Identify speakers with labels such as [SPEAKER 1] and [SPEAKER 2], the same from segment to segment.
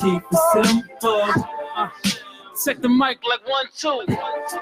[SPEAKER 1] Keep it simple. Uh, check the mic like one, two.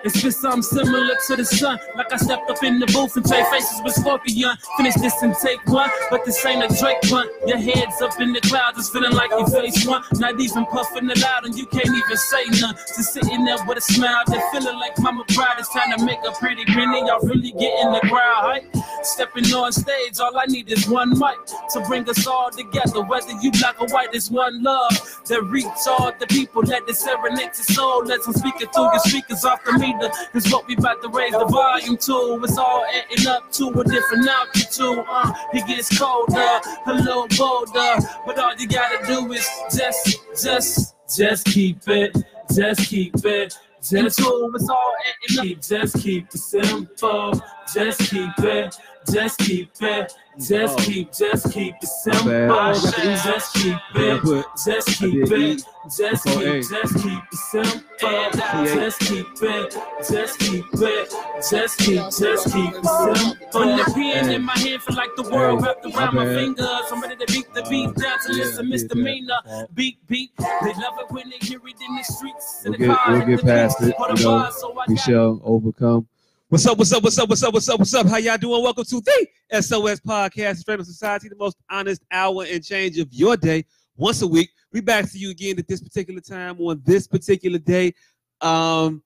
[SPEAKER 1] It's just something similar to the sun. Like I stepped up in the booth and played faces with Scorpion. Finish this and take one, but this ain't a Drake one. Your head's up in the clouds, it's feeling like you face one. Not even puffing it out, and you can't even say none. Just sitting there with a smile, that feeling like Mama Pride. It's time to make a pretty penny. Y'all really get in the crowd, hype. Stepping on stage, all I need is one mic to bring us all together. Whether you black or white, it's one love that reach all the people. Let the serenade your soul. Let them speak it through your speakers off the meter. It's what we about to raise the volume to. It's all adding up to a different altitude. Uh, it gets colder, a little bolder, but all you gotta do is just, just, just keep it, just keep it. Just cool, it's all adding up. Just keep it simple. Just keep it. Just keep it. Just keep, just keep it
[SPEAKER 2] bad.
[SPEAKER 1] simple. Just keep
[SPEAKER 2] I
[SPEAKER 1] it.
[SPEAKER 2] put-
[SPEAKER 1] Just
[SPEAKER 2] I
[SPEAKER 1] keep
[SPEAKER 2] did
[SPEAKER 1] it.
[SPEAKER 2] E.
[SPEAKER 1] Just
[SPEAKER 2] Before
[SPEAKER 1] keep,
[SPEAKER 2] A.
[SPEAKER 1] just keep it simple.
[SPEAKER 2] Yeah.
[SPEAKER 1] Just keep it. Just keep it. Just keep, just keep it simple. Putting the pen
[SPEAKER 2] Hey.
[SPEAKER 1] in my hand for like the world
[SPEAKER 2] Hey,
[SPEAKER 1] wrapped
[SPEAKER 2] my
[SPEAKER 1] around my
[SPEAKER 2] bad. Uh,
[SPEAKER 1] fingers. I'm ready to beat the beat down to
[SPEAKER 2] yeah,
[SPEAKER 1] listen
[SPEAKER 2] yeah, Uh,
[SPEAKER 1] misdemeanor.
[SPEAKER 2] yeah.
[SPEAKER 1] Beat, beat. They love it when they hear it in the streets. in
[SPEAKER 2] We'll
[SPEAKER 1] the
[SPEAKER 2] get,
[SPEAKER 1] car,
[SPEAKER 2] we'll
[SPEAKER 1] at
[SPEAKER 2] get
[SPEAKER 1] the
[SPEAKER 2] past
[SPEAKER 1] beach,
[SPEAKER 2] it.
[SPEAKER 1] or the
[SPEAKER 2] You know,
[SPEAKER 1] bar, so I
[SPEAKER 2] we
[SPEAKER 1] got
[SPEAKER 2] shall overcome.
[SPEAKER 3] What's up? What's up? What's up? What's up? What's up? What's up? How y'all doing? Welcome to the SOS Podcast, Streaming Society, the most honest hour and change of your day. Once a week, we back to you again at this particular time on this particular day. Um,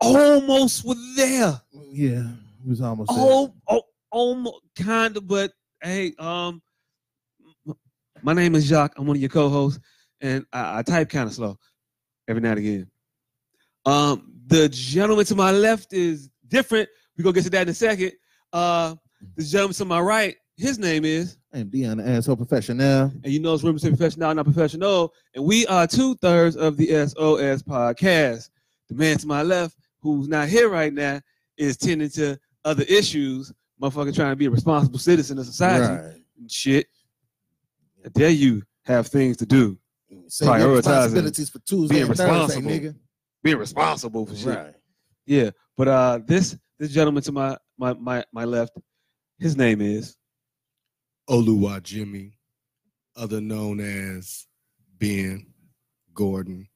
[SPEAKER 3] almost were there.
[SPEAKER 4] Yeah, it was almost. there.
[SPEAKER 3] Oh, oh, almost kind of, but hey, um, m- my name is Jacques. I'm one of your co-hosts, and I, I type kind of slow every now and again. Um, the gentleman to my left is different. We're gonna get to that in a second. Uh, the gentleman to my right, his name is,
[SPEAKER 4] I am Dion, the asshole professional.
[SPEAKER 3] and you know it's Women Say Professional, not professional, and we are two thirds of the SOS podcast. The man to my left, who's not here right now, is tending to other issues. Motherfucker trying to be a responsible citizen of society
[SPEAKER 4] Right.
[SPEAKER 3] and shit. I dare you have things to do.
[SPEAKER 4] Save your
[SPEAKER 3] Prioritizing.
[SPEAKER 4] responsibilities for Tuesday,
[SPEAKER 3] Being
[SPEAKER 4] and Thursday,
[SPEAKER 3] responsible.
[SPEAKER 4] nigga.
[SPEAKER 3] Being responsible for shit.
[SPEAKER 4] Right.
[SPEAKER 3] Yeah. But uh this this gentleman to my my my, my left, his name is
[SPEAKER 5] Oluwa Jimmy, other known as Ben Gordon,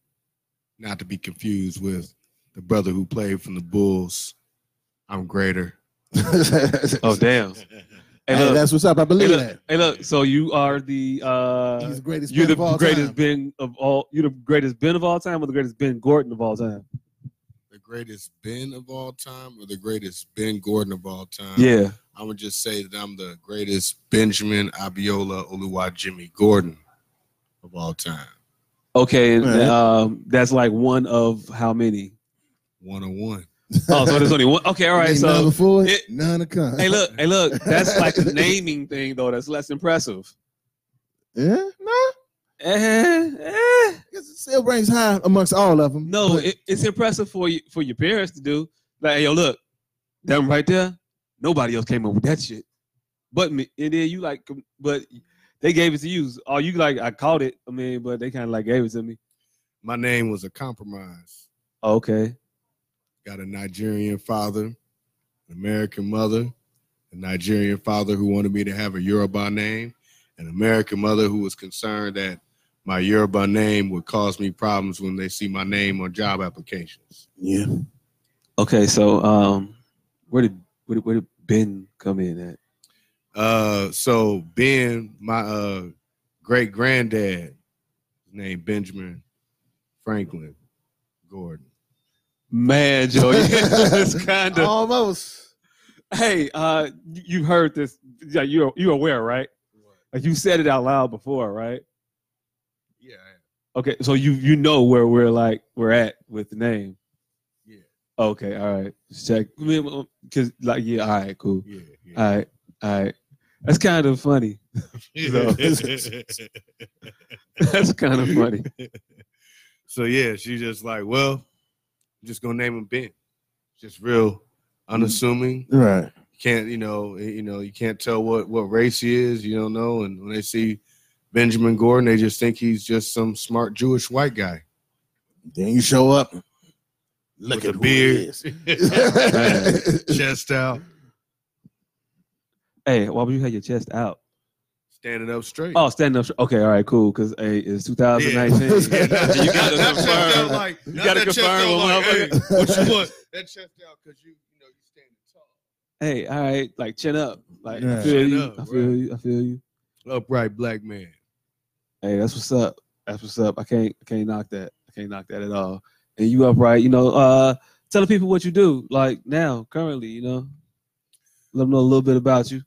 [SPEAKER 5] not to be confused with the brother who played from the Bulls. I'm greater.
[SPEAKER 3] Oh damn.
[SPEAKER 4] Hey,
[SPEAKER 3] Hey look,
[SPEAKER 4] that's what's up. I
[SPEAKER 3] hey,
[SPEAKER 4] believe
[SPEAKER 3] look, hey look, so you are the
[SPEAKER 4] that.
[SPEAKER 3] uh
[SPEAKER 4] He's the greatest.
[SPEAKER 3] you're
[SPEAKER 4] player of
[SPEAKER 3] the
[SPEAKER 4] all
[SPEAKER 3] greatest
[SPEAKER 4] time.
[SPEAKER 3] Ben of all you're the greatest Ben of all time or the greatest Ben Gordon of all time?
[SPEAKER 5] The greatest Ben of all time, or the greatest Ben Gordon of all time.
[SPEAKER 3] Yeah.
[SPEAKER 5] I would just say that I'm the greatest Benjamin Abiola Oluwa Jimmy Gordon of all time.
[SPEAKER 3] Okay, and,
[SPEAKER 4] Alright.
[SPEAKER 3] um, that's like one of how many?
[SPEAKER 5] One on one.
[SPEAKER 3] Oh, so there's only one. Okay, all right.
[SPEAKER 4] Ain't
[SPEAKER 3] So
[SPEAKER 4] none before it,
[SPEAKER 3] it-
[SPEAKER 4] none to come.
[SPEAKER 3] Hey, look, hey, look. That's like a naming thing, though. That's less impressive.
[SPEAKER 4] Yeah, no, Uh-huh,
[SPEAKER 3] Eh, eh.
[SPEAKER 4] it still ranks high amongst all of them.
[SPEAKER 3] No,
[SPEAKER 4] uh-huh. but
[SPEAKER 3] it, it's impressive for you for your parents to do. Like, hey, yo, look, that one right there. Nobody else came up with that shit, but me. And then you like, but they gave it to you. Oh, you like, I caught it. I mean, but they kind of like gave it to me.
[SPEAKER 5] My name was a compromise.
[SPEAKER 3] Okay.
[SPEAKER 5] got a Nigerian father, an American mother, a Nigerian father who wanted me to have a Yoruba name, an American mother who was concerned that my Yoruba name would cause me problems when they see my name on job applications.
[SPEAKER 4] yeah,
[SPEAKER 3] Okay. So, um, where did where did, where did Ben come in at?
[SPEAKER 5] Uh, so Ben, my uh, great granddad, named Benjamin Franklin Gordon.
[SPEAKER 3] Man, Joe, it's kind of.
[SPEAKER 4] almost.
[SPEAKER 3] Hey, uh, you- you've heard this. Yeah, you're you aware, right? Like you said it out loud before, right?
[SPEAKER 5] Yeah,
[SPEAKER 3] Okay, so you you know where we're like we're at with the name.
[SPEAKER 5] Yeah.
[SPEAKER 3] Okay, all right. Just Check because like yeah, all right, cool.
[SPEAKER 5] yeah,
[SPEAKER 3] All right, all right. That's kind of funny. That's kind of funny.
[SPEAKER 5] so yeah, she's just like, well, I'm just gonna name him Ben. Just real
[SPEAKER 3] Mm-hmm.
[SPEAKER 5] unassuming.
[SPEAKER 4] Right.
[SPEAKER 5] Can't you know? eh, You know you can't tell what what race he is. You don't know. And when they see Benjamin Gordon, they just think he's just some smart Jewish white guy
[SPEAKER 4] Then you show up. Look
[SPEAKER 5] with a
[SPEAKER 4] who
[SPEAKER 5] beard,
[SPEAKER 4] it is.
[SPEAKER 5] chest out.
[SPEAKER 3] Hey, why would you have your chest out?
[SPEAKER 5] Standing up straight.
[SPEAKER 3] Oh, standing up. str- Okay, all right, cool. Because hey, it's 2019.
[SPEAKER 5] Yeah.
[SPEAKER 3] You gotta
[SPEAKER 5] Not that chest out
[SPEAKER 3] confirm.
[SPEAKER 5] like-
[SPEAKER 3] You
[SPEAKER 5] not
[SPEAKER 3] gotta
[SPEAKER 5] that chest
[SPEAKER 3] confirm with
[SPEAKER 5] out like, hey,
[SPEAKER 3] motherfucker.
[SPEAKER 5] What you want? That chest out because you, you know, you standing tall.
[SPEAKER 3] hey, all right, like chin up. Like I
[SPEAKER 4] Yeah.
[SPEAKER 3] feel
[SPEAKER 5] Chin
[SPEAKER 3] you. I
[SPEAKER 5] up, right.
[SPEAKER 3] feel you. I feel you.
[SPEAKER 5] Upright black man.
[SPEAKER 3] Hey, that's what's up. That's what's up. I can't I can't knock that. I can't knock that at all. And you upright, you know, uh telling people what you do, like now, currently, you know. Let them know a little bit about you.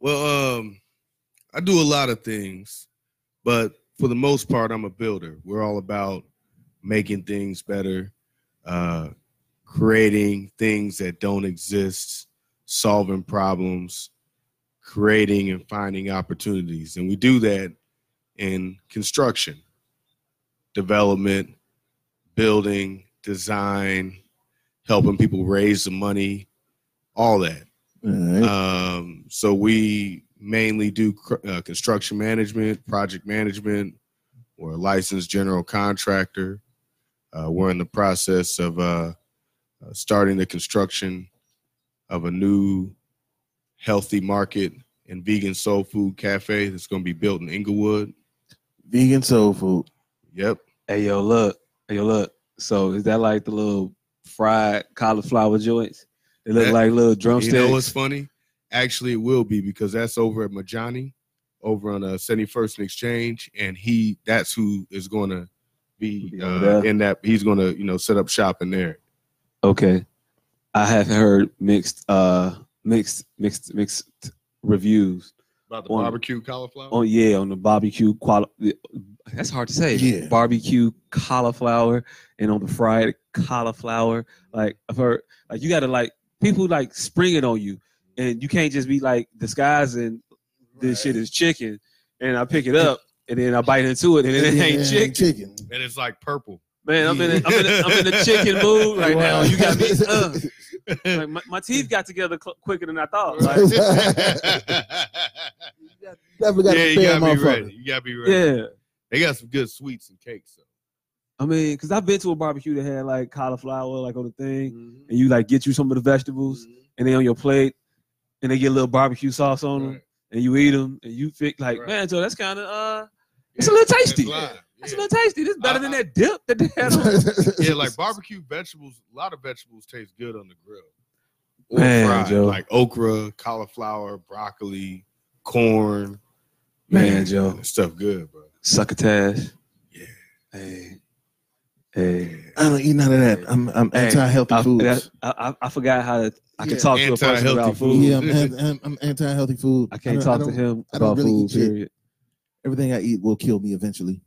[SPEAKER 5] Well, um, I do a lot of things, but for the most part, I'm a builder. We're all about making things better, uh, creating things that don't exist, solving problems, creating and finding opportunities. And we do that in construction, development, building, design, helping people raise the money, all that.
[SPEAKER 4] All right.
[SPEAKER 5] Um, so we mainly do cr- uh, construction management, project management. We're a licensed general contractor. Uh, we're in the process of uh, uh, starting the construction of a new healthy market and vegan soul food cafe that's going to be built in Inglewood.
[SPEAKER 4] Vegan soul food.
[SPEAKER 5] Yep.
[SPEAKER 3] Hey yo, look. Hey yo, look. So is that like the little fried cauliflower joints? They look
[SPEAKER 5] That-
[SPEAKER 3] like little drumsticks.
[SPEAKER 5] You know what's funny? Actually, it will be because that's over at Majani, over on uh, 71st and Exchange, and he that's who is going to be
[SPEAKER 3] Be over
[SPEAKER 5] uh,
[SPEAKER 3] there.
[SPEAKER 5] in that. He's going to you know set up shop in there.
[SPEAKER 3] Okay. I have heard mixed uh mixed mixed mixed reviews.
[SPEAKER 5] About
[SPEAKER 3] On-
[SPEAKER 5] cauliflower.
[SPEAKER 3] Oh yeah, on the barbecue quali- that's hard to say.
[SPEAKER 4] Yeah.
[SPEAKER 3] Barbecue cauliflower and on the fried cauliflower. Like I've heard like you gotta like people like spring it on you and you can't just be like disguising this shit is chicken and I pick it up and then I bite into it and it ain't chicken.
[SPEAKER 4] chicken.
[SPEAKER 5] and it's like purple.
[SPEAKER 3] Man, I'm in, a, I'm, in a, I'm in a chicken mood right now. You got me. Uh, like my, my teeth got together cl- quicker than I thought. Like,
[SPEAKER 4] Definitely got
[SPEAKER 5] yeah,
[SPEAKER 4] to
[SPEAKER 5] you
[SPEAKER 4] fail,
[SPEAKER 5] gotta be
[SPEAKER 4] motherfucker.
[SPEAKER 5] ready. You gotta be ready.
[SPEAKER 3] yeah.
[SPEAKER 5] They got some good sweets and cakes.
[SPEAKER 3] I mean, because I've been to a barbecue that had like cauliflower, like on the
[SPEAKER 5] Though.
[SPEAKER 3] thing, and you like get you some of the vegetables, and they on your plate, and they get a little barbecue sauce on them,
[SPEAKER 5] Mm-hmm. Right.
[SPEAKER 3] and you eat them, and you think like,
[SPEAKER 5] Right.
[SPEAKER 3] man, so that's kind of uh, It's a little tasty.
[SPEAKER 5] It's live.
[SPEAKER 3] that's
[SPEAKER 5] Yeah. Uh-huh.
[SPEAKER 3] a little tasty. This better than
[SPEAKER 5] I-
[SPEAKER 3] that dip that they had. on.
[SPEAKER 5] yeah, like barbecue vegetables. A lot of vegetables taste good on the grill. Or
[SPEAKER 3] Man,
[SPEAKER 5] fried,
[SPEAKER 3] Joe.
[SPEAKER 5] like okra, cauliflower, broccoli, corn.
[SPEAKER 3] Man, Joe.
[SPEAKER 5] that stuff good, bro.
[SPEAKER 3] Succotash.
[SPEAKER 5] Yeah.
[SPEAKER 3] Hey. Hey.
[SPEAKER 4] I don't eat none of that. I'm I'm
[SPEAKER 3] Hey,
[SPEAKER 4] anti-healthy
[SPEAKER 3] I,
[SPEAKER 4] foods.
[SPEAKER 3] that- I, I- I forgot how to, I can
[SPEAKER 4] Yeah.
[SPEAKER 3] talk to a person
[SPEAKER 5] Anti-healthy
[SPEAKER 3] about food.
[SPEAKER 5] food.
[SPEAKER 4] Yeah, I'm, an- I'm, I'm anti-healthy food.
[SPEAKER 3] I can't
[SPEAKER 4] don't-
[SPEAKER 3] talk to
[SPEAKER 4] don't-
[SPEAKER 3] him
[SPEAKER 4] I don't
[SPEAKER 3] about
[SPEAKER 4] really
[SPEAKER 3] food.
[SPEAKER 4] eat shit.
[SPEAKER 3] Period.
[SPEAKER 4] Everything I eat will kill me eventually.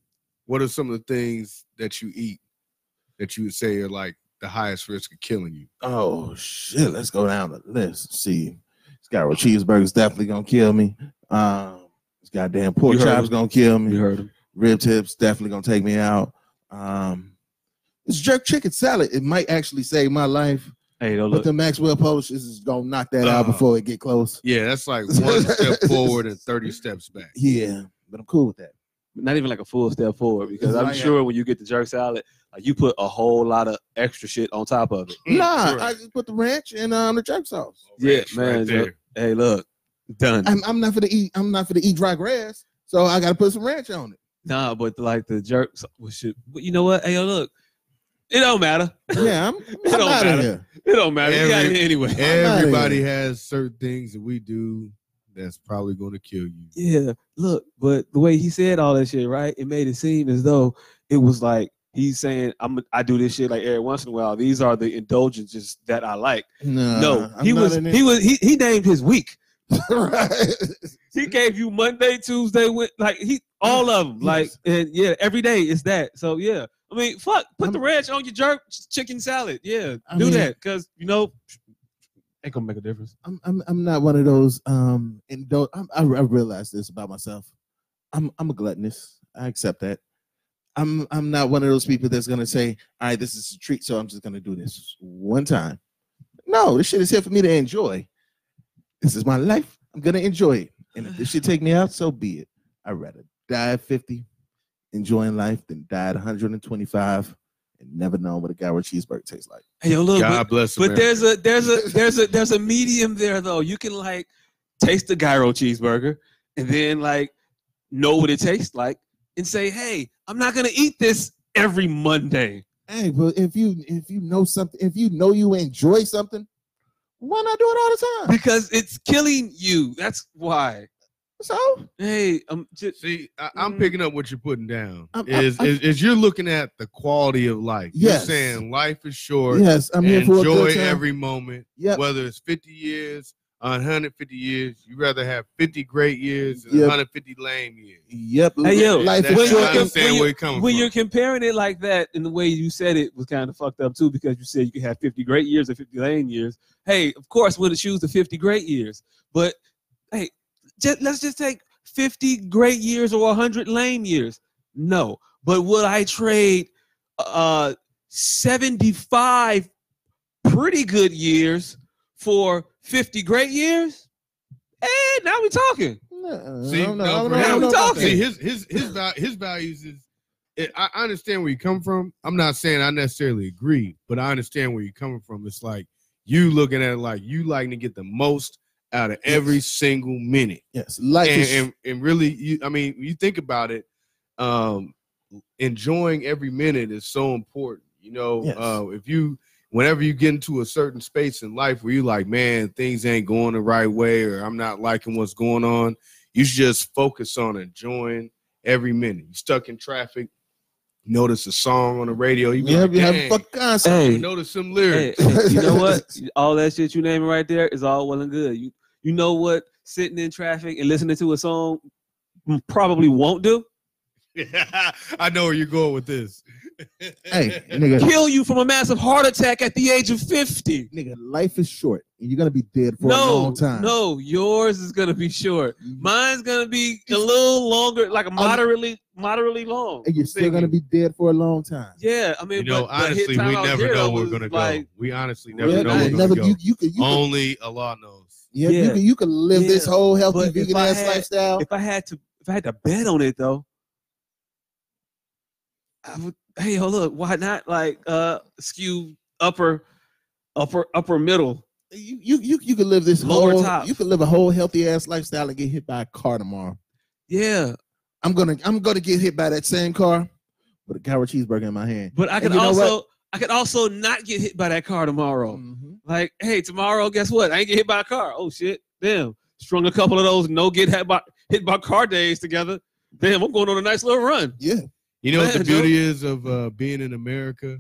[SPEAKER 5] What are some of the things that you eat that you would say are like the highest risk of killing you?
[SPEAKER 4] Oh shit! Let's go down the list. See, this guy with cheeseburgers definitely gonna kill me. Um, this goddamn pork
[SPEAKER 3] You heard
[SPEAKER 4] chops
[SPEAKER 3] him.
[SPEAKER 4] gonna kill me.
[SPEAKER 3] You heard him.
[SPEAKER 4] Rib tips definitely gonna take me out. Um, this jerk chicken salad it might actually save my life,
[SPEAKER 3] Hey, don't
[SPEAKER 4] but
[SPEAKER 3] look.
[SPEAKER 4] the Maxwell Publishers is gonna knock that out
[SPEAKER 5] Oh.
[SPEAKER 4] before it get close.
[SPEAKER 5] Yeah, that's like one step forward and thirty steps back.
[SPEAKER 4] Yeah, but I'm cool with that.
[SPEAKER 3] not even like a full step forward because
[SPEAKER 4] It's
[SPEAKER 3] I'm
[SPEAKER 4] like a-
[SPEAKER 3] sure when you get the jerk salad, like you put a whole lot of extra shit on top of it.
[SPEAKER 5] Mm,
[SPEAKER 4] nah,
[SPEAKER 5] correct.
[SPEAKER 4] I just put the ranch and um the jerk sauce.
[SPEAKER 3] Yeah,
[SPEAKER 5] Ranch
[SPEAKER 3] man,
[SPEAKER 5] right
[SPEAKER 3] Joe.
[SPEAKER 5] there.
[SPEAKER 3] Hey, look, done.
[SPEAKER 4] I'm, I'm not for to eat. I'm not for to eat dry grass, so I gotta put some ranch on it.
[SPEAKER 3] nah, but like the jerk, s- well, shit. But you know what? Hey, yo, look, it don't matter.
[SPEAKER 4] Yeah, I'm, I'm
[SPEAKER 3] don't
[SPEAKER 4] out
[SPEAKER 3] matter.
[SPEAKER 4] of here.
[SPEAKER 3] It don't matter. you got
[SPEAKER 5] Every-
[SPEAKER 3] it anyway.
[SPEAKER 5] Everybody has certain things that we do that's probably going to kill you.
[SPEAKER 3] Yeah, look, but the way he said all that shit, right? It made it seem as though it was like he's saying, "I'm I do this shit like every once in a while. These are the indulgences that I like."
[SPEAKER 4] Nah,
[SPEAKER 3] no,
[SPEAKER 4] Uh, I'm
[SPEAKER 3] he
[SPEAKER 4] not
[SPEAKER 3] was
[SPEAKER 4] in it.
[SPEAKER 3] he was he he named his week.
[SPEAKER 4] right.
[SPEAKER 3] he gave you Monday, Tuesday, Wed- like he all of them, like
[SPEAKER 4] Yes.
[SPEAKER 3] and yeah, every day is that. So yeah, I mean, fuck, put the
[SPEAKER 4] I'm-
[SPEAKER 3] ranch on your jerk ch- chicken salad. Yeah,
[SPEAKER 4] I
[SPEAKER 3] do
[SPEAKER 4] mean-
[SPEAKER 3] that because you know ain't gonna make a difference.
[SPEAKER 4] I'm, I'm I'm not one of those um indul- I'm, I, I realize this about myself. I'm I'm a gluttonous. I accept that. I'm I'm not one of those people that's gonna say, all right, this is a treat, so I'm just gonna do this one time. No, this shit is here for me to enjoy. This is my life. I'm gonna enjoy it. And if this shit take me out, so be it. I'd rather die at 50 enjoying life than die at 125 and never know what a Gower cheeseburger tastes like.
[SPEAKER 3] Hey, yo, look,
[SPEAKER 5] God
[SPEAKER 3] but,
[SPEAKER 5] bless.
[SPEAKER 3] but
[SPEAKER 5] America.
[SPEAKER 3] there's a there's a there's a there's a medium there though. You can like taste the gyro cheeseburger and then like know what it tastes like and say, hey, I'm not gonna eat this every Monday.
[SPEAKER 4] Hey, but if you if you know something, if you know you enjoy something, why not do it all the time?
[SPEAKER 3] Because it's killing you. That's why.
[SPEAKER 4] So
[SPEAKER 3] Hey, um just
[SPEAKER 5] See, I, I'm
[SPEAKER 4] Mm-hmm.
[SPEAKER 3] Mm.
[SPEAKER 5] picking up what you're putting down.
[SPEAKER 4] I'm- I'm-
[SPEAKER 5] is,
[SPEAKER 4] I'm-
[SPEAKER 5] is is you're looking at the quality of life.
[SPEAKER 4] uh, Yes.
[SPEAKER 5] You're saying life is short.
[SPEAKER 4] yes, I'm here for a
[SPEAKER 5] Enjoy
[SPEAKER 4] good time.
[SPEAKER 5] every moment,
[SPEAKER 4] Yep.
[SPEAKER 5] whether it's 50 years, 150 years. You rather have 50 great years than
[SPEAKER 4] Yep.
[SPEAKER 5] 150 lame years.
[SPEAKER 4] Yep.
[SPEAKER 3] Hey, yo,
[SPEAKER 4] life
[SPEAKER 3] when
[SPEAKER 4] is
[SPEAKER 5] That's- I
[SPEAKER 3] you're-
[SPEAKER 4] short.
[SPEAKER 5] understand
[SPEAKER 3] when
[SPEAKER 5] where you're coming
[SPEAKER 3] when
[SPEAKER 5] from.
[SPEAKER 3] you're comparing it like that and the way you said it was kind of fucked up too because you said you could have 50 great years or 50 lame years hey of course we'll choose the 50 great years but hey just, let's just take 50 great years or 100 lame years no but would i trade uh 75 pretty good years for 50 great years and now we're talking
[SPEAKER 4] Nuh-uh,
[SPEAKER 5] See,
[SPEAKER 4] I don't know,
[SPEAKER 5] no,
[SPEAKER 4] I don't know,
[SPEAKER 5] for
[SPEAKER 4] I
[SPEAKER 5] him-
[SPEAKER 4] don't know
[SPEAKER 3] we
[SPEAKER 4] about
[SPEAKER 3] talking.
[SPEAKER 5] See,
[SPEAKER 4] that.
[SPEAKER 5] his his his val- his values is. It, I I understand where you come from. I'm not saying I necessarily agree, but I understand where you're coming from. It's like you looking at it like you like to get the most out of every single minute,
[SPEAKER 4] Yes, life
[SPEAKER 5] and,
[SPEAKER 4] is.
[SPEAKER 5] and and really, you. I mean, when you think about it. Um, enjoying every minute is so important. You know,
[SPEAKER 4] Yes.
[SPEAKER 5] uh, if you whenever you get into a certain space in life where you like, man, things ain't going the right way, or I'm not liking what's going on, you should just focus on enjoying every minute. You stuck in traffic, notice a song on the radio, you be
[SPEAKER 4] yeah,
[SPEAKER 5] like,
[SPEAKER 4] we have a
[SPEAKER 5] "Dang,
[SPEAKER 4] fuck concert.
[SPEAKER 3] hey
[SPEAKER 5] notice some
[SPEAKER 3] Hey,
[SPEAKER 5] lyrics.
[SPEAKER 3] hey, you know what? All that shit you naming right there is all well and good. You you know what? Sitting in traffic and listening to a song probably won't do.
[SPEAKER 5] I know where you're going with this.
[SPEAKER 4] Hey, nigga,
[SPEAKER 3] Kill you from a massive heart attack at the age of fifty.
[SPEAKER 4] nigga, life is short, and you're gonna be dead for a
[SPEAKER 3] no,
[SPEAKER 4] long time.
[SPEAKER 3] no, yours is gonna be short.
[SPEAKER 4] My,
[SPEAKER 3] Mine's gonna be a little longer, like a moderately, moderately long.
[SPEAKER 4] and you're still gonna be dead for a long time.
[SPEAKER 3] Yeah, I mean,
[SPEAKER 5] you know,
[SPEAKER 3] but the hit
[SPEAKER 5] honestly,
[SPEAKER 3] time
[SPEAKER 5] we
[SPEAKER 3] I was
[SPEAKER 5] never
[SPEAKER 3] here,
[SPEAKER 5] know
[SPEAKER 3] I
[SPEAKER 5] where we're
[SPEAKER 3] was
[SPEAKER 5] gonna
[SPEAKER 3] like,
[SPEAKER 5] go. We honestly
[SPEAKER 4] Yeah,
[SPEAKER 5] never know
[SPEAKER 4] you
[SPEAKER 5] where we're
[SPEAKER 4] never-
[SPEAKER 5] gonna go.
[SPEAKER 4] you, you could, you could,
[SPEAKER 5] Only Allah knows.
[SPEAKER 4] yeah, you
[SPEAKER 3] Yeah.
[SPEAKER 4] could, you could live this
[SPEAKER 3] Yeah.
[SPEAKER 4] whole healthy
[SPEAKER 3] But if
[SPEAKER 4] vegan
[SPEAKER 3] I
[SPEAKER 4] ass
[SPEAKER 3] had-
[SPEAKER 4] lifestyle.
[SPEAKER 3] if I had to if I had to bet on it though, I would hey hold up, why not like uh skew upper upper upper middle?
[SPEAKER 4] you, you, you, you could live this
[SPEAKER 3] Lower
[SPEAKER 4] whole,
[SPEAKER 3] top.
[SPEAKER 4] you could live a whole healthy ass lifestyle and get hit by a car tomorrow.
[SPEAKER 3] Yeah.
[SPEAKER 4] I'm gonna, I'm gonna get hit by that same car with a coward cheeseburger in my hand.
[SPEAKER 3] But I could
[SPEAKER 4] you know what?
[SPEAKER 3] also I could also not get hit by that car tomorrow.
[SPEAKER 4] Mhm.
[SPEAKER 3] Like, hey, tomorrow, guess what? I ain't get hit by a car. Oh shit. Damn. Strung a couple of those no get hit by hit by car days together. Damn, I'm going on a nice little run.
[SPEAKER 4] Yeah,
[SPEAKER 5] You know what the
[SPEAKER 3] Man,
[SPEAKER 5] beauty is of uh, being in America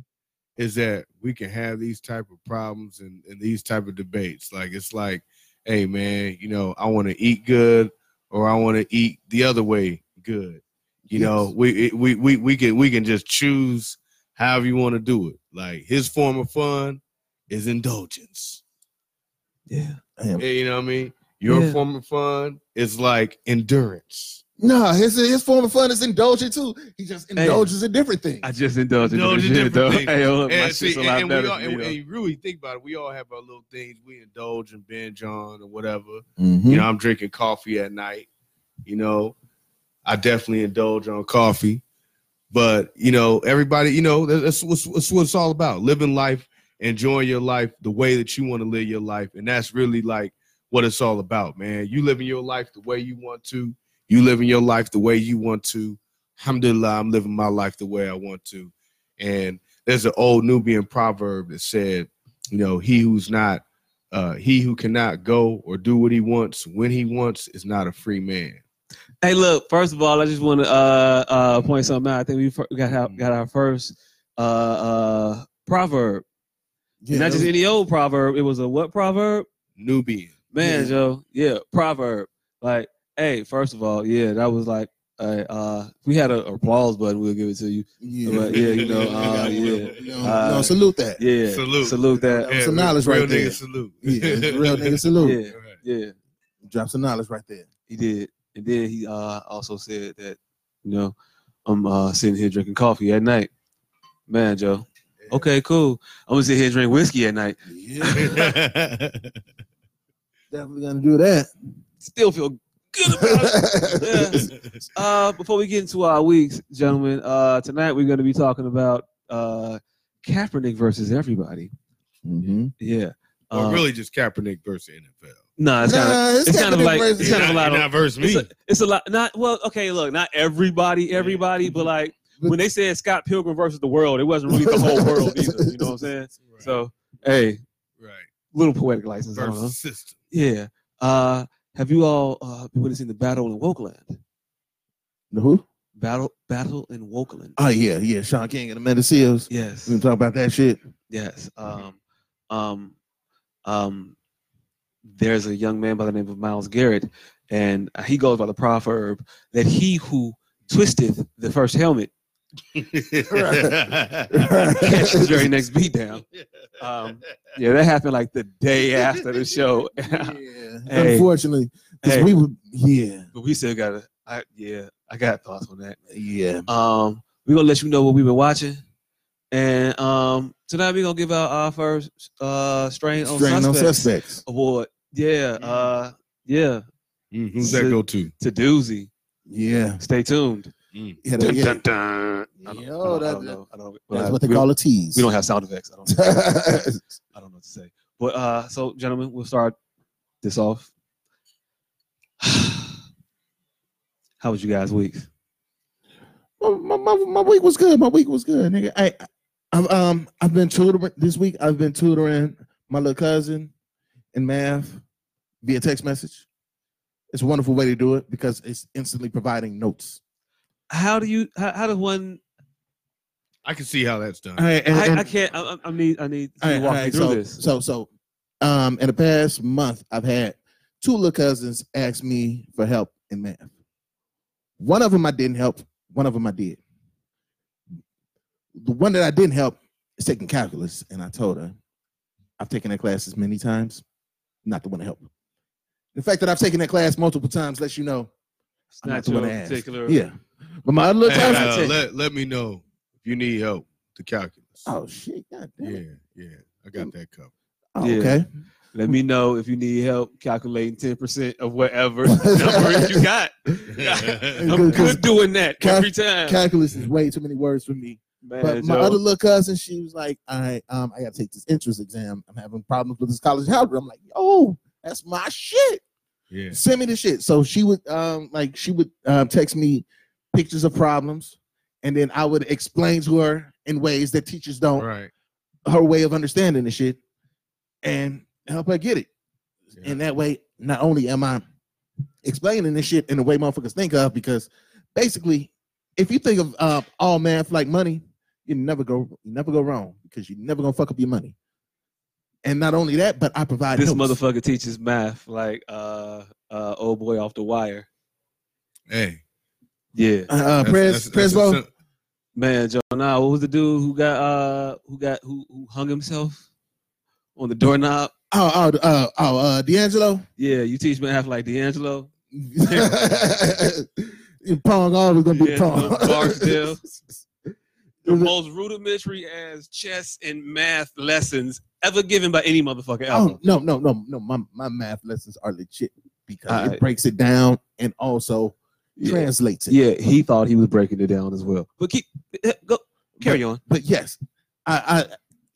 [SPEAKER 5] is that we can have these type of problems and, and these type of debates. Like it's like, hey man, you know, I want to eat good or I want to eat the other way good. You know,
[SPEAKER 4] Yes.
[SPEAKER 5] we it- we we we can we can just choose however you want to do it. Like his form of fun is indulgence.
[SPEAKER 3] Yeah.
[SPEAKER 4] Damn.
[SPEAKER 5] You know what I mean? Your
[SPEAKER 3] Yeah.
[SPEAKER 5] form of fun is like endurance.
[SPEAKER 4] No, his his form of fun is indulgent too. He just
[SPEAKER 3] Hey.
[SPEAKER 4] indulges in different things.
[SPEAKER 3] I just indulged in
[SPEAKER 5] Indulge
[SPEAKER 3] the
[SPEAKER 5] in
[SPEAKER 3] shit,
[SPEAKER 5] different
[SPEAKER 3] though.
[SPEAKER 5] things.
[SPEAKER 3] Hey, hold up, my
[SPEAKER 5] And,
[SPEAKER 3] shit's
[SPEAKER 5] see,
[SPEAKER 3] a
[SPEAKER 5] and,
[SPEAKER 3] lot
[SPEAKER 5] and
[SPEAKER 3] better
[SPEAKER 5] we all,
[SPEAKER 3] than me,
[SPEAKER 5] and,
[SPEAKER 3] though.
[SPEAKER 5] and you really think about it, we all have our little things we indulge and binge on or whatever.
[SPEAKER 4] Mhm.
[SPEAKER 5] You know, I'm drinking coffee at night. You know, I definitely indulge on coffee, but you know, everybody, you know, that's, that's, what's, that's what it's all about: living life, enjoying your life the way that you want to live your life, and that's really like what it's all about, man. You living your life the way you want to. You living your life the way you want to. Alhamdulillah, I'm living my life the way I want to. And there's an old Nubian proverb that said, you know, he who's not uh, he who cannot go or do what he wants when he wants is not a free man.
[SPEAKER 3] Hey, look. First of all, I just want to uh, uh, point something out. I think we fir- got our, got our first uh, uh, proverb.
[SPEAKER 4] Yeah,
[SPEAKER 3] Not just
[SPEAKER 4] that was-
[SPEAKER 3] any old proverb. It was a what proverb?
[SPEAKER 5] Nubian.
[SPEAKER 3] Man,
[SPEAKER 4] Yeah.
[SPEAKER 3] Joe. Yeah, proverb. Like, hey, first of all, yeah, that was like, uh, uh, if we had a applause button. We'll give it to you.
[SPEAKER 4] yeah.
[SPEAKER 3] But, yeah, you know, uh, yeah.
[SPEAKER 4] You know,
[SPEAKER 3] Uh,
[SPEAKER 4] no, salute that. Yeah,
[SPEAKER 3] Yeah,
[SPEAKER 5] Salute.
[SPEAKER 3] salute that.
[SPEAKER 4] was some knowledge
[SPEAKER 5] real
[SPEAKER 4] right
[SPEAKER 5] nigga
[SPEAKER 4] there.
[SPEAKER 5] salute.
[SPEAKER 4] it's real nigga salute.
[SPEAKER 3] Yeah, yeah,
[SPEAKER 4] Drop some knowledge right there.
[SPEAKER 3] he did. And then he uh, also said that, you know, I'm uh, sitting here drinking coffee at night. Man, Joe. Okay, cool. I'm gonna sit here and drink whiskey at night.
[SPEAKER 4] Yeah,
[SPEAKER 5] Alright.
[SPEAKER 4] definitely gonna do that.
[SPEAKER 3] Still feel good about it. Yeah. Uh, before we get into our weeks, gentlemen, uh, tonight we're going to be talking about uh, Kaepernick versus everybody.
[SPEAKER 4] Mhm.
[SPEAKER 3] Yeah.
[SPEAKER 5] Or
[SPEAKER 3] Uh,
[SPEAKER 5] Oh, really just Kaepernick versus NFL.
[SPEAKER 3] Nah, it's kind of
[SPEAKER 4] Nah,
[SPEAKER 3] it's kind of
[SPEAKER 4] been
[SPEAKER 3] like-
[SPEAKER 4] racist.
[SPEAKER 3] it's kind of a lot
[SPEAKER 5] You're
[SPEAKER 3] of-
[SPEAKER 5] not verse me.
[SPEAKER 3] it's a, it's a lot. Not well. Okay, look, not everybody, everybody,
[SPEAKER 5] Mm-hmm.
[SPEAKER 3] but like when they said Scott Pilgrim versus the world, it wasn't really the whole world either. You know what I'm saying?
[SPEAKER 5] right.
[SPEAKER 3] So Uh-huh. hey,
[SPEAKER 5] right.
[SPEAKER 3] little poetic license. I don't know.
[SPEAKER 5] Versus system.
[SPEAKER 3] Yeah. Uh, have you all uh been witnessing the battle in Wokeland?
[SPEAKER 4] The Who?
[SPEAKER 3] Battle, battle in Wokeland.
[SPEAKER 4] Oh yeah, yeah. Sean King and the Mendocillos.
[SPEAKER 3] yes.
[SPEAKER 4] We can talk about that shit.
[SPEAKER 3] Yes. Um, um, um, there's a young man by the name of Miles Garrett, and uh, he goes by the proverb that he who twisteth the first helmet catches the very next beatdown. Um, Yeah, that happened like the day after the show.
[SPEAKER 4] Yeah.
[SPEAKER 3] Hey.
[SPEAKER 4] Unfortunately, 'cause
[SPEAKER 3] Hey.
[SPEAKER 4] we would. Yeah,
[SPEAKER 3] but we still got to, I, yeah, I got thoughts on that.
[SPEAKER 4] yeah.
[SPEAKER 3] Um, we're going to let you know what we've been watching. And um, tonight we're going to give out our first uh, Strain, on,
[SPEAKER 4] Strain on
[SPEAKER 3] Suspects
[SPEAKER 4] suspects.
[SPEAKER 3] award. Yeah, uh, yeah,
[SPEAKER 5] Mm, who's that go to?
[SPEAKER 3] to doozy.
[SPEAKER 4] Yeah.
[SPEAKER 3] Stay tuned.
[SPEAKER 4] Yeah, that- yeah.
[SPEAKER 3] I don't, I don't-
[SPEAKER 4] Yo,
[SPEAKER 3] I
[SPEAKER 4] that-
[SPEAKER 3] don't know. I don't,
[SPEAKER 4] That's what they
[SPEAKER 3] we,
[SPEAKER 4] call a tease.
[SPEAKER 3] We don't have sound effects. I don't, I don't know what to say. But uh, so, gentlemen, we'll start this off. How was you guys' week?
[SPEAKER 4] my, my, my, my week was good. My week was good, nigga. I, I've um I've been tutoring this week. I've been tutoring my little cousin in math via text message. It's a wonderful way to do it because it's instantly providing notes.
[SPEAKER 3] How do you? How, how does one?
[SPEAKER 5] I can see how that's done.
[SPEAKER 4] All right, and-
[SPEAKER 3] I,
[SPEAKER 4] and-
[SPEAKER 3] I can't. I, I- I need. I need
[SPEAKER 4] all
[SPEAKER 3] you to
[SPEAKER 4] right,
[SPEAKER 3] walk
[SPEAKER 4] all
[SPEAKER 3] me
[SPEAKER 4] right,
[SPEAKER 3] through
[SPEAKER 4] so,
[SPEAKER 3] this.
[SPEAKER 4] So so, um, in the past month, I've had two little cousins ask me for help in math. One of them I didn't help. One of them I did. The one that I didn't help is taking calculus, and I told her I've taken that class as many times. Not the one to help. The fact that I've taken that class multiple times lets you know
[SPEAKER 3] It's
[SPEAKER 4] I'm not
[SPEAKER 3] not
[SPEAKER 4] the one
[SPEAKER 3] your
[SPEAKER 4] to ask.
[SPEAKER 3] particular.
[SPEAKER 4] Yeah, but my other little
[SPEAKER 5] And,
[SPEAKER 4] cousin.
[SPEAKER 5] uh, let, let me know if you need help to calculus.
[SPEAKER 4] Oh shit! God damn
[SPEAKER 5] yeah,
[SPEAKER 4] it.
[SPEAKER 5] yeah. I got that covered.
[SPEAKER 4] Oh,
[SPEAKER 3] Yeah.
[SPEAKER 4] Okay.
[SPEAKER 3] Let me know if you need help calculating ten percent of whatever number you got. I'm
[SPEAKER 4] Good, 'cause
[SPEAKER 3] good doing that
[SPEAKER 4] cal-
[SPEAKER 3] every time.
[SPEAKER 4] Calculus is way too many words for me.
[SPEAKER 3] Man,
[SPEAKER 4] But my
[SPEAKER 3] Joe.
[SPEAKER 4] other little cousin, she was like, I um, I gotta take this entrance exam. I'm having problems with this college algebra. I'm like, oh, that's my shit.
[SPEAKER 5] Yeah.
[SPEAKER 4] Send me the shit. So she would um like she would um, text me pictures of problems, and then I would explain to her in ways that teachers don't
[SPEAKER 5] Right.
[SPEAKER 4] her way of understanding the shit and help her get it.
[SPEAKER 5] Yeah.
[SPEAKER 4] And that way, not only am I explaining this shit in the way motherfuckers think of, because basically, if you think of uh, all math like money, you never go you never go wrong because you never gonna fuck up your money. And not only that, but I provide
[SPEAKER 3] this
[SPEAKER 4] notes.
[SPEAKER 3] motherfucker teaches math like uh uh old boy off the wire.
[SPEAKER 5] Hey.
[SPEAKER 3] Yeah,
[SPEAKER 4] Uh, uh,
[SPEAKER 5] that's-
[SPEAKER 4] Prez,
[SPEAKER 5] that's- that's a
[SPEAKER 4] Prezbo,
[SPEAKER 5] sim-
[SPEAKER 3] man, Joe. Nah, what was the dude who got uh who got who who hung himself on the doorknob?
[SPEAKER 4] oh, oh, uh, oh, uh, D'Angelo,
[SPEAKER 3] Yeah, you teach math like D'Angelo.
[SPEAKER 4] Pong always gonna be
[SPEAKER 3] Yeah,
[SPEAKER 4] Pong.
[SPEAKER 3] no, Barksdale. The most rudimentary as chess and math lessons ever given by any motherfucker ever.
[SPEAKER 4] Oh no, no, no, no. My my math lessons are legit because
[SPEAKER 3] Alright.
[SPEAKER 4] it breaks it down and also
[SPEAKER 3] yeah.
[SPEAKER 4] translates it.
[SPEAKER 3] yeah, he thought he was breaking it down as well. But keep eh, go carry on.
[SPEAKER 4] But yes, I, I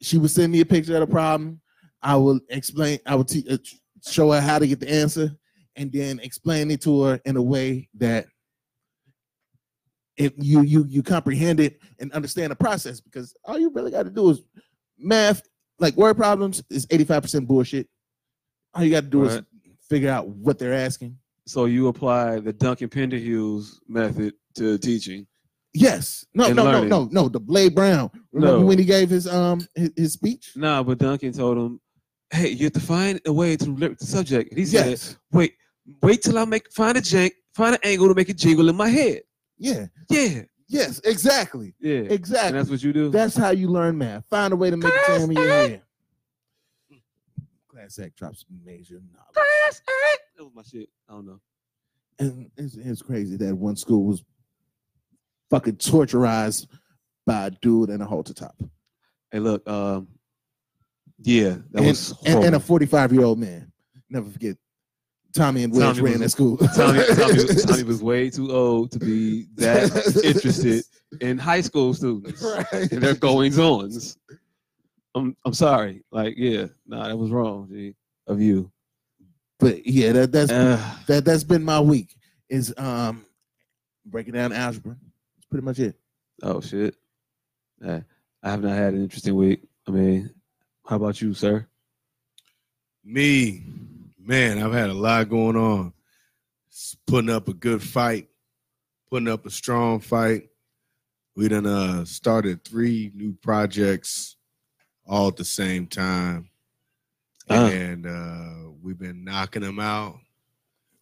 [SPEAKER 4] she would send me a picture of the problem. I will explain. I will te- uh, show her how to get the answer, and then explain it to her in a way that if you you you comprehend it and understand the process, because all you really got to do is math, like word problems, is eighty five percent bullshit. All you got to do is
[SPEAKER 3] Right.
[SPEAKER 4] figure out what they're asking.
[SPEAKER 3] So you apply the Duncan Penderhughes method to teaching.
[SPEAKER 4] Yes. No,
[SPEAKER 3] and
[SPEAKER 4] no, no,
[SPEAKER 3] learning.
[SPEAKER 4] no, no. The Blade Brown. Remember
[SPEAKER 3] No.
[SPEAKER 4] when he gave his um his, his speech?
[SPEAKER 3] Nah, but Duncan told him, "Hey, you have to find a way to lift the subject." And he said,
[SPEAKER 4] Yes.
[SPEAKER 3] "Wait, wait till I make find a jank, find an angle to make it jingle in my head."
[SPEAKER 4] Yeah.
[SPEAKER 3] Yeah,
[SPEAKER 4] Yes. Exactly.
[SPEAKER 3] yeah. And
[SPEAKER 4] Exactly.
[SPEAKER 3] that's what you do.
[SPEAKER 4] That's how you learn math. Find a way to make it jam in your head. Class Act drops major knowledge.
[SPEAKER 3] that was my shit. I don't know.
[SPEAKER 4] And it's, it's crazy that one school was fucking torturized by a dude in a halter top
[SPEAKER 3] Hey, look. Um, yeah, that
[SPEAKER 4] And-
[SPEAKER 3] was
[SPEAKER 4] and,
[SPEAKER 3] horrible.
[SPEAKER 4] and a 45 year old man. Never forget. Tommy and Wedge
[SPEAKER 3] Tommy
[SPEAKER 4] ran
[SPEAKER 3] was-
[SPEAKER 4] that school.
[SPEAKER 3] Tommy, Tommy, was- Tommy was way too old to be that interested in high school students
[SPEAKER 4] Right.
[SPEAKER 3] and their goings ons. I'm I'm sorry. Like, yeah, nah, that was wrong, G, of you.
[SPEAKER 4] But yeah, that that's
[SPEAKER 3] Uh,
[SPEAKER 4] that that's been my week. Is um breaking down algebra. That's pretty much it.
[SPEAKER 3] oh shit. Uh, I have not had an interesting week. I mean, how about you, sir?
[SPEAKER 5] Me, man, I've had a lot going on. S- Putting up a good fight, putting up a strong fight. We done uh, started three new projects all at the same time.
[SPEAKER 3] Uh.
[SPEAKER 5] And uh, we've been knocking them out,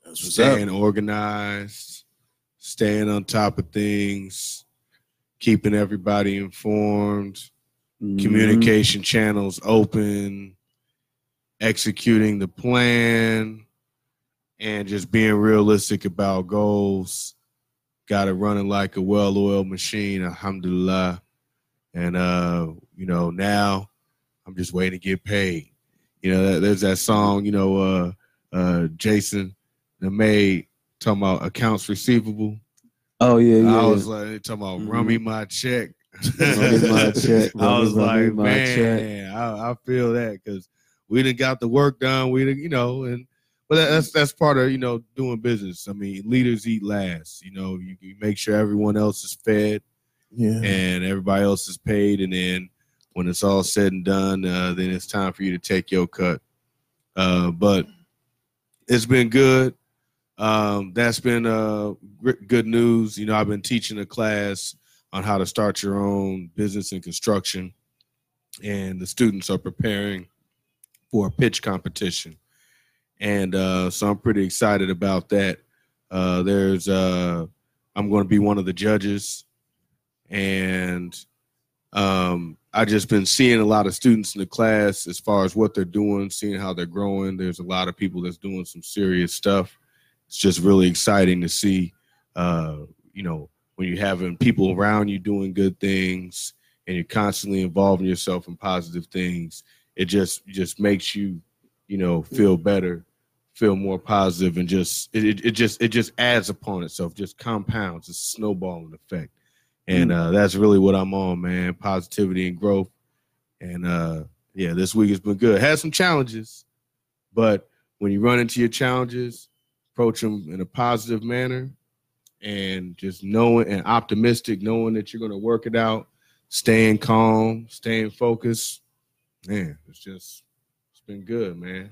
[SPEAKER 4] That's
[SPEAKER 5] staying organized, staying on top of things, keeping everybody informed
[SPEAKER 3] Mm-hmm.
[SPEAKER 5] communication channels open, executing the plan, and just being realistic about goals. Got it running like a well oiled machine, alhamdulillah. And, uh, you know, now I'm just waiting to get paid. You know, that- there's that song, you know, uh, uh, Jason made talking about accounts receivable.
[SPEAKER 3] Oh yeah, yeah.
[SPEAKER 5] I
[SPEAKER 3] yeah.
[SPEAKER 5] was like, talking about
[SPEAKER 3] Mhm.
[SPEAKER 5] rummy my check.
[SPEAKER 3] Rummy my check,
[SPEAKER 5] I
[SPEAKER 3] rummy,
[SPEAKER 5] was
[SPEAKER 3] rummy
[SPEAKER 5] like,
[SPEAKER 3] my
[SPEAKER 5] man, I, I feel that because we done got the work done. We done, you know, and but that, that's that's part of you know doing business. I mean, leaders eat last. You know, you, you make sure everyone else is fed
[SPEAKER 4] Yeah.
[SPEAKER 5] and everybody else is paid, and then when it's all said and done, uh, then it's time for you to take your cut. Uh, but it's been good. Um, that's been uh, gr- good news. You know, I've been teaching a class on how to start your own business in construction, and the students are preparing for a pitch competition. And uh, so I'm pretty excited about that. Uh, there's, uh, I'm going to be one of the judges, and um, I just been seeing a lot of students in the class as far as what they're doing, seeing how they're growing. There's a lot of people that's doing some serious stuff. It's just really exciting to see, uh, you know, when you're having people around you doing good things and you're constantly involving yourself in positive things. It just it just makes you, you know, feel better, feel more positive, and just it, it, it just it just adds upon itself, just compounds, it's a snowballing effect and uh, that's really what I'm on, man. Positivity and growth, and uh, yeah, this week has been good. Had some challenges, but when you run into your challenges, approach them in a positive manner, and just knowing and optimistic, knowing that you're gonna work it out, staying calm, staying focused. Man, it's just it's been good, man.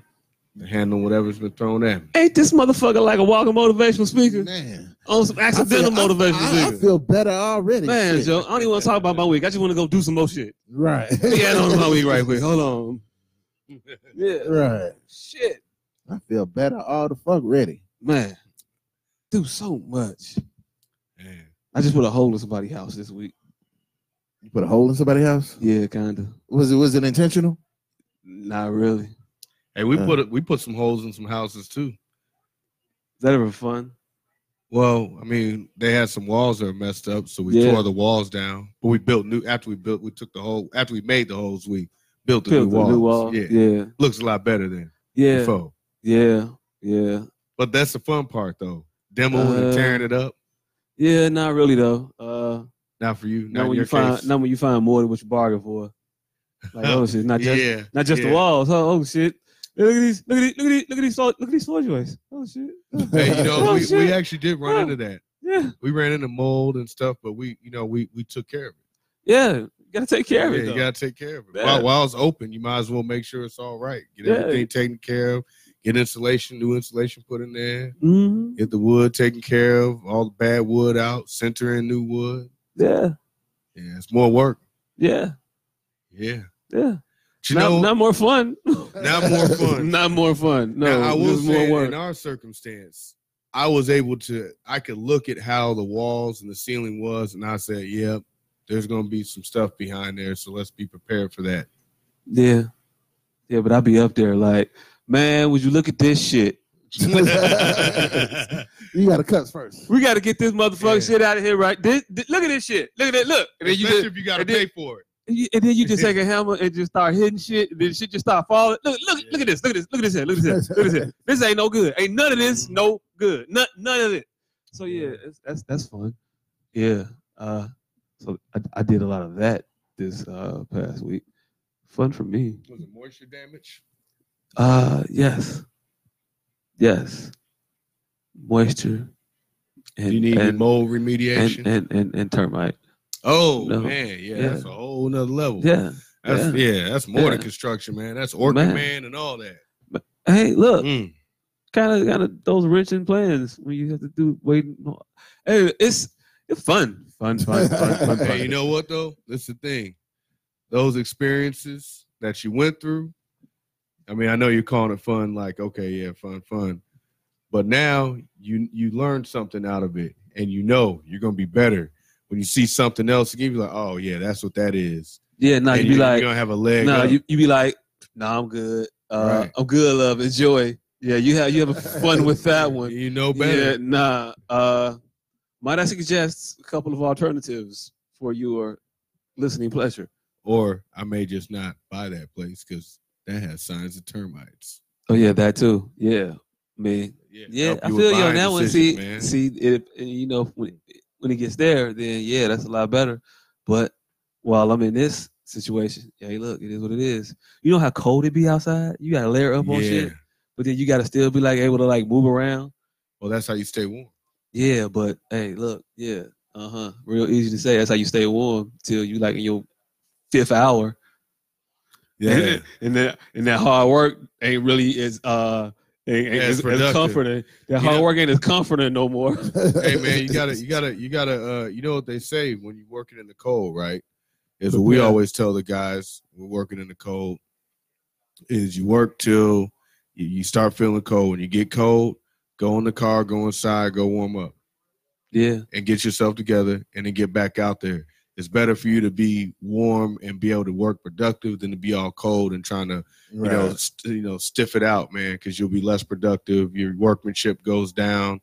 [SPEAKER 5] Handling whatever's been thrown at me.
[SPEAKER 3] Ain't this motherfucker like a walking motivational speaker
[SPEAKER 4] Man.
[SPEAKER 3] on some
[SPEAKER 4] I feel,
[SPEAKER 3] accidental
[SPEAKER 4] I-
[SPEAKER 3] motivational
[SPEAKER 4] I- I
[SPEAKER 3] speaker?
[SPEAKER 4] feel better already.
[SPEAKER 3] Man,
[SPEAKER 4] Shit.
[SPEAKER 3] Joe, I don't even want to talk about my week. I just want to go do some more shit.
[SPEAKER 4] Right.
[SPEAKER 3] Yeah, that was my week right quick. Hold on. Yeah.
[SPEAKER 4] Right.
[SPEAKER 3] Shit.
[SPEAKER 4] I feel better all the fuck ready.
[SPEAKER 3] Man. Do so much.
[SPEAKER 5] Man,
[SPEAKER 3] I just put a hole in somebody's house this week.
[SPEAKER 4] You put a hole in somebody's house?
[SPEAKER 3] Yeah, kinda.
[SPEAKER 4] Was it was it intentional?
[SPEAKER 3] Not really. Is
[SPEAKER 5] Hey, we
[SPEAKER 4] Uh.
[SPEAKER 5] put we put some holes in some houses too.
[SPEAKER 3] that ever fun?
[SPEAKER 5] Well, I mean, they had some walls that were messed up, so we
[SPEAKER 3] Yeah.
[SPEAKER 5] tore the walls down. But we built new after we built, we took the whole after we made the holes, we built the
[SPEAKER 3] Built
[SPEAKER 5] new walls.
[SPEAKER 3] a new wall.
[SPEAKER 5] Yeah.
[SPEAKER 3] Yeah.
[SPEAKER 5] looks a lot better than
[SPEAKER 3] Yeah.
[SPEAKER 5] before.
[SPEAKER 3] Yeah. Yeah.
[SPEAKER 5] But that's the fun part, though. Demoing
[SPEAKER 3] Uh,
[SPEAKER 5] and tearing it up.
[SPEAKER 3] Yeah, not really though. Uh
[SPEAKER 5] Not for you. Not,
[SPEAKER 3] not
[SPEAKER 5] in
[SPEAKER 3] when
[SPEAKER 5] your
[SPEAKER 3] you find
[SPEAKER 5] case.
[SPEAKER 3] not when you find more than what you bargained for. Like oh shit, not just
[SPEAKER 5] yeah,
[SPEAKER 3] not just
[SPEAKER 5] yeah.
[SPEAKER 3] the walls. Oh, oh shit. Look at these, look at these, look at these, look at these, floor- look at these floor joists. Oh shit.
[SPEAKER 5] Hey, you know,
[SPEAKER 3] Oh,
[SPEAKER 5] we, we
[SPEAKER 3] shit.
[SPEAKER 5] actually did run
[SPEAKER 3] Huh.
[SPEAKER 5] into that.
[SPEAKER 3] Yeah,
[SPEAKER 5] We ran into mold and stuff, but we, you know, we we took care of it.
[SPEAKER 3] yeah. You gotta take care of
[SPEAKER 5] yeah,
[SPEAKER 3] it.
[SPEAKER 5] you
[SPEAKER 3] though.
[SPEAKER 5] gotta take care of it.
[SPEAKER 3] Yeah.
[SPEAKER 5] While, while it's open, you might as well make sure it's all right. Get
[SPEAKER 3] Yeah.
[SPEAKER 5] everything taken care of. Get insulation, new insulation put in there.
[SPEAKER 3] Mhm.
[SPEAKER 5] Get the wood taken care of, all the bad wood out, center in new wood.
[SPEAKER 3] Yeah,
[SPEAKER 5] Yeah, it's more work.
[SPEAKER 3] yeah,
[SPEAKER 5] Yeah.
[SPEAKER 3] yeah.
[SPEAKER 5] But you
[SPEAKER 3] not,
[SPEAKER 5] know,
[SPEAKER 3] not more fun.
[SPEAKER 5] not more fun.
[SPEAKER 3] not more fun. No,
[SPEAKER 5] now, I will
[SPEAKER 3] just more
[SPEAKER 5] say
[SPEAKER 3] work.
[SPEAKER 5] in our circumstance, I was able to I could look at how the walls and the ceiling was, and I said, Yep, there's gonna be some stuff behind there, so let's be prepared for that.
[SPEAKER 3] yeah, yeah. But I'll be up there like, man, would you look at this shit?
[SPEAKER 4] You got to cuts first.
[SPEAKER 3] We got to get this motherfucking
[SPEAKER 5] Yeah.
[SPEAKER 3] shit out of here, right? This, thi- look at this shit. Look at that. Look. And then, you
[SPEAKER 5] Especially
[SPEAKER 3] just,
[SPEAKER 5] if you gotta
[SPEAKER 3] and then-
[SPEAKER 5] pay for it.
[SPEAKER 3] and you- and then you just take a hammer and just start hitting shit. And then shit just start falling. Look, look,
[SPEAKER 5] Yeah.
[SPEAKER 3] look at this. Look at this. Look at this. Here. Look at this. Here. Look at this. Here. This ain't no good. Ain't none of this no good. None, none of it. So yeah,
[SPEAKER 5] Yeah.
[SPEAKER 3] it's, that's that's fun. Yeah. Uh, so I, I did a lot of that this uh past week. Fun for me.
[SPEAKER 5] Was it moisture damage?
[SPEAKER 3] Uh, yes. Yes. Moisture. And,
[SPEAKER 5] you need
[SPEAKER 3] and,
[SPEAKER 5] mold
[SPEAKER 3] and,
[SPEAKER 5] remediation.
[SPEAKER 3] and, and, and termite.
[SPEAKER 5] oh
[SPEAKER 3] No.
[SPEAKER 5] man, yeah,
[SPEAKER 3] Yeah.
[SPEAKER 5] that's a whole nother level.
[SPEAKER 3] Yeah.
[SPEAKER 5] that's, yeah. that's more than
[SPEAKER 3] Yeah.
[SPEAKER 5] construction, man. That's organ
[SPEAKER 3] Man. Uh,
[SPEAKER 5] man. and all that.
[SPEAKER 3] Hey, look,
[SPEAKER 5] Mm.
[SPEAKER 3] kind of kind of those wrenching plans when you have to do waiting. Hey, it's it's fun, fun, fun, fun, fun. fun.
[SPEAKER 5] Hey, you know what though? That's the thing. Those experiences that you went through. I mean, I know you're calling it fun, like okay, yeah, fun, fun. But now you you learn something out of it, and you know you're gonna be better when you see something else. You be like, oh yeah, that's what that is.
[SPEAKER 3] yeah, no,
[SPEAKER 5] and
[SPEAKER 3] you be
[SPEAKER 5] you-
[SPEAKER 3] like,
[SPEAKER 5] you're gonna have a leg.
[SPEAKER 3] no,
[SPEAKER 5] up.
[SPEAKER 3] you, you be like, no, I'm good. Uh,
[SPEAKER 5] Right.
[SPEAKER 3] I'm good, love, enjoy. Yeah, you have you have fun with that one.
[SPEAKER 5] You know better.
[SPEAKER 3] Yeah, nah. Uh, might I suggest a couple of alternatives for your listening pleasure?
[SPEAKER 5] Or I may just not buy that place because that has signs of termites.
[SPEAKER 3] Oh yeah, that too. Yeah, me. Yeah,
[SPEAKER 5] help
[SPEAKER 3] I
[SPEAKER 5] with
[SPEAKER 3] feel you on
[SPEAKER 5] buying
[SPEAKER 3] that one. See,
[SPEAKER 5] decisions, man.
[SPEAKER 3] see, it, and, you know, when when it gets there, then yeah, that's a lot better. But while I'm in this situation, hey, look, it is what it is. You know how cold it be outside. You got to layer up on
[SPEAKER 5] yeah.
[SPEAKER 3] shit, but then you got to still be like able to like move around.
[SPEAKER 5] Well, that's how you stay warm.
[SPEAKER 3] Yeah, but hey, look, yeah, uh huh. Real easy to say. That's how you stay warm till you like in your fifth hour.
[SPEAKER 5] Yeah.
[SPEAKER 3] and that and that hard work ain't really is uh ain't, ain't
[SPEAKER 5] Yeah, it's
[SPEAKER 3] as- as
[SPEAKER 5] productive.
[SPEAKER 3] comforting. That
[SPEAKER 5] You
[SPEAKER 3] hard
[SPEAKER 5] know-
[SPEAKER 3] work ain't as comforting no more.
[SPEAKER 5] hey man, you gotta, you gotta, you gotta. Uh, you know what they say when you're working in the cold, right? Is what we
[SPEAKER 3] Yeah.
[SPEAKER 5] always tell the guys we're working in the cold. Is you work till you, you start feeling cold. When you get cold, go in the car, go inside, go warm up,
[SPEAKER 3] Yeah.
[SPEAKER 5] and get yourself together, and then get back out there. It's better for you to be warm and be able to work productive than to be all cold and trying to you know,
[SPEAKER 4] Right.
[SPEAKER 5] st- you know, stiff it out, man, because you'll be less productive. Your workmanship goes down,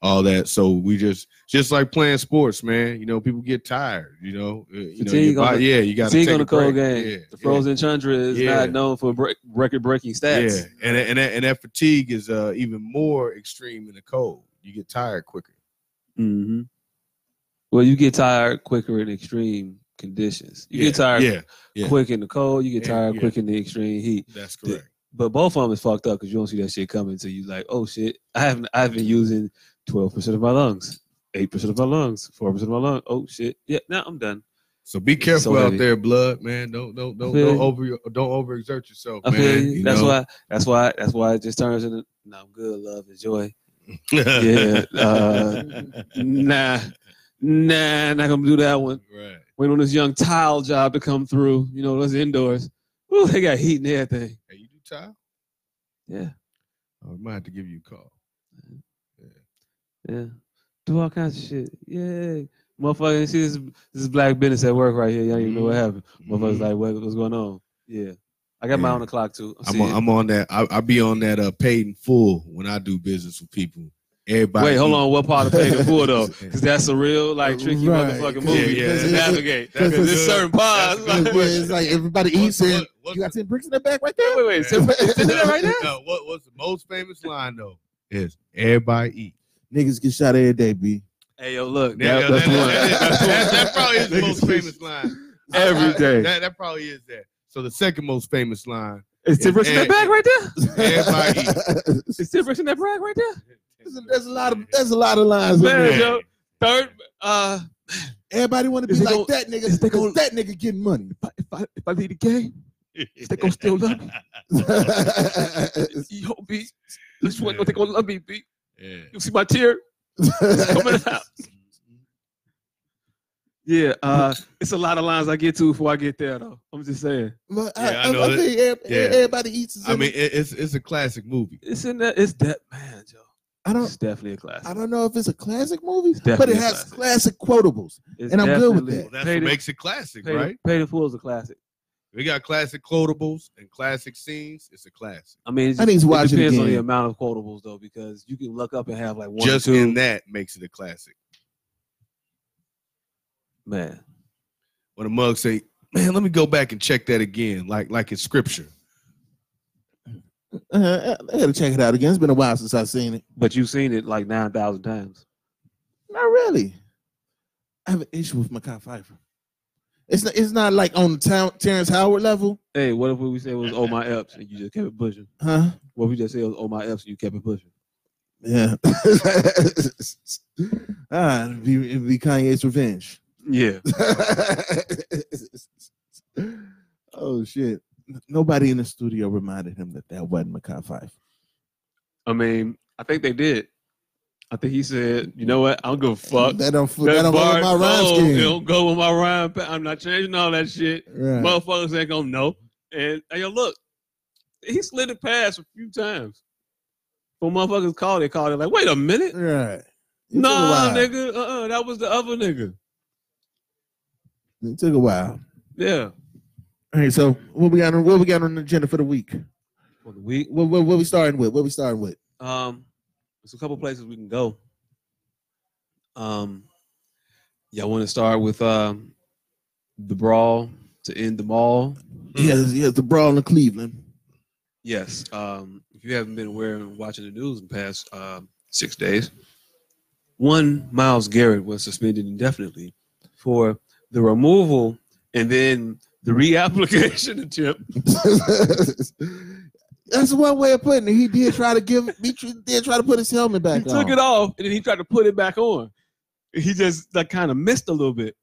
[SPEAKER 5] all that. So we just, just like playing sports, man. You know, people get tired. You know, uh, you know,
[SPEAKER 3] Fatigue
[SPEAKER 5] your
[SPEAKER 3] on
[SPEAKER 5] body-
[SPEAKER 3] the-
[SPEAKER 5] yeah, you got to
[SPEAKER 3] Teague
[SPEAKER 5] take
[SPEAKER 3] on
[SPEAKER 5] a
[SPEAKER 3] the cold
[SPEAKER 5] break.
[SPEAKER 3] game.
[SPEAKER 5] Yeah,
[SPEAKER 3] the Frozen Chandra is
[SPEAKER 5] Yeah.
[SPEAKER 3] not known for break, record-breaking
[SPEAKER 5] yeah,
[SPEAKER 3] stats.
[SPEAKER 5] yeah. And that- and that, and that fatigue is uh, even more extreme in the cold. You get tired quicker.
[SPEAKER 3] Mm-hmm. Well, you get tired quicker in extreme conditions. You
[SPEAKER 5] yeah,
[SPEAKER 3] get tired
[SPEAKER 5] Yeah, yeah.
[SPEAKER 3] quick in the cold. You get
[SPEAKER 5] Yeah,
[SPEAKER 3] tired
[SPEAKER 5] yeah.
[SPEAKER 3] quick in the extreme heat.
[SPEAKER 5] that's
[SPEAKER 3] The-
[SPEAKER 5] correct.
[SPEAKER 3] But both of them is fucked up because you don't see that shit coming. So you like, oh shit, I haven't. I've been using twelve percent of my lungs, eight percent of my lungs, four percent of my lungs. Oh shit, yeah, now I'm done.
[SPEAKER 5] So be
[SPEAKER 3] so
[SPEAKER 5] careful
[SPEAKER 3] heavy.
[SPEAKER 5] out there, blood, man. Don't don't don't
[SPEAKER 3] feel
[SPEAKER 5] don't
[SPEAKER 3] you.
[SPEAKER 5] over don't overexert yourself,
[SPEAKER 3] I
[SPEAKER 5] man.
[SPEAKER 3] feel you.
[SPEAKER 5] you
[SPEAKER 3] That's
[SPEAKER 5] know?
[SPEAKER 3] why. That's why. That's why it just turns into. No, I'm good. Love, enjoy. Yeah, uh, Nah, nah, not gonna do that one.
[SPEAKER 5] right.
[SPEAKER 3] Wait on this young tile job to come through. You know, those indoors. Ooh, they got heat and everything.
[SPEAKER 5] Hey, you do time?
[SPEAKER 3] Yeah,
[SPEAKER 5] I might have to give you a call.
[SPEAKER 3] yeah. Do all kinds of shit. Yeah, motherfucker. and See this this is black business at work right here. Y'all don't even know what happened. Motherfuckers like, what, what's going on? Yeah, I got my
[SPEAKER 5] Mm-hmm. Yeah.
[SPEAKER 3] own o'clock too. I'm,
[SPEAKER 5] I'm on, I'm on that. I, I be on that uh, paid in full when I do business with people. Everybody.
[SPEAKER 3] Wait, hold on. What part of paying the full though? Because that's a real like tricky
[SPEAKER 4] Right.
[SPEAKER 3] motherfucking
[SPEAKER 4] Yeah,
[SPEAKER 3] movie
[SPEAKER 5] yeah,
[SPEAKER 3] to
[SPEAKER 5] that's-
[SPEAKER 3] navigate.
[SPEAKER 5] that's
[SPEAKER 3] Because
[SPEAKER 5] a
[SPEAKER 3] there's
[SPEAKER 5] good-
[SPEAKER 3] certain parts.
[SPEAKER 5] that's a
[SPEAKER 4] Yeah,
[SPEAKER 5] good
[SPEAKER 3] Like,
[SPEAKER 5] question.
[SPEAKER 4] it's like everybody
[SPEAKER 5] What's
[SPEAKER 4] eats
[SPEAKER 5] the-
[SPEAKER 4] and
[SPEAKER 5] what's
[SPEAKER 4] you got
[SPEAKER 5] the-
[SPEAKER 4] 10 bricks in the back right there?
[SPEAKER 3] wait, wait, wait. so- Isn't that right now?
[SPEAKER 5] No, what was the most famous line though? Is everybody eat?
[SPEAKER 4] Niggas get shot every day, B.
[SPEAKER 3] Hey, yo, look.
[SPEAKER 5] Yeah,
[SPEAKER 3] that- that's
[SPEAKER 5] that-
[SPEAKER 3] the one.
[SPEAKER 5] that-
[SPEAKER 3] That's the
[SPEAKER 5] that-
[SPEAKER 3] one.
[SPEAKER 5] that probably is the
[SPEAKER 3] Niggas
[SPEAKER 5] most
[SPEAKER 3] get
[SPEAKER 5] famous line
[SPEAKER 3] Every
[SPEAKER 5] I- I-
[SPEAKER 3] day.
[SPEAKER 5] That, that probably is that. So the second most famous line.
[SPEAKER 3] It's ten percent that
[SPEAKER 5] And-
[SPEAKER 3] bag right there.
[SPEAKER 5] Everybody eat.
[SPEAKER 3] It's ten percent that bag right there.
[SPEAKER 4] There's a, there's a lot of there's a lot of lines. in
[SPEAKER 3] Man,
[SPEAKER 4] there.
[SPEAKER 3] yo, third. Uh,
[SPEAKER 4] Everybody want to
[SPEAKER 3] Is
[SPEAKER 4] be
[SPEAKER 3] they
[SPEAKER 4] like
[SPEAKER 3] gon-
[SPEAKER 4] that nigga.
[SPEAKER 3] is they
[SPEAKER 4] 'cause
[SPEAKER 3] gon-
[SPEAKER 4] that nigga getting money.
[SPEAKER 3] if I if I, if I leave the game, they gonna still love me. Yo, B, this one, they gonna love me, B.
[SPEAKER 5] Yeah.
[SPEAKER 3] You see my tear coming out. Yeah, uh, it's a lot of lines I get to before I get there, though. I'm just saying.
[SPEAKER 4] But
[SPEAKER 5] Yeah,
[SPEAKER 4] I,
[SPEAKER 5] I
[SPEAKER 4] I,
[SPEAKER 5] know
[SPEAKER 4] I
[SPEAKER 5] that.
[SPEAKER 4] think ev-
[SPEAKER 5] Yeah.
[SPEAKER 4] everybody eats. is
[SPEAKER 5] I
[SPEAKER 4] in
[SPEAKER 5] mean,
[SPEAKER 4] it.
[SPEAKER 5] it, it's it's a classic movie.
[SPEAKER 3] It's in that. It's that man, Joe.
[SPEAKER 4] I don't
[SPEAKER 3] It's definitely a classic.
[SPEAKER 4] I don't know if it's a classic movie, but
[SPEAKER 3] definitely
[SPEAKER 4] it
[SPEAKER 3] a
[SPEAKER 4] has
[SPEAKER 3] classic.
[SPEAKER 4] classic quotables.
[SPEAKER 3] It's
[SPEAKER 4] and I'm good with
[SPEAKER 3] definitely-
[SPEAKER 4] that.
[SPEAKER 5] Well, that's
[SPEAKER 3] Pay
[SPEAKER 5] what
[SPEAKER 3] the-
[SPEAKER 5] makes it classic,
[SPEAKER 3] Pay,
[SPEAKER 5] right?
[SPEAKER 3] the, pay the Fool is a classic.
[SPEAKER 5] We got classic quotables and classic scenes. It's a classic.
[SPEAKER 3] I mean, it,
[SPEAKER 4] I need to
[SPEAKER 3] it
[SPEAKER 4] watch it
[SPEAKER 3] depends on the
[SPEAKER 4] again.
[SPEAKER 3] amount of quotables though, because you can look up and have like one,
[SPEAKER 5] Just
[SPEAKER 3] two.
[SPEAKER 5] in that makes it a classic.
[SPEAKER 3] man,
[SPEAKER 5] When a mug say, "Man, let me go back and check that again," like like it's scripture.
[SPEAKER 4] Uh, I I gotta check it out again. It's been a while since I've seen it.
[SPEAKER 3] but you've seen it like nine thousand times.
[SPEAKER 4] Not really. I have an issue with Mackay Pfeiffer. It's not, it's not like on the town Terrence Howard level,
[SPEAKER 3] Hey, what if we say it was Oh My Epps and you just kept it pushing?
[SPEAKER 4] huh?
[SPEAKER 3] What if we just say it was Oh My Epps and you kept it pushing?
[SPEAKER 4] Yeah. ah, it'd be, it'd be Kanye's revenge.
[SPEAKER 3] Yeah.
[SPEAKER 4] oh shit! Nobody in the studio reminded him that that wasn't Makai Five.
[SPEAKER 3] I mean, I think they did. I think he said, you know what? I don't give a fuck.
[SPEAKER 4] That don't that, that don't
[SPEAKER 3] bar-
[SPEAKER 4] follow my rhyme
[SPEAKER 3] no,
[SPEAKER 4] scheme.
[SPEAKER 3] it don't go with my rhyme. pa- I'm not changing all that shit.
[SPEAKER 4] Right.
[SPEAKER 3] Motherfuckers ain't gonna know. And hey, yo, look, he slid it past a few times. When motherfuckers called, they called it like, wait a minute.
[SPEAKER 4] right. It took a
[SPEAKER 3] Nah,
[SPEAKER 4] while.
[SPEAKER 3] nigga. Uh-uh, that was the other nigga.
[SPEAKER 4] It took a while.
[SPEAKER 3] Yeah.
[SPEAKER 4] All right. So what we got? On, what we got on the agenda for the week?
[SPEAKER 3] For the week.
[SPEAKER 4] What, what, what we starting with? What we starting with?
[SPEAKER 3] Um, there's a couple places we can go. Um, y'all want to start with um, the brawl to end the mall?
[SPEAKER 4] Yes, yes. The brawl in Cleveland.
[SPEAKER 3] Yes. Um, if you haven't been aware and watching the news in the past uh, six days, one Miles Garrett was suspended indefinitely for the removal and then the reapplication attempt.
[SPEAKER 4] That's one way of putting it. He did try to give. He tr- did try to put his
[SPEAKER 3] He
[SPEAKER 4] helmet back on.
[SPEAKER 3] took it off and then he tried to put it back on. He just like kind of missed a little bit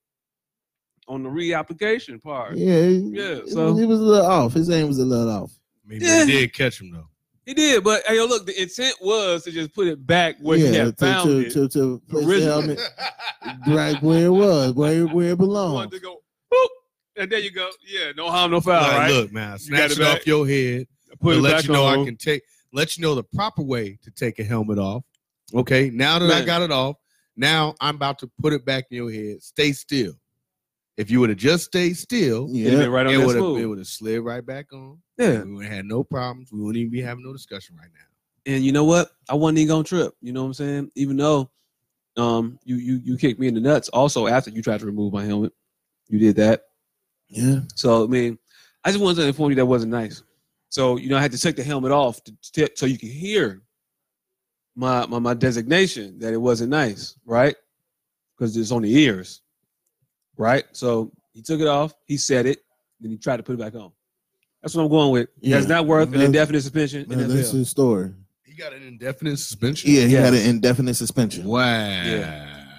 [SPEAKER 3] on the reapplication part.
[SPEAKER 4] Yeah.
[SPEAKER 3] Yeah,
[SPEAKER 4] It,
[SPEAKER 3] so-
[SPEAKER 4] he was a little off. His aim was a little off.
[SPEAKER 5] Maybe
[SPEAKER 3] Yeah.
[SPEAKER 5] they did catch him though.
[SPEAKER 3] He did, but hey, yo, look, the intent was to just put it back where he
[SPEAKER 4] yeah,
[SPEAKER 3] had found
[SPEAKER 4] to,
[SPEAKER 3] it.
[SPEAKER 4] to, to, to place the
[SPEAKER 3] Originally.
[SPEAKER 4] helmet right where it was, where where it
[SPEAKER 3] Wanted
[SPEAKER 4] belonged.
[SPEAKER 3] to go, boop, and there you go. Yeah, no harm, no foul.
[SPEAKER 5] Like,
[SPEAKER 3] right?
[SPEAKER 5] Look, man, I
[SPEAKER 3] got
[SPEAKER 5] snatched
[SPEAKER 3] it
[SPEAKER 5] it
[SPEAKER 3] back.
[SPEAKER 5] off your head.
[SPEAKER 3] put
[SPEAKER 5] to
[SPEAKER 3] it
[SPEAKER 5] let
[SPEAKER 3] back
[SPEAKER 5] you know
[SPEAKER 3] on.
[SPEAKER 5] I can take let you know the proper way to take a helmet off. Okay, now that I
[SPEAKER 3] Man.
[SPEAKER 5] got it off, now I'm about to put it back in your head. Stay still. If you would have just stayed still,
[SPEAKER 3] It'd have been
[SPEAKER 4] Yeah,
[SPEAKER 3] right on
[SPEAKER 5] it
[SPEAKER 3] that
[SPEAKER 5] would have
[SPEAKER 3] smooth.
[SPEAKER 5] it would have slid right back on.
[SPEAKER 3] Yeah,
[SPEAKER 5] We would have had no problems. We wouldn't even be having no discussion right now.
[SPEAKER 3] and you know what? I wasn't even gonna trip. You know what I'm saying? Even though, um, you you you kicked me in the nuts. Also, after you tried to remove my helmet, you did that.
[SPEAKER 4] yeah.
[SPEAKER 3] So I mean, I just wanted to inform you that wasn't nice. So you know, I had to take the helmet off to, to so you can hear my, my my designation that it wasn't nice, right? Because it's on the ears, right? So he took it off. He said it, then he tried to put it back on. That's what I'm going with.
[SPEAKER 4] Yeah.
[SPEAKER 3] That's not worth an
[SPEAKER 4] That's-
[SPEAKER 3] indefinite suspension.
[SPEAKER 4] No,
[SPEAKER 3] in
[SPEAKER 4] that's
[SPEAKER 3] NFL.
[SPEAKER 4] his story.
[SPEAKER 5] He got an indefinite suspension.
[SPEAKER 4] Yeah, he
[SPEAKER 3] Yes.
[SPEAKER 4] had an indefinite suspension.
[SPEAKER 5] Wow.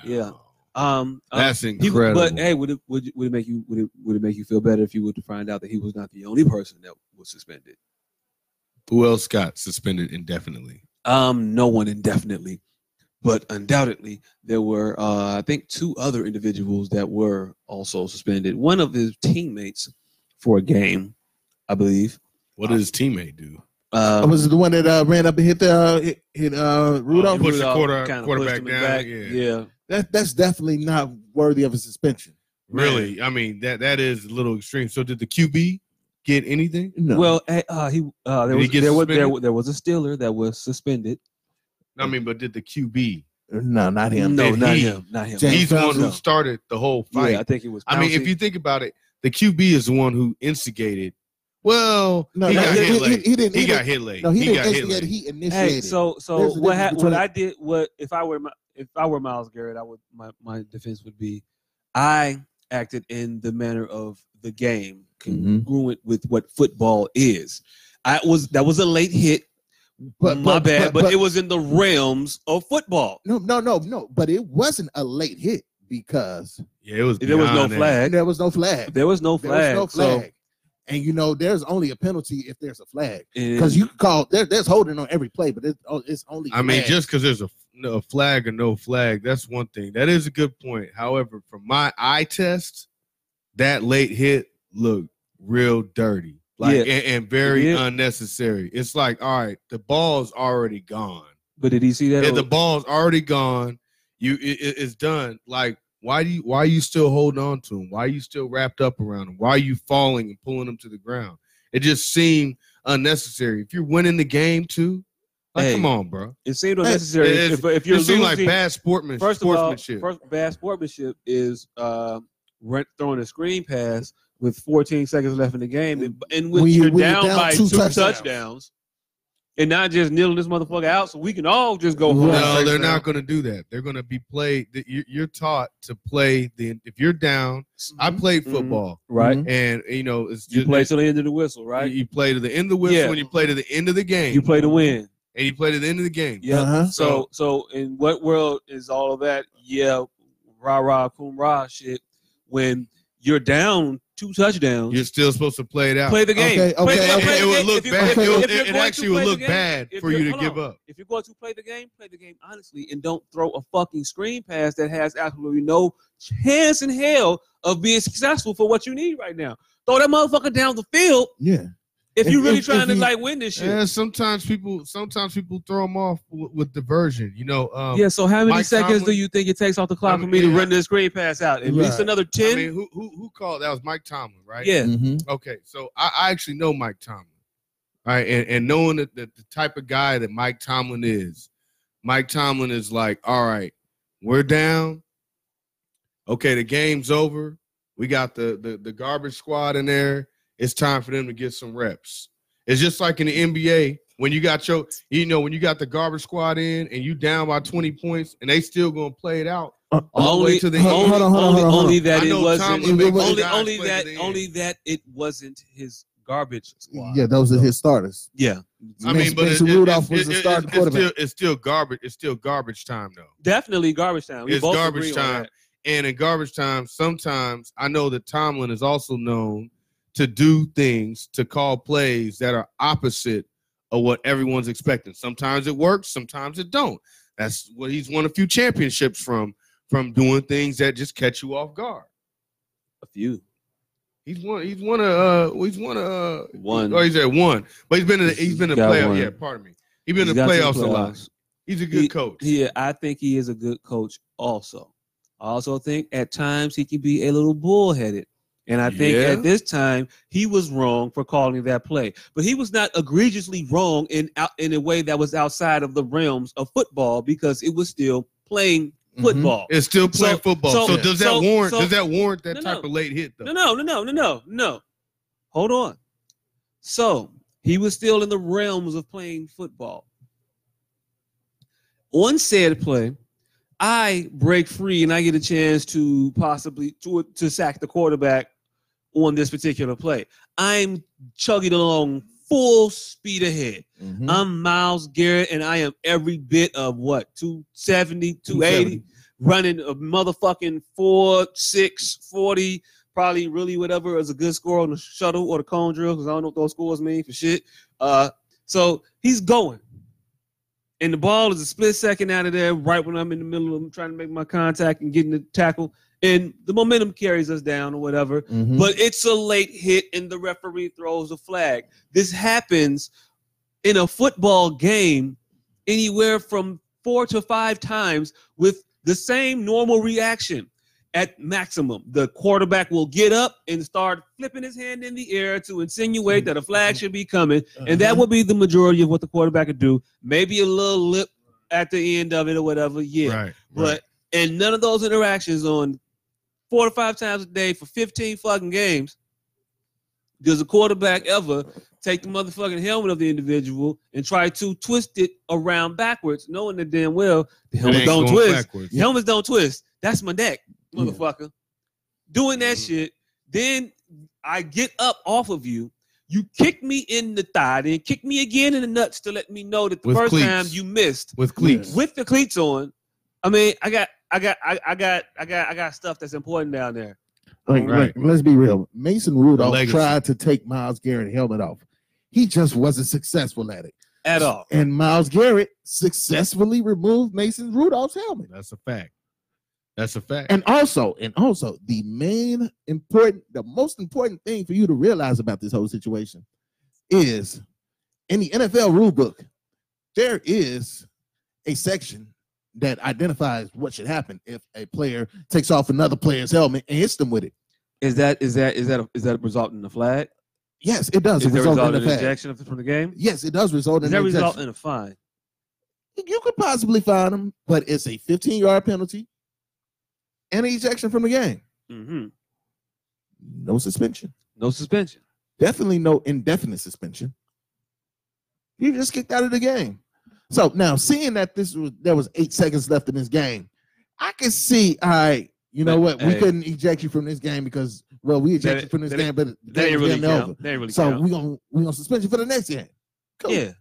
[SPEAKER 3] Yeah. Um, um,
[SPEAKER 5] That's
[SPEAKER 3] he-
[SPEAKER 5] incredible.
[SPEAKER 3] but hey, would it would, it- would it make you would it would it make you feel better if you were to find out that he was not the only person that was suspended?
[SPEAKER 5] Who else got suspended indefinitely?
[SPEAKER 3] Um, no one indefinitely, but undoubtedly there were uh, I think two other individuals that were also suspended. One of his teammates for a game, I believe.
[SPEAKER 5] What did his teammate do?
[SPEAKER 4] Uh,
[SPEAKER 3] Um,
[SPEAKER 4] was it the one that uh, ran up and hit the uh, hit, hit uh, Rudolph?
[SPEAKER 5] Oh, pushed the
[SPEAKER 3] Rudolph
[SPEAKER 5] quarter-
[SPEAKER 3] kinda pushed
[SPEAKER 5] quarterback
[SPEAKER 3] him
[SPEAKER 5] down,
[SPEAKER 3] back.
[SPEAKER 5] yeah.
[SPEAKER 3] yeah,
[SPEAKER 4] that that's definitely not worthy of a suspension.
[SPEAKER 5] Really? I mean, that that is a little extreme. So did the QB get anything?
[SPEAKER 4] No.
[SPEAKER 3] Well, eh, uh, he uh, there
[SPEAKER 5] Did he
[SPEAKER 3] was
[SPEAKER 5] get
[SPEAKER 3] there was there,
[SPEAKER 5] suspended?
[SPEAKER 3] wa- there was a Steeler that was suspended.
[SPEAKER 5] I mean, but did the QB
[SPEAKER 4] no, not him.
[SPEAKER 3] No,
[SPEAKER 5] Did
[SPEAKER 3] not
[SPEAKER 5] he-
[SPEAKER 3] him. Not him.
[SPEAKER 4] James
[SPEAKER 5] he's the one
[SPEAKER 4] Johnson.
[SPEAKER 5] who started the whole fight.
[SPEAKER 3] Yeah, I think he was.
[SPEAKER 5] I, mean, if
[SPEAKER 3] pouncing.
[SPEAKER 5] you think about it, the QB is the one who instigated. Well,
[SPEAKER 4] No,
[SPEAKER 5] he,
[SPEAKER 4] no,
[SPEAKER 5] got
[SPEAKER 4] he-
[SPEAKER 5] hit
[SPEAKER 4] he-
[SPEAKER 5] late.
[SPEAKER 4] he didn't-
[SPEAKER 5] He,
[SPEAKER 4] he
[SPEAKER 5] got
[SPEAKER 4] didn't-
[SPEAKER 5] hit late.
[SPEAKER 4] no, he,
[SPEAKER 5] he,
[SPEAKER 4] didn't
[SPEAKER 5] got hit
[SPEAKER 4] instigate.
[SPEAKER 5] late.
[SPEAKER 4] He initiated.
[SPEAKER 3] Hey, so so
[SPEAKER 4] There's a
[SPEAKER 3] what
[SPEAKER 4] difference
[SPEAKER 3] hap- what
[SPEAKER 4] between-
[SPEAKER 3] I did what if I were my, if I were Miles Garrett, I would my my defense would be I acted in the manner of the game,
[SPEAKER 4] Mhm.
[SPEAKER 3] congruent with what football is. I was that was a late hit,
[SPEAKER 4] But-
[SPEAKER 3] my
[SPEAKER 4] but-
[SPEAKER 3] bad, but,
[SPEAKER 4] but- but-
[SPEAKER 3] it was in the realms of football.
[SPEAKER 4] no, no, no, no. But it wasn't a late hit because
[SPEAKER 5] Yeah, it was.
[SPEAKER 3] There was no
[SPEAKER 5] beyond that.
[SPEAKER 3] flag.
[SPEAKER 4] there was no flag.
[SPEAKER 3] There was no
[SPEAKER 4] There was
[SPEAKER 3] flag.
[SPEAKER 4] no flag.
[SPEAKER 3] So
[SPEAKER 4] and you know, there's only a penalty if there's a flag.
[SPEAKER 3] and,
[SPEAKER 4] Because you can call there, there's holding on every play, but it's, oh, it's only.
[SPEAKER 5] I mean,
[SPEAKER 4] flags.
[SPEAKER 5] just because there's a, a flag or no flag, that's one thing. That is a good point. However, from my eye test, that late hit looked real dirty, like
[SPEAKER 3] Yeah.
[SPEAKER 5] and, and very
[SPEAKER 3] Yeah.
[SPEAKER 5] unnecessary. It's like, all right, the ball's already gone.
[SPEAKER 3] but did he see that?
[SPEAKER 5] Yeah,
[SPEAKER 3] or-
[SPEAKER 5] the ball's already gone. You, it, it- it's done. Like, why do you? Why are you still holding on to him? Why are you still wrapped up around him? Why are you falling and pulling him to the ground? It just seemed unnecessary. If you're winning the game too, like,
[SPEAKER 3] Hey,
[SPEAKER 5] come on, bro.
[SPEAKER 3] it seemed
[SPEAKER 5] it's-
[SPEAKER 3] unnecessary.
[SPEAKER 5] it is-
[SPEAKER 3] if, if you're
[SPEAKER 5] It seemed like
[SPEAKER 3] losing-
[SPEAKER 5] bad sportsman,
[SPEAKER 3] First of all,
[SPEAKER 5] sportsmanship.
[SPEAKER 3] first, bad sportsmanship is uh, run- throwing a screen pass with 14 seconds left in the game, and, and when,
[SPEAKER 4] When you-
[SPEAKER 3] you're,
[SPEAKER 4] when you're
[SPEAKER 3] down,
[SPEAKER 4] down
[SPEAKER 3] by two
[SPEAKER 4] two
[SPEAKER 3] touchdowns.
[SPEAKER 5] touchdowns.
[SPEAKER 3] and not just kneeling this motherfucker out, so we can all just go home.
[SPEAKER 4] Right.
[SPEAKER 5] no, they're not going to do that. They're going to be played. that you- You're taught to play the. If you're down, I played
[SPEAKER 3] Mhm.
[SPEAKER 5] football,
[SPEAKER 3] right.
[SPEAKER 4] Mhm.
[SPEAKER 5] and you know it's
[SPEAKER 3] Mm-hmm. You
[SPEAKER 5] just
[SPEAKER 3] play till the end of the whistle, right?
[SPEAKER 5] You play to the end of the whistle,
[SPEAKER 3] Yeah.
[SPEAKER 5] and you play to the end of the game.
[SPEAKER 3] You play to win.
[SPEAKER 5] and he played at the end of the game.
[SPEAKER 3] Yeah.
[SPEAKER 4] Uh-huh.
[SPEAKER 3] So so in what world is all of that? Yeah, rah rah cum rah shit. When you're down two touchdowns,
[SPEAKER 5] You're still supposed to play it out.
[SPEAKER 3] play the game.
[SPEAKER 4] Okay,
[SPEAKER 3] Play the
[SPEAKER 4] okay,
[SPEAKER 3] game,
[SPEAKER 5] it,
[SPEAKER 4] okay.
[SPEAKER 3] play
[SPEAKER 5] it
[SPEAKER 3] the
[SPEAKER 5] would
[SPEAKER 3] game.
[SPEAKER 5] look
[SPEAKER 3] If you-
[SPEAKER 5] bad.
[SPEAKER 3] if you-
[SPEAKER 5] It, would-
[SPEAKER 3] if you're
[SPEAKER 5] it
[SPEAKER 3] going
[SPEAKER 5] actually
[SPEAKER 3] to
[SPEAKER 5] would
[SPEAKER 3] play the
[SPEAKER 5] look
[SPEAKER 3] game,
[SPEAKER 5] bad
[SPEAKER 3] if
[SPEAKER 5] for
[SPEAKER 3] you're-
[SPEAKER 5] you to
[SPEAKER 3] hold
[SPEAKER 5] give
[SPEAKER 3] on.
[SPEAKER 5] up.
[SPEAKER 3] If you're going to play the game, play the game honestly, and don't throw a fucking screen pass that has absolutely no chance in hell of being successful for what you need right now. Throw that motherfucker down the field
[SPEAKER 4] Yeah.
[SPEAKER 3] if
[SPEAKER 4] If-
[SPEAKER 3] you're really
[SPEAKER 4] if-
[SPEAKER 3] trying
[SPEAKER 4] if
[SPEAKER 3] to
[SPEAKER 4] you-
[SPEAKER 3] like win this shit.
[SPEAKER 5] Yeah, sometimes people sometimes people throw them off with, with diversion. You know, um,
[SPEAKER 3] yeah, so how many
[SPEAKER 5] Mike
[SPEAKER 3] seconds
[SPEAKER 5] Tomlin-
[SPEAKER 3] do you think it takes off the clock
[SPEAKER 5] I mean,
[SPEAKER 3] for me to
[SPEAKER 5] yeah.
[SPEAKER 3] run this screen pass out? At least
[SPEAKER 4] Right.
[SPEAKER 3] another
[SPEAKER 5] I
[SPEAKER 3] 10?
[SPEAKER 5] mean, who, who who called? That was Mike Tomlin, right?
[SPEAKER 3] yeah.
[SPEAKER 4] Mhm.
[SPEAKER 5] Okay, so I, I actually know Mike Tomlin, all right, and, and knowing that, that the type of guy that Mike Tomlin is, Mike Tomlin is like, all right, we're down. Okay, the game's over. We got the the, the garbage squad in there. It's time for them to get some reps. It's just like in the NBA when you got your, you know, when you got the garbage squad in and you down by 20 points and they still gonna play it out
[SPEAKER 4] Uh,
[SPEAKER 5] all the way
[SPEAKER 3] Only-
[SPEAKER 5] to the
[SPEAKER 4] Hold-
[SPEAKER 5] end.
[SPEAKER 4] hold on, hold on,
[SPEAKER 3] only,
[SPEAKER 4] hold on, hold on.
[SPEAKER 3] only
[SPEAKER 5] I
[SPEAKER 3] that it
[SPEAKER 5] know
[SPEAKER 3] wasn't.
[SPEAKER 5] Tomlin
[SPEAKER 4] makes
[SPEAKER 3] only,
[SPEAKER 5] guys
[SPEAKER 3] only
[SPEAKER 5] play
[SPEAKER 3] that.
[SPEAKER 5] to the end.
[SPEAKER 3] Only that it wasn't his garbage squad.
[SPEAKER 4] Yeah, those are his starters.
[SPEAKER 3] Yeah,
[SPEAKER 5] I mean, but
[SPEAKER 4] Mason
[SPEAKER 5] it- it-
[SPEAKER 4] Rudolph
[SPEAKER 5] it-
[SPEAKER 4] was the
[SPEAKER 5] it-
[SPEAKER 4] starting
[SPEAKER 5] it's
[SPEAKER 4] quarterback.
[SPEAKER 5] Still, it's still garbage. It's still garbage time though.
[SPEAKER 3] definitely garbage time. We
[SPEAKER 5] It's
[SPEAKER 3] both
[SPEAKER 5] garbage
[SPEAKER 3] agree on
[SPEAKER 5] time.
[SPEAKER 3] that.
[SPEAKER 5] And in garbage time, sometimes I know that Tomlin is also known to do things to call plays that are opposite of what everyone's expecting. Sometimes it works, sometimes it don't. That's what he's won a few championships from from doing things that just catch you off guard.
[SPEAKER 3] A few.
[SPEAKER 5] He's won. He's won a. Uh, he's won a. Uh,
[SPEAKER 3] One.
[SPEAKER 5] Oh, he's at one. But he's been in. The,
[SPEAKER 3] He's
[SPEAKER 5] he's been in the
[SPEAKER 3] got
[SPEAKER 5] playoff.
[SPEAKER 3] one.
[SPEAKER 5] Yeah, pardon me. He's been
[SPEAKER 3] He's
[SPEAKER 5] in the
[SPEAKER 3] got to the
[SPEAKER 5] playoffs, a lot.
[SPEAKER 3] playoffs.
[SPEAKER 5] He's a good
[SPEAKER 3] He-
[SPEAKER 5] coach.
[SPEAKER 3] Yeah, I think he is a good coach. Also, I also think at times he can be a little bullheaded, and I think
[SPEAKER 5] Yeah.
[SPEAKER 3] at this time he was wrong for calling that play. But he was not egregiously wrong in out in a way that was outside of the realms of football because it was still playing
[SPEAKER 5] Mm-hmm.
[SPEAKER 4] Mhm.
[SPEAKER 3] football.
[SPEAKER 5] It's still playing
[SPEAKER 3] So-
[SPEAKER 5] football. So,
[SPEAKER 3] so-
[SPEAKER 5] does that
[SPEAKER 3] so-
[SPEAKER 5] warrant?
[SPEAKER 3] so-
[SPEAKER 5] does that warrant that
[SPEAKER 3] No,
[SPEAKER 5] type
[SPEAKER 3] no.
[SPEAKER 5] of late hit though?
[SPEAKER 3] No, no, no, no, no, no, no. Hold on. So he was still in the realms of playing football. On said play, I break free and I get a chance to possibly to, to sack the quarterback on this particular play. I'm chugging along full speed ahead.
[SPEAKER 4] Mhm.
[SPEAKER 3] I'm Miles Garrett, and I am every bit of what 270, 280,
[SPEAKER 4] 270.
[SPEAKER 3] running a motherfucking four, six, 40, probably really whatever is a good score on the shuttle or the cone drill, because I don't know what those scores mean for shit. Uh, so he's going. And the ball is a split second out of there, right when I'm in the middle of trying to make my contact and getting the tackle. And the momentum carries us down or whatever
[SPEAKER 4] Mhm.
[SPEAKER 3] but it's a late hit and the referee throws the flag. This happens in a football game anywhere from four to five times with the same normal reaction at maximum. The quarterback will get up and start flipping his hand in the air to insinuate that a flag should be coming, and that
[SPEAKER 4] Uh-huh.
[SPEAKER 3] will be the majority of what the quarterback would do. Maybe a little lip at the end of it or whatever. Yeah.
[SPEAKER 5] Right.
[SPEAKER 3] But and none of those interactions on four to five times a day for 15 fucking games, does a quarterback ever take the motherfucking helmet of the individual and try to twist it around backwards, knowing that damn well the helmet don't twist.
[SPEAKER 5] Backwards.
[SPEAKER 3] Helmets don't twist. That's my neck,
[SPEAKER 4] Yeah.
[SPEAKER 3] motherfucker. Doing that
[SPEAKER 5] Mhm.
[SPEAKER 3] shit, then I get up off of you. You kick me in the thigh, then kick me again in the nuts to let me know that the
[SPEAKER 5] With
[SPEAKER 3] first
[SPEAKER 5] cleats.
[SPEAKER 3] time you missed
[SPEAKER 5] With cleats.
[SPEAKER 3] with the cleats on. I mean, I got, I got, I, I got, I got, I got stuff that's important down there.
[SPEAKER 4] Like,
[SPEAKER 5] Right.
[SPEAKER 4] like, let's be real. Mason Rudolph
[SPEAKER 5] Legacy.
[SPEAKER 4] tried to take Miles Garrett helmet off. He just wasn't successful at it.
[SPEAKER 3] At all,
[SPEAKER 4] And Miles Garrett successfully removed Mason Rudolph's helmet.
[SPEAKER 5] That's a fact. That's a fact.
[SPEAKER 4] And also, and also, the main important, the most important thing for you to realize about this whole situation is in the NFL rule book, there is a section that identifies what should happen if a player takes off another player's helmet and hits them with it.
[SPEAKER 3] is that is that is that a, is that result in the flag?
[SPEAKER 4] Yes, it does.
[SPEAKER 3] Is that
[SPEAKER 4] result
[SPEAKER 3] result in
[SPEAKER 4] in a
[SPEAKER 3] an
[SPEAKER 4] flag.
[SPEAKER 3] ejection of- from the game?
[SPEAKER 4] Yes, it does result
[SPEAKER 3] Does
[SPEAKER 4] in
[SPEAKER 3] that
[SPEAKER 4] an
[SPEAKER 3] result
[SPEAKER 4] ejection.
[SPEAKER 3] in a fine?
[SPEAKER 4] You could possibly find him, but it's a 15 yard penalty and an ejection from the game.
[SPEAKER 3] hmm
[SPEAKER 4] No suspension.
[SPEAKER 3] No suspension.
[SPEAKER 4] Definitely no indefinite suspension. You just kicked out of the game. So now, seeing that this was, there was eight seconds left in this game, I can see. All right, you know
[SPEAKER 3] But,
[SPEAKER 4] what? We
[SPEAKER 3] hey.
[SPEAKER 4] couldn't eject you from this game because, well, we ejected you
[SPEAKER 3] That-
[SPEAKER 4] from this
[SPEAKER 3] that-
[SPEAKER 4] game, but the
[SPEAKER 3] That ain't
[SPEAKER 4] game's
[SPEAKER 3] really
[SPEAKER 4] getting
[SPEAKER 3] count.
[SPEAKER 4] over.
[SPEAKER 3] That ain't really
[SPEAKER 4] So
[SPEAKER 3] count.
[SPEAKER 4] we're gonna we're gonna suspend you for the next game. Cool.
[SPEAKER 3] yeah,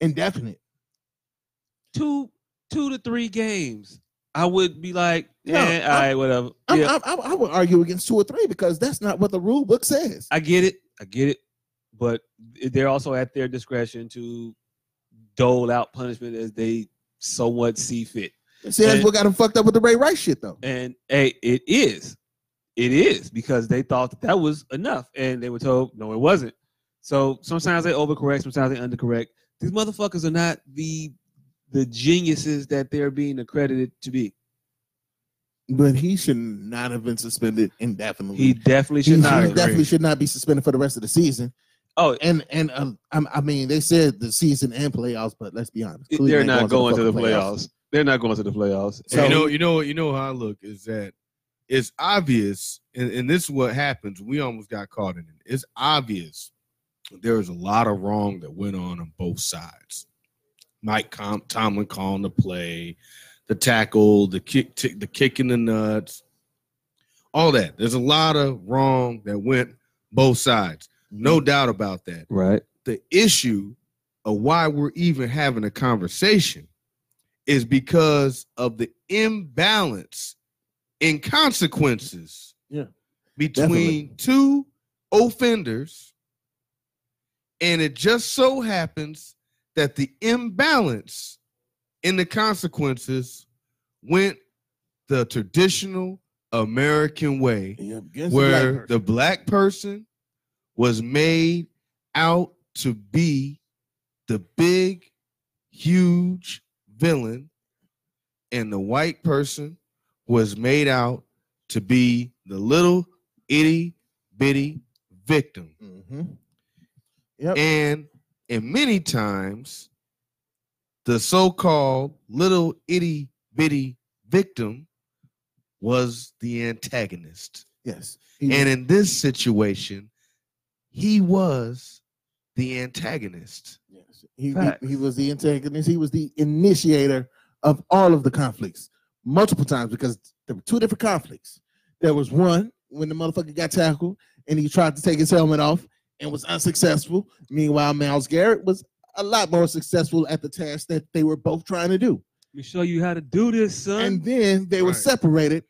[SPEAKER 4] indefinite.
[SPEAKER 3] two two to three games, I would be like,
[SPEAKER 4] No,
[SPEAKER 3] yeah, all right, whatever.
[SPEAKER 4] I'm,
[SPEAKER 3] yeah,
[SPEAKER 4] I'm, I'm- I would argue against two or three because that's not what the rule book says.
[SPEAKER 3] I get it, I get it, but they're also at their discretion to dole out punishment as they somewhat see fit.
[SPEAKER 4] See, that's
[SPEAKER 3] and-
[SPEAKER 4] what got him fucked up with the Ray Rice shit, though.
[SPEAKER 3] And hey, it is, it is because they thought that, that was enough, and they were told no, it wasn't. So sometimes they overcorrect, sometimes they undercorrect. These motherfuckers are not the the geniuses that they're being accredited to be.
[SPEAKER 4] But he should not have been suspended indefinitely.
[SPEAKER 3] He definitely should
[SPEAKER 4] He-
[SPEAKER 3] not. have
[SPEAKER 4] he
[SPEAKER 3] been.
[SPEAKER 4] definitely should not be suspended for the rest of the season.
[SPEAKER 3] Oh,
[SPEAKER 4] And and um, I'm- I mean, they said the season and playoffs, but let's be honest, Cleveland
[SPEAKER 3] they're
[SPEAKER 4] ain't
[SPEAKER 3] not going to the
[SPEAKER 4] fucking
[SPEAKER 3] playoffs. They're not going to the playoffs.
[SPEAKER 4] So-
[SPEAKER 5] you know, you know, you know how I look is that it's obvious, and, and this is what happens. We almost got caught in it. It's obvious there is a lot of wrong that went on on both sides. Mike Com- Tomlin calling the play, the tackle, the kick, t- the kick in the nuts, all that. There's a lot of wrong that went both sides. No doubt about that
[SPEAKER 3] right.
[SPEAKER 5] the issue of why we're even having a conversation is because of the imbalance in consequences
[SPEAKER 4] Yeah,
[SPEAKER 5] between two offenders and it just so happens that the imbalance in the consequences went the traditional american way
[SPEAKER 4] playoffs. Yeah, against the black
[SPEAKER 5] where
[SPEAKER 4] person.
[SPEAKER 5] the black person was made out to be the big, huge villain, and the white person was made out to be the little itty bitty victim.
[SPEAKER 4] Mhm. Yep.
[SPEAKER 5] And and many times the so-called little itty bitty victim was the antagonist.
[SPEAKER 4] yes, He-
[SPEAKER 5] And in this situation, he was the antagonist.
[SPEAKER 4] Yes. He,
[SPEAKER 3] Facts.
[SPEAKER 4] he, he was the antagonist. He was the initiator of all of the conflicts, multiple times because there were two different conflicts. There was one when the motherfucker got tackled and he tried to take his helmet off and was unsuccessful. Meanwhile, Miles Garrett was a lot more successful at the task that they were both trying to do.
[SPEAKER 3] Let me show you how to do this, son.
[SPEAKER 4] And then they were
[SPEAKER 5] Right.
[SPEAKER 4] separated.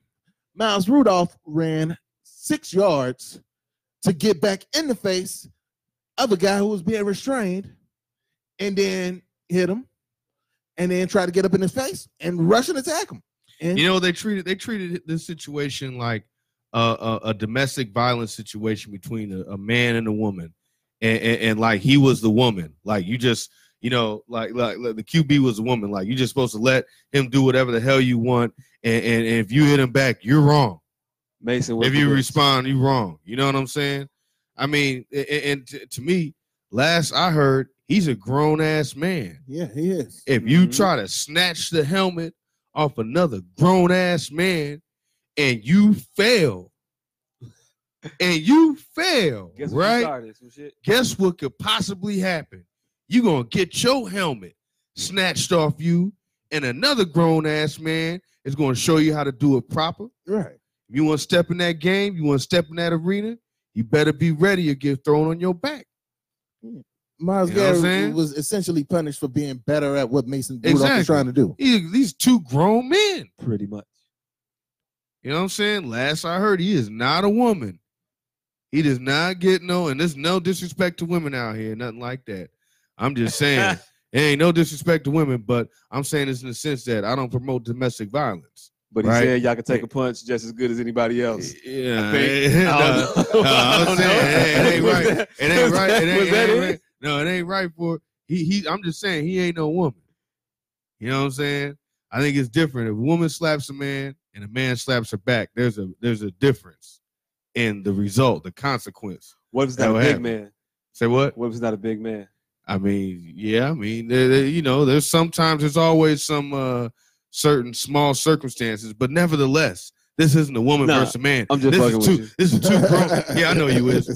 [SPEAKER 4] Miles Rudolph ran six yards to get back in the face of a guy who was being restrained and then hit him and then try to get up in his face and rush and attack him. And
[SPEAKER 5] You know, they treated they treated this situation like a, a, a domestic violence situation between a, a man and a woman, and, and and like he was the woman. Like you just you know like like, like the QB was the woman. Like you're just supposed to let him do whatever the hell you want, and and, and if you hit him back, you're wrong.
[SPEAKER 3] Mason was
[SPEAKER 5] if
[SPEAKER 3] the
[SPEAKER 5] you
[SPEAKER 3] best.
[SPEAKER 5] respond, you wrong. You know what I'm saying? I mean, a- a- and, to, to me, last I heard, he's a grown ass man.
[SPEAKER 4] yeah, he is.
[SPEAKER 5] If you
[SPEAKER 3] Mhm.
[SPEAKER 5] try to snatch the helmet off another grown ass man and you fail, and you fail,
[SPEAKER 3] Guess what you
[SPEAKER 5] right?
[SPEAKER 3] started, some shit.
[SPEAKER 5] Guess what could possibly happen? you going to get your helmet snatched off you, and another grown ass man is going to show you how to do it proper.
[SPEAKER 4] Right.
[SPEAKER 5] If you want to step in that game, you want to step in that arena, you better be ready or get thrown on your back.
[SPEAKER 4] Miles
[SPEAKER 5] You know what I'm
[SPEAKER 4] Garrett
[SPEAKER 5] saying?
[SPEAKER 4] was essentially punished for being better at what Mason Rudolph
[SPEAKER 5] Exactly.
[SPEAKER 4] was trying to do.
[SPEAKER 5] He, these two grown men.
[SPEAKER 3] Pretty much.
[SPEAKER 5] You know what I'm saying? Last I heard, he is not a woman. He does not get no, and there's no disrespect to women out here, nothing like that. I'm just saying, it ain't no disrespect to women, but I'm saying this in the sense that I don't promote domestic violence.
[SPEAKER 3] But he
[SPEAKER 5] Right.
[SPEAKER 3] said y'all could take a punch just as good as anybody else.
[SPEAKER 5] Yeah,
[SPEAKER 3] think-
[SPEAKER 5] no,
[SPEAKER 3] I don't know.
[SPEAKER 5] no,
[SPEAKER 3] I
[SPEAKER 5] I'm
[SPEAKER 3] don't
[SPEAKER 5] saying,
[SPEAKER 3] know.
[SPEAKER 5] it ain't
[SPEAKER 3] Oh, Was
[SPEAKER 5] right.
[SPEAKER 3] that-
[SPEAKER 5] It ain't
[SPEAKER 3] was
[SPEAKER 5] right.
[SPEAKER 3] that-
[SPEAKER 5] It ain't,
[SPEAKER 3] was
[SPEAKER 5] it
[SPEAKER 3] that
[SPEAKER 5] ain't
[SPEAKER 3] it?
[SPEAKER 5] right. No, it ain't right for he he I'm just saying he ain't no woman. You know what I'm saying? I think it's different. If a woman slaps a man and a man slaps her back, there's a there's a difference in the result, the consequence.
[SPEAKER 3] What if it's not
[SPEAKER 5] That
[SPEAKER 3] a big
[SPEAKER 5] happened.
[SPEAKER 3] man?
[SPEAKER 5] Say what?
[SPEAKER 3] What if it's not a big man?
[SPEAKER 5] I mean, yeah, I mean, there, there- you know, there's sometimes there's always some uh certain small circumstances, but nevertheless, this isn't a woman
[SPEAKER 3] Nah,
[SPEAKER 5] versus a man.
[SPEAKER 3] I'm just
[SPEAKER 5] this
[SPEAKER 3] fucking
[SPEAKER 5] is
[SPEAKER 3] with
[SPEAKER 5] two,
[SPEAKER 3] you.
[SPEAKER 5] This is two grown. yeah, I know you is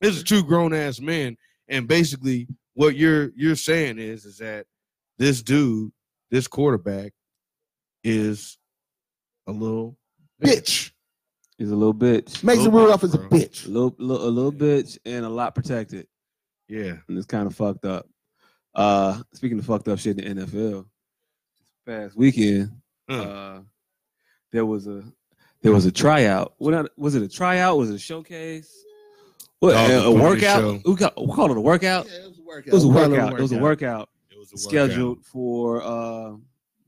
[SPEAKER 5] this is two grown ass men, and basically what you're you're saying is is that this dude, this quarterback, is a little
[SPEAKER 4] Bitch.
[SPEAKER 3] He's a little bitch.
[SPEAKER 4] Mason
[SPEAKER 5] Little
[SPEAKER 4] Rudolph is a
[SPEAKER 5] bro.
[SPEAKER 3] A
[SPEAKER 4] bitch.
[SPEAKER 3] little, little, a little bitch and a lot protected.
[SPEAKER 5] Yeah,
[SPEAKER 3] And it's kind of fucked up. Uh, speaking of fucked up shit in the NFL, this past weekend,
[SPEAKER 5] Huh.
[SPEAKER 3] uh, there was a there was a tryout. What not- was it? A tryout? Was it a showcase? What
[SPEAKER 5] Oh,
[SPEAKER 3] a,
[SPEAKER 5] the
[SPEAKER 3] a
[SPEAKER 5] fucking
[SPEAKER 3] workout?
[SPEAKER 5] show.
[SPEAKER 3] We, got, we called it a workout.
[SPEAKER 4] it was a workout.
[SPEAKER 3] It was a workout. It was a workout
[SPEAKER 5] It was a workout.
[SPEAKER 3] scheduled for uh,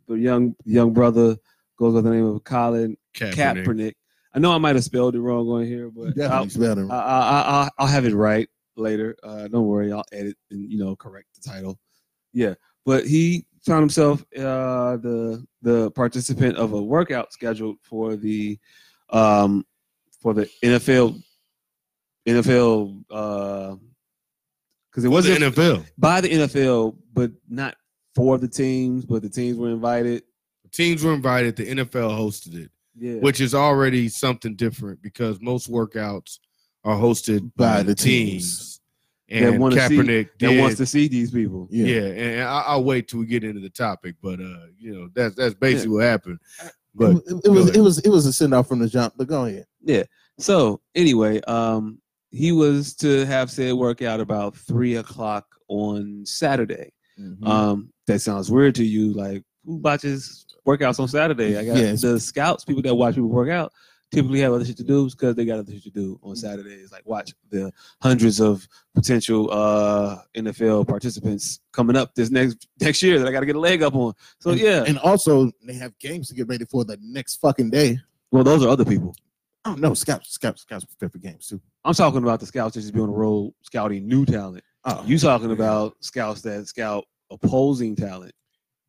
[SPEAKER 3] the young young brother goes by the name of Colin
[SPEAKER 5] Kaepernick.
[SPEAKER 3] Kaepernick. I know I might have spelled it wrong on here, but I'll,
[SPEAKER 5] Uh,
[SPEAKER 4] Definitely smelled it.
[SPEAKER 3] I, I, I, I'll have it right later. Uh, don't worry, I'll edit and you know correct the title. Yeah, but he found himself uh, the the participant of a workout scheduled for the um, for the NFL NFL because uh, it
[SPEAKER 5] was
[SPEAKER 3] wasn't
[SPEAKER 5] the NFL.
[SPEAKER 3] by the NFL, but not for the teams, but the teams were invited.
[SPEAKER 5] Teams were invited. The NFL hosted it,
[SPEAKER 3] Yeah,
[SPEAKER 5] which is already something different because most workouts are hosted
[SPEAKER 4] By the
[SPEAKER 5] teams.
[SPEAKER 4] teams.
[SPEAKER 3] That
[SPEAKER 5] And
[SPEAKER 3] wanna see-
[SPEAKER 5] Kaepernick
[SPEAKER 3] that
[SPEAKER 5] did-
[SPEAKER 3] wants to see these people.
[SPEAKER 5] Yeah,
[SPEAKER 4] Yeah.
[SPEAKER 5] and I, I'll wait till we get into the topic, but uh, you know that's that's basically what happened.
[SPEAKER 4] It,
[SPEAKER 5] But
[SPEAKER 4] it was
[SPEAKER 5] ahead.
[SPEAKER 4] it was it was a send off from the jump. But go ahead.
[SPEAKER 3] So anyway, um, he was to have said workout about three o'clock on Saturday. Um, that sounds weird to you, like who watches workouts on Saturday? I got
[SPEAKER 4] Yes.
[SPEAKER 3] the scouts, people that watch people work out, typically have other shit to do because they got other shit to do on Saturdays. Like watch the hundreds of potential uh NFL participants coming up this next next year that I got to get a leg up on. So
[SPEAKER 4] And-
[SPEAKER 3] yeah,
[SPEAKER 4] and also they have games to get ready for the next fucking day.
[SPEAKER 3] well those are other people.
[SPEAKER 4] Oh no, scouts, scouts, scouts prepare for games too.
[SPEAKER 3] I'm talking about the scouts that just be on the road scouting new talent.
[SPEAKER 4] Oh,
[SPEAKER 3] You talking about scouts that scout opposing talent?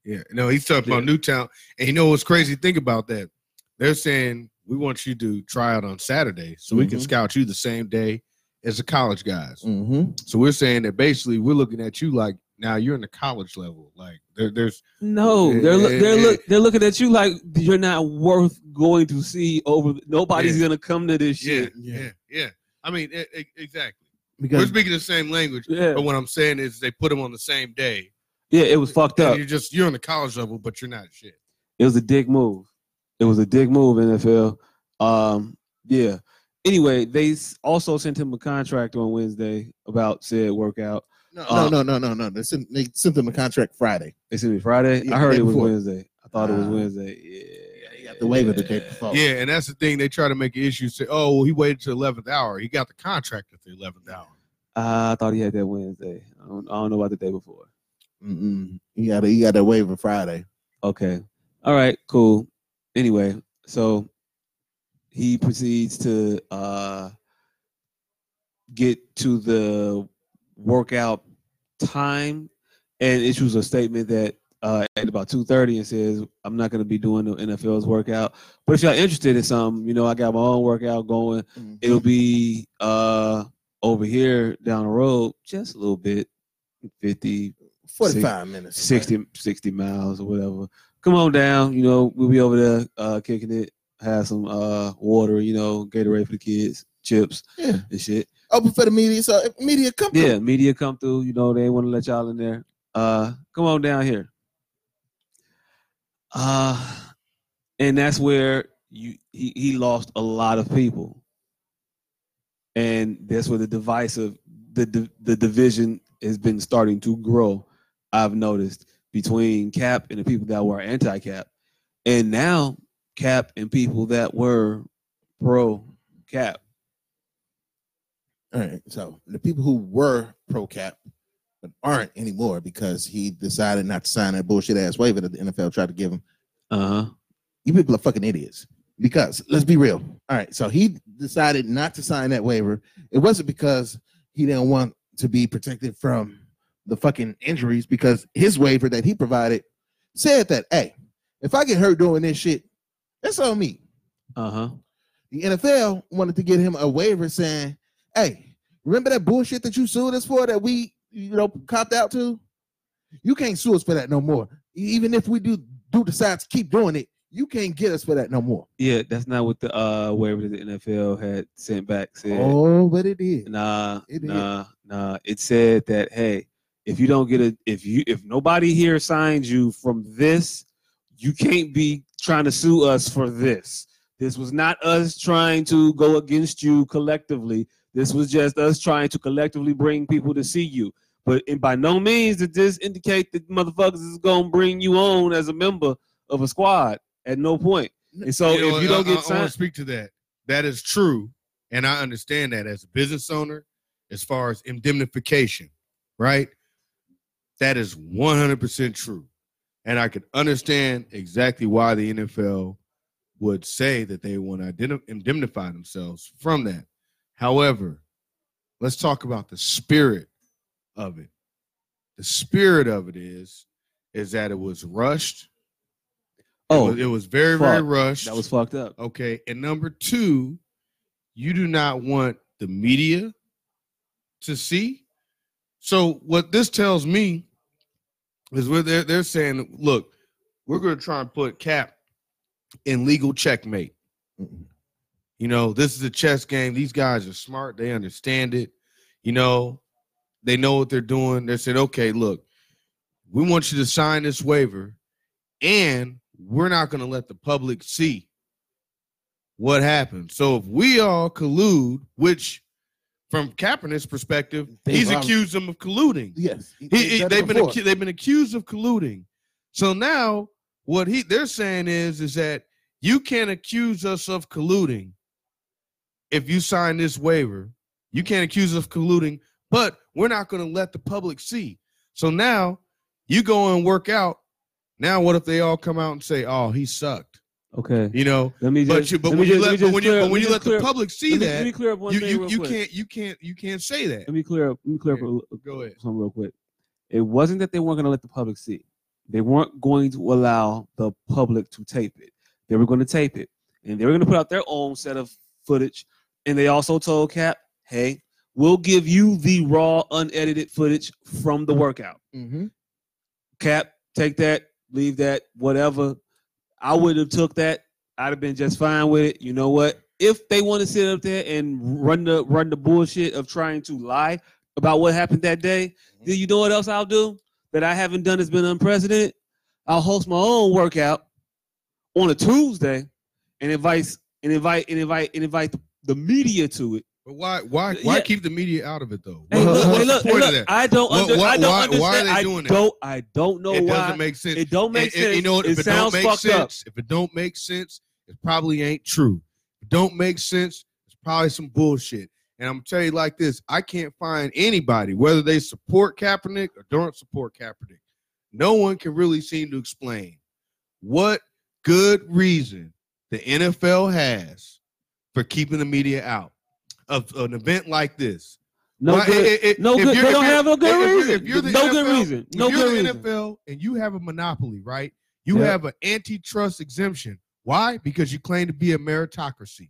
[SPEAKER 5] yeah, no, he's talking about Newtown, and you know what's crazy? Think about that. They're saying we want you to try out on Saturday, so we can
[SPEAKER 4] Mhm.
[SPEAKER 5] scout you the same day as the college guys.
[SPEAKER 3] Mm-hmm.
[SPEAKER 4] hmm
[SPEAKER 5] So we're saying that basically we're looking at you like now you're in the college level. Like there, there's
[SPEAKER 3] No,
[SPEAKER 5] Yeah,
[SPEAKER 3] they're look
[SPEAKER 5] yeah,
[SPEAKER 3] they're
[SPEAKER 5] yeah.
[SPEAKER 3] look they're looking at you like you're not worth going to see. Over nobody's
[SPEAKER 5] Yeah.
[SPEAKER 3] gonna come to this
[SPEAKER 5] yeah,
[SPEAKER 3] shit.
[SPEAKER 5] yeah, yeah. I mean, e- e- exactly. We're
[SPEAKER 4] because
[SPEAKER 5] speaking the same language,
[SPEAKER 3] Yeah,
[SPEAKER 4] Oh,
[SPEAKER 5] but what I'm saying is they put them on the same day.
[SPEAKER 3] yeah, it was fucked
[SPEAKER 5] And
[SPEAKER 3] up.
[SPEAKER 5] you're just you're on the college level, but you're not shit.
[SPEAKER 3] It was a dick move. It was a dick move, NFL. Um, yeah. Anyway, they s- also sent him a contract on Wednesday about said workout.
[SPEAKER 4] no,
[SPEAKER 3] uh,
[SPEAKER 4] no, no, no, no, no. They sent, they sent them a contract Friday.
[SPEAKER 3] They sent me Friday.
[SPEAKER 4] Yeah,
[SPEAKER 3] I
[SPEAKER 4] the
[SPEAKER 3] heard
[SPEAKER 4] day
[SPEAKER 3] it was
[SPEAKER 4] before.
[SPEAKER 3] Wednesday. I thought it was
[SPEAKER 4] Ah.
[SPEAKER 3] Wednesday. Yeah,
[SPEAKER 4] Yeah, you got the waiver the day before.
[SPEAKER 5] Yeah, and that's the thing. They try to make an issue. Say, oh, well, he waited to eleventh hour. He got the contract at the eleventh hour.
[SPEAKER 3] Uh, I thought he had that Wednesday. I don't, I don't know about the day before.
[SPEAKER 4] Mm-mm. You got a, you got a waiver Friday.
[SPEAKER 3] Okay. All right, cool. Anyway, so he proceeds to uh get to the workout time and issues a statement that uh at about 2:30 and says I'm not going to be doing the NFL's workout, but if y'all interested in something, you know, I got my own workout going. It'll be uh over here down the road just a little bit 50
[SPEAKER 4] Forty five minutes.
[SPEAKER 3] 60, 60 miles or whatever. Come on down, you know, we'll be over there uh, kicking it, have some uh, water, you know, Gatorade for the kids, chips
[SPEAKER 4] Yeah.
[SPEAKER 3] and shit.
[SPEAKER 4] Open for the media. So if media come. through.
[SPEAKER 3] Yeah, media come through, you know, they ain't want to let y'all in there. Uh, come on down here. Uh, and that's where you he, he lost a lot of people. And that's where the device of the, the the division has been starting to grow. I've noticed between Cap and the people that were anti-Cap, and now Cap and people that were pro-Cap.
[SPEAKER 4] All right. So the people who were pro cap but aren't anymore because he decided not to sign that bullshit ass waiver that the NFL tried to give him.
[SPEAKER 3] Uh huh.
[SPEAKER 4] You people are fucking idiots. Because let's be real. All right. So he decided not to sign that waiver. It wasn't because he didn't want to be protected from the fucking injuries because his waiver that he provided said that, hey, if I get hurt doing this shit, that's on me.
[SPEAKER 3] Uh huh.
[SPEAKER 4] The NFL wanted to get him a waiver saying, hey, remember that bullshit that you sued us for that we, you know, copped out to? You can't sue us for that no more. E- Even if we do do decide to keep doing it, you can't get us for that no more.
[SPEAKER 3] Yeah, that's not what the uh waiver that the NFL had sent back said.
[SPEAKER 4] Oh, but it is.
[SPEAKER 3] Nah,
[SPEAKER 4] It is.
[SPEAKER 3] nah, nah. It said that hey, if you don't get a, if you, if nobody here signs you from this, you can't be trying to sue us for this. This was not us trying to go against you collectively. This was just us trying to collectively bring people to see you. But and by no means did this indicate that motherfuckers is gonna bring you on as a member of a squad at no point. And so
[SPEAKER 5] You know,
[SPEAKER 3] if you don't
[SPEAKER 5] I,
[SPEAKER 3] get
[SPEAKER 5] I want
[SPEAKER 3] signed,
[SPEAKER 5] to speak to that. That is true, and I understand that as a business owner, as far as indemnification, right? That is one hundred percent true, and I could understand exactly why the NFL would say that they want to identi- indemnify themselves from that. However, let's talk about the spirit of it. The spirit of it is is that it was rushed. it
[SPEAKER 3] oh,
[SPEAKER 5] was, it was very very
[SPEAKER 3] fuck.
[SPEAKER 5] rushed.
[SPEAKER 3] that was fucked up.
[SPEAKER 5] Okay. And number two, you do not want the media to see. So what this tells me is where they're they're saying, look, we're gonna try and put cap in legal checkmate.
[SPEAKER 4] Mm-mm.
[SPEAKER 5] You know, this is a chess game. These guys are smart, they understand it, you know, they know what they're doing. They said, okay, look, we want you to sign this waiver, and we're not gonna let the public see what happened. So if we all collude, which from Kaepernick's perspective,
[SPEAKER 4] They've
[SPEAKER 5] he's
[SPEAKER 4] already-
[SPEAKER 5] accused them of colluding.
[SPEAKER 4] Yes, he-
[SPEAKER 5] He,
[SPEAKER 4] he's
[SPEAKER 5] he-
[SPEAKER 4] done it
[SPEAKER 5] they've been
[SPEAKER 4] before.
[SPEAKER 5] accu- they've been accused of colluding. So now what he they're saying is is that you can't accuse us of colluding if you sign this waiver. You can't accuse us of colluding, but we're not going to let the public see. So now you go and work out. Now what if they all come out and say, "Oh, he sucked,"
[SPEAKER 3] Okay,
[SPEAKER 5] you know?
[SPEAKER 3] let me
[SPEAKER 5] But
[SPEAKER 3] just-
[SPEAKER 5] you, but
[SPEAKER 3] let
[SPEAKER 5] when
[SPEAKER 3] me
[SPEAKER 5] you
[SPEAKER 3] just-
[SPEAKER 5] let,
[SPEAKER 3] me
[SPEAKER 5] but
[SPEAKER 3] just
[SPEAKER 5] when you,
[SPEAKER 3] clear-
[SPEAKER 5] but
[SPEAKER 3] let me
[SPEAKER 5] when you
[SPEAKER 3] just
[SPEAKER 5] let
[SPEAKER 3] clear-
[SPEAKER 5] the public see
[SPEAKER 3] let me-
[SPEAKER 5] that,
[SPEAKER 3] let me clear up one
[SPEAKER 5] you,
[SPEAKER 3] thing
[SPEAKER 5] you,
[SPEAKER 3] real
[SPEAKER 5] you
[SPEAKER 3] quick.
[SPEAKER 5] can't, you can't, you can't say that.
[SPEAKER 3] Let me clear up. Let me clear up
[SPEAKER 5] Yeah,
[SPEAKER 3] a- a-
[SPEAKER 5] Go ahead.
[SPEAKER 3] something real quick. It wasn't that they weren't going to let the public see. it. They weren't going to allow the public to tape it. They were going to tape it, and they were going to put out their own set of footage. And they also told Cap, "Hey, we'll give you the raw, unedited footage from the workout.
[SPEAKER 4] Mhm.
[SPEAKER 3] Cap, take that, leave that, whatever. I would have took that. I'd have been just fine with it. You know what? If they want to sit up there and run the run the bullshit of trying to lie about what happened that day,
[SPEAKER 5] Mm-hmm.
[SPEAKER 3] then you know what else I'll do that I haven't done has been unprecedented. I'll host my own workout on a Tuesday and invite and invite and invite and invite the, the media to it.
[SPEAKER 5] But why, why, why
[SPEAKER 3] Uh, Yeah.
[SPEAKER 5] keep the media out of it though?
[SPEAKER 3] Hey,
[SPEAKER 5] What-
[SPEAKER 3] look,
[SPEAKER 5] what's
[SPEAKER 3] hey,
[SPEAKER 5] the
[SPEAKER 3] look, hey,
[SPEAKER 5] point of
[SPEAKER 3] look,
[SPEAKER 5] that?
[SPEAKER 3] I don't,
[SPEAKER 5] What-
[SPEAKER 3] under,
[SPEAKER 5] why-
[SPEAKER 3] I don't
[SPEAKER 5] why-
[SPEAKER 3] understand.
[SPEAKER 5] why are they
[SPEAKER 3] I
[SPEAKER 5] doing that?
[SPEAKER 3] don't, I don't know
[SPEAKER 5] it
[SPEAKER 3] why.
[SPEAKER 5] doesn't make sense.
[SPEAKER 3] it don't make
[SPEAKER 5] And- and
[SPEAKER 3] sense.
[SPEAKER 5] you know, what?
[SPEAKER 3] it
[SPEAKER 5] if it don't
[SPEAKER 3] sounds
[SPEAKER 5] make
[SPEAKER 3] fucked up.
[SPEAKER 5] sense, if it don't make sense, it probably ain't true. If it don't make sense, it's probably some bullshit. And I'm gonna tell you like this: I can't find anybody, whether they support Kaepernick or don't support Kaepernick. No one can really seem to explain what good reason the NFL has for keeping the media out of an event like this.
[SPEAKER 3] No
[SPEAKER 5] Why-
[SPEAKER 3] good.
[SPEAKER 5] it- it-
[SPEAKER 3] no
[SPEAKER 5] if
[SPEAKER 3] good.
[SPEAKER 5] you're-
[SPEAKER 3] They
[SPEAKER 5] if
[SPEAKER 3] don't
[SPEAKER 5] you're-
[SPEAKER 3] have a
[SPEAKER 5] if
[SPEAKER 3] good
[SPEAKER 5] you're-
[SPEAKER 3] reason.
[SPEAKER 5] if you're the
[SPEAKER 3] no good
[SPEAKER 5] NFL
[SPEAKER 3] reason. No
[SPEAKER 5] if you're
[SPEAKER 3] good
[SPEAKER 5] the
[SPEAKER 3] reason.
[SPEAKER 5] NFL and you have a monopoly, right? You
[SPEAKER 3] Yeah.
[SPEAKER 5] have an antitrust exemption. Why? Because you claim to be a meritocracy,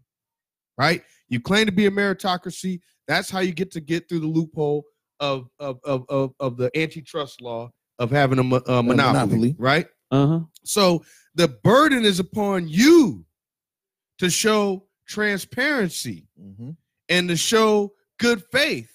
[SPEAKER 5] right? You claim to be a meritocracy. That's how you get to get through the loophole of of of of, of the antitrust law of having a, mo- a monopoly,
[SPEAKER 4] monopoly.
[SPEAKER 5] right?
[SPEAKER 3] Uh huh.
[SPEAKER 5] So the burden is upon you to show transparency
[SPEAKER 4] Mhm.
[SPEAKER 5] and to show good faith,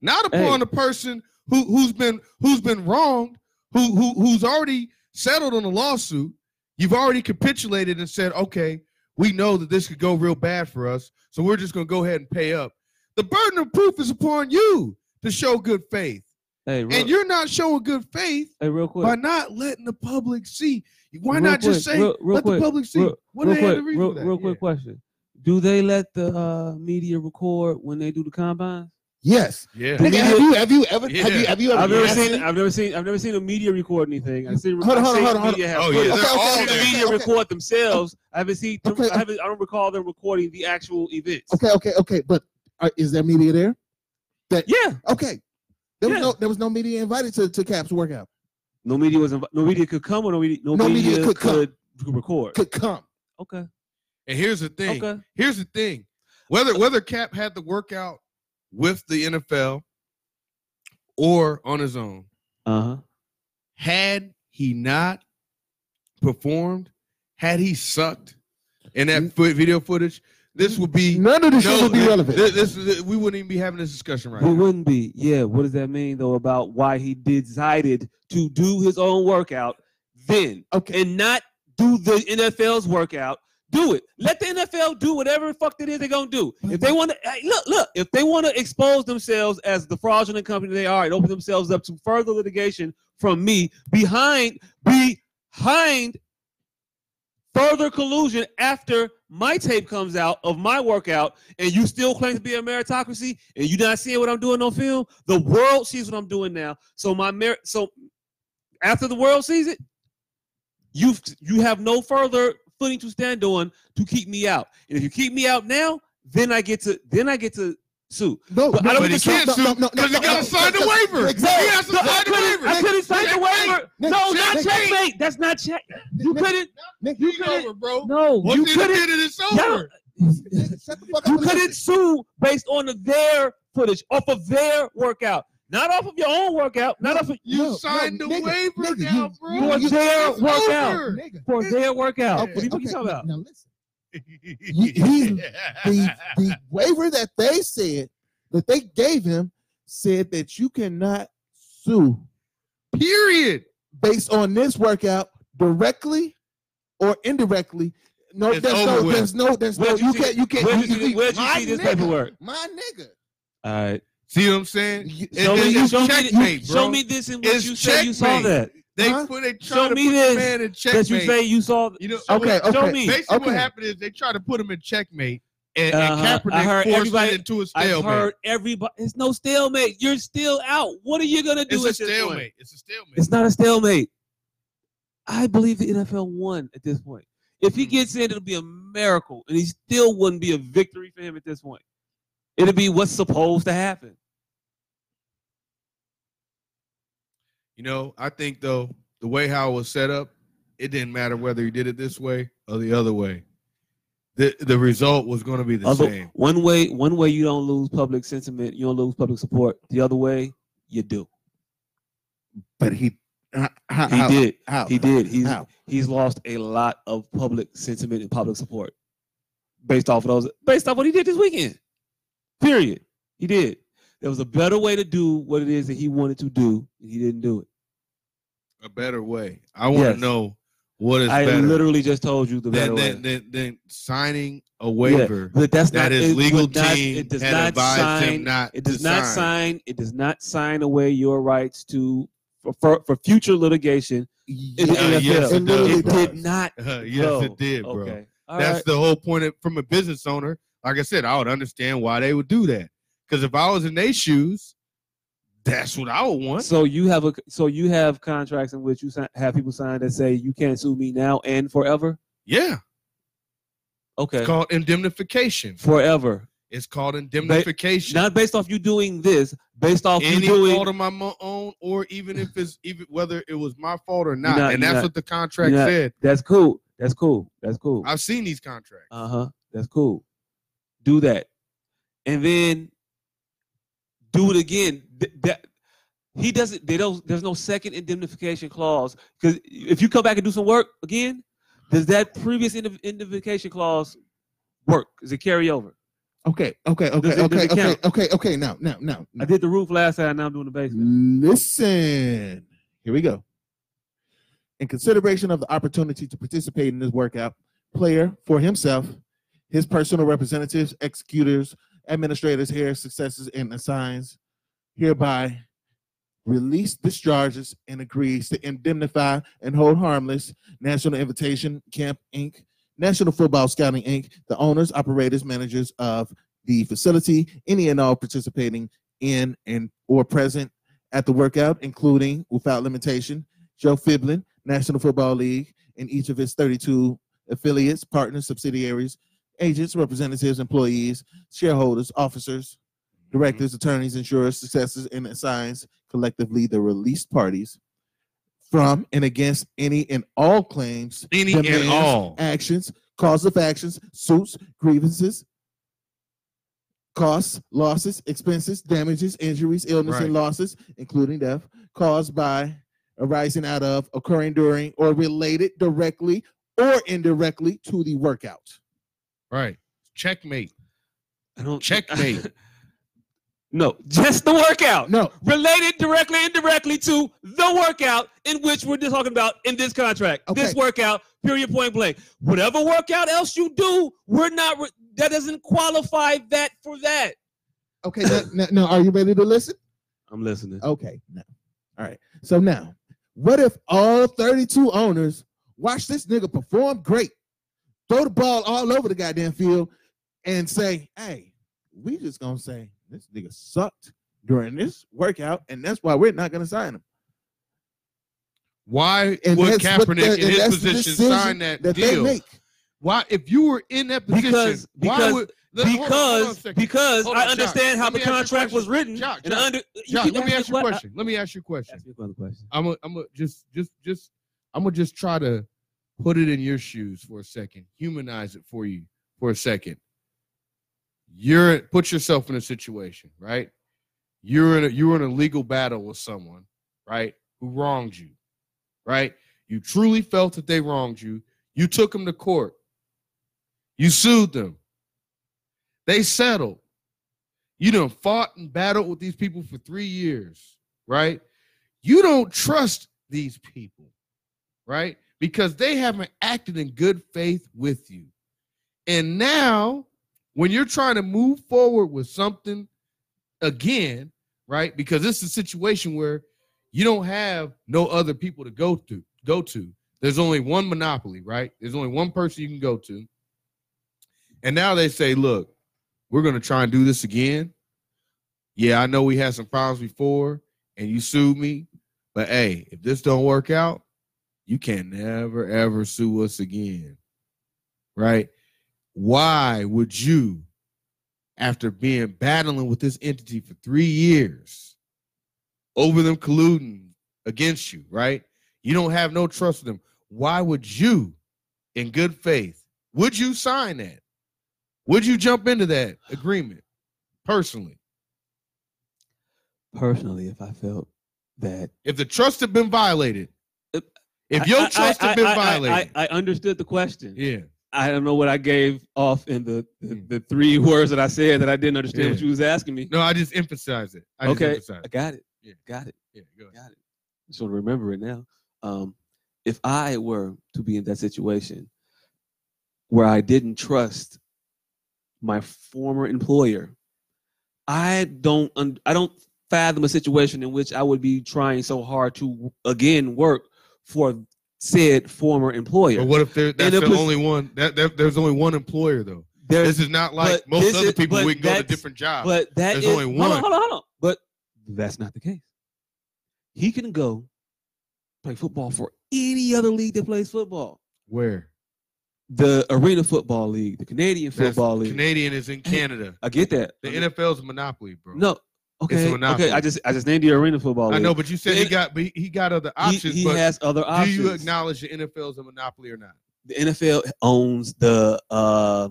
[SPEAKER 5] not upon
[SPEAKER 3] Hey.
[SPEAKER 5] a person who who's been who's been wronged, who who who's already settled on a lawsuit. You've already capitulated and said, okay, we know that this could go real bad for us, so we're just gonna go ahead and pay up. The burden of proof is upon you to show good faith,
[SPEAKER 3] Hey, real,
[SPEAKER 5] and you're not showing good faith
[SPEAKER 3] hey, real quick.
[SPEAKER 5] by not letting the public see. Why
[SPEAKER 3] Real
[SPEAKER 5] not just
[SPEAKER 3] quick,
[SPEAKER 5] say
[SPEAKER 3] real- real
[SPEAKER 5] let
[SPEAKER 3] quick,
[SPEAKER 5] the public see?
[SPEAKER 3] real-
[SPEAKER 5] what do
[SPEAKER 3] real
[SPEAKER 5] they
[SPEAKER 3] quick,
[SPEAKER 5] have to reason
[SPEAKER 3] real,
[SPEAKER 5] for that?
[SPEAKER 3] real quick question. Do they let the uh, media record when they do the combines?
[SPEAKER 4] Yes.
[SPEAKER 5] Yeah.
[SPEAKER 4] Nigga,
[SPEAKER 3] media-
[SPEAKER 5] yeah.
[SPEAKER 4] have you have you ever have you
[SPEAKER 5] Yeah.
[SPEAKER 4] have you ever?
[SPEAKER 3] I've never
[SPEAKER 4] asked
[SPEAKER 3] seen.
[SPEAKER 4] me?
[SPEAKER 3] I've never seen. I've never seen a media record anything. I've seen.
[SPEAKER 4] Hold on,
[SPEAKER 3] I've
[SPEAKER 4] hold on,
[SPEAKER 3] seen
[SPEAKER 4] hold on, hold
[SPEAKER 3] media have
[SPEAKER 5] Oh, yeah,
[SPEAKER 3] footage.
[SPEAKER 5] they're
[SPEAKER 4] Okay, okay,
[SPEAKER 5] all
[SPEAKER 3] I've seen
[SPEAKER 5] there.
[SPEAKER 3] the media
[SPEAKER 4] okay.
[SPEAKER 3] record themselves. I haven't seen. them-
[SPEAKER 4] Okay,
[SPEAKER 3] I haven't. I don't recall them recording the actual events.
[SPEAKER 4] Okay, okay, okay. But uh, is there media there?
[SPEAKER 3] Yeah,
[SPEAKER 4] Okay. There was
[SPEAKER 3] Yeah.
[SPEAKER 4] no there was no media invited to, to Cap's workout.
[SPEAKER 3] no media was. Inv- no media could come, or no media. No,
[SPEAKER 4] No media
[SPEAKER 3] media,
[SPEAKER 4] could come.
[SPEAKER 3] could, record.
[SPEAKER 4] Could come.
[SPEAKER 3] Okay.
[SPEAKER 5] And here's the thing.
[SPEAKER 3] Okay.
[SPEAKER 5] Here's the thing: whether whether Cap had the workout with the NFL or on his own,
[SPEAKER 3] Uh huh.
[SPEAKER 5] had he not performed, had he sucked in that foot video footage, this would be
[SPEAKER 4] None of this shit
[SPEAKER 5] no,
[SPEAKER 4] would be
[SPEAKER 5] thi-
[SPEAKER 4] relevant.
[SPEAKER 5] thi- This, thi- we wouldn't even be having this discussion right
[SPEAKER 3] It
[SPEAKER 5] now.
[SPEAKER 3] wouldn't be. Yeah. What does that mean though about why he decided to do his own workout then
[SPEAKER 4] okay.
[SPEAKER 3] and not do the NFL's workout? do it. Let the NFL do whatever the fuck it is they're gonna do. If they want to hey, look, look. If they want to expose themselves as the fraudulent company they are, and open themselves up to further litigation from me behind behind further collusion after my tape comes out of my workout, and you still claim to be a meritocracy, and you not seeing what I'm doing on film. The world sees what I'm doing now. So my merit. So after the world sees it, you you have no further footing to stand on to keep me out. And if you keep me out now, then I get to then I get to sue.
[SPEAKER 4] No,
[SPEAKER 3] But I don't
[SPEAKER 5] But he
[SPEAKER 3] get to sue.
[SPEAKER 5] can't
[SPEAKER 4] no, no,
[SPEAKER 5] sue
[SPEAKER 4] no,
[SPEAKER 5] because
[SPEAKER 4] no,
[SPEAKER 5] they gotta
[SPEAKER 4] no,
[SPEAKER 5] sign the
[SPEAKER 4] no,
[SPEAKER 5] waiver. He
[SPEAKER 4] no,
[SPEAKER 5] has to
[SPEAKER 3] No, I
[SPEAKER 5] sign the
[SPEAKER 3] couldn't, I
[SPEAKER 5] waiver.
[SPEAKER 3] couldn't sign the
[SPEAKER 5] Checkmate.
[SPEAKER 3] waiver. No, not
[SPEAKER 5] Checkmate.
[SPEAKER 3] checkmate. That's not check. You
[SPEAKER 4] Nick,
[SPEAKER 3] couldn't.
[SPEAKER 4] Nick,
[SPEAKER 3] You
[SPEAKER 5] It's
[SPEAKER 3] couldn't.
[SPEAKER 5] over, bro.
[SPEAKER 3] No,
[SPEAKER 5] Once
[SPEAKER 3] you
[SPEAKER 5] they
[SPEAKER 3] couldn't.
[SPEAKER 5] did it, it's
[SPEAKER 3] Y'all-
[SPEAKER 5] over.
[SPEAKER 4] Shut the fuck up
[SPEAKER 3] You
[SPEAKER 4] and listen.
[SPEAKER 3] couldn't sue based on their footage, off of their workout, not off of your own workout, not off of
[SPEAKER 5] You
[SPEAKER 4] No,
[SPEAKER 5] signed
[SPEAKER 4] no,
[SPEAKER 5] the
[SPEAKER 4] nigga,
[SPEAKER 5] waiver
[SPEAKER 4] nigga,
[SPEAKER 5] now,
[SPEAKER 4] you-
[SPEAKER 5] bro.
[SPEAKER 3] you are there,
[SPEAKER 5] It's
[SPEAKER 3] work
[SPEAKER 5] over.
[SPEAKER 4] Nigga.
[SPEAKER 3] for their workout.
[SPEAKER 5] Okay,
[SPEAKER 3] What are you, what you
[SPEAKER 4] Okay,
[SPEAKER 3] talking about?
[SPEAKER 4] Now listen, he- the, the waiver that they said that they gave him said that you cannot sue
[SPEAKER 5] Period.
[SPEAKER 4] based on this workout directly or indirectly. No,
[SPEAKER 5] It's
[SPEAKER 4] there's
[SPEAKER 5] over
[SPEAKER 4] no,
[SPEAKER 5] with.
[SPEAKER 4] there's no, there's no.
[SPEAKER 3] Where'd you
[SPEAKER 4] You
[SPEAKER 3] see-
[SPEAKER 4] can't, you can't.
[SPEAKER 3] where'd you see- where'd you
[SPEAKER 4] my
[SPEAKER 3] see this
[SPEAKER 4] nigga,
[SPEAKER 3] paperwork?
[SPEAKER 4] My nigga.
[SPEAKER 3] All right.
[SPEAKER 5] See what I'm saying?
[SPEAKER 4] You-
[SPEAKER 5] It-
[SPEAKER 3] Show me-
[SPEAKER 5] it- it's
[SPEAKER 3] show me-
[SPEAKER 5] checkmate, bro.
[SPEAKER 3] Show me this and what
[SPEAKER 5] It's
[SPEAKER 3] you said you saw
[SPEAKER 5] checkmate.
[SPEAKER 3] that.
[SPEAKER 5] They
[SPEAKER 4] Huh?
[SPEAKER 5] put a
[SPEAKER 3] Show
[SPEAKER 5] trying to
[SPEAKER 3] me
[SPEAKER 5] put
[SPEAKER 3] this
[SPEAKER 5] the man in
[SPEAKER 3] That you
[SPEAKER 5] checkmate.
[SPEAKER 3] say you saw.
[SPEAKER 5] You know, so
[SPEAKER 4] Okay,
[SPEAKER 3] Show
[SPEAKER 4] okay.
[SPEAKER 3] me.
[SPEAKER 5] Basically,
[SPEAKER 4] Okay.
[SPEAKER 5] what happened is they tried to put him in checkmate, and, and
[SPEAKER 3] Uh-huh.
[SPEAKER 5] Kaepernick
[SPEAKER 3] I heard
[SPEAKER 5] forced
[SPEAKER 3] everybody-
[SPEAKER 5] it into a
[SPEAKER 3] I
[SPEAKER 5] stalemate.
[SPEAKER 3] heard everybody. It's no stalemate. You're still out. What are you gonna do?
[SPEAKER 5] it's
[SPEAKER 3] at this point?
[SPEAKER 5] a stalemate. It's a stalemate.
[SPEAKER 3] It's not a stalemate. I believe the NFL won at this point. If he
[SPEAKER 5] Mm.
[SPEAKER 3] gets in, it'll be a miracle, and he still wouldn't be a victory for him at this point. It'll be what's supposed to happen.
[SPEAKER 5] you know, I think though the way how it was set up, it didn't matter whether he did it this way or the other way. The the result was going to be the
[SPEAKER 3] Other-
[SPEAKER 5] same.
[SPEAKER 3] one way, one way you don't lose public sentiment, you don't lose public support. The other way, you do.
[SPEAKER 4] But he, how, how,
[SPEAKER 3] He did.
[SPEAKER 4] How?
[SPEAKER 3] He did. He's
[SPEAKER 4] How?
[SPEAKER 3] he's lost a lot of public sentiment and public support based off of those based off what he did this weekend. Period. He did. There was a better way to do what it is that he wanted to do, and he didn't do it.
[SPEAKER 5] A better way. I want to
[SPEAKER 3] Yes.
[SPEAKER 5] know what is
[SPEAKER 3] I
[SPEAKER 5] better
[SPEAKER 3] literally just told you the better
[SPEAKER 5] than,
[SPEAKER 3] way.
[SPEAKER 5] than, than, than signing a waiver
[SPEAKER 3] but that's
[SPEAKER 5] that
[SPEAKER 3] not
[SPEAKER 5] his
[SPEAKER 3] it
[SPEAKER 5] legal
[SPEAKER 3] would not-
[SPEAKER 5] team
[SPEAKER 3] it does
[SPEAKER 5] had
[SPEAKER 3] not
[SPEAKER 5] advised
[SPEAKER 3] sign.
[SPEAKER 5] him not.
[SPEAKER 3] it does
[SPEAKER 5] to
[SPEAKER 3] not sign. It does not sign away your rights to for, for, for future litigation.
[SPEAKER 4] Yeah,
[SPEAKER 3] the NFL.
[SPEAKER 5] yes, it
[SPEAKER 4] it literally
[SPEAKER 3] It
[SPEAKER 5] does.
[SPEAKER 4] does.
[SPEAKER 3] did not.
[SPEAKER 5] yes,
[SPEAKER 3] go.
[SPEAKER 5] it did, bro.
[SPEAKER 3] Okay. All
[SPEAKER 5] That's
[SPEAKER 3] right.
[SPEAKER 5] the whole point of, from a business owner. Like I said, I would understand why they would do that. Because if I was in their shoes, that's what I would want.
[SPEAKER 3] So you have a so you have contracts in which you sign, have people sign that say you can't sue me now and forever.
[SPEAKER 5] yeah,
[SPEAKER 3] Okay,
[SPEAKER 5] it's called indemnification.
[SPEAKER 3] forever.
[SPEAKER 5] It's called indemnification.
[SPEAKER 3] Not based off you doing this, based off
[SPEAKER 5] any
[SPEAKER 3] you doing.
[SPEAKER 5] fault of my mo- own, or even if it's even whether it was my fault or not,
[SPEAKER 3] not-
[SPEAKER 5] and
[SPEAKER 3] you're
[SPEAKER 5] that's
[SPEAKER 3] not-
[SPEAKER 5] what the contract
[SPEAKER 3] you're not-
[SPEAKER 5] said.
[SPEAKER 3] that's cool. That's cool. That's cool.
[SPEAKER 5] I've seen these contracts.
[SPEAKER 3] Uh huh. That's cool. Do that, and then do it again. Th- that he doesn't. They don't. There's no second indemnification clause because if you come back and do some work again, does that previous indem- indemnification clause work? Does it carry over?
[SPEAKER 4] Okay, okay, okay,
[SPEAKER 3] Does it- does
[SPEAKER 4] okay,
[SPEAKER 3] it
[SPEAKER 4] okay,
[SPEAKER 3] count?
[SPEAKER 4] okay, okay. Now, now, now.
[SPEAKER 3] I did the roof last time. Now I'm doing the basement.
[SPEAKER 4] Listen, here we go. In consideration of the opportunity to participate in this workout, player for himself, his personal representatives, executors, administrators, here, successors, and assigns hereby release discharges and agrees to indemnify and hold harmless National Invitation Camp Inc., National Football Scouting Inc., the owners, operators, managers of the facility, any and all participating in and or present at the workout, including without limitation, Joe Fiblin, National Football League, and each of its 32 affiliates, partners, subsidiaries, agents, representatives, employees, shareholders, officers, directors, attorneys, insurers, successors, and assigns collectively the released parties from and against any and all claims,
[SPEAKER 5] Any and
[SPEAKER 4] demands,
[SPEAKER 5] all.
[SPEAKER 4] actions, cause of actions, suits, grievances, costs, losses, expenses, damages, injuries, illness,
[SPEAKER 5] Right.
[SPEAKER 4] and losses, including death, caused by, arising out of, occurring during, or related directly or indirectly to the workout.
[SPEAKER 5] Right. Checkmate.
[SPEAKER 3] I don't
[SPEAKER 5] Checkmate.
[SPEAKER 3] no, just the workout.
[SPEAKER 4] No,
[SPEAKER 3] Related directly and indirectly to the workout in which we're just talking about in this contract. This
[SPEAKER 4] Okay.
[SPEAKER 3] workout Period. Point blank. Whatever workout else you do, we're not. Re- that doesn't qualify that for that.
[SPEAKER 4] Okay, now, now, now are you ready to listen?
[SPEAKER 3] I'm listening.
[SPEAKER 5] Uh,
[SPEAKER 4] Okay, now. All right. So now, what if all 32 owners watch this nigga perform great, throw the ball all over the goddamn field, and say, hey, we just gonna say this nigga sucked during this workout, and that's why we're not gonna sign him.
[SPEAKER 5] Why
[SPEAKER 4] And
[SPEAKER 5] would
[SPEAKER 4] that's what
[SPEAKER 5] Kaepernick
[SPEAKER 4] the- and
[SPEAKER 5] in his
[SPEAKER 4] that's the
[SPEAKER 5] position
[SPEAKER 4] decision
[SPEAKER 5] sign that,
[SPEAKER 4] That they
[SPEAKER 5] deal?
[SPEAKER 4] make.
[SPEAKER 5] Why, if you were in that position,
[SPEAKER 3] Because-
[SPEAKER 5] why
[SPEAKER 3] because-
[SPEAKER 5] would let- hold on, hold on a
[SPEAKER 3] Because
[SPEAKER 5] second.
[SPEAKER 3] because
[SPEAKER 5] Hold
[SPEAKER 3] I
[SPEAKER 5] on, Josh.
[SPEAKER 3] understand how
[SPEAKER 5] Let
[SPEAKER 3] the
[SPEAKER 5] me ask you a
[SPEAKER 3] contract was written.
[SPEAKER 5] Josh,
[SPEAKER 3] and I
[SPEAKER 5] Josh,
[SPEAKER 3] under, you
[SPEAKER 5] Josh,
[SPEAKER 3] keep
[SPEAKER 5] let me
[SPEAKER 3] asking
[SPEAKER 5] ask you a
[SPEAKER 3] what-
[SPEAKER 5] question. Let me ask you a question.
[SPEAKER 3] Ask me another question.
[SPEAKER 5] I'm gonna I'm just just just I'm gonna just try to put it in your shoes for a second, humanize it for you for a second. You're put yourself in a situation, right? You're in a you're in a legal battle with someone, right? Who wronged you, right? You truly felt that they wronged you. You took them to court. You sued them. They settled. You done fought and battled with these people for three years, right? you don't trust these people, right? Because they haven't acted in good faith with you. And now, when you're trying to move forward with something again, right? Because this is a situation where you don't have no other people to go to, go to. There's only one monopoly, right? There's only one person you can go to. And now they say, look, we're going to try and do this again. Yeah, I know we had some problems before and you sued me. But hey, if this don't work out, you can never ever sue us again. Right? Why would you, after being battling with this entity for three years, over them colluding against you, right? You don't have no trust in them. Why would you, in good faith, would you sign that? Would you jump into that agreement personally?
[SPEAKER 3] Personally, if I felt that
[SPEAKER 5] If the trust had been violated,
[SPEAKER 3] Uh,
[SPEAKER 5] if
[SPEAKER 3] I-
[SPEAKER 5] your
[SPEAKER 3] I-
[SPEAKER 5] trust
[SPEAKER 3] I-
[SPEAKER 5] had been
[SPEAKER 3] I- I-
[SPEAKER 5] violated,
[SPEAKER 3] I, I understood the question.
[SPEAKER 5] yeah,
[SPEAKER 3] I don't know what I gave off in the, the,
[SPEAKER 5] Mm.
[SPEAKER 3] the three words that I said that I didn't understand what
[SPEAKER 5] Yeah.
[SPEAKER 3] you was asking me.
[SPEAKER 5] no, I just emphasized it. I
[SPEAKER 3] Okay.
[SPEAKER 5] just emphasized
[SPEAKER 3] I
[SPEAKER 5] it.
[SPEAKER 3] got it.
[SPEAKER 5] Yeah.
[SPEAKER 3] Got it.
[SPEAKER 5] Yeah, go ahead.
[SPEAKER 3] Got it. Just want to remember it now. Um, if I were to be in that situation where I didn't trust my former employer, I don't un- I don't fathom a situation in which I would be trying so hard to again work for said former employer.
[SPEAKER 5] But what if there, that's
[SPEAKER 3] a
[SPEAKER 5] the
[SPEAKER 3] pos-
[SPEAKER 5] only one? That, that there's only one employer though.
[SPEAKER 3] There's-
[SPEAKER 5] This is not like
[SPEAKER 3] but
[SPEAKER 5] most
[SPEAKER 3] this
[SPEAKER 5] other
[SPEAKER 3] is-
[SPEAKER 5] people.
[SPEAKER 3] but
[SPEAKER 5] We can go to
[SPEAKER 3] that's-
[SPEAKER 5] different jobs.
[SPEAKER 3] But that
[SPEAKER 5] There's
[SPEAKER 3] is-
[SPEAKER 5] only
[SPEAKER 3] Hold
[SPEAKER 5] one.
[SPEAKER 3] on, hold on, hold on. But that's not the case. He can go play football for any other league that plays football.
[SPEAKER 5] Where
[SPEAKER 3] The Arena Football League, the Canadian
[SPEAKER 5] That's-
[SPEAKER 3] Football League.
[SPEAKER 5] Canadian is in Canada.
[SPEAKER 3] I get that.
[SPEAKER 5] The NFL's a monopoly, bro.
[SPEAKER 3] No, okay,
[SPEAKER 5] monopoly.
[SPEAKER 3] okay. I just I just named the Arena Football League.
[SPEAKER 5] I know, but you said
[SPEAKER 3] The
[SPEAKER 5] he
[SPEAKER 3] N-
[SPEAKER 5] got but he- he got other
[SPEAKER 3] He-
[SPEAKER 5] options.
[SPEAKER 3] he,
[SPEAKER 5] but
[SPEAKER 3] has other
[SPEAKER 5] do
[SPEAKER 3] options.
[SPEAKER 5] you acknowledge the NFL's a monopoly or not?
[SPEAKER 3] the NFL owns the uh,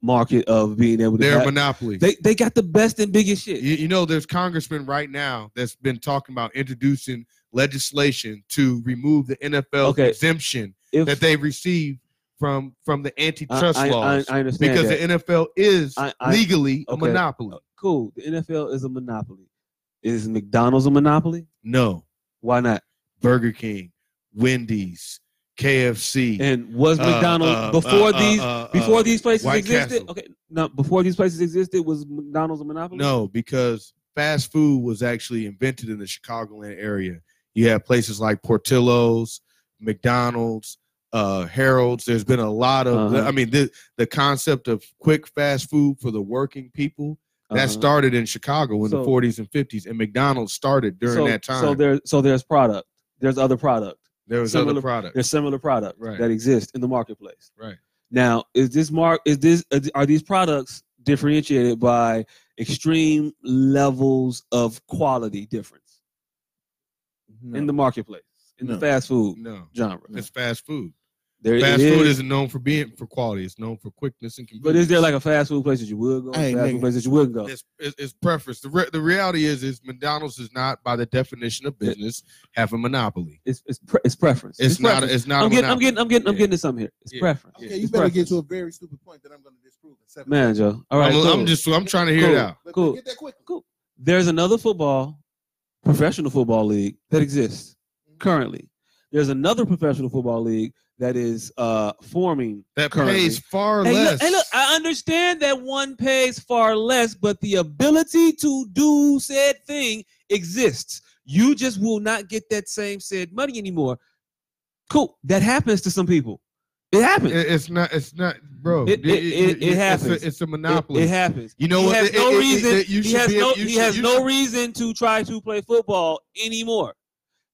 [SPEAKER 3] market of being able to.
[SPEAKER 5] They're a
[SPEAKER 3] have-
[SPEAKER 5] monopoly.
[SPEAKER 3] they they got the best and biggest shit.
[SPEAKER 5] You, you know, there's congressmen right now that's been talking about introducing legislation to remove the NFL
[SPEAKER 3] Okay.
[SPEAKER 5] exemption
[SPEAKER 3] If-
[SPEAKER 5] that they received from from the
[SPEAKER 3] I-
[SPEAKER 5] antitrust
[SPEAKER 3] I, I,
[SPEAKER 5] laws
[SPEAKER 3] I understand
[SPEAKER 5] because
[SPEAKER 3] that.
[SPEAKER 5] the NFL is
[SPEAKER 3] I- I-
[SPEAKER 5] legally a
[SPEAKER 3] okay.
[SPEAKER 5] monopoly.
[SPEAKER 3] cool. The NFL is a monopoly. Is McDonald's a monopoly?
[SPEAKER 5] No,
[SPEAKER 3] Why not?
[SPEAKER 5] Burger King, Wendy's, KFC.
[SPEAKER 3] And was
[SPEAKER 5] uh,
[SPEAKER 3] McDonald's
[SPEAKER 5] uh,
[SPEAKER 3] before
[SPEAKER 5] uh,
[SPEAKER 3] these
[SPEAKER 5] uh, uh,
[SPEAKER 3] before
[SPEAKER 5] uh,
[SPEAKER 3] these places
[SPEAKER 5] White
[SPEAKER 3] existed?
[SPEAKER 5] Castle.
[SPEAKER 3] Okay, no, before these places existed, was McDonald's a monopoly?
[SPEAKER 5] No, because fast food was actually invented in the Chicagoland area. You have places like Portillo's, McDonald's, uh, Harold's. There's been a lot of,
[SPEAKER 3] Uh-huh.
[SPEAKER 5] I mean, the, the concept of quick fast food for the working people that
[SPEAKER 3] Uh-huh.
[SPEAKER 5] started in Chicago in the
[SPEAKER 3] So-
[SPEAKER 5] 40s and 50s, and McDonald's started during
[SPEAKER 3] so,
[SPEAKER 5] that time.
[SPEAKER 3] So there, so there's product. There's other product.
[SPEAKER 5] there was
[SPEAKER 3] similar-
[SPEAKER 5] other products.
[SPEAKER 3] There's similar product
[SPEAKER 5] Right.
[SPEAKER 3] that exists in the marketplace.
[SPEAKER 5] Right.
[SPEAKER 3] Now, is this mark? Is this are these products differentiated by extreme levels of quality difference in the marketplace in
[SPEAKER 4] No.
[SPEAKER 3] the fast food
[SPEAKER 5] No,
[SPEAKER 3] genre?
[SPEAKER 5] it's fast food.
[SPEAKER 3] There
[SPEAKER 5] Fast
[SPEAKER 3] it
[SPEAKER 5] food
[SPEAKER 3] is.
[SPEAKER 5] isn't known for being for quality. It's known for quickness and convenience.
[SPEAKER 3] But is there like a fast food place that you would go? a
[SPEAKER 4] Hey,
[SPEAKER 3] fast
[SPEAKER 4] nigga.
[SPEAKER 3] food place that you wouldn't go?
[SPEAKER 5] it's, it's, it's preference. The, re- the reality is, is McDonald's is not, by the definition of business, have a monopoly.
[SPEAKER 3] It's it's, pre- it's preference.
[SPEAKER 5] It's, not.
[SPEAKER 3] preference.
[SPEAKER 5] It's not.
[SPEAKER 3] I'm
[SPEAKER 5] a
[SPEAKER 3] getting. I'm
[SPEAKER 5] monopoly.
[SPEAKER 3] getting. I'm getting. I'm
[SPEAKER 5] Yeah.
[SPEAKER 3] getting to something here. It's
[SPEAKER 5] Yeah.
[SPEAKER 3] preference.
[SPEAKER 5] Okay,
[SPEAKER 4] Okay,
[SPEAKER 3] It's
[SPEAKER 4] you better get
[SPEAKER 3] preference.
[SPEAKER 4] to a very stupid point that I'm going to disprove. in seven
[SPEAKER 3] man,
[SPEAKER 4] seconds.
[SPEAKER 3] Joe. All right,
[SPEAKER 5] I'm,
[SPEAKER 3] cool.
[SPEAKER 5] I'm just. I'm trying to hear
[SPEAKER 3] Cool.
[SPEAKER 5] it out.
[SPEAKER 4] But
[SPEAKER 3] Cool.
[SPEAKER 4] Get that quickly.
[SPEAKER 3] There's another football,
[SPEAKER 4] Mm-hmm.
[SPEAKER 3] professional football league that exists currently. There's another professional football league that is uh, forming.
[SPEAKER 5] That
[SPEAKER 3] Currently.
[SPEAKER 5] pays far
[SPEAKER 3] Hey look,
[SPEAKER 5] less.
[SPEAKER 3] hey, look, I understand that one pays far less, but the ability to do said thing exists. You just will not get that same said money anymore. Cool. That happens to some people. It happens. It,
[SPEAKER 5] It- it's not. It's not, bro.
[SPEAKER 3] It- it- it- it
[SPEAKER 5] it's a-
[SPEAKER 3] happens.
[SPEAKER 5] It's a, monopoly.
[SPEAKER 3] it happens.
[SPEAKER 5] you know
[SPEAKER 3] he
[SPEAKER 5] what?
[SPEAKER 3] has
[SPEAKER 5] It-
[SPEAKER 3] no
[SPEAKER 5] it- it-
[SPEAKER 3] reason.
[SPEAKER 5] it- you
[SPEAKER 3] he
[SPEAKER 5] should
[SPEAKER 3] has
[SPEAKER 5] be able-
[SPEAKER 3] no.
[SPEAKER 5] you
[SPEAKER 3] he
[SPEAKER 5] should-
[SPEAKER 3] has
[SPEAKER 5] you
[SPEAKER 3] no
[SPEAKER 5] should-
[SPEAKER 3] reason to try to play football anymore.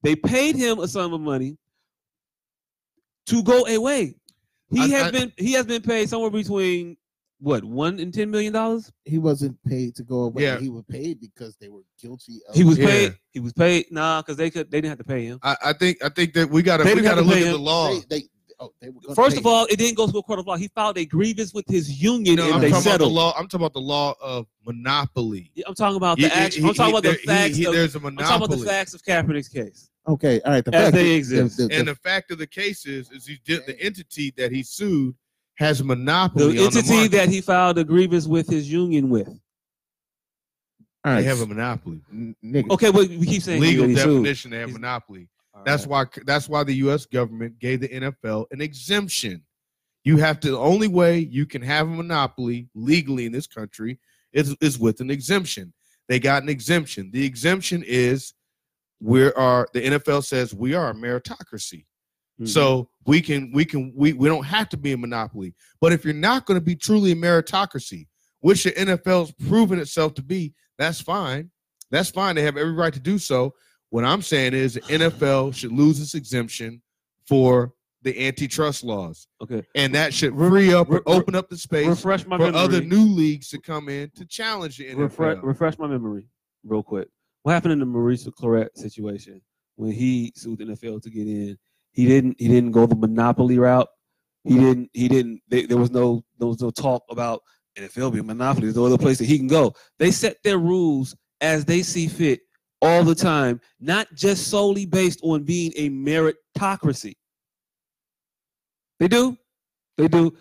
[SPEAKER 3] They paid him a sum of money to go away. He
[SPEAKER 5] I-
[SPEAKER 3] has
[SPEAKER 5] I-
[SPEAKER 3] been. He has been paid somewhere between what one and ten million dollars.
[SPEAKER 4] He wasn't paid to go away.
[SPEAKER 5] Yeah.
[SPEAKER 4] He was paid because they were guilty of.
[SPEAKER 3] He was
[SPEAKER 5] Yeah.
[SPEAKER 3] paid. He was paid. Nah, because they could. They didn't have to pay him.
[SPEAKER 5] I, I think. I think that we gotta.
[SPEAKER 3] They
[SPEAKER 5] We
[SPEAKER 3] didn't have to
[SPEAKER 5] gotta look
[SPEAKER 3] pay
[SPEAKER 5] at
[SPEAKER 3] him.
[SPEAKER 5] the law.
[SPEAKER 4] They, they, oh, they were gonna
[SPEAKER 3] First
[SPEAKER 4] pay
[SPEAKER 3] of
[SPEAKER 4] him.
[SPEAKER 3] all, it didn't go to a court of law. He filed a grievance with his union,
[SPEAKER 5] No,
[SPEAKER 3] and
[SPEAKER 5] I'm
[SPEAKER 3] they
[SPEAKER 5] talking about the
[SPEAKER 3] settled.
[SPEAKER 5] law. I'm talking about the law of monopoly.
[SPEAKER 3] Yeah, I'm talking about the
[SPEAKER 5] He- he-
[SPEAKER 3] action.
[SPEAKER 5] he-
[SPEAKER 3] I'm talking about the
[SPEAKER 5] there- he-
[SPEAKER 3] facts.
[SPEAKER 5] he-
[SPEAKER 3] of,
[SPEAKER 5] there's a
[SPEAKER 3] I'm talking about the
[SPEAKER 5] monopoly.
[SPEAKER 3] facts of Kaepernick's case.
[SPEAKER 4] okay, all right. The
[SPEAKER 3] As
[SPEAKER 4] fact
[SPEAKER 3] they
[SPEAKER 4] the-
[SPEAKER 3] exist.
[SPEAKER 4] the- the-
[SPEAKER 5] And the fact of the case is, is he did, the entity that he sued has monopoly.
[SPEAKER 3] The
[SPEAKER 5] on the
[SPEAKER 3] entity
[SPEAKER 5] market.
[SPEAKER 3] that he filed a grievance with his union with.
[SPEAKER 4] all
[SPEAKER 5] they
[SPEAKER 4] right,
[SPEAKER 5] have a monopoly.
[SPEAKER 4] n- nigga.
[SPEAKER 3] Okay, but we keep saying
[SPEAKER 5] Legal
[SPEAKER 3] he sued.
[SPEAKER 5] definition, they have
[SPEAKER 3] He's-
[SPEAKER 5] monopoly.
[SPEAKER 3] All right.
[SPEAKER 5] That's why. That's why the U.S. government gave the NFL an exemption. You have to. The only way you can have a monopoly legally in this country is is with an exemption. They got an exemption. The exemption is we are the NFL says we are a meritocracy.
[SPEAKER 3] Mhm.
[SPEAKER 5] So we can we can we we don't have to be a monopoly. But if you're not going to be truly a meritocracy, which the NFL's proven itself to be, that's fine. That's fine. They have every right to do so. What I'm saying is the NFL should lose its exemption for the antitrust laws,
[SPEAKER 3] okay,
[SPEAKER 5] and that should free up
[SPEAKER 3] re-
[SPEAKER 5] and open up the space
[SPEAKER 3] refresh my
[SPEAKER 5] for
[SPEAKER 3] memory.
[SPEAKER 5] other new leagues to come in to challenge the
[SPEAKER 3] Refre-
[SPEAKER 5] NFL.
[SPEAKER 3] refresh my memory, real quick. What happened in the Maurice Claret situation when he sued the NFL to get in? He didn't. He didn't go the monopoly route. He didn't. He didn't. They, there was no. There was no talk about NFL being monopoly. There's no other place that he can go. They set their rules as they see fit all the time, not just solely based on being a meritocracy. They do. They do.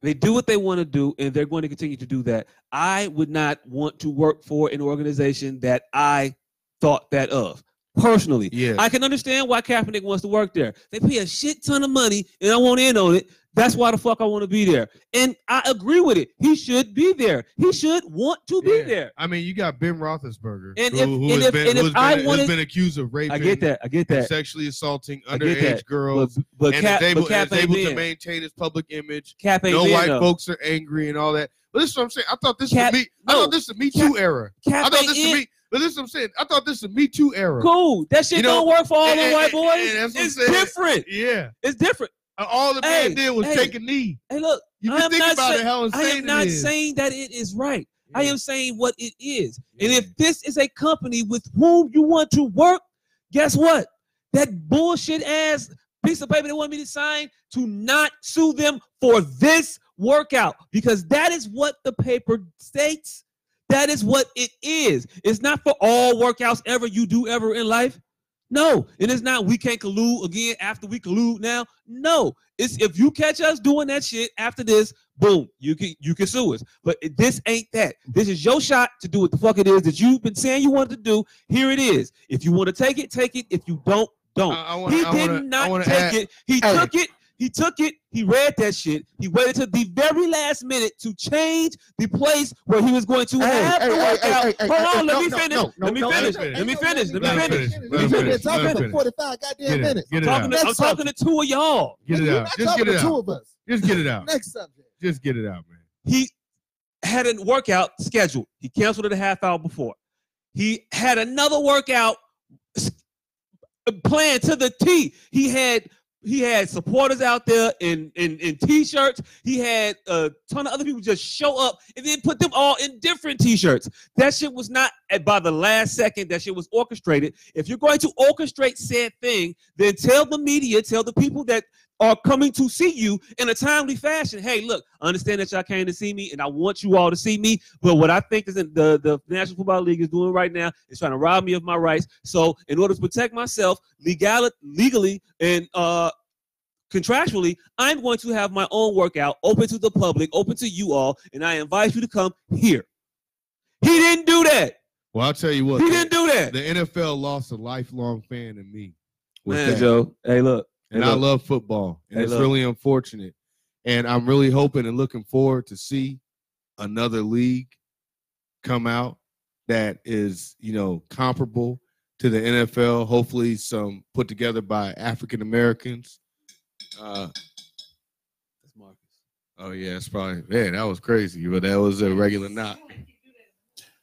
[SPEAKER 3] They do what they want to do, and they're going to continue to do that. I would not want to work for an organization that I thought that of personally.
[SPEAKER 5] Yeah,
[SPEAKER 3] I can understand why Kaepernick wants to work there. They pay a shit ton of money, and I won't in on it. That's why the fuck I want to be there, and I agree with it. He should be there. He should want to be
[SPEAKER 5] Yeah.
[SPEAKER 3] there.
[SPEAKER 5] I mean, you got Ben Roethlisberger,
[SPEAKER 3] And
[SPEAKER 5] who,
[SPEAKER 3] if-
[SPEAKER 5] who
[SPEAKER 3] and
[SPEAKER 5] has
[SPEAKER 3] if-
[SPEAKER 5] been,
[SPEAKER 3] and
[SPEAKER 5] who
[SPEAKER 3] if
[SPEAKER 5] has
[SPEAKER 3] I
[SPEAKER 5] been,
[SPEAKER 3] wanted-
[SPEAKER 5] who's been accused of raping,
[SPEAKER 3] I get that. I get
[SPEAKER 5] and
[SPEAKER 3] that.
[SPEAKER 5] sexually assaulting
[SPEAKER 3] I get that.
[SPEAKER 5] underage girls,
[SPEAKER 3] But, but
[SPEAKER 5] and
[SPEAKER 3] Cap,
[SPEAKER 5] is able,
[SPEAKER 3] but Cap
[SPEAKER 5] is
[SPEAKER 3] ain't
[SPEAKER 5] able
[SPEAKER 3] been.
[SPEAKER 5] to maintain his public image.
[SPEAKER 3] Cap ain't
[SPEAKER 5] No
[SPEAKER 3] been,
[SPEAKER 5] white
[SPEAKER 3] though.
[SPEAKER 5] folks are angry and all that. But this is what I'm saying. I thought this
[SPEAKER 3] Cap-
[SPEAKER 5] was me. I
[SPEAKER 3] no.
[SPEAKER 5] thought this was Me
[SPEAKER 3] Cap-
[SPEAKER 5] Too era.
[SPEAKER 3] Cap
[SPEAKER 5] I thought
[SPEAKER 3] ain't
[SPEAKER 5] this
[SPEAKER 3] in.
[SPEAKER 5] was me. But this is what I'm saying. I thought this was Me Too era.
[SPEAKER 3] Cool. That shit
[SPEAKER 5] You know, eh,
[SPEAKER 3] don't work for all
[SPEAKER 5] and-
[SPEAKER 3] the
[SPEAKER 5] and-
[SPEAKER 3] white
[SPEAKER 5] and-
[SPEAKER 3] boys.
[SPEAKER 5] and that's what I'm
[SPEAKER 3] it's
[SPEAKER 5] saying.
[SPEAKER 3] different.
[SPEAKER 5] Yeah. Uh,
[SPEAKER 3] It's different.
[SPEAKER 5] All the
[SPEAKER 3] Hey,
[SPEAKER 5] man did was
[SPEAKER 3] hey.
[SPEAKER 5] take a knee.
[SPEAKER 3] Hey, look,
[SPEAKER 5] You
[SPEAKER 3] I
[SPEAKER 5] can
[SPEAKER 3] am
[SPEAKER 5] think
[SPEAKER 3] not
[SPEAKER 5] about
[SPEAKER 3] say-
[SPEAKER 5] it, how insane
[SPEAKER 3] I am not
[SPEAKER 5] it is.
[SPEAKER 3] saying that it is right. I am saying what it is. And
[SPEAKER 5] Yeah.
[SPEAKER 3] if this is a company with whom you want to work, guess what? That bullshit ass piece of paper they want me to sign to not sue them for this workout because that is what the paper states. That is what it is. It's not for all workouts ever you do ever in life. No, and it's not we can't collude again after we collude now. No, it's if you catch us doing that shit after this, boom, you can you can sue us. But it- this ain't that. This is your shot to do what the fuck it is that you've been saying you wanted to do. Here it is. If you want to take it, take it. If you don't,
[SPEAKER 5] I,
[SPEAKER 3] don't.
[SPEAKER 5] I wanna,
[SPEAKER 3] he
[SPEAKER 5] I
[SPEAKER 3] did
[SPEAKER 5] wanna, I
[SPEAKER 3] not
[SPEAKER 5] wanna
[SPEAKER 3] take
[SPEAKER 5] add,
[SPEAKER 3] it. He
[SPEAKER 4] Hey.
[SPEAKER 3] took it. He took it. He read that shit. He waited till the very last minute to change the place where he was going to
[SPEAKER 4] Hey,
[SPEAKER 3] have
[SPEAKER 4] hey,
[SPEAKER 3] the
[SPEAKER 4] hey,
[SPEAKER 3] workout.
[SPEAKER 4] hey, hey,
[SPEAKER 3] Hold
[SPEAKER 4] hey,
[SPEAKER 3] on,
[SPEAKER 4] no,
[SPEAKER 3] let me
[SPEAKER 4] no,
[SPEAKER 3] finish.
[SPEAKER 4] no,
[SPEAKER 3] Let me
[SPEAKER 5] no,
[SPEAKER 3] finish.
[SPEAKER 5] let him
[SPEAKER 3] Let me finish. Let me
[SPEAKER 5] Let him
[SPEAKER 3] finish.
[SPEAKER 5] finish.
[SPEAKER 4] Let me finish.
[SPEAKER 5] Let him
[SPEAKER 4] I've been
[SPEAKER 5] finish.
[SPEAKER 4] 45 goddamn
[SPEAKER 5] Get it.
[SPEAKER 4] minutes.
[SPEAKER 5] Get it
[SPEAKER 3] Talking
[SPEAKER 5] out.
[SPEAKER 3] to, I'm
[SPEAKER 4] That's
[SPEAKER 3] talking to two of y'all.
[SPEAKER 5] Get it
[SPEAKER 4] You're
[SPEAKER 5] out.
[SPEAKER 4] not
[SPEAKER 5] Just
[SPEAKER 4] talking
[SPEAKER 5] get it
[SPEAKER 4] to two
[SPEAKER 5] out.
[SPEAKER 4] of us.
[SPEAKER 5] Just get it out.
[SPEAKER 4] Next subject.
[SPEAKER 5] Just get it out, man.
[SPEAKER 3] He had a workout scheduled. He canceled it a half hour before. He had another workout s- planned to the T. He had he had supporters out there in in, in t-shirts. He had a ton of other people just show up and then put them all in different t-shirts. That shit was not at- by the last second. That shit was orchestrated. If you're going to orchestrate said thing, then tell the media, tell the people that are coming to see you in a timely fashion. Hey, look, I understand that y'all came to see me and I want you all to see me, but what I think is in the, the National Football League is doing right now is trying to rob me of my rights. So in order to protect myself legal, legally and uh, contractually, I'm going to have my own workout open to the public, open to you all, and I invite you to come here. He didn't do that.
[SPEAKER 5] Well, I'll tell you what.
[SPEAKER 3] He
[SPEAKER 5] the-
[SPEAKER 3] didn't do that.
[SPEAKER 5] The NFL lost a lifelong fan in me. with
[SPEAKER 3] Man,
[SPEAKER 5] that.
[SPEAKER 3] Joe, hey, look,
[SPEAKER 5] and
[SPEAKER 3] Hey,
[SPEAKER 5] I
[SPEAKER 3] look.
[SPEAKER 5] love football. And
[SPEAKER 3] Hey,
[SPEAKER 5] it's
[SPEAKER 3] look.
[SPEAKER 5] really unfortunate. And I'm really hoping and looking forward to see another league come out that is, you know, comparable to the NFL. Hopefully, some put together by African Americans. Uh,
[SPEAKER 3] That's Marcus.
[SPEAKER 5] oh yeah, it's probably man. That was crazy, but that was a regular knock.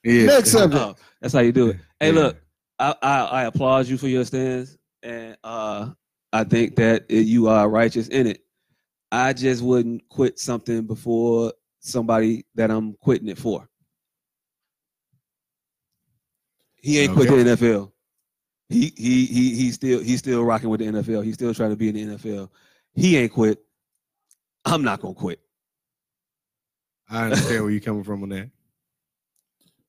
[SPEAKER 5] Yeah.
[SPEAKER 4] Next subject.
[SPEAKER 3] Oh, that's how you do it. Hey,
[SPEAKER 5] Yeah.
[SPEAKER 3] look, I, I I applaud you for your stance, and uh, I think that you are righteous in it. I just wouldn't quit something before somebody that I'm quitting it for. He ain't quit
[SPEAKER 5] Okay.
[SPEAKER 3] the NFL. He he he he's still he's still rocking with the NFL. He's still trying to be in the NFL. He ain't quit. I'm not gonna quit.
[SPEAKER 5] I understand where you're coming from on that.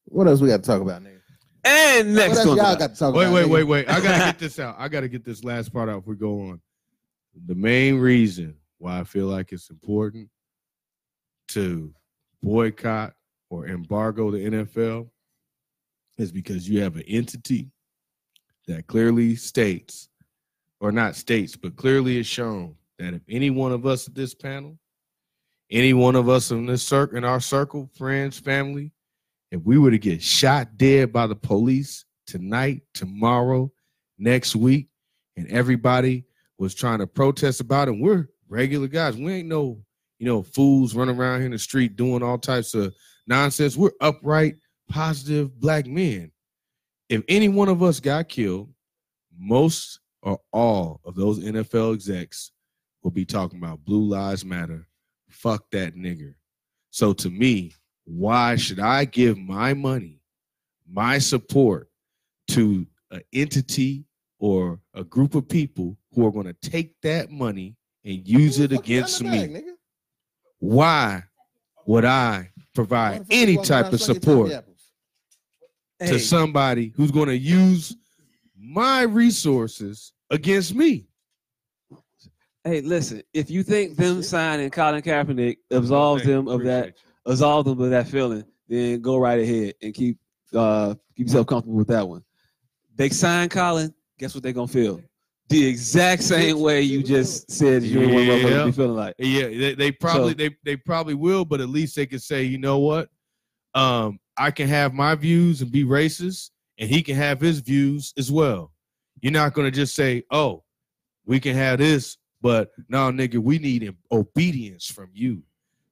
[SPEAKER 4] What else we got to talk about, nigga?
[SPEAKER 3] And
[SPEAKER 4] what
[SPEAKER 3] next
[SPEAKER 4] else
[SPEAKER 3] one,
[SPEAKER 4] y'all got to talk
[SPEAKER 5] Wait,
[SPEAKER 4] about?
[SPEAKER 5] wait,
[SPEAKER 4] nigga?
[SPEAKER 5] wait, wait. I gotta get this out. I gotta get this last part out if we go on. The main reason why I feel like it's important to boycott or embargo the NFL is because you have an entity that clearly states, or not states, but clearly is shown that if any one of us at this panel, any one of us in this circle, in our circle, friends, family, if we were to get shot dead by the police tonight, tomorrow, next week, and everybody was trying to protest about it, we're regular guys. We ain't no, you know, fools running around here in the street doing all types of nonsense. We're upright, positive black men. If any one of us got killed, most or all of those NFL execs will be talking about Blue Lives Matter. Fuck that nigger. So to me, why should I give my money, my support to an entity or a group of people who are going to take that money and use it
[SPEAKER 4] Fuck you
[SPEAKER 5] against
[SPEAKER 4] down the
[SPEAKER 5] me?
[SPEAKER 4] bag, nigga.
[SPEAKER 5] Why would I provide
[SPEAKER 4] Motherfucker
[SPEAKER 5] any
[SPEAKER 4] walking
[SPEAKER 5] type
[SPEAKER 4] around
[SPEAKER 5] of
[SPEAKER 4] sucking
[SPEAKER 5] support
[SPEAKER 4] Tommy apples.
[SPEAKER 5] to somebody who's going to use my resources against me?
[SPEAKER 3] Hey, listen. If you think them
[SPEAKER 4] Shit.
[SPEAKER 3] signing Colin Kaepernick absolves
[SPEAKER 5] Thank you.
[SPEAKER 3] them of that,
[SPEAKER 5] Appreciate
[SPEAKER 3] absolve them of that feeling, then go right ahead and keep uh, keep yourself comfortable with that one. They sign Colin. Guess what they're gonna feel? The exact same way you just said you ain't one motherfucker to
[SPEAKER 5] Yeah.
[SPEAKER 3] be feeling like.
[SPEAKER 5] Yeah, they, they probably
[SPEAKER 3] So-
[SPEAKER 5] they they probably will, but at least they can say, you know what, um, I can have my views and be racist, and he can have his views as well. You're not gonna just say, oh, we can have this, but no, nigga, we need em- obedience from you.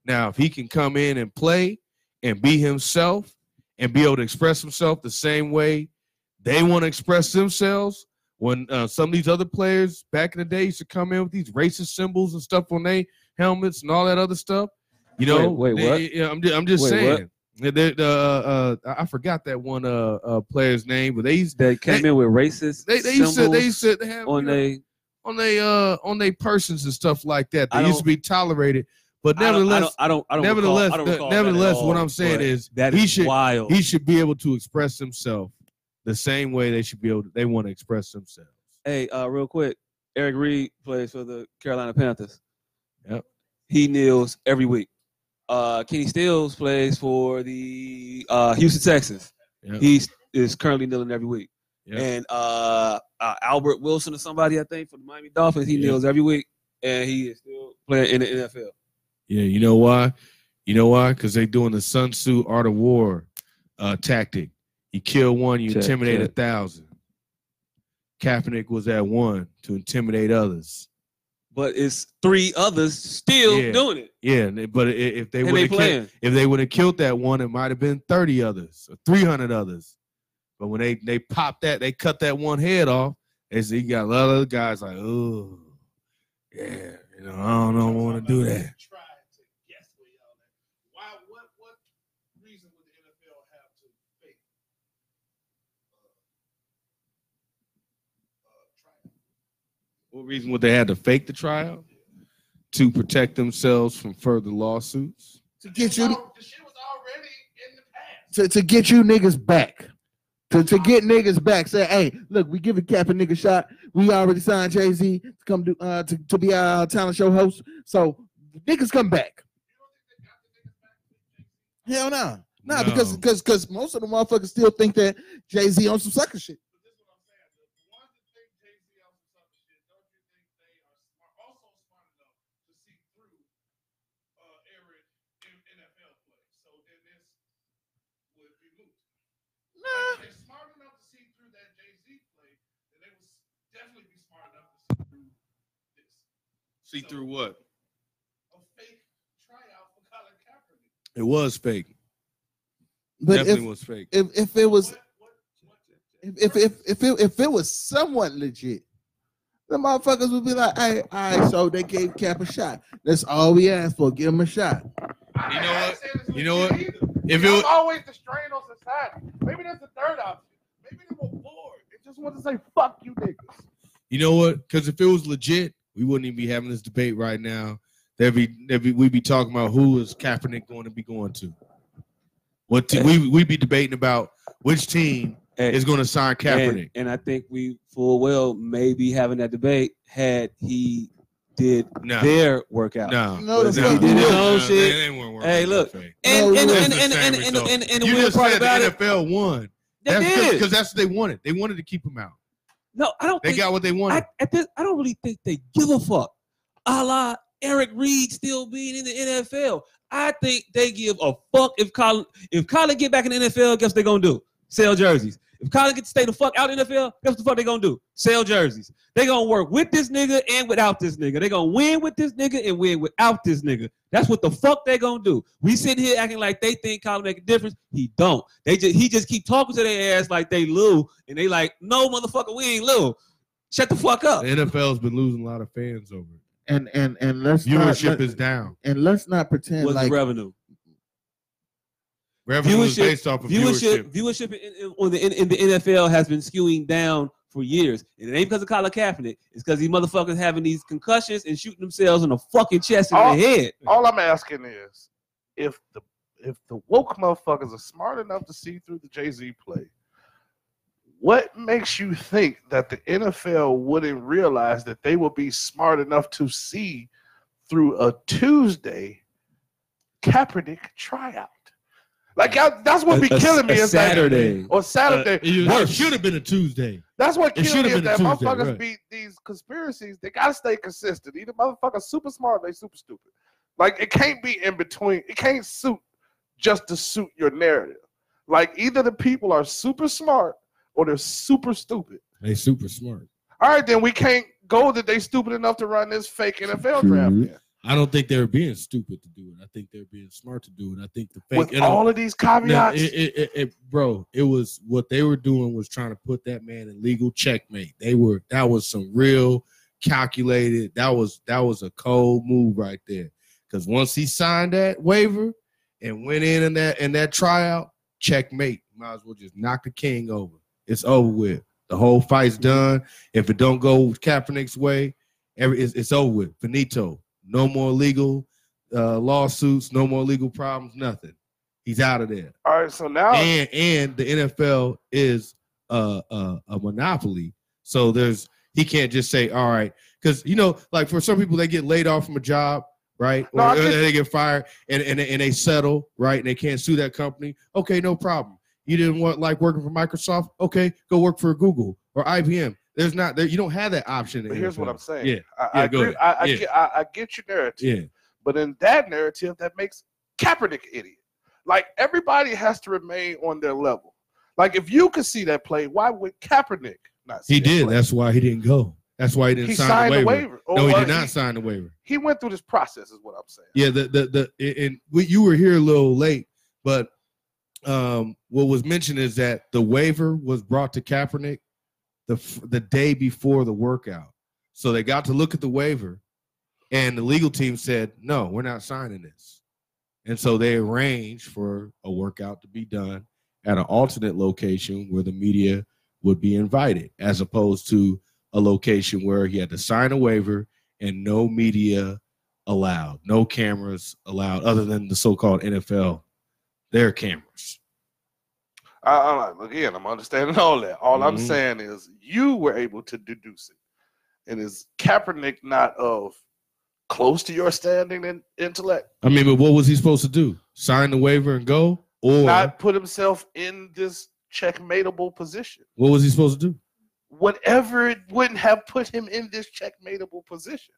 [SPEAKER 5] Now, if he can come in and play and be himself and be able to express himself the same way they want to express themselves. When uh, some of these other players back in the day used to come in with these racist symbols and stuff on they helmets and all that other stuff, you know.
[SPEAKER 3] Wait, wait,
[SPEAKER 5] they-
[SPEAKER 3] what?
[SPEAKER 5] yeah, I'm just, I'm just
[SPEAKER 3] Wait, what?
[SPEAKER 5] saying. that they- the, uh, uh, I I forgot that one uh, uh, player's name, but they used
[SPEAKER 3] They came in with racist
[SPEAKER 5] they they
[SPEAKER 3] symbols
[SPEAKER 5] used to they used to have
[SPEAKER 3] on
[SPEAKER 5] you know,
[SPEAKER 3] they.
[SPEAKER 5] on they uh on they persons and stuff like that.
[SPEAKER 3] I
[SPEAKER 5] They used to
[SPEAKER 3] don't-
[SPEAKER 5] be tolerated, but
[SPEAKER 3] I don't- I
[SPEAKER 5] nevertheless,
[SPEAKER 3] don't. I don't. I don't.
[SPEAKER 5] nevertheless,
[SPEAKER 3] recall, I don't
[SPEAKER 5] the-
[SPEAKER 3] recall that at
[SPEAKER 5] nevertheless, what
[SPEAKER 3] all,
[SPEAKER 5] I'm saying
[SPEAKER 3] but
[SPEAKER 5] is
[SPEAKER 3] that is
[SPEAKER 5] he should
[SPEAKER 3] wild.
[SPEAKER 5] he should be able to express himself the same way they should be able. To, they want to express themselves.
[SPEAKER 3] Hey, uh, real quick, Eric Reed plays for the Carolina Panthers.
[SPEAKER 5] Yep.
[SPEAKER 3] He kneels every week. Uh, Kenny Stills plays for the uh, Houston Texans.
[SPEAKER 5] Yep.
[SPEAKER 3] He is currently kneeling every week.
[SPEAKER 5] Yep.
[SPEAKER 3] And uh, uh, Albert Wilson or somebody, I think, for the Miami Dolphins, he
[SPEAKER 5] Yep.
[SPEAKER 3] kneels every week, and he is still playing in the NFL.
[SPEAKER 5] Yeah, you know why? You know why? Because they doing the Sun Tzu Art of War uh, tactic. You kill one, you
[SPEAKER 3] Check,
[SPEAKER 5] intimidate a
[SPEAKER 3] check.
[SPEAKER 5] thousand. Kaepernick was at one to intimidate others.
[SPEAKER 3] But it's three others still
[SPEAKER 5] Yeah.
[SPEAKER 3] doing it,
[SPEAKER 5] Yeah, and they- but i- if they
[SPEAKER 3] and they
[SPEAKER 5] would have
[SPEAKER 3] playing.
[SPEAKER 5] if they would have killed that one, it might have been thirty others or three hundred others. But when they they popped that, they cut that one head off. They said you got a lot of other guys like, oh, yeah, you know, I don't know, want to do that. What reason would they have to fake the trial? To protect themselves from further lawsuits?
[SPEAKER 4] To get you. to, to get you niggas back. To, to get niggas back. Say, hey, look, we giving Cap a nigga shot. We already signed Jay-Z to come do uh to, to be our talent show host. So niggas come back. Hell nah. Nah, because
[SPEAKER 5] No.
[SPEAKER 4] because because most of the motherfuckers still think that Jay-Z on some sucker shit.
[SPEAKER 2] uh, definitely be smart enough to see through this.
[SPEAKER 5] See through what?
[SPEAKER 2] A fake tryout for Colin Kaepernick.
[SPEAKER 5] It was fake.
[SPEAKER 4] But
[SPEAKER 5] Definitely
[SPEAKER 4] if,
[SPEAKER 5] was fake.
[SPEAKER 4] if if it was
[SPEAKER 2] What, what, what,
[SPEAKER 4] if if if if it, if it was somewhat legit, the motherfuckers would be like, "Hey, all right, so they gave Cap a shot. That's all we asked for. Give him a shot."
[SPEAKER 2] I-
[SPEAKER 5] You know
[SPEAKER 2] I
[SPEAKER 5] what?
[SPEAKER 2] said it's
[SPEAKER 5] You know what?
[SPEAKER 2] legit either.
[SPEAKER 5] If it
[SPEAKER 2] Y'all
[SPEAKER 5] was,
[SPEAKER 2] always the strain on society. Maybe that's the third option. Maybe they were bored. They just want to say fuck you niggas.
[SPEAKER 5] you know what? Because if it was legit, we wouldn't even be having this debate right now. They'd be, they'd be we'd be talking about who is Kaepernick going to be going to. What team? we we'd be debating about which team
[SPEAKER 3] Hey,
[SPEAKER 5] is going to sign Kaepernick.
[SPEAKER 3] And, and I think we full well may be having that debate had he did
[SPEAKER 5] No,
[SPEAKER 3] their workout.
[SPEAKER 5] no,
[SPEAKER 4] No, the
[SPEAKER 5] no,
[SPEAKER 4] fuck
[SPEAKER 5] no,
[SPEAKER 4] you
[SPEAKER 3] did.
[SPEAKER 5] no,
[SPEAKER 3] His own shit.
[SPEAKER 5] they- they weren't working
[SPEAKER 3] Hey,
[SPEAKER 5] that
[SPEAKER 3] look.
[SPEAKER 5] fake.
[SPEAKER 3] And
[SPEAKER 4] No,
[SPEAKER 3] and
[SPEAKER 4] that's
[SPEAKER 3] and
[SPEAKER 5] the
[SPEAKER 3] and
[SPEAKER 5] same
[SPEAKER 3] and and,
[SPEAKER 5] result.
[SPEAKER 3] and, and the
[SPEAKER 5] You
[SPEAKER 3] weird
[SPEAKER 5] just
[SPEAKER 3] part
[SPEAKER 5] said
[SPEAKER 3] about
[SPEAKER 5] the
[SPEAKER 3] it,
[SPEAKER 5] NFL won.
[SPEAKER 3] they did.
[SPEAKER 5] because that's what they wanted. They wanted to keep him out.
[SPEAKER 3] no, I don't.
[SPEAKER 5] They
[SPEAKER 3] think,
[SPEAKER 5] got what they wanted.
[SPEAKER 3] I, at this, I don't really think they give a fuck. A la Eric Reed still being in the NFL. I think they give a fuck if Colin if Colin get back in the NFL, guess what they gonna do? Sell jerseys. If Colin gets to stay the fuck out of the NFL, guess what the fuck they gonna do? Sell jerseys. They gonna work with this nigga and without this nigga. They gonna win with this nigga and win without this nigga. That's what the fuck they gonna do. We sitting here acting like they think Colin make a difference. He don't. They just he just keep talking to their ass like they Lou, and they like, no motherfucker, we ain't Lou. Shut the fuck up.
[SPEAKER 5] The NFL's been losing a lot of fans over it.
[SPEAKER 4] And and and let's not,
[SPEAKER 5] Viewership
[SPEAKER 4] let,
[SPEAKER 5] is down.
[SPEAKER 4] and let's not pretend
[SPEAKER 3] was
[SPEAKER 4] like
[SPEAKER 3] revenue.
[SPEAKER 5] Revenue is
[SPEAKER 3] Viewership-
[SPEAKER 5] based off of
[SPEAKER 3] Viewership,
[SPEAKER 5] viewership.
[SPEAKER 3] viewership in, in, on the in, in the NFL has been skewing down for years, and it ain't because of Colin Kaepernick. It's because these motherfuckers having these concussions and shooting themselves in the fucking chest and
[SPEAKER 2] Oh.
[SPEAKER 3] the head.
[SPEAKER 2] All I'm asking is if the if the woke motherfuckers are smart enough to see through the Jay Z play, what makes you think that the NFL wouldn't realize that they would be smart enough to see through a Tuesday Kaepernick tryout? Like y'all, that's what be
[SPEAKER 3] A- a-
[SPEAKER 2] killing me
[SPEAKER 3] a
[SPEAKER 2] is that-
[SPEAKER 3] Saturday. Uh,
[SPEAKER 2] or Saturday.
[SPEAKER 5] Uh, It
[SPEAKER 2] Worse.
[SPEAKER 5] should have been a Tuesday.
[SPEAKER 2] That's what
[SPEAKER 5] It
[SPEAKER 2] kills
[SPEAKER 5] should've
[SPEAKER 2] me is
[SPEAKER 5] been a
[SPEAKER 2] that
[SPEAKER 5] Tuesday,
[SPEAKER 2] motherfuckers
[SPEAKER 5] right.
[SPEAKER 2] beat these conspiracies. They gotta stay consistent. Either motherfuckers super smart, or they super stupid. Like it can't be in between. It can't suit just to suit your narrative. Like either the people are super smart or they're super stupid.
[SPEAKER 5] They super smart.
[SPEAKER 2] All right, then we can't go that they stupid enough to run this fake NFL draft
[SPEAKER 4] Mhm.
[SPEAKER 2] then.
[SPEAKER 5] I don't think they're being stupid to do it. I think they're being smart to do it. I think the fake
[SPEAKER 2] with all of these caveats.
[SPEAKER 5] No, it, it, it, it- bro, it was what they were doing was trying to put that man in legal checkmate. They were that was some real calculated. That was that was a cold move right there. Because once he signed that waiver and went in in that in that tryout, checkmate. Might as well just knock the king over. It's over with. The whole fight's done. If it don't go Kaepernick's way, every it's, it's over with. Finito. No more legal uh, lawsuits. No more legal problems. Nothing. He's out of there
[SPEAKER 2] all right, so now
[SPEAKER 5] and and the NFL is a, a a monopoly. So there's he can't just say all right because you know like for some people they get laid off from a job right
[SPEAKER 2] No,
[SPEAKER 5] or,
[SPEAKER 2] I
[SPEAKER 5] or
[SPEAKER 2] think-
[SPEAKER 5] they get fired and, and and they settle right and they can't sue that company. Okay, no problem. You didn't want like working for Microsoft. Okay, go work for Google or IBM. There's not there you don't have that option. in
[SPEAKER 2] but
[SPEAKER 5] the
[SPEAKER 2] here's what I'm
[SPEAKER 5] NFL.
[SPEAKER 2] saying.
[SPEAKER 5] Yeah,
[SPEAKER 2] I, I
[SPEAKER 5] yeah, go
[SPEAKER 2] agree.
[SPEAKER 5] ahead.
[SPEAKER 2] I, I,
[SPEAKER 5] Yeah.
[SPEAKER 2] get, I, I get your narrative.
[SPEAKER 5] yeah.
[SPEAKER 2] But in that narrative, that makes Kaepernick idiot. Like everybody has to remain on their level. Like if you could see that play, why would Kaepernick not? See
[SPEAKER 5] He
[SPEAKER 2] that
[SPEAKER 5] did.
[SPEAKER 2] play?
[SPEAKER 5] That's why he didn't go. That's why he didn't
[SPEAKER 2] he
[SPEAKER 5] sign
[SPEAKER 2] signed
[SPEAKER 5] the
[SPEAKER 2] a
[SPEAKER 5] waiver.
[SPEAKER 2] waiver. Or
[SPEAKER 5] No, he
[SPEAKER 2] was
[SPEAKER 5] did not sign the waiver.
[SPEAKER 2] He went through this process, is what I'm saying.
[SPEAKER 5] Yeah, the the the and- and we, you were here a little late, but um, what was mentioned is that the waiver was brought to Kaepernick the f- the day before the workout, so they got to look at the waiver, and the legal team said, "No, we're not signing this," and so they arranged for a workout to be done at an alternate location where the media would be invited, as opposed to a location where he had to sign a waiver and no media allowed, no cameras allowed, other than the so-called NFL, their cameras.
[SPEAKER 2] I, I'm like, again, I'm understanding all that. All I'm
[SPEAKER 5] Mhm.
[SPEAKER 2] saying is you were able to deduce it. And is Kaepernick not of close to your standing and intellect?
[SPEAKER 5] I mean, but what was he supposed to do? Sign the waiver and go, or
[SPEAKER 2] Not put himself in this checkmateable position.
[SPEAKER 5] what was he supposed to do?
[SPEAKER 2] whatever it wouldn't have put him in this checkmateable position.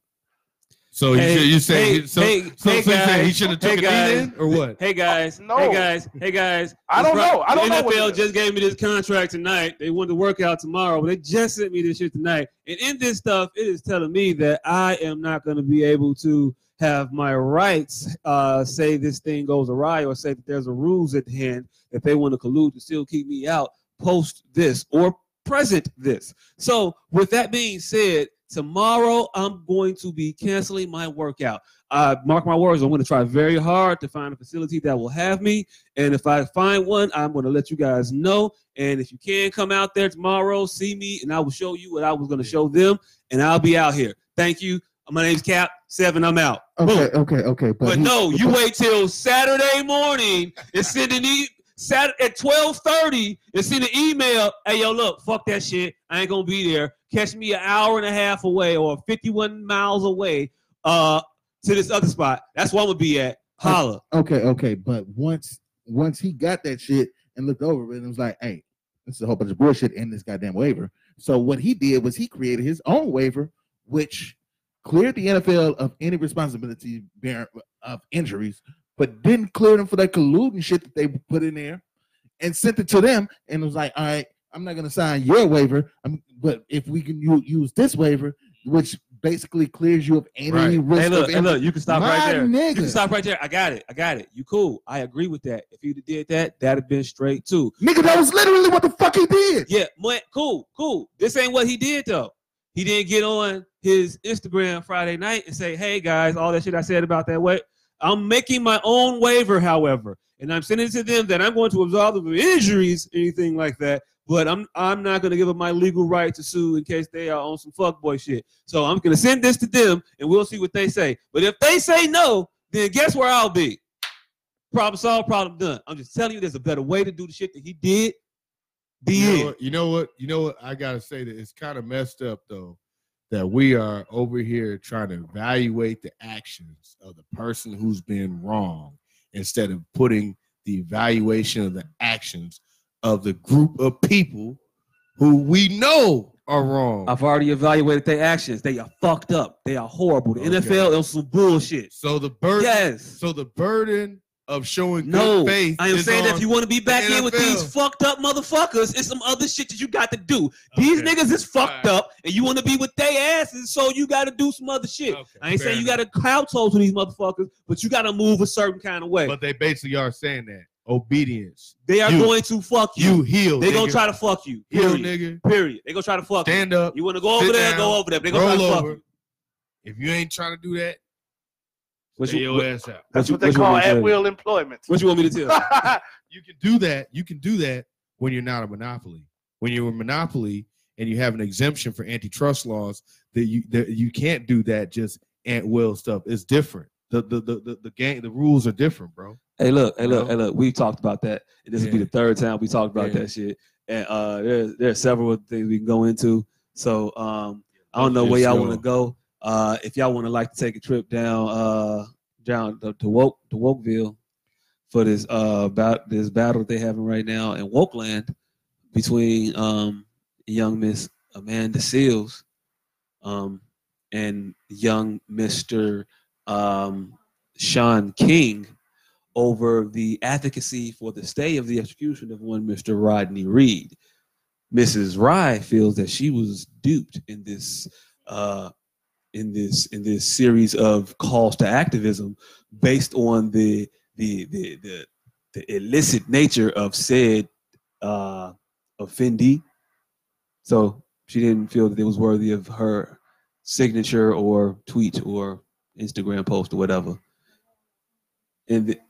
[SPEAKER 6] So you
[SPEAKER 3] Hey,
[SPEAKER 6] should you say
[SPEAKER 3] hey,
[SPEAKER 6] he- so,
[SPEAKER 3] hey,
[SPEAKER 6] so,
[SPEAKER 3] hey,
[SPEAKER 6] so you say he
[SPEAKER 3] guys.
[SPEAKER 6] should have
[SPEAKER 3] Hey,
[SPEAKER 6] took
[SPEAKER 3] guys.
[SPEAKER 6] it in or what?
[SPEAKER 3] Hey guys,
[SPEAKER 2] No.
[SPEAKER 3] hey guys, hey guys.
[SPEAKER 2] I
[SPEAKER 3] It's
[SPEAKER 2] don't
[SPEAKER 3] right-
[SPEAKER 2] know. I don't
[SPEAKER 3] the
[SPEAKER 2] know what it
[SPEAKER 3] NFL
[SPEAKER 2] is.
[SPEAKER 3] just gave me this contract tonight. They want to work out tomorrow, but they just sent me this shit tonight. And in this stuff, it is telling me that I am not going to be able to have my rights uh, say this thing goes awry or say that there's a rules at hand that they want to collude to still keep me out post this or present this. So, with that being said, tomorrow I'm going to be canceling my workout. Uh, mark my words, I'm going to try very hard to find a facility that will have me. And if I find one, I'm going to let you guys know. And if you can come out there tomorrow, see me, and I will show you what I was going to show them. And I'll be out here. Thank you. My name's Cap Seven. I'm out. Boom.
[SPEAKER 4] Okay, okay, okay. But,
[SPEAKER 3] But
[SPEAKER 4] he-
[SPEAKER 3] no, you wait till Saturday morning and send an e Sat at twelve thirty and send an email. Hey yo, look, fuck that shit. I ain't gonna be there. Catch me an hour and a half away or fifty one miles away uh to this other spot. That's where I'm gonna be at. Holla.
[SPEAKER 4] Okay, okay. But once once he got that shit and looked over it and was like, hey, this is a whole bunch of bullshit in this goddamn waiver. So what he did was he created his own waiver, which cleared the NFL of any responsibility bear- of injuries, but didn't clear them for that colluding shit that they put in there and sent it to them and was like, all right, I'm not gonna sign your waiver. I'm, but if we can u- use this waiver, which basically clears you of any
[SPEAKER 6] Right.
[SPEAKER 4] risk
[SPEAKER 3] Hey look,
[SPEAKER 4] of
[SPEAKER 3] hey
[SPEAKER 4] injury.
[SPEAKER 3] look, you can stop
[SPEAKER 4] My
[SPEAKER 3] right there. You can
[SPEAKER 4] nigga.
[SPEAKER 3] stop right there. I got it. I got it. You cool. I agree with that. If you did that, that'd have been straight too.
[SPEAKER 4] Nigga, that was literally what the fuck he did.
[SPEAKER 3] Yeah, but cool, cool. This ain't what he did though. He didn't get on his Instagram Friday night and say, "Hey guys, all that shit I said about that way." I'm making my own waiver, however, and I'm sending it to them that I'm going to absolve them of injuries, anything like that. But I'm I'm not going to give up my legal right to sue in case they are on some fuckboy shit. So I'm going to send this to them, and we'll see what they say. But if they say no, then guess where I'll be. Problem solved, problem done. I'm just telling you, there's a better way to do the shit that he did. The
[SPEAKER 5] You
[SPEAKER 3] end.
[SPEAKER 5] know, what, you know what? You know what? I gotta say that it's kind of messed up though that we are over here trying to evaluate the actions of the person who's been wrong instead of putting the evaluation of the actions of the group of people who we know are wrong.
[SPEAKER 3] I've already evaluated their actions. They are fucked up. They are horrible. The
[SPEAKER 5] Okay.
[SPEAKER 3] NFL is some bullshit.
[SPEAKER 5] so the burden,
[SPEAKER 3] Yes.
[SPEAKER 5] so the burden of showing
[SPEAKER 3] No,
[SPEAKER 5] good faith.
[SPEAKER 3] I am
[SPEAKER 5] is
[SPEAKER 3] saying that
[SPEAKER 5] on-
[SPEAKER 3] if you want to be back in with
[SPEAKER 5] NFL.
[SPEAKER 3] these fucked up motherfuckers, it's some other shit that you got to do. These
[SPEAKER 5] Okay.
[SPEAKER 3] niggas is fucked
[SPEAKER 5] Alright.
[SPEAKER 3] up, and you want to be with their asses, so you got to do some other shit.
[SPEAKER 5] Okay,
[SPEAKER 3] I ain't
[SPEAKER 5] fair
[SPEAKER 3] saying you
[SPEAKER 5] enough.
[SPEAKER 3] got to clout toes with these motherfuckers, but you got to move a certain kind of way.
[SPEAKER 5] but they basically are saying that obedience.
[SPEAKER 3] they are
[SPEAKER 5] you-
[SPEAKER 3] going to fuck you.
[SPEAKER 5] You heal.
[SPEAKER 3] they going
[SPEAKER 5] nigga.
[SPEAKER 3] to try to fuck you.
[SPEAKER 5] heal,
[SPEAKER 3] Period.
[SPEAKER 5] nigga.
[SPEAKER 3] Period. they going to try to fuck
[SPEAKER 5] Stand up.
[SPEAKER 3] you. You want to go
[SPEAKER 5] Sit
[SPEAKER 3] over there,
[SPEAKER 5] down.
[SPEAKER 3] go over there. they going to try
[SPEAKER 5] roll
[SPEAKER 3] to fuck
[SPEAKER 5] over.
[SPEAKER 3] you.
[SPEAKER 5] If you ain't trying to do that,
[SPEAKER 3] What
[SPEAKER 5] stay
[SPEAKER 3] you,
[SPEAKER 5] your
[SPEAKER 3] what,
[SPEAKER 5] ass out.
[SPEAKER 2] That's
[SPEAKER 3] you-
[SPEAKER 2] what they
[SPEAKER 3] you want
[SPEAKER 2] call
[SPEAKER 3] me to tell
[SPEAKER 2] at
[SPEAKER 3] you?
[SPEAKER 2] will employment.
[SPEAKER 3] What you want me to tell you?
[SPEAKER 5] You can do that. You can do that when you're not a monopoly. When you're a monopoly and you have an exemption for antitrust laws, that you that you can't do that just ant will stuff. It's different. The the the the, the game the rules are different, bro.
[SPEAKER 3] Hey, look, hey, look,
[SPEAKER 5] You
[SPEAKER 3] hey, look. We've talked about that. And this will be
[SPEAKER 5] Yeah.
[SPEAKER 3] the third time we talked about
[SPEAKER 5] Yeah.
[SPEAKER 3] that shit. And uh, there's there are several things we can go into. So um, I don't know where y'all want to go. Uh, if y'all want to like to take a trip down uh, down to, to woke to Wokeville for this uh about this battle that they having right now in Wokeland between um young Miss Amanda Seals um and young Mister um Sean King over the advocacy for the stay of the execution of one Mr. Rodney Reed. Mrs. Rye feels that she was duped in this uh, in this in this series of calls to activism based on the the the the, the illicit nature of said uh, offendee. So she didn't feel that it was worthy of her signature or tweet or Instagram post or whatever. And th-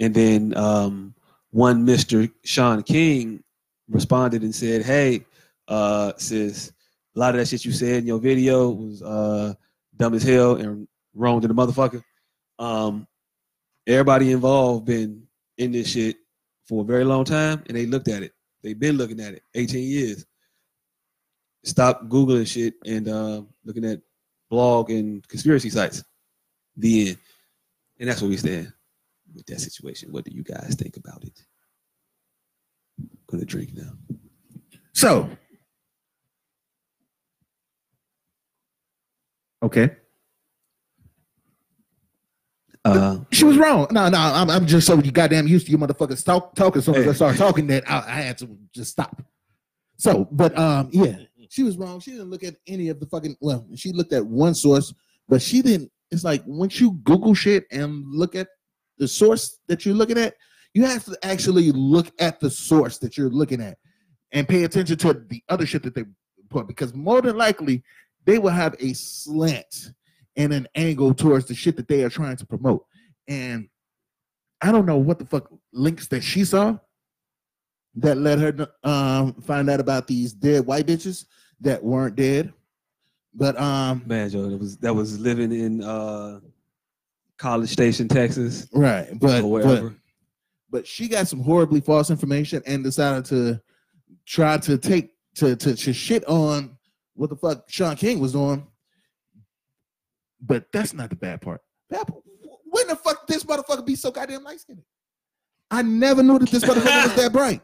[SPEAKER 3] and then um, one Mr. Sean King responded and said, "Hey, uh, sis, a lot of that shit you said in your video was uh, dumb as hell and wrong to the motherfucker. Um, everybody involved been in this shit for a very long time, and they looked at it. They've been looking at it, 18 years. Stop googling shit and uh, looking at blog and conspiracy sites. The end. And that's where we stand with that situation. What do you guys think about it? I'm gonna drink now.
[SPEAKER 4] So, okay.
[SPEAKER 3] Uh,
[SPEAKER 4] She was wrong. No, no, I'm, I'm just so goddamn used to you motherfuckers talk, talk. As soon as I started talking, that I, I had to just stop. So, but um, yeah, she was wrong. She didn't look at any of the fucking. Well, she looked at one source, but she didn't. It's like once you Google shit and look at the source that you're looking at, you have to actually look at the source that you're looking at and pay attention to the other shit that they put because more than likely they will have a slant and an angle towards the shit that they are trying to promote. And I don't know what the fuck links that she saw that let her kn- um, find out about these dead white bitches that weren't dead. But um,
[SPEAKER 3] man, Joe, that was that was living in uh, College Station, Texas,
[SPEAKER 4] right,
[SPEAKER 3] or
[SPEAKER 4] but, but
[SPEAKER 3] wherever.
[SPEAKER 4] but she got some horribly false information and decided to try to take to to, to shit on what the fuck Sean King was on. But that's not the bad part. Bad part- when the fuck this motherfucker be so goddamn light skinned? I never knew that this motherfucker was that bright.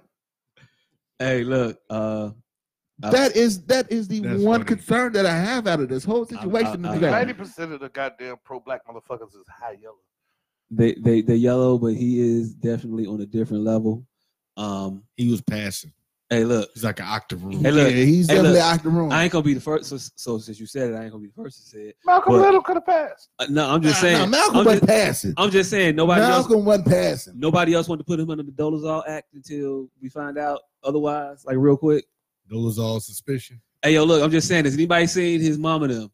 [SPEAKER 3] hey, look, uh, I-
[SPEAKER 4] That is that is the
[SPEAKER 5] That's
[SPEAKER 4] one
[SPEAKER 5] funny.
[SPEAKER 4] concern that I have out of this whole situation.
[SPEAKER 3] I-
[SPEAKER 4] that we got.
[SPEAKER 2] Ninety percent of the goddamn pro black motherfuckers is high yellow.
[SPEAKER 3] they they they yellow, but he is definitely on a different level. Um,
[SPEAKER 5] He was passing.
[SPEAKER 3] hey, look,
[SPEAKER 5] He's like an octave room.
[SPEAKER 3] Hey, look.
[SPEAKER 4] yeah, he's
[SPEAKER 3] Hey,
[SPEAKER 4] definitely
[SPEAKER 3] look.
[SPEAKER 4] out the room.
[SPEAKER 3] I ain't gonna be the first. So, so since you said it, I ain't gonna be the first to say it.
[SPEAKER 2] Malcolm
[SPEAKER 3] But-
[SPEAKER 2] Little could have passed.
[SPEAKER 3] Uh, no, I'm just
[SPEAKER 4] Nah, nah,
[SPEAKER 3] saying.
[SPEAKER 4] Malcolm
[SPEAKER 3] I'm,
[SPEAKER 4] wasn't
[SPEAKER 3] just,
[SPEAKER 4] passing.
[SPEAKER 3] I'm just saying. Nobody else.
[SPEAKER 4] Malcolm wasn't passing.
[SPEAKER 3] Nobody else wanted to put him under the Dolezal Act until we find out otherwise. Like real quick.
[SPEAKER 5] Those all suspicion.
[SPEAKER 3] Hey, yo, look. I'm just saying. Has anybody seen his mom and them?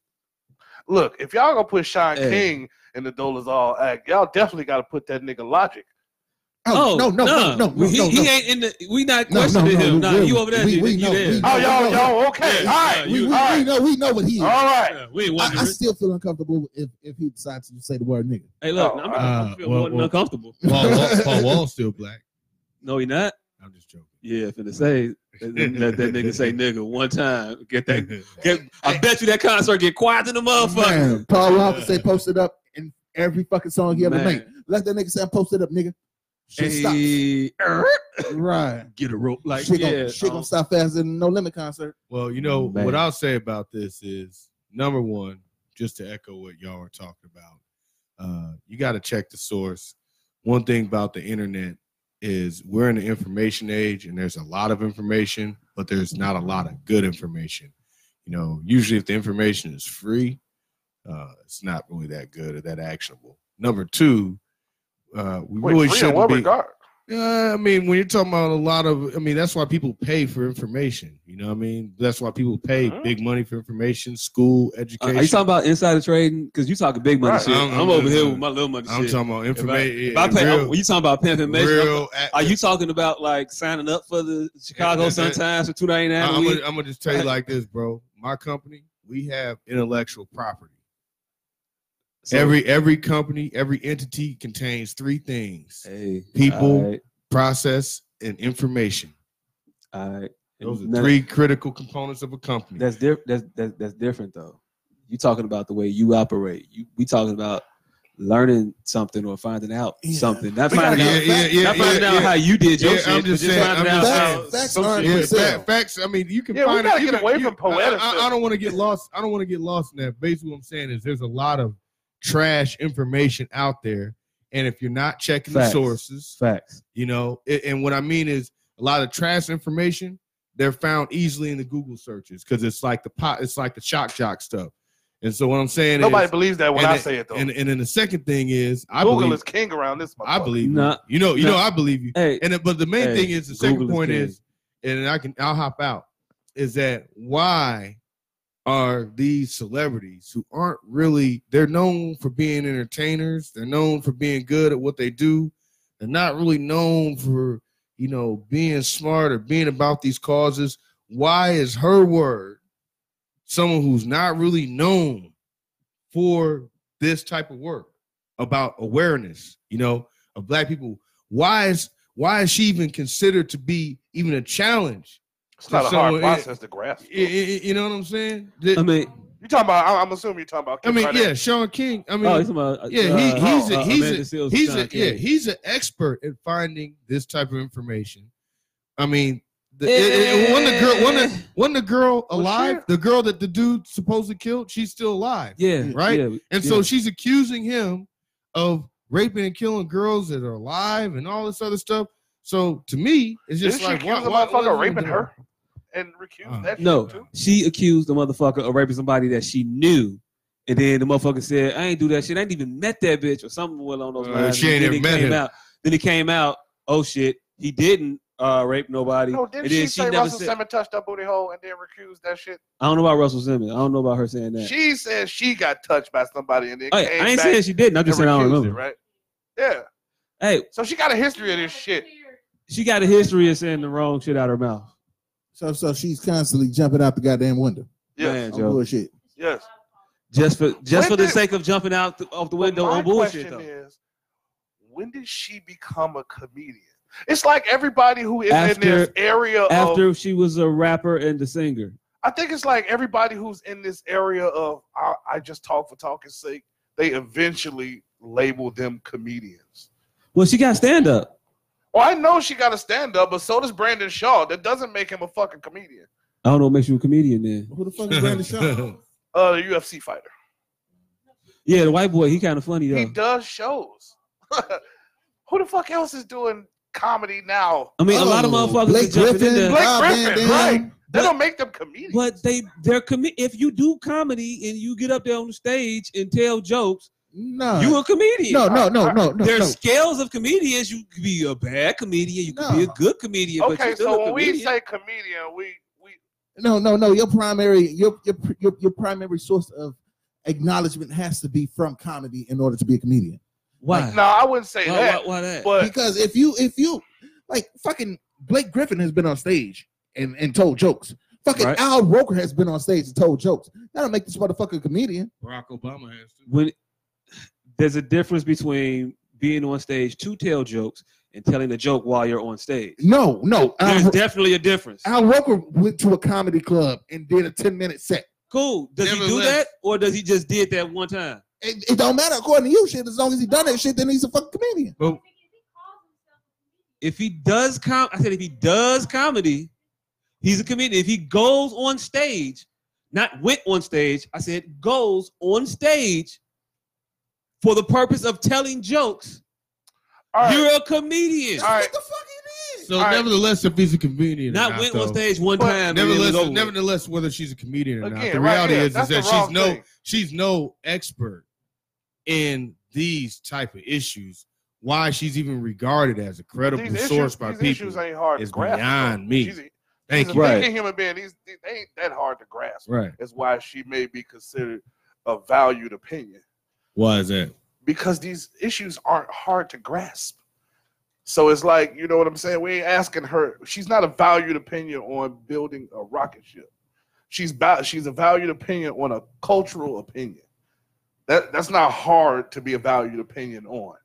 [SPEAKER 2] Look, if y'all gonna put Sean
[SPEAKER 3] Hey.
[SPEAKER 2] King in the Dollars All Act, y'all definitely gotta put that nigga Logic.
[SPEAKER 4] Oh, no, no,
[SPEAKER 3] nah.
[SPEAKER 4] no, no, no,
[SPEAKER 3] he,
[SPEAKER 4] no,
[SPEAKER 3] he
[SPEAKER 4] no.
[SPEAKER 3] ain't in the. We not
[SPEAKER 4] No, no,
[SPEAKER 3] questioning
[SPEAKER 4] no,
[SPEAKER 3] him.
[SPEAKER 4] no,
[SPEAKER 3] nah,
[SPEAKER 4] we-
[SPEAKER 3] you over there?
[SPEAKER 4] we-
[SPEAKER 3] you
[SPEAKER 4] we
[SPEAKER 3] you
[SPEAKER 4] know,
[SPEAKER 3] there?
[SPEAKER 4] we-
[SPEAKER 2] Oh,
[SPEAKER 4] no.
[SPEAKER 2] y'all, y'all, okay,
[SPEAKER 3] Yeah,
[SPEAKER 2] all right,
[SPEAKER 3] no,
[SPEAKER 4] we,
[SPEAKER 3] you-
[SPEAKER 4] we,
[SPEAKER 2] all
[SPEAKER 4] we
[SPEAKER 2] right,
[SPEAKER 4] know we know what he is.
[SPEAKER 2] all right.
[SPEAKER 3] Yeah, we ain't
[SPEAKER 4] I, I
[SPEAKER 3] wondering.
[SPEAKER 4] still feel uncomfortable if, if he decides to say the word nigga.
[SPEAKER 3] Hey, look.
[SPEAKER 2] Oh,
[SPEAKER 3] I'm,
[SPEAKER 5] uh,
[SPEAKER 3] I feel
[SPEAKER 5] well,
[SPEAKER 3] more than
[SPEAKER 5] well.
[SPEAKER 3] uncomfortable.
[SPEAKER 5] Paul Wall, Paul Wall's still black.
[SPEAKER 3] No, he not.
[SPEAKER 5] I'm just joking.
[SPEAKER 3] Yeah, finna say let, let that nigga say nigga one time. Get that. Get, I bet you that concert get quiet in the motherfucker.
[SPEAKER 4] Man, Paul Walker say posted up in every fucking song he ever
[SPEAKER 3] Man.
[SPEAKER 4] made. Let that nigga say I'm posted up, nigga. Shit
[SPEAKER 3] Hey, er,
[SPEAKER 4] stops. Right.
[SPEAKER 3] get a rope like
[SPEAKER 4] shit
[SPEAKER 3] yeah.
[SPEAKER 4] gonna, shit
[SPEAKER 3] um,
[SPEAKER 4] gonna stop faster than No Limit concert.
[SPEAKER 5] Well, you know
[SPEAKER 3] Man.
[SPEAKER 5] what I'll say about this is number one, just to echo what y'all are talking about, uh, you got to check the source. One thing about the internet is we're in the information age, and there's a lot of information, but there's not a lot of good information. You know, usually if the information is free, uh, it's not really that good or that actionable. Number two, uh, we
[SPEAKER 2] Wait,
[SPEAKER 5] really
[SPEAKER 2] three in
[SPEAKER 5] shouldn't
[SPEAKER 2] what
[SPEAKER 5] be.
[SPEAKER 2] regard?
[SPEAKER 5] Yeah, I mean, when you're talking about a lot of, I mean, that's why people pay for information. You know what I mean? That's why people pay
[SPEAKER 2] Mhm.
[SPEAKER 5] big money for information, school,
[SPEAKER 3] uh,
[SPEAKER 5] education.
[SPEAKER 3] are you talking about insider trading? Because you talking big money
[SPEAKER 2] Right.
[SPEAKER 3] shit. I'm,
[SPEAKER 5] I'm- I'm
[SPEAKER 3] over
[SPEAKER 5] just-
[SPEAKER 3] here with my little money
[SPEAKER 5] I'm
[SPEAKER 3] shit.
[SPEAKER 5] talking about
[SPEAKER 3] If I-
[SPEAKER 5] information.
[SPEAKER 3] if I pay, I'm-
[SPEAKER 5] real,
[SPEAKER 3] when you talking about pimping information,
[SPEAKER 5] real
[SPEAKER 3] are you talking about like signing up for the Chicago
[SPEAKER 5] Yeah, that-
[SPEAKER 3] Sun Times for two ninety nine a
[SPEAKER 5] I'm
[SPEAKER 3] week?
[SPEAKER 5] gonna, I'm gonna just tell you like this, bro. My company, we have intellectual property.
[SPEAKER 3] So-
[SPEAKER 5] every every company, every entity contains three things:
[SPEAKER 3] Hey,
[SPEAKER 5] people-
[SPEAKER 3] all right,
[SPEAKER 5] process and information.
[SPEAKER 3] all right.
[SPEAKER 5] Those are
[SPEAKER 3] None-
[SPEAKER 5] three critical components of a company.
[SPEAKER 3] That's different. That's, that's that's different though. You talking about the way you operate. You we talking about learning something or finding out
[SPEAKER 4] Yeah.
[SPEAKER 3] something. Not
[SPEAKER 4] We gotta
[SPEAKER 3] finding
[SPEAKER 4] get-
[SPEAKER 3] out. not finding out how you did your
[SPEAKER 5] Yeah,
[SPEAKER 3] shit.
[SPEAKER 5] I'm
[SPEAKER 3] but
[SPEAKER 5] just
[SPEAKER 3] just
[SPEAKER 5] saying-
[SPEAKER 3] finding
[SPEAKER 5] I'm
[SPEAKER 3] out
[SPEAKER 5] just
[SPEAKER 3] how Uh, some
[SPEAKER 4] saying- Facts- facts
[SPEAKER 3] shit
[SPEAKER 4] aren't
[SPEAKER 5] Yeah,
[SPEAKER 3] was
[SPEAKER 4] for sale.
[SPEAKER 3] done.
[SPEAKER 5] fa- facts. I mean, you can
[SPEAKER 2] Yeah, we
[SPEAKER 5] find.
[SPEAKER 2] gotta
[SPEAKER 5] it- you
[SPEAKER 2] get
[SPEAKER 5] can-
[SPEAKER 2] away
[SPEAKER 5] you-
[SPEAKER 2] from poeticism.
[SPEAKER 5] I, I- I don't want to get lost. I don't want to get lost in that. Basically, what I'm saying is there's a lot of trash information out there, and if you're not checking
[SPEAKER 3] Facts.
[SPEAKER 5] the sources,
[SPEAKER 3] Facts.
[SPEAKER 5] you know. it- and what I mean is a lot of trash information. They're found easily in the Google searches because it's like the pot. It's like the shock jock stuff. And so what I'm saying
[SPEAKER 2] Nobody
[SPEAKER 5] is,
[SPEAKER 2] believes that when
[SPEAKER 5] and
[SPEAKER 2] I
[SPEAKER 5] it-
[SPEAKER 2] say it though.
[SPEAKER 5] and and then the second thing is, I
[SPEAKER 2] Google
[SPEAKER 5] believe,
[SPEAKER 2] is king around this.
[SPEAKER 5] I
[SPEAKER 2] motherfucker.
[SPEAKER 5] believe, you.
[SPEAKER 3] Nah.
[SPEAKER 5] you know, you
[SPEAKER 3] Nah.
[SPEAKER 5] know, I believe you.
[SPEAKER 3] Hey,
[SPEAKER 5] And it- but the main
[SPEAKER 3] Hey,
[SPEAKER 5] thing is the
[SPEAKER 3] Google
[SPEAKER 5] second
[SPEAKER 3] is
[SPEAKER 5] point
[SPEAKER 3] king.
[SPEAKER 5] is, and I can I'll hop out, is that why are these celebrities who aren't really they're known for being entertainers, they're known for being good at what they do, they're not really known for you know being smart or being about these causes. Why is her word someone who's not really known for this type of work about awareness, you know, of black people? Why is why is she even considered to be even a challenge?
[SPEAKER 2] It's not a
[SPEAKER 5] So,
[SPEAKER 2] hard
[SPEAKER 5] it-
[SPEAKER 2] process to grasp.
[SPEAKER 5] I- I- I- You know what I'm saying? That-
[SPEAKER 3] I mean, oh,
[SPEAKER 2] You talking about? I- I'm assuming you're talking about.
[SPEAKER 5] I mean,
[SPEAKER 2] Kim Kardashian.
[SPEAKER 5] yeah, Sean King. I
[SPEAKER 3] oh, he's
[SPEAKER 5] mean,
[SPEAKER 3] talking about,
[SPEAKER 5] yeah,
[SPEAKER 3] uh,
[SPEAKER 5] he, he's
[SPEAKER 3] uh,
[SPEAKER 5] a, he's
[SPEAKER 3] Amanda
[SPEAKER 5] a,
[SPEAKER 3] Seals
[SPEAKER 5] he's
[SPEAKER 3] and
[SPEAKER 5] a,
[SPEAKER 3] John
[SPEAKER 5] yeah,
[SPEAKER 3] Kerry.
[SPEAKER 5] he's an expert at finding this type of information. I mean, the,
[SPEAKER 3] Eh.
[SPEAKER 5] it- it- when the girl, when the, when the girl
[SPEAKER 2] Well,
[SPEAKER 5] alive,
[SPEAKER 2] sure.
[SPEAKER 5] the girl that the dude supposedly killed, she's still alive,
[SPEAKER 3] yeah,
[SPEAKER 5] right?
[SPEAKER 3] Yeah,
[SPEAKER 5] and so
[SPEAKER 3] yeah.
[SPEAKER 5] she's accusing him of raping and killing girls that are alive and all this other stuff. So to me, it's
[SPEAKER 2] Did
[SPEAKER 5] just
[SPEAKER 2] she
[SPEAKER 5] like
[SPEAKER 2] accuse
[SPEAKER 5] what,
[SPEAKER 2] the
[SPEAKER 5] what,
[SPEAKER 2] motherfucker
[SPEAKER 5] what
[SPEAKER 2] of raping her and recuse
[SPEAKER 5] Uh,
[SPEAKER 2] that
[SPEAKER 3] no.
[SPEAKER 2] shit too?
[SPEAKER 3] She accused the motherfucker of raping somebody that she knew. And then the motherfucker said, I ain't do that shit. I ain't even met that bitch or something along those
[SPEAKER 5] Uh,
[SPEAKER 3] lines.
[SPEAKER 5] she
[SPEAKER 3] And
[SPEAKER 5] ain't
[SPEAKER 3] then
[SPEAKER 5] even
[SPEAKER 3] it
[SPEAKER 5] met
[SPEAKER 3] came
[SPEAKER 5] him.
[SPEAKER 3] Out, then it came out, oh shit, he didn't uh, rape nobody.
[SPEAKER 2] No, Oh, didn't
[SPEAKER 3] and then
[SPEAKER 2] she say
[SPEAKER 3] never
[SPEAKER 2] Russell
[SPEAKER 3] said,
[SPEAKER 2] Simmons touched that booty hole and then recused that shit?
[SPEAKER 3] I don't know about Russell Simmons. I don't know about her saying that.
[SPEAKER 2] She said she got touched by somebody and then
[SPEAKER 3] Hey,
[SPEAKER 2] came
[SPEAKER 3] Oh, I ain't
[SPEAKER 2] back
[SPEAKER 3] saying she didn't. I'm
[SPEAKER 2] and
[SPEAKER 3] just saying I don't
[SPEAKER 2] recused
[SPEAKER 3] remember.
[SPEAKER 2] it, right? Yeah.
[SPEAKER 3] Hey,
[SPEAKER 2] So she got a history of this shit.
[SPEAKER 3] she got a history of saying the wrong shit out her mouth.
[SPEAKER 4] So, so she's constantly jumping out the goddamn window.
[SPEAKER 2] Yes.
[SPEAKER 3] Man,
[SPEAKER 4] On
[SPEAKER 3] Joe.
[SPEAKER 4] bullshit.
[SPEAKER 2] Yes.
[SPEAKER 3] Just for just
[SPEAKER 2] When
[SPEAKER 3] for the
[SPEAKER 2] did-
[SPEAKER 3] sake of jumping out the, off the window
[SPEAKER 2] But my
[SPEAKER 3] on bullshit though.
[SPEAKER 2] question is, when did she become a comedian? It's like everybody who is
[SPEAKER 3] After-
[SPEAKER 2] in this area of
[SPEAKER 3] After she was a rapper and a singer.
[SPEAKER 2] I think it's like everybody who's in this area of I, I just talk for talking's sake, they eventually label them comedians.
[SPEAKER 3] Well, she got stand up.
[SPEAKER 2] Well, I know she got a stand up, but so does Brandon Shaw. That doesn't make him a fucking comedian.
[SPEAKER 3] I don't know what makes you a comedian then.
[SPEAKER 4] Who the fuck is Brandon Shaw?
[SPEAKER 2] Uh, the UFC fighter.
[SPEAKER 3] Yeah, the white boy, he kind of funny though.
[SPEAKER 2] He does shows. Who the fuck else is doing comedy now?
[SPEAKER 3] I mean, a lot of
[SPEAKER 4] Oh,
[SPEAKER 3] motherfuckers
[SPEAKER 4] Blake
[SPEAKER 3] is jumping
[SPEAKER 4] Griffin,
[SPEAKER 3] in there,
[SPEAKER 2] Blake
[SPEAKER 4] Rob Van
[SPEAKER 2] Griffin,
[SPEAKER 4] Dam.
[SPEAKER 2] right? They
[SPEAKER 3] But-
[SPEAKER 2] don't make them comedians.
[SPEAKER 3] but they they're commi- if you do comedy and you get up there on the stage and tell jokes,
[SPEAKER 4] No.
[SPEAKER 3] you a comedian.
[SPEAKER 4] no, no, no, no, no.
[SPEAKER 3] There's
[SPEAKER 4] no.
[SPEAKER 3] scales of comedians. You could be a bad comedian. You could
[SPEAKER 4] No.
[SPEAKER 3] be a good comedian. but
[SPEAKER 2] okay,
[SPEAKER 3] you still
[SPEAKER 2] so
[SPEAKER 3] a
[SPEAKER 2] when we
[SPEAKER 3] comedian.
[SPEAKER 2] say comedian, we we
[SPEAKER 4] No, no, no. Your primary, your your your, your primary source of acknowledgement has to be from comedy in order to be a comedian.
[SPEAKER 3] why?
[SPEAKER 2] no, I wouldn't say
[SPEAKER 3] why,
[SPEAKER 2] that.
[SPEAKER 3] why, why that?
[SPEAKER 2] But
[SPEAKER 4] Because if you if you like fucking Blake Griffin has been on stage and and told jokes. Fucking
[SPEAKER 3] Right.
[SPEAKER 4] Al Roker has been on stage and told jokes. That'll make this motherfucker a comedian.
[SPEAKER 5] Barack Obama has to.
[SPEAKER 3] when there's a difference between being on stage to tell jokes and telling a joke while you're on stage.
[SPEAKER 4] No, no. uh,
[SPEAKER 3] There's
[SPEAKER 4] Al,
[SPEAKER 3] definitely a difference.
[SPEAKER 4] Al Roker went to a comedy club and did a 10 minute set.
[SPEAKER 3] Cool. Does he do
[SPEAKER 5] Nevertheless-
[SPEAKER 3] that or does he just did that one time?
[SPEAKER 4] It, it don't matter according to you, shit. As long as he done that shit, then he's a fucking comedian.
[SPEAKER 5] But
[SPEAKER 3] If he does com I said if he does comedy, he's a comedian. If he goes on stage, not went on stage, I said goes on stage for the purpose of telling jokes,
[SPEAKER 2] all right,
[SPEAKER 3] you're a comedian.
[SPEAKER 4] That's
[SPEAKER 2] All right.
[SPEAKER 4] what the fuck it is.
[SPEAKER 5] so
[SPEAKER 2] All right.
[SPEAKER 5] nevertheless, if he's a comedian, or
[SPEAKER 3] Not went
[SPEAKER 5] though,
[SPEAKER 3] on stage one
[SPEAKER 2] But
[SPEAKER 3] time. and then it was
[SPEAKER 5] Nevertheless,
[SPEAKER 3] over.
[SPEAKER 5] nevertheless, whether she's a comedian or not,
[SPEAKER 2] Again,
[SPEAKER 5] the
[SPEAKER 2] right
[SPEAKER 5] reality
[SPEAKER 2] there,
[SPEAKER 5] is, is
[SPEAKER 2] that's
[SPEAKER 5] that
[SPEAKER 2] the wrong
[SPEAKER 5] she's no
[SPEAKER 2] thing.
[SPEAKER 5] she's no expert in these type of issues. Why she's even regarded as a credible
[SPEAKER 2] these issues,
[SPEAKER 5] source by
[SPEAKER 2] these
[SPEAKER 5] people.
[SPEAKER 2] issues ain't hard
[SPEAKER 5] is
[SPEAKER 2] to grasp.
[SPEAKER 5] beyond
[SPEAKER 2] though.
[SPEAKER 5] me.
[SPEAKER 2] She's a,
[SPEAKER 5] Thank
[SPEAKER 2] she's
[SPEAKER 5] you.
[SPEAKER 2] a
[SPEAKER 3] Right.
[SPEAKER 2] thinking human being. These, these they ain't that hard to grasp.
[SPEAKER 5] Right.
[SPEAKER 2] That's why she may be considered a valued opinion
[SPEAKER 5] Why is that?
[SPEAKER 2] because these issues aren't hard to grasp. So it's like you know what I'm saying. We ain't asking her. She's not a valued opinion on building a rocket ship. She's ba- she's a valued opinion on a cultural opinion. That that's not hard to be a valued opinion on.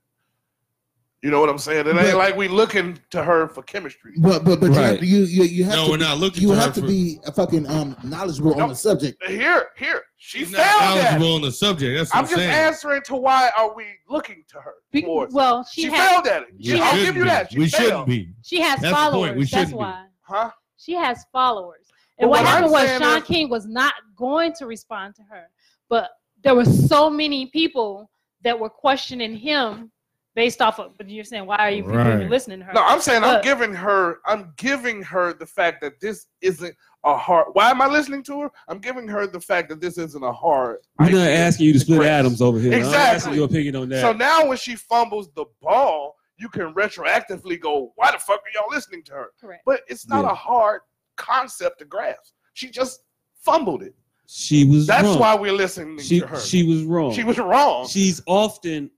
[SPEAKER 2] You know what I'm saying? It
[SPEAKER 4] But-
[SPEAKER 2] ain't like we looking to her for chemistry.
[SPEAKER 4] But but but you have
[SPEAKER 3] Right.
[SPEAKER 4] to you you, you have
[SPEAKER 5] no,
[SPEAKER 4] to
[SPEAKER 5] we're not looking.
[SPEAKER 4] you
[SPEAKER 5] to
[SPEAKER 4] have
[SPEAKER 5] her
[SPEAKER 4] to
[SPEAKER 5] for,
[SPEAKER 4] be a fucking um knowledgeable on
[SPEAKER 2] No.
[SPEAKER 4] the subject.
[SPEAKER 2] Here, here, she
[SPEAKER 5] She's
[SPEAKER 2] found
[SPEAKER 5] not
[SPEAKER 2] that.
[SPEAKER 5] knowledgeable on the subject. That's what I'm,
[SPEAKER 2] I'm just
[SPEAKER 5] saying.
[SPEAKER 2] answering to why are we looking to her?
[SPEAKER 7] Be-
[SPEAKER 2] for it.
[SPEAKER 7] well,
[SPEAKER 2] she
[SPEAKER 7] she, has
[SPEAKER 2] failed at it.
[SPEAKER 5] You
[SPEAKER 7] She has-
[SPEAKER 2] I'll
[SPEAKER 5] shouldn't
[SPEAKER 2] give you
[SPEAKER 5] be.
[SPEAKER 2] that. She
[SPEAKER 5] we
[SPEAKER 2] failed.
[SPEAKER 5] shouldn't be.
[SPEAKER 7] she has
[SPEAKER 5] That's the point.
[SPEAKER 7] followers.
[SPEAKER 5] We shouldn't
[SPEAKER 7] That's
[SPEAKER 5] be.
[SPEAKER 7] why
[SPEAKER 2] Huh?
[SPEAKER 7] she has followers. And
[SPEAKER 2] But
[SPEAKER 7] what
[SPEAKER 2] what I'm
[SPEAKER 7] happened was
[SPEAKER 2] saying
[SPEAKER 7] Sean
[SPEAKER 2] is-
[SPEAKER 7] King was not going to respond to her, but there were so many people that were questioning him based off of. But you're saying, why are you even
[SPEAKER 5] Right.
[SPEAKER 7] listening to her?
[SPEAKER 2] No, I'm saying I'm
[SPEAKER 7] Look.
[SPEAKER 2] giving her. I'm giving her the fact that this isn't a hard. Why am I listening to her? I'm giving her the fact that this isn't a hard.
[SPEAKER 3] We're not
[SPEAKER 2] idea
[SPEAKER 3] asking you to split
[SPEAKER 2] grasp.
[SPEAKER 3] atoms over here. I'm
[SPEAKER 2] Exactly.
[SPEAKER 3] asking your opinion on that.
[SPEAKER 2] So now when she fumbles the ball, you can retroactively go, "Why the fuck are y'all listening to her?"
[SPEAKER 7] Correct.
[SPEAKER 2] But it's not
[SPEAKER 3] Yeah.
[SPEAKER 2] a hard concept to grasp. She just fumbled it.
[SPEAKER 3] she was
[SPEAKER 2] That's
[SPEAKER 3] wrong.
[SPEAKER 2] why we're listening
[SPEAKER 3] she,
[SPEAKER 2] to her.
[SPEAKER 3] she was wrong.
[SPEAKER 2] She was wrong.
[SPEAKER 3] She's often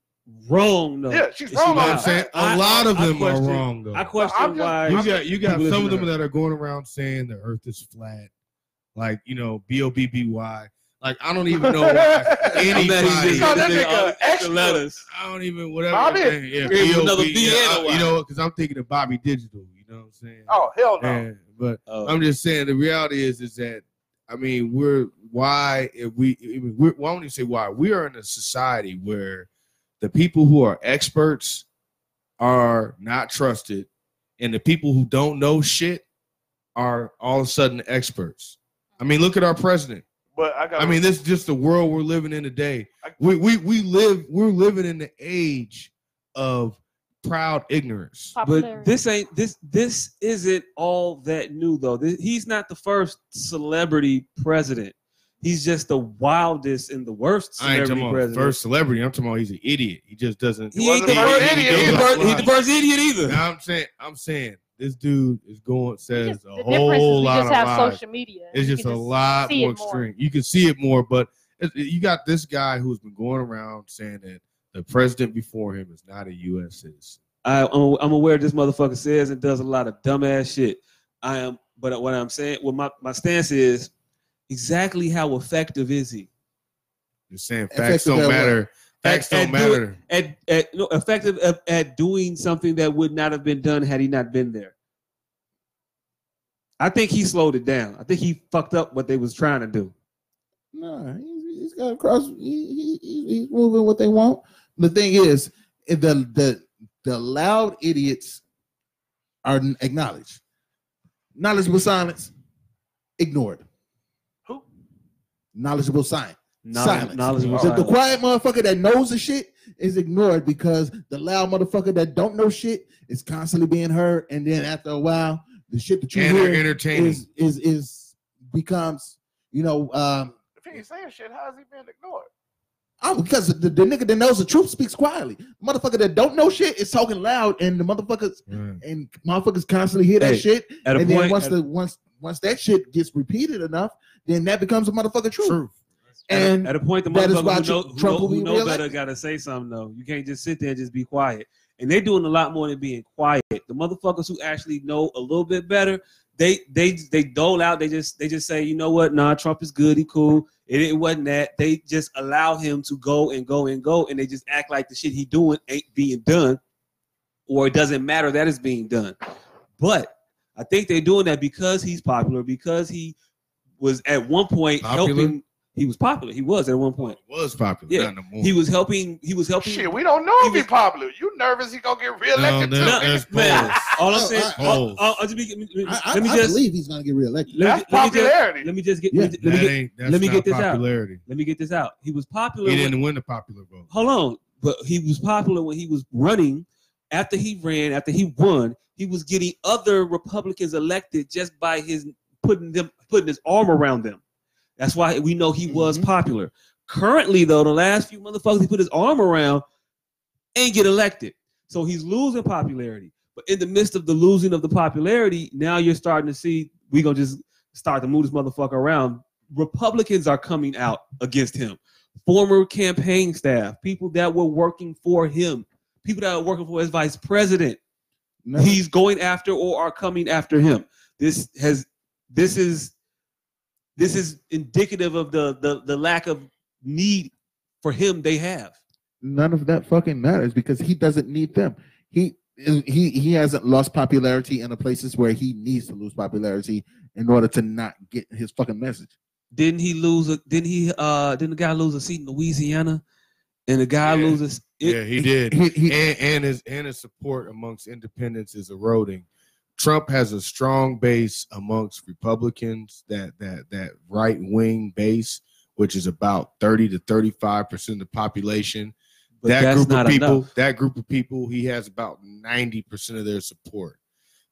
[SPEAKER 3] wrong though.
[SPEAKER 2] yeah, she's
[SPEAKER 3] She
[SPEAKER 2] wrong.
[SPEAKER 3] was.
[SPEAKER 2] on
[SPEAKER 5] I'm
[SPEAKER 2] that.
[SPEAKER 5] saying
[SPEAKER 3] I-
[SPEAKER 5] a lot of
[SPEAKER 3] I
[SPEAKER 5] them are
[SPEAKER 3] question-
[SPEAKER 5] wrong though.
[SPEAKER 3] I question
[SPEAKER 2] I'm just-
[SPEAKER 3] why.
[SPEAKER 5] you got you got
[SPEAKER 3] people
[SPEAKER 5] some of
[SPEAKER 3] listen
[SPEAKER 5] them
[SPEAKER 3] to
[SPEAKER 5] that are going around saying the earth is flat, like you know B O B B Y. Like I don't even know why
[SPEAKER 3] I'm mad he
[SPEAKER 5] anybody.
[SPEAKER 3] did-
[SPEAKER 2] No, that
[SPEAKER 3] did
[SPEAKER 2] nigga
[SPEAKER 3] all the
[SPEAKER 2] extra.
[SPEAKER 3] letters.
[SPEAKER 5] I don't even whatever.
[SPEAKER 2] Bobby?
[SPEAKER 5] her name- yeah,
[SPEAKER 3] There's
[SPEAKER 5] B.O.B.,
[SPEAKER 3] another B
[SPEAKER 5] yeah,
[SPEAKER 3] and a
[SPEAKER 5] I-
[SPEAKER 3] Y.
[SPEAKER 5] you know, because I'm thinking of Bobby Digital. You know what I'm saying?
[SPEAKER 2] oh hell no.
[SPEAKER 5] And- but
[SPEAKER 3] Oh.
[SPEAKER 5] I'm just saying the reality is is that I mean we're why if we I mean, we're, why don't you say why we are in a society where the people who are experts are not trusted and the people who don't know shit are all of a sudden experts. I mean look at our president.
[SPEAKER 2] But I got.
[SPEAKER 5] I mean this is just the world we're living in today. We we we live we're living in the age of proud ignorance.
[SPEAKER 7] Popularity.
[SPEAKER 3] But this ain't this this isn't all that new though. This, he's not the first celebrity president. He's just the wildest and the worst
[SPEAKER 5] I
[SPEAKER 3] celebrity
[SPEAKER 5] ain't talking about
[SPEAKER 3] president.
[SPEAKER 5] first celebrity. I'm talking about he's an idiot. He just doesn't.
[SPEAKER 3] he ain't
[SPEAKER 2] wasn't
[SPEAKER 3] the
[SPEAKER 2] the
[SPEAKER 3] first
[SPEAKER 2] first
[SPEAKER 3] idiot.
[SPEAKER 2] idiot.
[SPEAKER 3] He the first, he the first idiot either.
[SPEAKER 5] Now I'm saying, I'm saying this dude is going says
[SPEAKER 7] Just-
[SPEAKER 5] a
[SPEAKER 7] the difference is
[SPEAKER 5] whole
[SPEAKER 7] we
[SPEAKER 5] lot
[SPEAKER 7] just
[SPEAKER 5] of
[SPEAKER 7] have
[SPEAKER 5] lies.
[SPEAKER 7] social media.
[SPEAKER 5] It's
[SPEAKER 7] You
[SPEAKER 5] just
[SPEAKER 7] can
[SPEAKER 5] a lot
[SPEAKER 7] see
[SPEAKER 5] more
[SPEAKER 7] it more.
[SPEAKER 5] extreme. You can see it more, but it- you got this guy who's been going around saying that the president before him is not a U.S. citizen.
[SPEAKER 3] I, I'm, I'm aware this motherfucker says and does a lot of dumbass shit. I am, but what I'm saying, well, my, my stance is exactly how effective is he
[SPEAKER 5] You're saying facts
[SPEAKER 4] Effective at
[SPEAKER 5] don't
[SPEAKER 4] what?
[SPEAKER 5] matter. Facts
[SPEAKER 3] At-
[SPEAKER 5] don't
[SPEAKER 3] at doing-
[SPEAKER 5] matter.
[SPEAKER 3] at, at no, effective at, at doing something that would not have been done had he not been there. I think he slowed it down. I think he fucked up what they was trying to do.
[SPEAKER 4] No, he's, he's got across. He, he, he's moving what they want. The thing is, the the the loud idiots are acknowledged. Knowledgeable silence, ignored.
[SPEAKER 2] Who?
[SPEAKER 4] Knowledgegeable silence. Silence.
[SPEAKER 3] Knowledgeable
[SPEAKER 4] The, the
[SPEAKER 3] silence.
[SPEAKER 4] quiet motherfucker that knows the shit is ignored because the loud motherfucker that don't know shit is constantly being heard, and then after a while, the shit that you
[SPEAKER 5] And they're
[SPEAKER 4] hear
[SPEAKER 5] entertaining.
[SPEAKER 4] is is is becomes you know um,
[SPEAKER 2] If he ain't saying shit, how is he being ignored?
[SPEAKER 4] Oh, because the, the nigga that knows the truth speaks quietly. motherfucker that don't know shit is talking loud, and the motherfuckers
[SPEAKER 5] Right.
[SPEAKER 4] and motherfuckers constantly hear that
[SPEAKER 3] Hey,
[SPEAKER 4] shit.
[SPEAKER 3] At a
[SPEAKER 4] and then
[SPEAKER 3] point,
[SPEAKER 4] once the once once that shit gets repeated enough, then that becomes a motherfucking truth.
[SPEAKER 5] Truth.
[SPEAKER 4] And
[SPEAKER 3] at a point, the
[SPEAKER 4] that is
[SPEAKER 3] motherfucker
[SPEAKER 4] why
[SPEAKER 3] who
[SPEAKER 4] Tr-
[SPEAKER 3] know, who
[SPEAKER 4] Trump
[SPEAKER 3] know,
[SPEAKER 4] will
[SPEAKER 3] who
[SPEAKER 4] be
[SPEAKER 3] know better
[SPEAKER 4] reelected.
[SPEAKER 3] gotta say something though. You can't just sit there and just be quiet. And they're doing a lot more than being quiet. The motherfuckers who actually know a little bit better, they they they dole out. They just they just say, you know what? Nah, Trump is good. He cool. It, it wasn't that. They just allow him to go and go and go, and they just act like the shit he doing ain't being done, or it doesn't matter that it's being done. But I think they're doing that because he's popular, because he was at one point
[SPEAKER 5] Popular?
[SPEAKER 3] helping. He was popular. He was at one point.
[SPEAKER 5] was popular.
[SPEAKER 3] Yeah.
[SPEAKER 5] not no more.
[SPEAKER 3] He was helping. He was helping.
[SPEAKER 2] Shit, we don't know if
[SPEAKER 3] he
[SPEAKER 2] he popular. You nervous he gonna get reelected
[SPEAKER 5] No,
[SPEAKER 2] too?
[SPEAKER 5] no,
[SPEAKER 2] nigga.
[SPEAKER 5] that's
[SPEAKER 3] Man,
[SPEAKER 5] balls.
[SPEAKER 3] all I'm
[SPEAKER 4] Oh,
[SPEAKER 3] saying.
[SPEAKER 4] I-
[SPEAKER 3] I'll- I'll- I'll just be-
[SPEAKER 4] I, I,
[SPEAKER 3] Let me
[SPEAKER 4] I
[SPEAKER 3] just.
[SPEAKER 4] believe he's gonna get reelected.
[SPEAKER 3] Let
[SPEAKER 2] That's
[SPEAKER 3] me, let me just.
[SPEAKER 2] popularity.
[SPEAKER 3] Let me just get.
[SPEAKER 4] Yeah.
[SPEAKER 3] Let me, let me
[SPEAKER 5] That
[SPEAKER 3] get.
[SPEAKER 5] ain't- that's
[SPEAKER 3] let me
[SPEAKER 5] not
[SPEAKER 3] get this out.
[SPEAKER 5] popularity.
[SPEAKER 3] Let me get this out. He was popular.
[SPEAKER 5] He
[SPEAKER 3] when-
[SPEAKER 5] didn't win the popular vote.
[SPEAKER 3] hold on, but he was popular when he was running. After he ran, after he won, he was getting other Republicans elected just by his putting them putting his arm around them. That's why we know he was
[SPEAKER 4] Mhm.
[SPEAKER 3] popular. Currently, though, the last few motherfuckers he put his arm around and get elected. So he's losing popularity. But in the midst of the losing of the popularity, now you're starting to see we gonna just start to move this motherfucker around. Republicans are coming out against him. Former campaign staff, people that were working for him, people that were working for his vice president,
[SPEAKER 4] No.
[SPEAKER 3] he's going after or are coming after him. This has this is this is indicative of the the, the lack of need for him they have.
[SPEAKER 4] none of that fucking matters because he doesn't need them. He he he hasn't lost popularity in the places where he needs to lose popularity in order to not get his fucking message.
[SPEAKER 3] Didn't he lose a didn't he uh didn't the guy lose a seat in Louisiana? And the guy
[SPEAKER 5] Yeah.
[SPEAKER 3] loses it,
[SPEAKER 5] yeah, he did.
[SPEAKER 4] He, he,
[SPEAKER 5] and, and his and his support amongst independents is eroding. Trump has a strong base amongst Republicans that that that right wing base, which is about thirty to thirty five percent of the population.
[SPEAKER 3] but
[SPEAKER 5] that
[SPEAKER 3] that's
[SPEAKER 5] group
[SPEAKER 3] not
[SPEAKER 5] of people,
[SPEAKER 3] enough.
[SPEAKER 5] that group of people, he has about ninety percent of their support.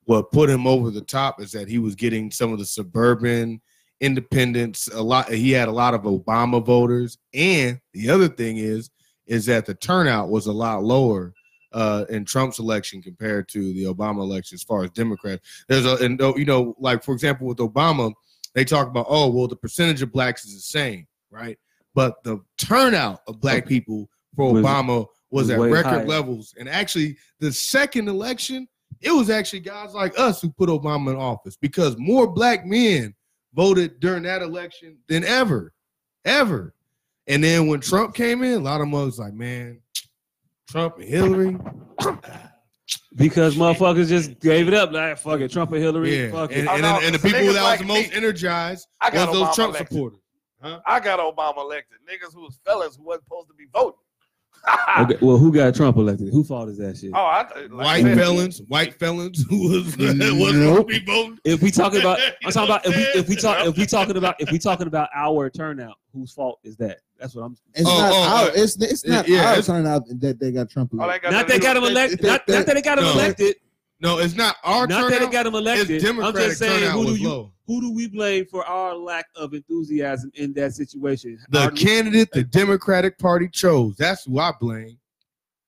[SPEAKER 5] What put him over the top is that he was getting some of the suburban independents. A lot, he had a lot of Obama voters, and the other thing is, is that the turnout was a lot lower uh, in Trump's election compared to the Obama election as far as Democrats. There's a, and uh, you know, like for example, with Obama, they talk about, oh, well, the percentage of blacks is the same, right? But the turnout of black people for
[SPEAKER 3] Was-
[SPEAKER 5] Obama was,
[SPEAKER 3] was
[SPEAKER 5] at
[SPEAKER 3] way
[SPEAKER 5] record
[SPEAKER 3] higher.
[SPEAKER 5] levels. And actually, the second election, it was actually guys like us who put Obama in office because more black men voted during that election than ever, ever. And then when Trump came in, a lot of mugs like, man, Trump and Hillary.
[SPEAKER 3] Because motherfuckers just gave it up. Like fuck it, Trump and Hillary,
[SPEAKER 5] Yeah.
[SPEAKER 3] fuck it.
[SPEAKER 5] And,
[SPEAKER 2] Oh,
[SPEAKER 5] and,
[SPEAKER 2] no,
[SPEAKER 5] and the
[SPEAKER 2] it's the
[SPEAKER 5] people that
[SPEAKER 2] niggas
[SPEAKER 5] was
[SPEAKER 2] like
[SPEAKER 5] the most
[SPEAKER 2] me.
[SPEAKER 5] energized
[SPEAKER 2] I
[SPEAKER 5] was
[SPEAKER 2] got
[SPEAKER 5] those
[SPEAKER 2] Obama
[SPEAKER 5] Trump
[SPEAKER 2] elected.
[SPEAKER 5] supporters.
[SPEAKER 2] I got Obama elected. Niggas who was fellas who wasn't supposed to be voting.
[SPEAKER 3] Okay, well, who got Trump elected? Who fault is that shit?
[SPEAKER 2] Oh, I, like
[SPEAKER 5] White
[SPEAKER 2] I said,
[SPEAKER 5] felons, white felons who was, was
[SPEAKER 4] Nope.
[SPEAKER 5] supposed to be voting.
[SPEAKER 3] If we talking about, I'm
[SPEAKER 5] You
[SPEAKER 3] talking
[SPEAKER 5] know
[SPEAKER 3] about if we if we
[SPEAKER 5] what I'm
[SPEAKER 3] talk if we talking about if we talking about our turnout, whose fault is that? That's what I'm.
[SPEAKER 8] It's
[SPEAKER 5] Oh,
[SPEAKER 8] not
[SPEAKER 5] oh,
[SPEAKER 8] our.
[SPEAKER 5] oh.
[SPEAKER 8] It's, it's not
[SPEAKER 5] Yeah,
[SPEAKER 8] our
[SPEAKER 5] it's-
[SPEAKER 8] turnout that they got Trump.
[SPEAKER 2] all
[SPEAKER 8] elected.
[SPEAKER 2] got
[SPEAKER 3] Not
[SPEAKER 2] to
[SPEAKER 3] they
[SPEAKER 2] do-
[SPEAKER 3] got him elected. Not, not that they got him
[SPEAKER 5] No.
[SPEAKER 3] elected.
[SPEAKER 5] No, it's not our
[SPEAKER 3] Not that they
[SPEAKER 5] turnout.
[SPEAKER 3] got him elected.
[SPEAKER 5] It's
[SPEAKER 3] I'm
[SPEAKER 5] Democratic
[SPEAKER 3] just saying,
[SPEAKER 5] turnout
[SPEAKER 3] who do
[SPEAKER 5] was
[SPEAKER 3] you
[SPEAKER 5] low.
[SPEAKER 3] who do we blame for our lack of enthusiasm in that situation?
[SPEAKER 5] The
[SPEAKER 3] Our-
[SPEAKER 5] candidate the Democratic Party chose. That's who I blame.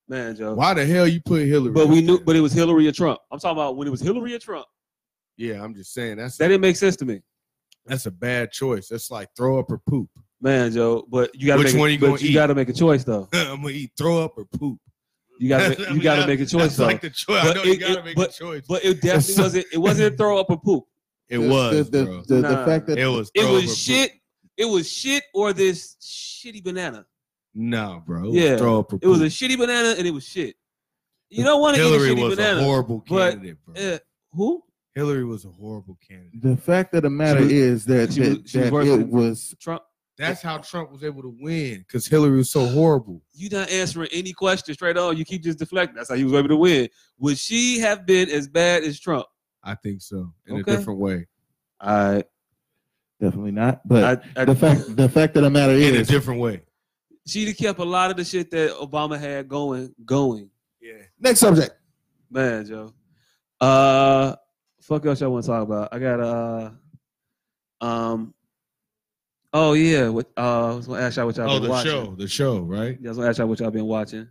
[SPEAKER 3] man, Joe.
[SPEAKER 5] Why the hell you put Hillary?
[SPEAKER 3] But we
[SPEAKER 5] out
[SPEAKER 3] knew,
[SPEAKER 5] there?
[SPEAKER 3] but it was Hillary or Trump. I'm talking about when it was Hillary or Trump.
[SPEAKER 5] yeah, I'm just saying that's
[SPEAKER 3] That didn't make sense to me,
[SPEAKER 5] that's a bad choice. That's like throw up or poop.
[SPEAKER 3] man, Joe. But you got to
[SPEAKER 5] Which
[SPEAKER 3] make.
[SPEAKER 5] one
[SPEAKER 3] a-
[SPEAKER 5] you
[SPEAKER 3] but
[SPEAKER 5] gonna
[SPEAKER 3] you
[SPEAKER 5] eat?
[SPEAKER 3] got to make a choice though.
[SPEAKER 5] I'm gonna eat throw up or poop.
[SPEAKER 3] You got to you got to make a choice
[SPEAKER 5] That's
[SPEAKER 3] though.
[SPEAKER 5] like the choice. I
[SPEAKER 3] But
[SPEAKER 5] know you
[SPEAKER 3] it-
[SPEAKER 5] gotta
[SPEAKER 3] it-
[SPEAKER 5] make a choice.
[SPEAKER 3] But it definitely wasn't. It wasn't a throw up or poop.
[SPEAKER 5] it
[SPEAKER 4] The-
[SPEAKER 5] was,
[SPEAKER 4] the,
[SPEAKER 5] bro.
[SPEAKER 4] the, the,
[SPEAKER 3] Nah.
[SPEAKER 4] the fact that
[SPEAKER 5] It was.
[SPEAKER 3] It
[SPEAKER 5] throw up or
[SPEAKER 3] was
[SPEAKER 5] poop.
[SPEAKER 3] shit. It was shit or this shitty banana.
[SPEAKER 5] No, bro. It
[SPEAKER 3] Yeah,
[SPEAKER 5] was throw up or
[SPEAKER 3] It was a
[SPEAKER 5] poop.
[SPEAKER 3] shitty banana and it was shit. You don't want to eat a
[SPEAKER 5] Hillary
[SPEAKER 3] shitty
[SPEAKER 5] was
[SPEAKER 3] banana.
[SPEAKER 5] a horrible
[SPEAKER 3] but,
[SPEAKER 5] candidate, bro.
[SPEAKER 3] Eh, who?
[SPEAKER 5] Hillary was a horrible candidate.
[SPEAKER 4] the fact of the matter
[SPEAKER 3] was-
[SPEAKER 4] is that
[SPEAKER 3] she was-
[SPEAKER 4] that,
[SPEAKER 3] she was
[SPEAKER 4] that
[SPEAKER 3] worse
[SPEAKER 4] it
[SPEAKER 3] than-
[SPEAKER 4] was
[SPEAKER 3] Trump.
[SPEAKER 5] That's how Trump was able to win because Hillary was so horrible.
[SPEAKER 3] You not answering any question straight on. You keep just deflecting. That's how you was able to win. Would she have been as bad as Trump?
[SPEAKER 5] I think so in
[SPEAKER 3] Okay.
[SPEAKER 5] a different way.
[SPEAKER 3] I,
[SPEAKER 4] definitely not. But
[SPEAKER 3] I, I
[SPEAKER 4] the fact the fact of the matter
[SPEAKER 5] In a
[SPEAKER 4] is
[SPEAKER 5] different way.
[SPEAKER 3] she'd have kept a lot of the shit that Obama had going, going.
[SPEAKER 5] Yeah.
[SPEAKER 4] next subject.
[SPEAKER 3] Man, Joe. Uh, fuck else y'all want to talk about? I got uh, um. Oh yeah, what? Uh, I was gonna ask y'all what y'all
[SPEAKER 5] Oh,
[SPEAKER 3] been
[SPEAKER 5] the
[SPEAKER 3] watching.
[SPEAKER 5] show, the show, right?
[SPEAKER 3] Yeah, I was gonna ask y'all what y'all been watching.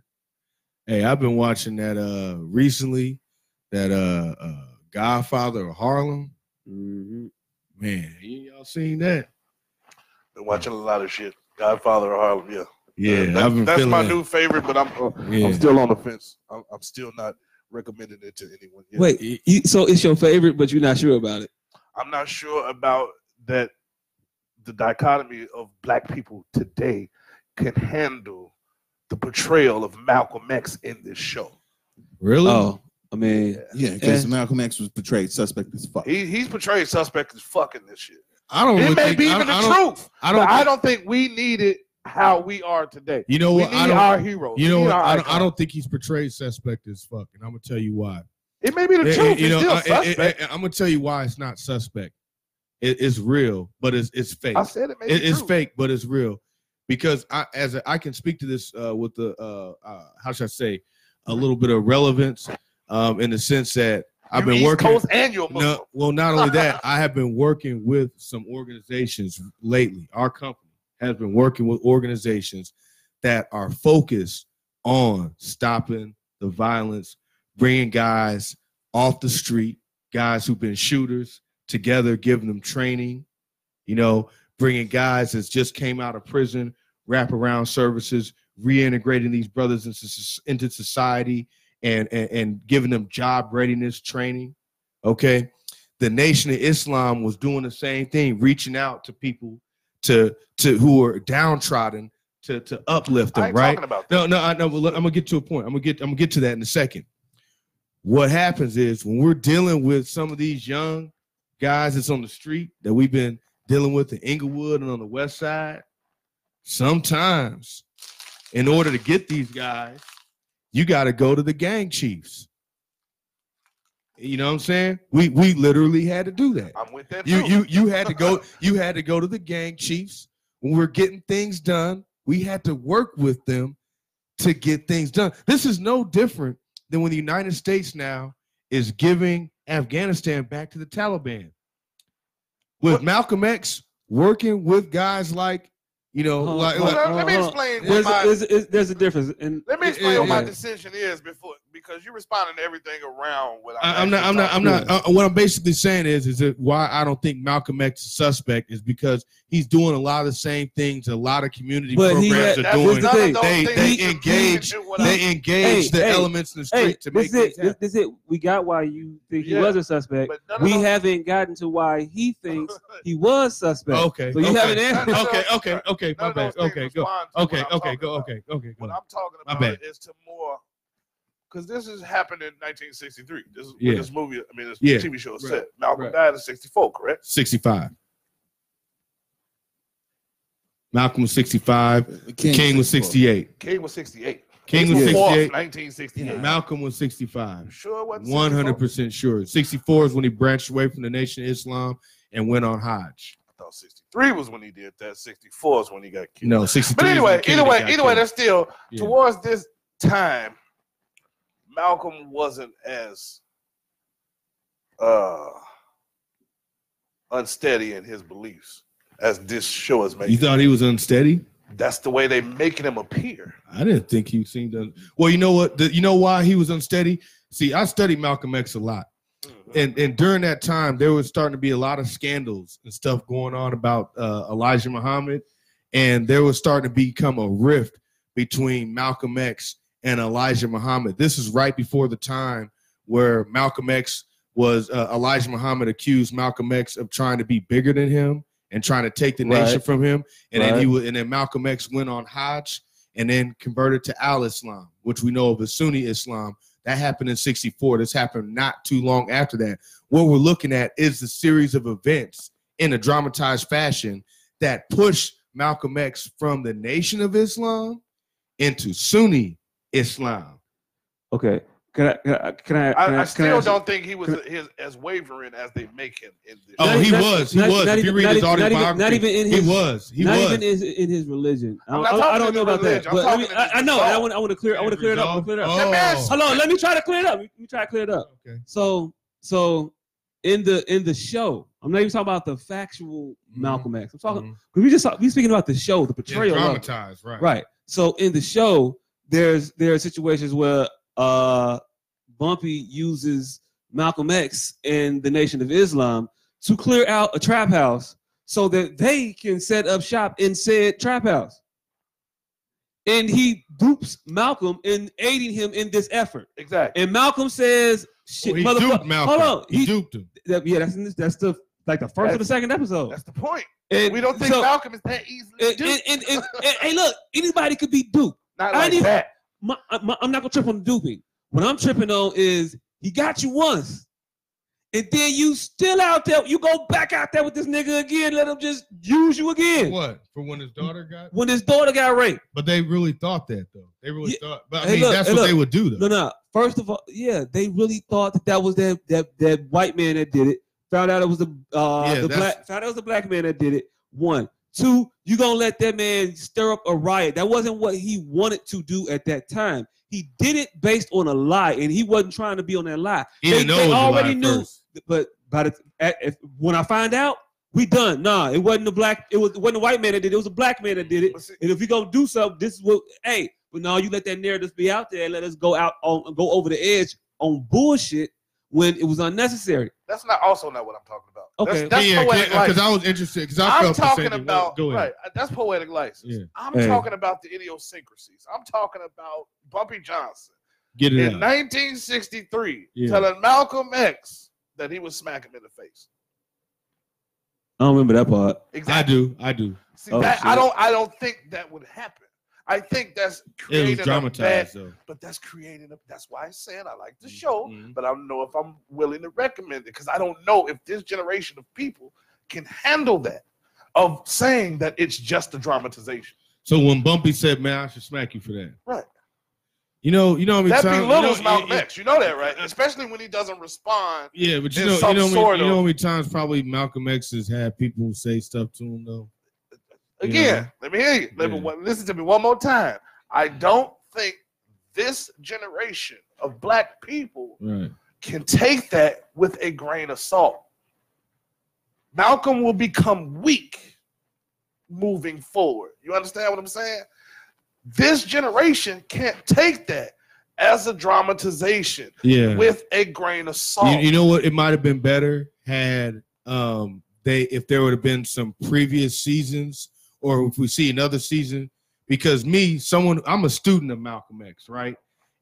[SPEAKER 5] Hey, I've been watching that uh recently, that uh, uh Godfather of Harlem.
[SPEAKER 3] Mm-hmm.
[SPEAKER 5] Man, y- y'all seen that?
[SPEAKER 2] Been watching a lot of shit. Godfather of Harlem. Yeah.
[SPEAKER 5] Yeah,
[SPEAKER 2] That-
[SPEAKER 5] I've been
[SPEAKER 2] that's
[SPEAKER 5] feeling
[SPEAKER 2] my
[SPEAKER 5] that.
[SPEAKER 2] new favorite, but I'm uh,
[SPEAKER 5] Yeah.
[SPEAKER 2] I'm still on the fence. I'm, I'm still not recommending it to anyone. Yet.
[SPEAKER 3] Wait, you, so it's your favorite, but you're not sure about it.
[SPEAKER 2] I'm not sure about that. The dichotomy of black people today can handle the portrayal of Malcolm X in this show.
[SPEAKER 5] Really?
[SPEAKER 3] Oh, I mean,
[SPEAKER 4] Yeah, because
[SPEAKER 3] because
[SPEAKER 4] Malcolm X was portrayed suspect as fuck.
[SPEAKER 2] He, he's portrayed suspect as fucking this shit.
[SPEAKER 5] I don't. really
[SPEAKER 2] It may
[SPEAKER 5] think-
[SPEAKER 2] be
[SPEAKER 5] I,
[SPEAKER 2] even
[SPEAKER 5] I
[SPEAKER 2] the
[SPEAKER 5] don't,
[SPEAKER 2] truth,
[SPEAKER 5] I
[SPEAKER 2] but
[SPEAKER 5] don't.
[SPEAKER 2] I don't think we need it how we are today.
[SPEAKER 5] You know
[SPEAKER 2] We
[SPEAKER 5] what? Oh, I
[SPEAKER 2] need
[SPEAKER 5] don't.
[SPEAKER 2] our heroes.
[SPEAKER 5] you
[SPEAKER 2] We
[SPEAKER 5] know
[SPEAKER 2] need
[SPEAKER 5] what?
[SPEAKER 2] our
[SPEAKER 5] I don't, I
[SPEAKER 2] icons.
[SPEAKER 5] don't think he's portrayed suspect as fuck, and I'm gonna tell you why.
[SPEAKER 2] It may be the
[SPEAKER 5] It-
[SPEAKER 2] truth.
[SPEAKER 5] it- Eh, you
[SPEAKER 2] it's
[SPEAKER 5] know,
[SPEAKER 2] still
[SPEAKER 5] I- it-
[SPEAKER 2] suspect.
[SPEAKER 5] it- it- I'm gonna tell you why it's not suspect. It- it's real, but it's it's fake.
[SPEAKER 2] I said it may
[SPEAKER 5] eh, It-
[SPEAKER 2] be
[SPEAKER 5] it's
[SPEAKER 2] true.
[SPEAKER 5] fake, but it's real because I as a, I can speak to this uh, with the uh, uh, how should I say a little bit of relevance um, in the sense that I've
[SPEAKER 2] You
[SPEAKER 5] been
[SPEAKER 2] East
[SPEAKER 5] working.
[SPEAKER 2] Coast and you're Muslim.
[SPEAKER 5] No, well, not only that, I have been working with some organizations lately. Our company has been working with organizations that are focused on stopping the violence, bringing guys off the street, guys who've been shooters together, giving them training, you know, bringing guys that just came out of prison, wraparound services, reintegrating these brothers into, soc- into society and, and, and giving them job readiness training okay the nation of islam was doing the same thing reaching out to people to to who are downtrodden to to uplift
[SPEAKER 2] I
[SPEAKER 5] them
[SPEAKER 2] ain't
[SPEAKER 5] right
[SPEAKER 2] talking about that.
[SPEAKER 5] no no i know but look, i'm gonna get to a point i'm gonna get i'm gonna get to that in a second what happens is when we're dealing with some of these young guys that's on the street that we've been dealing with in inglewood and on the west side sometimes in order to get these guys you got to go to the gang chiefs you know what i'm saying we we literally had to do that
[SPEAKER 2] I'm with that.
[SPEAKER 5] you
[SPEAKER 2] too.
[SPEAKER 5] you you had to go you had to go to the gang chiefs when we're getting things done we had to work with them to get things done this is no different than when the united states now is giving afghanistan back to the taliban with
[SPEAKER 2] What-
[SPEAKER 5] malcolm x working with guys like you know
[SPEAKER 3] Hold on,
[SPEAKER 5] like,
[SPEAKER 3] hold
[SPEAKER 5] like
[SPEAKER 3] on.
[SPEAKER 2] Well, let me explain.
[SPEAKER 3] there's,
[SPEAKER 2] What my,
[SPEAKER 3] there's, there's, there's a difference. And
[SPEAKER 2] let me explain what my
[SPEAKER 3] yeah.
[SPEAKER 2] decision is before because you're responding to everything around what
[SPEAKER 5] I, I'm not. I'm not. I'm not.
[SPEAKER 3] Yeah.
[SPEAKER 5] Uh, what I'm basically saying is, is that why I don't think Malcolm X is suspect is because he's doing a lot of the same things a lot of community
[SPEAKER 3] But he
[SPEAKER 5] programs
[SPEAKER 3] had-
[SPEAKER 5] are
[SPEAKER 2] That's
[SPEAKER 5] doing.
[SPEAKER 2] none of
[SPEAKER 3] They-
[SPEAKER 2] those
[SPEAKER 5] they-
[SPEAKER 2] things
[SPEAKER 5] they
[SPEAKER 2] that you
[SPEAKER 5] engage-
[SPEAKER 2] can do without-
[SPEAKER 5] They engage
[SPEAKER 3] Hey,
[SPEAKER 5] the
[SPEAKER 3] hey,
[SPEAKER 5] elements in the
[SPEAKER 3] hey,
[SPEAKER 5] street to make
[SPEAKER 3] this
[SPEAKER 5] things
[SPEAKER 3] it. This,
[SPEAKER 5] happen.
[SPEAKER 3] this it. We got why you think
[SPEAKER 2] Yeah.
[SPEAKER 3] he was a suspect.
[SPEAKER 2] but none of
[SPEAKER 3] We
[SPEAKER 2] those-
[SPEAKER 3] haven't gotten to why he thinks he was suspect.
[SPEAKER 5] Okay.
[SPEAKER 3] So you
[SPEAKER 5] okay.
[SPEAKER 3] haven't answered.
[SPEAKER 2] None of
[SPEAKER 5] Okay.
[SPEAKER 2] those-
[SPEAKER 5] Okay. Okay. My
[SPEAKER 2] none of
[SPEAKER 5] bad.
[SPEAKER 2] those things
[SPEAKER 5] Okay. Go.
[SPEAKER 2] respond to what
[SPEAKER 5] Okay.
[SPEAKER 2] I'm
[SPEAKER 5] Okay.
[SPEAKER 2] talking
[SPEAKER 5] Go.
[SPEAKER 2] about.
[SPEAKER 5] Okay. Okay.
[SPEAKER 2] What
[SPEAKER 5] Go.
[SPEAKER 2] I'm talking
[SPEAKER 5] My bad.
[SPEAKER 2] about is to more because this has happened in 1963. This is
[SPEAKER 5] Yeah.
[SPEAKER 2] when this movie, I mean, this
[SPEAKER 5] Yeah.
[SPEAKER 2] TV show is
[SPEAKER 5] Right.
[SPEAKER 2] set. Malcolm
[SPEAKER 5] Right.
[SPEAKER 2] died in 64, correct?
[SPEAKER 5] Sixty-five. Malcolm was 65. King, was 68.
[SPEAKER 2] King was 68.
[SPEAKER 5] King was
[SPEAKER 2] April 4th,
[SPEAKER 5] 68.
[SPEAKER 2] 1968.
[SPEAKER 5] Malcolm was 65.
[SPEAKER 2] Sure it wasn't
[SPEAKER 5] 100%
[SPEAKER 2] 64?
[SPEAKER 5] sure. 64 is when he branched away from the Nation of Islam and went on Hajj.
[SPEAKER 2] I thought 63 was when he did that. 64 is when he got killed.
[SPEAKER 5] No, 63.
[SPEAKER 2] But
[SPEAKER 5] is when
[SPEAKER 2] anyway,
[SPEAKER 5] Kennedy
[SPEAKER 2] either way,
[SPEAKER 5] got
[SPEAKER 2] either way,
[SPEAKER 5] killed.
[SPEAKER 2] that's still
[SPEAKER 5] Yeah.
[SPEAKER 2] towards this time. Malcolm wasn't as uh unsteady in his beliefs as this show is making.
[SPEAKER 5] You thought he was unsteady?
[SPEAKER 2] that's the way they making him appear.
[SPEAKER 5] I didn't think he seemed un- well. You know what? The, you know why he was unsteady? See, I studied Malcolm X a lot, and and during that time, there was starting to be a lot of scandals and stuff going on about uh, Elijah Muhammad, and there was starting to become a rift between Malcolm X and Elijah Muhammad. This is right before the time where Malcolm X was uh, Elijah Muhammad accused Malcolm X of trying to be bigger than him and trying to take the nation
[SPEAKER 3] Right.
[SPEAKER 5] from him, and then he
[SPEAKER 3] Right.
[SPEAKER 5] was, and then Malcolm X went on Hajj and then converted to Al Islam, which we know of as Sunni Islam. That happened in 64. This happened not too long after that. What we're looking at is the series of events in a dramatized fashion that pushed Malcolm X from the Nation of Islam into Sunni Islam.
[SPEAKER 3] Okay. Can I? Can I? Can I,
[SPEAKER 2] I,
[SPEAKER 3] can
[SPEAKER 2] I,
[SPEAKER 3] can
[SPEAKER 2] still
[SPEAKER 3] ask you-
[SPEAKER 2] don't think he was his, as wavering as they make him in this.
[SPEAKER 5] Oh,
[SPEAKER 3] Not-
[SPEAKER 5] he
[SPEAKER 3] not-
[SPEAKER 5] was. He
[SPEAKER 3] not-
[SPEAKER 5] was.
[SPEAKER 3] not
[SPEAKER 5] if you
[SPEAKER 3] even-
[SPEAKER 5] read
[SPEAKER 3] not
[SPEAKER 5] his
[SPEAKER 3] even- not even-
[SPEAKER 5] autobiography,
[SPEAKER 3] not even in his-
[SPEAKER 5] he was. He
[SPEAKER 3] not
[SPEAKER 5] was.
[SPEAKER 3] even in, in his religion. I,
[SPEAKER 2] I'm
[SPEAKER 3] don't-
[SPEAKER 2] not
[SPEAKER 3] I, don't- I
[SPEAKER 2] talking
[SPEAKER 3] don't know about that.
[SPEAKER 2] religion. I'm
[SPEAKER 3] But I,
[SPEAKER 2] talking
[SPEAKER 3] mean, I, I know. and I want. I want to clear. I want to clear it up. I want to clear it up.
[SPEAKER 5] Oh.
[SPEAKER 3] Hold on. Let me try to clear it up. Let me try to clear it up.
[SPEAKER 5] Okay.
[SPEAKER 3] So so in the in the show, I'm not even talking about the factual
[SPEAKER 5] Mhm.
[SPEAKER 3] Malcolm X. I'm talking
[SPEAKER 5] Mhm.
[SPEAKER 3] because we just talk, we speaking about the show, the
[SPEAKER 5] Yeah,
[SPEAKER 3] portrayal. of it.
[SPEAKER 5] dramatized, right?
[SPEAKER 3] Right. So in the show, there's there are situations where uh Bumpy uses Malcolm X and the Nation of Islam to clear out a trap house so that they can set up shop in said trap house. And he dupes Malcolm in aiding him in this effort.
[SPEAKER 2] Exactly.
[SPEAKER 3] And Malcolm says, "Shit,
[SPEAKER 5] Well, he duped
[SPEAKER 3] motherfucker,
[SPEAKER 5] Malcolm.
[SPEAKER 3] hold on."
[SPEAKER 5] He,
[SPEAKER 3] He-
[SPEAKER 5] duped him.
[SPEAKER 3] that- yeah, that's in this, that's the like the first or the second episode.
[SPEAKER 2] That's the point.
[SPEAKER 3] and
[SPEAKER 2] We don't think
[SPEAKER 3] so-
[SPEAKER 2] Malcolm is that easily
[SPEAKER 3] and-
[SPEAKER 2] duped.
[SPEAKER 3] and- and- and- and- hey, look, anybody could be duped.
[SPEAKER 2] Not
[SPEAKER 3] I
[SPEAKER 2] like
[SPEAKER 3] didn't-
[SPEAKER 2] that.
[SPEAKER 3] my, my, I'm not gonna trip on the duping. What I'm tripping on is he got you once, and then you still out there. You go back out there with this nigga again. Let him just use you again.
[SPEAKER 5] What for when his daughter got?
[SPEAKER 3] When his daughter got raped.
[SPEAKER 5] But they really thought that though. They really
[SPEAKER 3] Yeah.
[SPEAKER 5] thought. But I
[SPEAKER 3] Hey,
[SPEAKER 5] mean,
[SPEAKER 3] look,
[SPEAKER 5] that's
[SPEAKER 3] hey,
[SPEAKER 5] what
[SPEAKER 3] look.
[SPEAKER 5] they would do
[SPEAKER 3] No,
[SPEAKER 5] though.
[SPEAKER 3] no. First of all, yeah, they really thought that that was that that that white man that did it. Found out it was the uh
[SPEAKER 5] Yeah,
[SPEAKER 3] the
[SPEAKER 5] that's-
[SPEAKER 3] black. Found out it was the black man that did it. One, two. You gonna let that man stir up a riot? That wasn't what he wanted to do at that time. He did it based on a lie, and he wasn't trying to be on that lie.
[SPEAKER 5] He
[SPEAKER 3] they-
[SPEAKER 5] didn't know
[SPEAKER 3] they
[SPEAKER 5] it was a
[SPEAKER 3] already
[SPEAKER 5] lie at
[SPEAKER 3] knew-
[SPEAKER 5] first.
[SPEAKER 3] but by the at, if, when I find out, we done. Nah, it wasn't the black. It was it wasn't the white man that did it. It was a black man that did it.
[SPEAKER 2] But see-
[SPEAKER 3] And if we gonna do something, this is what. Hey, but now you let that narrative be out there. and Let us go out on go over the edge on bullshit when it was unnecessary.
[SPEAKER 2] That's not also not what I'm talking about.
[SPEAKER 3] Okay.
[SPEAKER 2] That's, that's
[SPEAKER 5] yeah,
[SPEAKER 2] poetic
[SPEAKER 5] because
[SPEAKER 2] license.
[SPEAKER 5] I was interested. Because I
[SPEAKER 2] I'm
[SPEAKER 5] felt the same
[SPEAKER 2] talking
[SPEAKER 5] thing.
[SPEAKER 2] about
[SPEAKER 5] Go ahead.
[SPEAKER 2] right. That's poetic license.
[SPEAKER 5] Yeah.
[SPEAKER 2] I'm
[SPEAKER 3] Hey.
[SPEAKER 2] talking about the idiosyncrasies. I'm talking about Bumpy Johnson
[SPEAKER 5] Get
[SPEAKER 2] in
[SPEAKER 5] it out.
[SPEAKER 2] 1963
[SPEAKER 5] Yeah.
[SPEAKER 2] telling Malcolm X that he would smack him in the face.
[SPEAKER 3] I don't remember that part.
[SPEAKER 5] I
[SPEAKER 2] Exactly.
[SPEAKER 5] do. I do.
[SPEAKER 2] See,
[SPEAKER 3] Oh,
[SPEAKER 2] that, I
[SPEAKER 3] shit.
[SPEAKER 2] don't. I don't think that would happen. I think that's
[SPEAKER 5] It was
[SPEAKER 2] creating a bad
[SPEAKER 5] dramatized though.
[SPEAKER 2] but that's creating a, that's why i said i like the show but i don't know if i'm willing to recommend it because i don't know if this generation of people can handle that of saying that it's just a dramatization
[SPEAKER 5] So when Bumpy said, "Man, I should smack you for that,"
[SPEAKER 2] Right.
[SPEAKER 5] You know, you know how many
[SPEAKER 2] that be
[SPEAKER 5] times- you
[SPEAKER 2] little's
[SPEAKER 5] know,
[SPEAKER 2] Malcolm
[SPEAKER 5] yeah,
[SPEAKER 2] X. You know that, right? Especially when he doesn't respond.
[SPEAKER 5] Yeah, but you know,
[SPEAKER 2] in
[SPEAKER 5] you know,
[SPEAKER 2] some
[SPEAKER 5] how many-
[SPEAKER 2] sort
[SPEAKER 5] you know
[SPEAKER 2] of-
[SPEAKER 5] how many times probably Malcolm X has had people say stuff to him though.
[SPEAKER 2] Again,
[SPEAKER 5] Yeah.
[SPEAKER 2] let me hear you. Let me
[SPEAKER 5] Yeah.
[SPEAKER 2] one- listen to me one more time. I don't think this generation of black people
[SPEAKER 5] Right.
[SPEAKER 2] can take that with a grain of salt. Malcolm will become weak moving forward. You understand what I'm saying? This generation can't take that as a dramatization
[SPEAKER 5] Yeah.
[SPEAKER 2] with a grain of salt.
[SPEAKER 5] You, you know what? It might have been better had um they if there would have been some previous seasons or if we see another season because me someone I'm a student of Malcolm X right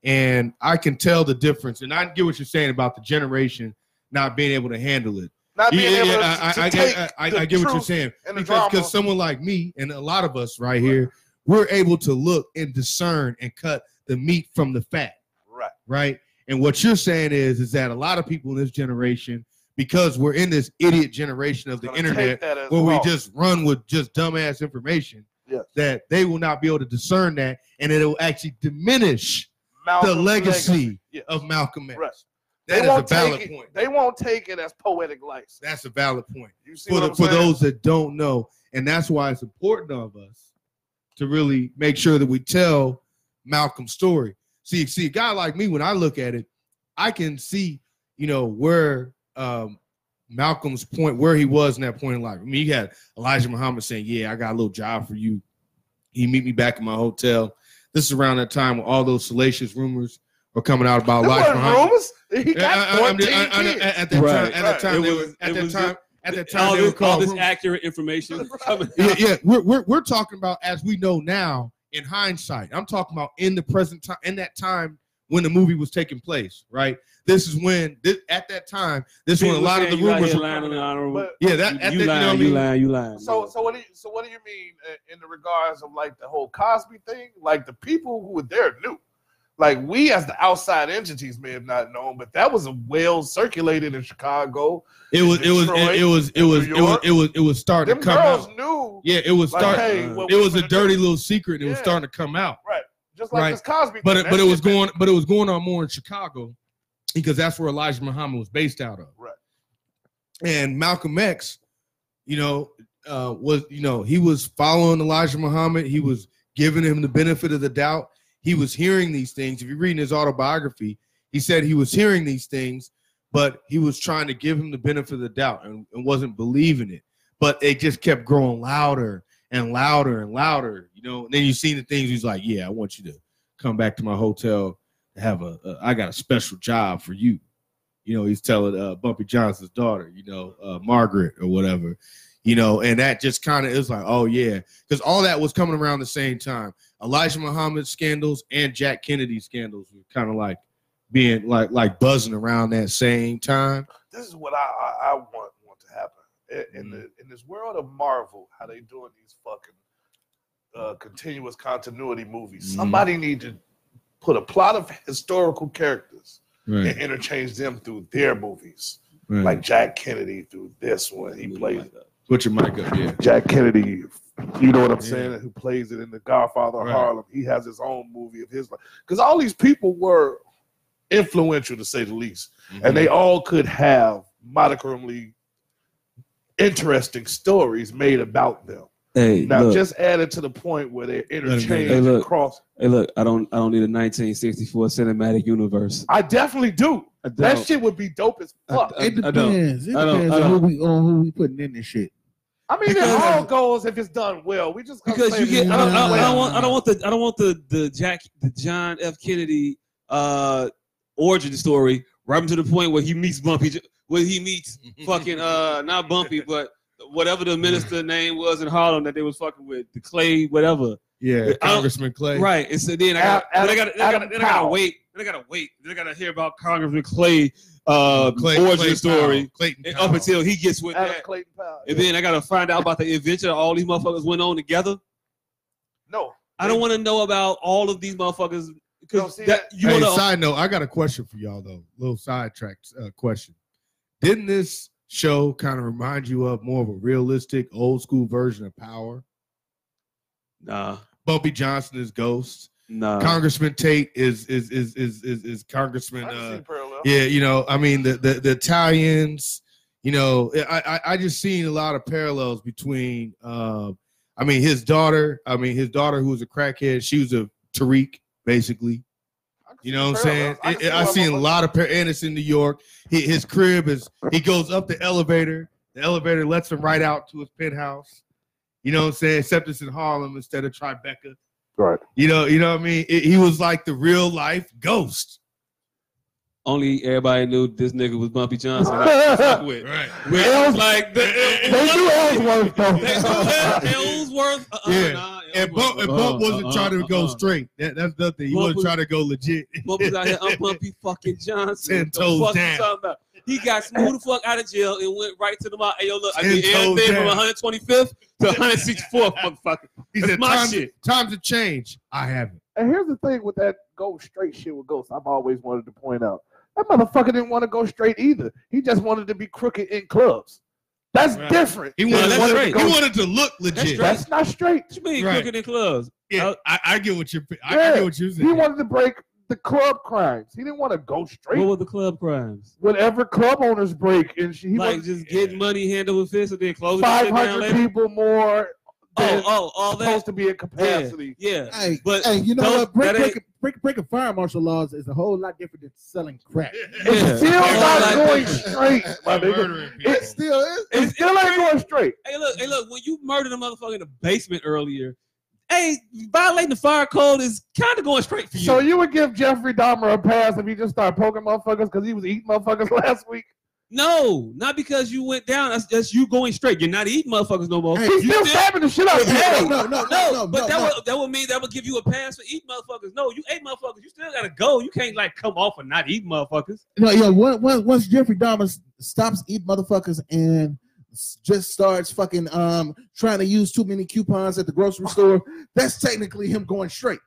[SPEAKER 5] and I can tell the difference and I get what you're saying about the generation not being able to handle it.
[SPEAKER 2] Not being
[SPEAKER 5] Yeah,
[SPEAKER 2] able
[SPEAKER 5] yeah,
[SPEAKER 2] to,
[SPEAKER 5] I,
[SPEAKER 2] to
[SPEAKER 5] I- I
[SPEAKER 2] take
[SPEAKER 5] get, I, I-
[SPEAKER 2] the
[SPEAKER 5] I get what you're
[SPEAKER 2] truth
[SPEAKER 5] saying
[SPEAKER 2] and the
[SPEAKER 5] because
[SPEAKER 2] drama.
[SPEAKER 5] because someone like me and a lot of us right here we're able to look and discern and cut the meat from the fat
[SPEAKER 2] right.
[SPEAKER 5] right? And what you're saying is, is that a lot of people in this generation, because we're in this idiot generation of the
[SPEAKER 2] Gonna take
[SPEAKER 5] internet,
[SPEAKER 2] that as
[SPEAKER 5] where we
[SPEAKER 2] salt.
[SPEAKER 5] just run with just dumbass information,
[SPEAKER 2] Yes.
[SPEAKER 5] that they will not be able to discern that, and it will actually diminish the
[SPEAKER 2] Malcolm's
[SPEAKER 5] legacy,
[SPEAKER 2] Yes.
[SPEAKER 5] of Malcolm X.
[SPEAKER 2] Right.
[SPEAKER 5] That is
[SPEAKER 2] they
[SPEAKER 5] a
[SPEAKER 2] won't
[SPEAKER 5] valid
[SPEAKER 2] take
[SPEAKER 5] point.
[SPEAKER 2] It, they won't take it as poetic license.
[SPEAKER 5] That's a valid point
[SPEAKER 2] You see
[SPEAKER 5] for
[SPEAKER 2] what
[SPEAKER 5] the,
[SPEAKER 2] I'm
[SPEAKER 5] for
[SPEAKER 2] saying?
[SPEAKER 5] those that don't know, and that's why it's important of us to really make sure that we tell Malcolm's story. See, see, a guy like me, when I look at it, I can see, you know, where um, Malcolm's point, where he was in that point in life. I mean, you had Elijah Muhammad saying, "Yeah, I got a little job for you." He meet me back in my hotel. This is around that time when all those salacious rumors were coming out about
[SPEAKER 2] There
[SPEAKER 5] Elijah
[SPEAKER 2] wasn't
[SPEAKER 5] Muhammad.
[SPEAKER 2] rumors. He
[SPEAKER 5] Yeah, I-
[SPEAKER 2] got
[SPEAKER 5] I- I'm
[SPEAKER 2] 14
[SPEAKER 5] just- I- I-
[SPEAKER 2] kids.
[SPEAKER 5] At at that
[SPEAKER 3] Right.
[SPEAKER 5] time, at that time,
[SPEAKER 3] Right.
[SPEAKER 5] they
[SPEAKER 3] It
[SPEAKER 5] was-
[SPEAKER 3] was-
[SPEAKER 5] at
[SPEAKER 3] it
[SPEAKER 5] that
[SPEAKER 3] was
[SPEAKER 5] time, at that time,
[SPEAKER 3] all
[SPEAKER 5] they were
[SPEAKER 3] this, all
[SPEAKER 5] called
[SPEAKER 3] this
[SPEAKER 5] rumors.
[SPEAKER 3] accurate information was coming
[SPEAKER 5] yeah,
[SPEAKER 3] out.
[SPEAKER 5] yeah. We're, we're we're talking about as we know now in hindsight. I'm talking about in the present time, in that time when the movie was taking place. Right. This is when this, at that time. This is when a
[SPEAKER 3] People
[SPEAKER 5] lot of the
[SPEAKER 3] saying you out
[SPEAKER 5] rumors
[SPEAKER 3] here
[SPEAKER 5] were
[SPEAKER 3] lying
[SPEAKER 5] coming
[SPEAKER 3] and
[SPEAKER 5] out.
[SPEAKER 3] lying.
[SPEAKER 2] But
[SPEAKER 5] Yeah, that at
[SPEAKER 3] you, lying, you
[SPEAKER 5] that, you know what I mean.
[SPEAKER 3] lying, you lying.
[SPEAKER 2] so, so what do you so what do you mean uh, in the regards of like the whole Cosby thing? Like the people who were there knew. Like we as the outside entities may have not known, but that was well circulated in Chicago.
[SPEAKER 5] It was it was
[SPEAKER 2] Detroit,
[SPEAKER 5] it was it was it was
[SPEAKER 2] York.
[SPEAKER 5] it was it was starting
[SPEAKER 2] Them
[SPEAKER 5] to come
[SPEAKER 2] girls
[SPEAKER 5] out.
[SPEAKER 2] knew.
[SPEAKER 5] Yeah, it was
[SPEAKER 2] Like,
[SPEAKER 5] start.
[SPEAKER 2] hey,
[SPEAKER 3] uh,
[SPEAKER 2] what
[SPEAKER 5] It
[SPEAKER 2] we
[SPEAKER 5] was a
[SPEAKER 2] finna do.
[SPEAKER 5] dirty little secret. and It was
[SPEAKER 2] Yeah.
[SPEAKER 5] starting to come out.
[SPEAKER 2] just like
[SPEAKER 5] right.
[SPEAKER 2] this Cosby.
[SPEAKER 5] But
[SPEAKER 2] thing.
[SPEAKER 5] it,
[SPEAKER 2] That
[SPEAKER 5] but it
[SPEAKER 2] shit
[SPEAKER 5] was
[SPEAKER 2] been-
[SPEAKER 5] going but it was going on more in Chicago because that's where Elijah Muhammad was based out of.
[SPEAKER 2] Right.
[SPEAKER 5] And Malcolm X, you know, uh, was you know he was following Elijah Muhammad. He was giving him the benefit of the doubt. He was hearing these things. If you're reading his autobiography, he said he was hearing these things, but he was trying to give him the benefit of the doubt and, and wasn't believing it. But it just kept growing louder and louder and louder, you know. And then you seen the things he's like, "Yeah, I want you to come back to my hotel to have a, a I got a special job for you. You know, he's telling uh, Bumpy Johnson's daughter, you know, uh, Margaret or whatever, you know, and that just kind of is like, oh yeah, because all that was coming around the same time. Elijah Muhammad scandals and Jack Kennedy scandals were kind of like being like like buzzing around that same time.
[SPEAKER 2] this is what I I, I want want to happen in,
[SPEAKER 5] Mm-hmm.
[SPEAKER 2] in the in this world of Marvel. How they doing these fucking uh, continuous continuity movies?
[SPEAKER 5] Mhm.
[SPEAKER 2] Somebody need to put a plot of historical characters
[SPEAKER 5] Right,
[SPEAKER 2] and interchange them through their movies.
[SPEAKER 5] right.
[SPEAKER 2] Like Jack Kennedy through this one, he plays
[SPEAKER 5] put your mic up, yeah.
[SPEAKER 2] Jack Kennedy. You know what I'm
[SPEAKER 5] Yeah.
[SPEAKER 2] saying? Who plays it in The Godfather of
[SPEAKER 5] Right.
[SPEAKER 2] Harlem? He has his own movie of his life because all these people were influential to say the least
[SPEAKER 3] Mm-hmm.
[SPEAKER 2] and they all could have monochronically interesting stories made about them.
[SPEAKER 3] hey,
[SPEAKER 2] Now,
[SPEAKER 3] look,
[SPEAKER 2] just add it to the point where they're
[SPEAKER 5] me-
[SPEAKER 2] interchanged
[SPEAKER 3] Hey, look.
[SPEAKER 2] across.
[SPEAKER 3] hey, look. I don't, I don't need a 1964 cinematic universe.
[SPEAKER 2] I definitely do.
[SPEAKER 3] I don't.
[SPEAKER 2] That shit would be dope as fuck.
[SPEAKER 3] I- I
[SPEAKER 4] It
[SPEAKER 3] don't.
[SPEAKER 4] depends. It
[SPEAKER 3] I don't-
[SPEAKER 4] depends
[SPEAKER 3] I
[SPEAKER 4] on who
[SPEAKER 3] don't.
[SPEAKER 4] we on who we putting in this shit.
[SPEAKER 2] I mean, it
[SPEAKER 3] because-
[SPEAKER 2] all goes if it's done well. We just gonna
[SPEAKER 3] because
[SPEAKER 2] say
[SPEAKER 3] you get. I don't, I, don't- I
[SPEAKER 2] well.
[SPEAKER 3] don't want. I don't want the. I don't want the the Jack the John F Kennedy uh origin story right up to the point where he meets Bumpy. J- Where he meets fucking uh not Bumpy, but whatever the minister name was in Harlem that they was fucking with the Clay whatever.
[SPEAKER 5] yeah,
[SPEAKER 3] I don't-
[SPEAKER 5] Congressman Clay.
[SPEAKER 3] Right. And so then I got
[SPEAKER 2] Adam-
[SPEAKER 3] then I got then I got
[SPEAKER 2] Adam
[SPEAKER 3] then I gotta
[SPEAKER 2] Powell.
[SPEAKER 3] wait. Then I gotta wait. Then I gotta hear about Congressman Clay uh
[SPEAKER 5] Clay,
[SPEAKER 3] origin
[SPEAKER 5] Clay
[SPEAKER 3] story
[SPEAKER 5] Powell, Clayton
[SPEAKER 3] and oh, up
[SPEAKER 5] Powell.
[SPEAKER 3] until he gets with
[SPEAKER 2] Adam
[SPEAKER 3] that.
[SPEAKER 2] Clayton Powell.
[SPEAKER 3] And then I gotta find out about the adventure that all these motherfuckers went on together.
[SPEAKER 2] no,
[SPEAKER 3] I don't wanna know about all of these motherfuckers
[SPEAKER 2] Don't
[SPEAKER 3] because
[SPEAKER 2] see
[SPEAKER 3] that,
[SPEAKER 2] that.
[SPEAKER 3] you
[SPEAKER 5] hey,
[SPEAKER 3] wanna
[SPEAKER 5] side note, I got a question for y'all though. Little sidetrack uh, question. Didn't this show kind of remind you of more of a realistic, old school version of Power?
[SPEAKER 3] Nah,
[SPEAKER 5] Bumpy Johnson is Ghost.
[SPEAKER 3] nah.
[SPEAKER 5] Congressman Tate is is is is is, is Congressman.
[SPEAKER 2] I can see
[SPEAKER 5] Uh,
[SPEAKER 2] the parallel.
[SPEAKER 5] yeah, you know, I mean the the, the Italians. You know, I, I I just seen a lot of parallels between. Uh, I mean, his daughter. I mean, his daughter who was a crackhead. She was a Tariq, basically.
[SPEAKER 2] I can see
[SPEAKER 5] You know
[SPEAKER 2] the
[SPEAKER 5] what I'm saying?
[SPEAKER 2] parallels.
[SPEAKER 5] I,
[SPEAKER 2] can see
[SPEAKER 5] I,
[SPEAKER 2] why
[SPEAKER 5] seen a
[SPEAKER 2] motherfuckers-
[SPEAKER 5] lot of per and it's in New York. He, his crib is he goes up the elevator. The elevator lets him right out to his penthouse. You know what I'm saying? Except it's in Harlem instead of Tribeca.
[SPEAKER 2] Right.
[SPEAKER 5] You know, you know what I mean? It- he was like the real life ghost.
[SPEAKER 3] Only everybody knew this nigga was Bumpy Johnson. I fuck with.
[SPEAKER 5] Right.
[SPEAKER 3] With-
[SPEAKER 2] Else-
[SPEAKER 3] like the,
[SPEAKER 5] They
[SPEAKER 2] Ellsworth, though.
[SPEAKER 3] They knew that Ellsworth. Uh, uh,
[SPEAKER 5] Yeah.
[SPEAKER 3] nah,
[SPEAKER 5] And Bump, and
[SPEAKER 3] Ellsworth.
[SPEAKER 5] Bump wasn't
[SPEAKER 3] Uh-uh,
[SPEAKER 5] trying to go
[SPEAKER 3] uh-uh.
[SPEAKER 5] straight. That, that's nothing. He
[SPEAKER 3] Bump
[SPEAKER 5] wasn't
[SPEAKER 3] was-
[SPEAKER 5] trying to go legit.
[SPEAKER 3] Bumpy's out here. uh, I'm Bumpy fucking Johnson.
[SPEAKER 5] Ten
[SPEAKER 3] What
[SPEAKER 5] toes
[SPEAKER 3] the fuck
[SPEAKER 5] down.
[SPEAKER 3] You talking about? He got smooth the fuck out of jail and went right to the mall. Hey, yo, look, I
[SPEAKER 5] Ten
[SPEAKER 3] did
[SPEAKER 5] toes
[SPEAKER 3] everything from
[SPEAKER 5] down.
[SPEAKER 3] 125th to 164th, motherfucker.
[SPEAKER 5] He
[SPEAKER 3] That's
[SPEAKER 5] said,
[SPEAKER 3] my
[SPEAKER 5] time,
[SPEAKER 3] shit.
[SPEAKER 5] Times have changed. I haven't.
[SPEAKER 2] And here's the thing with that go straight shit with Ghost, I've always wanted to point out. That motherfucker didn't want to go straight either. He just wanted to be crooked in clubs. That's
[SPEAKER 5] Right.
[SPEAKER 2] different.
[SPEAKER 5] He
[SPEAKER 2] than
[SPEAKER 5] wanted,
[SPEAKER 3] that's
[SPEAKER 2] wanting to
[SPEAKER 3] straight.
[SPEAKER 5] he
[SPEAKER 2] go-
[SPEAKER 5] wanted to look legit.
[SPEAKER 3] straight.
[SPEAKER 2] that's not straight.
[SPEAKER 3] What you mean
[SPEAKER 5] Right.
[SPEAKER 3] cooking in clubs?
[SPEAKER 5] Yeah, I, I get what you're. I, I
[SPEAKER 2] Yeah.
[SPEAKER 5] get what you're saying.
[SPEAKER 2] He wanted to break the club crimes. He didn't want to go straight.
[SPEAKER 3] What were the club crimes?
[SPEAKER 2] Whatever club owners break, and she, he
[SPEAKER 3] like
[SPEAKER 2] wants
[SPEAKER 3] just getting money handled with fists and then closing the
[SPEAKER 2] five
[SPEAKER 3] shit down
[SPEAKER 2] hundred
[SPEAKER 3] later.
[SPEAKER 2] people more
[SPEAKER 3] Oh,
[SPEAKER 2] than
[SPEAKER 3] oh, all that.
[SPEAKER 2] supposed to be in capacity.
[SPEAKER 3] Yeah,
[SPEAKER 4] Hey,
[SPEAKER 3] But
[SPEAKER 4] hey, you know
[SPEAKER 3] those-
[SPEAKER 4] what? Break,
[SPEAKER 3] that ain't-
[SPEAKER 4] break, break, breaking fire martial laws is a whole lot different than selling crack.
[SPEAKER 3] yeah.
[SPEAKER 2] Still
[SPEAKER 5] Yeah.
[SPEAKER 2] not
[SPEAKER 3] Like-
[SPEAKER 2] going straight, my
[SPEAKER 5] They're
[SPEAKER 2] nigga.
[SPEAKER 5] murdering people.
[SPEAKER 2] It's-
[SPEAKER 4] Still is.
[SPEAKER 2] It
[SPEAKER 3] It's-
[SPEAKER 2] still ain't going straight.
[SPEAKER 3] Hey, look, hey, look. When you murdered a motherfucker in the basement earlier, hey, violating the fire code is kind of going straight for you.
[SPEAKER 2] So you would give Jeffrey Dahmer a pass if he just started poking motherfuckers because he was eating motherfuckers last week.
[SPEAKER 3] no, not because you went down. That's, that's you going straight. You're not eating motherfuckers no more.
[SPEAKER 4] Hey,
[SPEAKER 2] He's still
[SPEAKER 3] did-
[SPEAKER 2] stabbing the shit out of
[SPEAKER 4] No,
[SPEAKER 2] people.
[SPEAKER 4] no, no,
[SPEAKER 3] No,
[SPEAKER 4] no, no,
[SPEAKER 3] but
[SPEAKER 4] no,
[SPEAKER 3] that
[SPEAKER 4] no.
[SPEAKER 3] would that would mean that would give you a pass for eating motherfuckers. No, you ate motherfuckers. You still gotta go. You can't like come off and not eat motherfuckers.
[SPEAKER 4] No, yo, once, once, once Jeffrey Dahmer s- stops eating motherfuckers and s- just starts fucking um trying to use too many coupons at the grocery store, that's technically him going straight.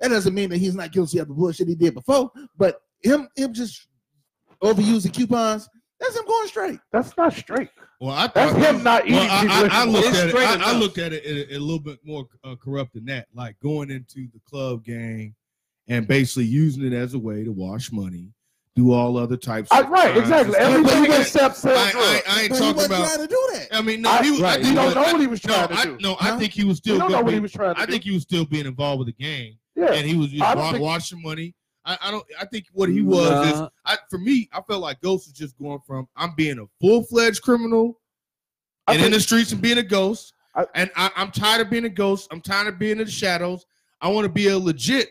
[SPEAKER 4] That doesn't mean that he's not guilty of the bullshit he did before, but him him just overusing coupons, that's him going straight.
[SPEAKER 2] That's not straight.
[SPEAKER 5] Well, I
[SPEAKER 2] That's
[SPEAKER 5] thought-
[SPEAKER 2] him not eating
[SPEAKER 5] Well, I,
[SPEAKER 2] people.
[SPEAKER 5] I, I looked
[SPEAKER 3] It's
[SPEAKER 5] at it.
[SPEAKER 3] straight
[SPEAKER 5] I, I
[SPEAKER 3] enough.
[SPEAKER 5] looked at it a, a little bit more uh, corrupt than that. Like going into the club gang and basically using it as a way to wash money, do all other types.
[SPEAKER 2] I,
[SPEAKER 5] of
[SPEAKER 2] Uh, right,
[SPEAKER 5] crimes.
[SPEAKER 2] exactly.
[SPEAKER 5] I-
[SPEAKER 2] Everything
[SPEAKER 5] I-
[SPEAKER 2] except
[SPEAKER 5] I,
[SPEAKER 2] selling
[SPEAKER 5] I,
[SPEAKER 2] drugs.
[SPEAKER 5] I ain't
[SPEAKER 4] But he
[SPEAKER 5] talking
[SPEAKER 4] wasn't
[SPEAKER 5] about.
[SPEAKER 4] trying to do that.
[SPEAKER 5] I mean, no,
[SPEAKER 2] I-
[SPEAKER 5] he was.
[SPEAKER 3] right,
[SPEAKER 5] I
[SPEAKER 2] You
[SPEAKER 5] think
[SPEAKER 2] don't know
[SPEAKER 5] I,
[SPEAKER 2] what he was
[SPEAKER 5] no,
[SPEAKER 2] trying to
[SPEAKER 5] I,
[SPEAKER 2] do.
[SPEAKER 5] no, I
[SPEAKER 4] Huh?
[SPEAKER 5] think he was still.
[SPEAKER 2] You don't know
[SPEAKER 5] being-
[SPEAKER 2] what he was trying to
[SPEAKER 5] I
[SPEAKER 2] do.
[SPEAKER 5] think he was still being involved with the gang,
[SPEAKER 2] yeah.
[SPEAKER 5] and he was just
[SPEAKER 2] I don't
[SPEAKER 5] wa-
[SPEAKER 2] think-
[SPEAKER 5] washing money. I, I don't. I think what he was is
[SPEAKER 3] Nah.
[SPEAKER 5] I for me, I felt like Ghost was just going from I'm being a full fledged criminal
[SPEAKER 2] I
[SPEAKER 5] and in
[SPEAKER 2] think-
[SPEAKER 5] the streets and being a ghost,
[SPEAKER 2] I-
[SPEAKER 5] and I, I'm tired of being a ghost. I'm tired of being in the shadows. I want to be a legit,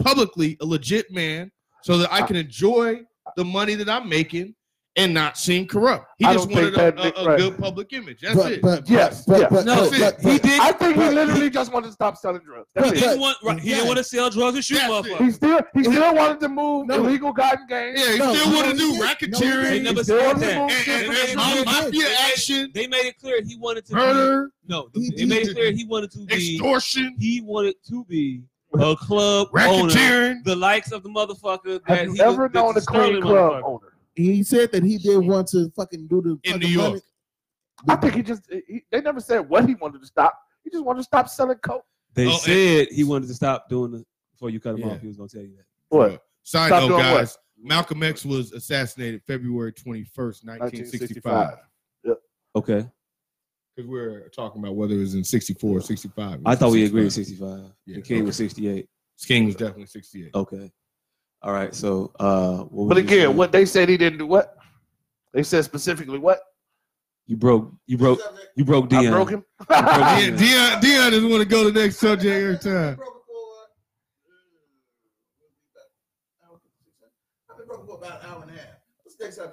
[SPEAKER 5] publicly a legit man, so that I can enjoy the money that I'm making and not seem corrupt. He
[SPEAKER 2] I
[SPEAKER 5] just
[SPEAKER 2] don't
[SPEAKER 5] wanted
[SPEAKER 2] think
[SPEAKER 5] a,
[SPEAKER 2] that-
[SPEAKER 5] a- a
[SPEAKER 2] right.
[SPEAKER 5] good public image. That's
[SPEAKER 4] but,
[SPEAKER 5] it.
[SPEAKER 4] but but-
[SPEAKER 2] Yes,
[SPEAKER 4] but,
[SPEAKER 2] yes.
[SPEAKER 4] but,
[SPEAKER 3] No,
[SPEAKER 4] but, but,
[SPEAKER 3] he did.
[SPEAKER 2] I think he literally just wanted to stop selling drugs. That's
[SPEAKER 3] He
[SPEAKER 2] it.
[SPEAKER 3] didn't want. Right, he didn't
[SPEAKER 4] Yeah.
[SPEAKER 3] want to sell drugs and shoot
[SPEAKER 5] That's it.
[SPEAKER 3] motherfuckers.
[SPEAKER 2] He still he still wanted to move
[SPEAKER 4] No.
[SPEAKER 2] illegal cotton gangs.
[SPEAKER 5] yeah, he
[SPEAKER 4] no,
[SPEAKER 5] still
[SPEAKER 4] no,
[SPEAKER 5] want to
[SPEAKER 4] he
[SPEAKER 5] do
[SPEAKER 4] didn't.
[SPEAKER 5] racketeering
[SPEAKER 4] No, he
[SPEAKER 3] They
[SPEAKER 5] and,
[SPEAKER 2] He
[SPEAKER 3] never
[SPEAKER 2] still
[SPEAKER 3] said
[SPEAKER 2] wanted to
[SPEAKER 3] that.
[SPEAKER 2] move
[SPEAKER 5] and,
[SPEAKER 2] shit
[SPEAKER 5] and,
[SPEAKER 2] from
[SPEAKER 5] and
[SPEAKER 2] the
[SPEAKER 5] ma-
[SPEAKER 4] He did.
[SPEAKER 5] mafia
[SPEAKER 3] He did.
[SPEAKER 5] action,
[SPEAKER 3] They made it clear he wanted to. Be,
[SPEAKER 5] murder,
[SPEAKER 3] no,
[SPEAKER 4] He
[SPEAKER 3] they made it
[SPEAKER 4] did.
[SPEAKER 3] clear he wanted to be.
[SPEAKER 5] extortion,
[SPEAKER 3] He wanted to be a club owner,
[SPEAKER 5] racketeering.
[SPEAKER 3] the likes of the motherfucker that
[SPEAKER 2] Have
[SPEAKER 3] he
[SPEAKER 2] you
[SPEAKER 3] was-
[SPEAKER 2] ever
[SPEAKER 3] that's
[SPEAKER 2] known a clean
[SPEAKER 3] Sterling
[SPEAKER 2] club
[SPEAKER 3] motherfucker.
[SPEAKER 2] owner?
[SPEAKER 4] he said that he did want to fucking do the
[SPEAKER 5] In
[SPEAKER 4] fucking
[SPEAKER 5] New York.
[SPEAKER 4] money-
[SPEAKER 2] I think he just he, they never said what he wanted to stop. He just wanted to stop selling coke.
[SPEAKER 3] They
[SPEAKER 5] Oh, and-
[SPEAKER 3] said he wanted to stop doing it before you cut him
[SPEAKER 5] Yeah.
[SPEAKER 3] off. He was gonna tell you that.
[SPEAKER 2] What?
[SPEAKER 5] Side
[SPEAKER 2] Stop
[SPEAKER 5] note,
[SPEAKER 2] doing what?
[SPEAKER 5] guys. Malcolm X was assassinated February 21st, 1965.
[SPEAKER 2] 1965.
[SPEAKER 3] Okay,
[SPEAKER 5] Because we're talking about whether it was in 64 or 65.
[SPEAKER 3] I thought we agreed with
[SPEAKER 5] 65.
[SPEAKER 3] sixty-five.
[SPEAKER 5] Yeah,
[SPEAKER 3] the king
[SPEAKER 5] okay.
[SPEAKER 3] was sixty-eight.
[SPEAKER 5] King was definitely 68.
[SPEAKER 3] Okay, all right. So, uh, what was
[SPEAKER 2] But
[SPEAKER 3] you
[SPEAKER 2] again,
[SPEAKER 3] saying?
[SPEAKER 2] what they said he didn't do what? They said specifically what?
[SPEAKER 3] you broke, you broke, you broke
[SPEAKER 2] I
[SPEAKER 3] Dion.
[SPEAKER 2] broke him. Oh,
[SPEAKER 3] broke
[SPEAKER 5] Dion, Dion, Dion is going to go to the next subject every time.
[SPEAKER 2] I
[SPEAKER 5] Man,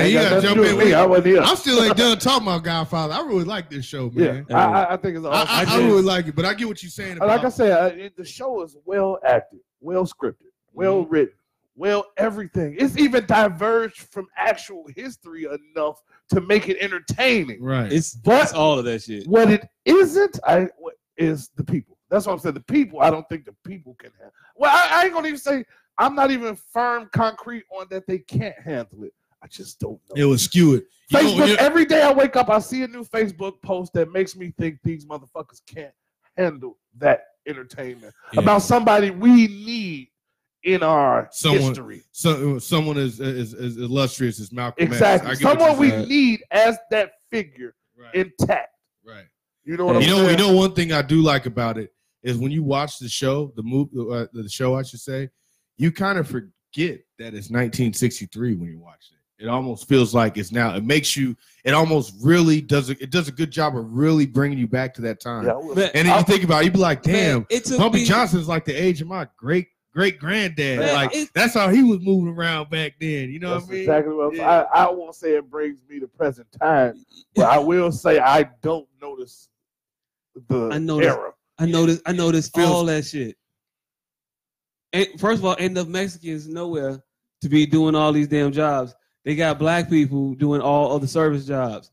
[SPEAKER 2] ain't
[SPEAKER 5] you
[SPEAKER 2] got
[SPEAKER 5] gotta jump
[SPEAKER 2] nothing to do
[SPEAKER 5] in
[SPEAKER 2] with me.
[SPEAKER 5] with-
[SPEAKER 2] I wasn't here.
[SPEAKER 5] I still ain't done talking about Godfather. I really like this show,
[SPEAKER 2] Yeah,
[SPEAKER 5] man.
[SPEAKER 2] I, I, I think it's awesome.
[SPEAKER 5] I, I, I
[SPEAKER 3] I
[SPEAKER 5] really
[SPEAKER 3] just-
[SPEAKER 5] like it, but I get what you're saying.
[SPEAKER 2] And
[SPEAKER 5] About,
[SPEAKER 2] like I said, I, it, the show is well acted, well scripted, well written, well everything. It's even diverged from actual history enough to make it entertaining.
[SPEAKER 5] right.
[SPEAKER 3] It's,
[SPEAKER 2] But-
[SPEAKER 3] it's all of that shit.
[SPEAKER 2] What it isn't, I what is the people. That's what I'm saying. The people, I don't think the people can have. Well, I, I ain't gonna even say I'm not even firm, concrete on that they can't handle it. I just don't know.
[SPEAKER 5] it was skewed. You know,
[SPEAKER 2] Facebook.
[SPEAKER 5] you-
[SPEAKER 2] every day I wake up, I see a new Facebook post that makes me think these motherfuckers can't handle that entertainment
[SPEAKER 5] Yeah.
[SPEAKER 2] about somebody we need in our
[SPEAKER 5] Someone-
[SPEAKER 2] history.
[SPEAKER 5] so, someone as, as, as illustrious as Malcolm
[SPEAKER 2] Exactly.
[SPEAKER 5] X. I get what
[SPEAKER 2] Someone
[SPEAKER 5] you're
[SPEAKER 2] we
[SPEAKER 5] saying.
[SPEAKER 2] need as that figure
[SPEAKER 5] Right.
[SPEAKER 2] intact.
[SPEAKER 5] right.
[SPEAKER 2] You know what I'm
[SPEAKER 5] You know,
[SPEAKER 2] saying?
[SPEAKER 5] you know, one thing I do like about it is when you watch the show, the movie, uh, the show, I should say, you kind of forget that it's 1963 when you watch it. It almost feels like it's now. It makes you. It almost really does. A, it does a good job of really bringing you back to that time.
[SPEAKER 2] Yeah, I will.
[SPEAKER 3] Man,
[SPEAKER 5] And then you think about, it, you be like, damn,
[SPEAKER 3] Man, it took
[SPEAKER 5] Bumpy
[SPEAKER 3] me-
[SPEAKER 5] Johnson's like the age of my great great granddad.
[SPEAKER 3] Man,
[SPEAKER 5] like
[SPEAKER 3] it-
[SPEAKER 5] that's how he was moving around back then. You know
[SPEAKER 2] That's
[SPEAKER 5] what I mean?
[SPEAKER 2] exactly what I'm,
[SPEAKER 5] Yeah.
[SPEAKER 2] I, I won't say it brings me to present time, but I will say I don't notice the
[SPEAKER 3] I notice-
[SPEAKER 2] era.
[SPEAKER 3] I noticed. I noticed
[SPEAKER 5] Feels-
[SPEAKER 3] all that shit. And first of all, end up Mexicans nowhere to be doing all these damn jobs. They got black people doing all other service jobs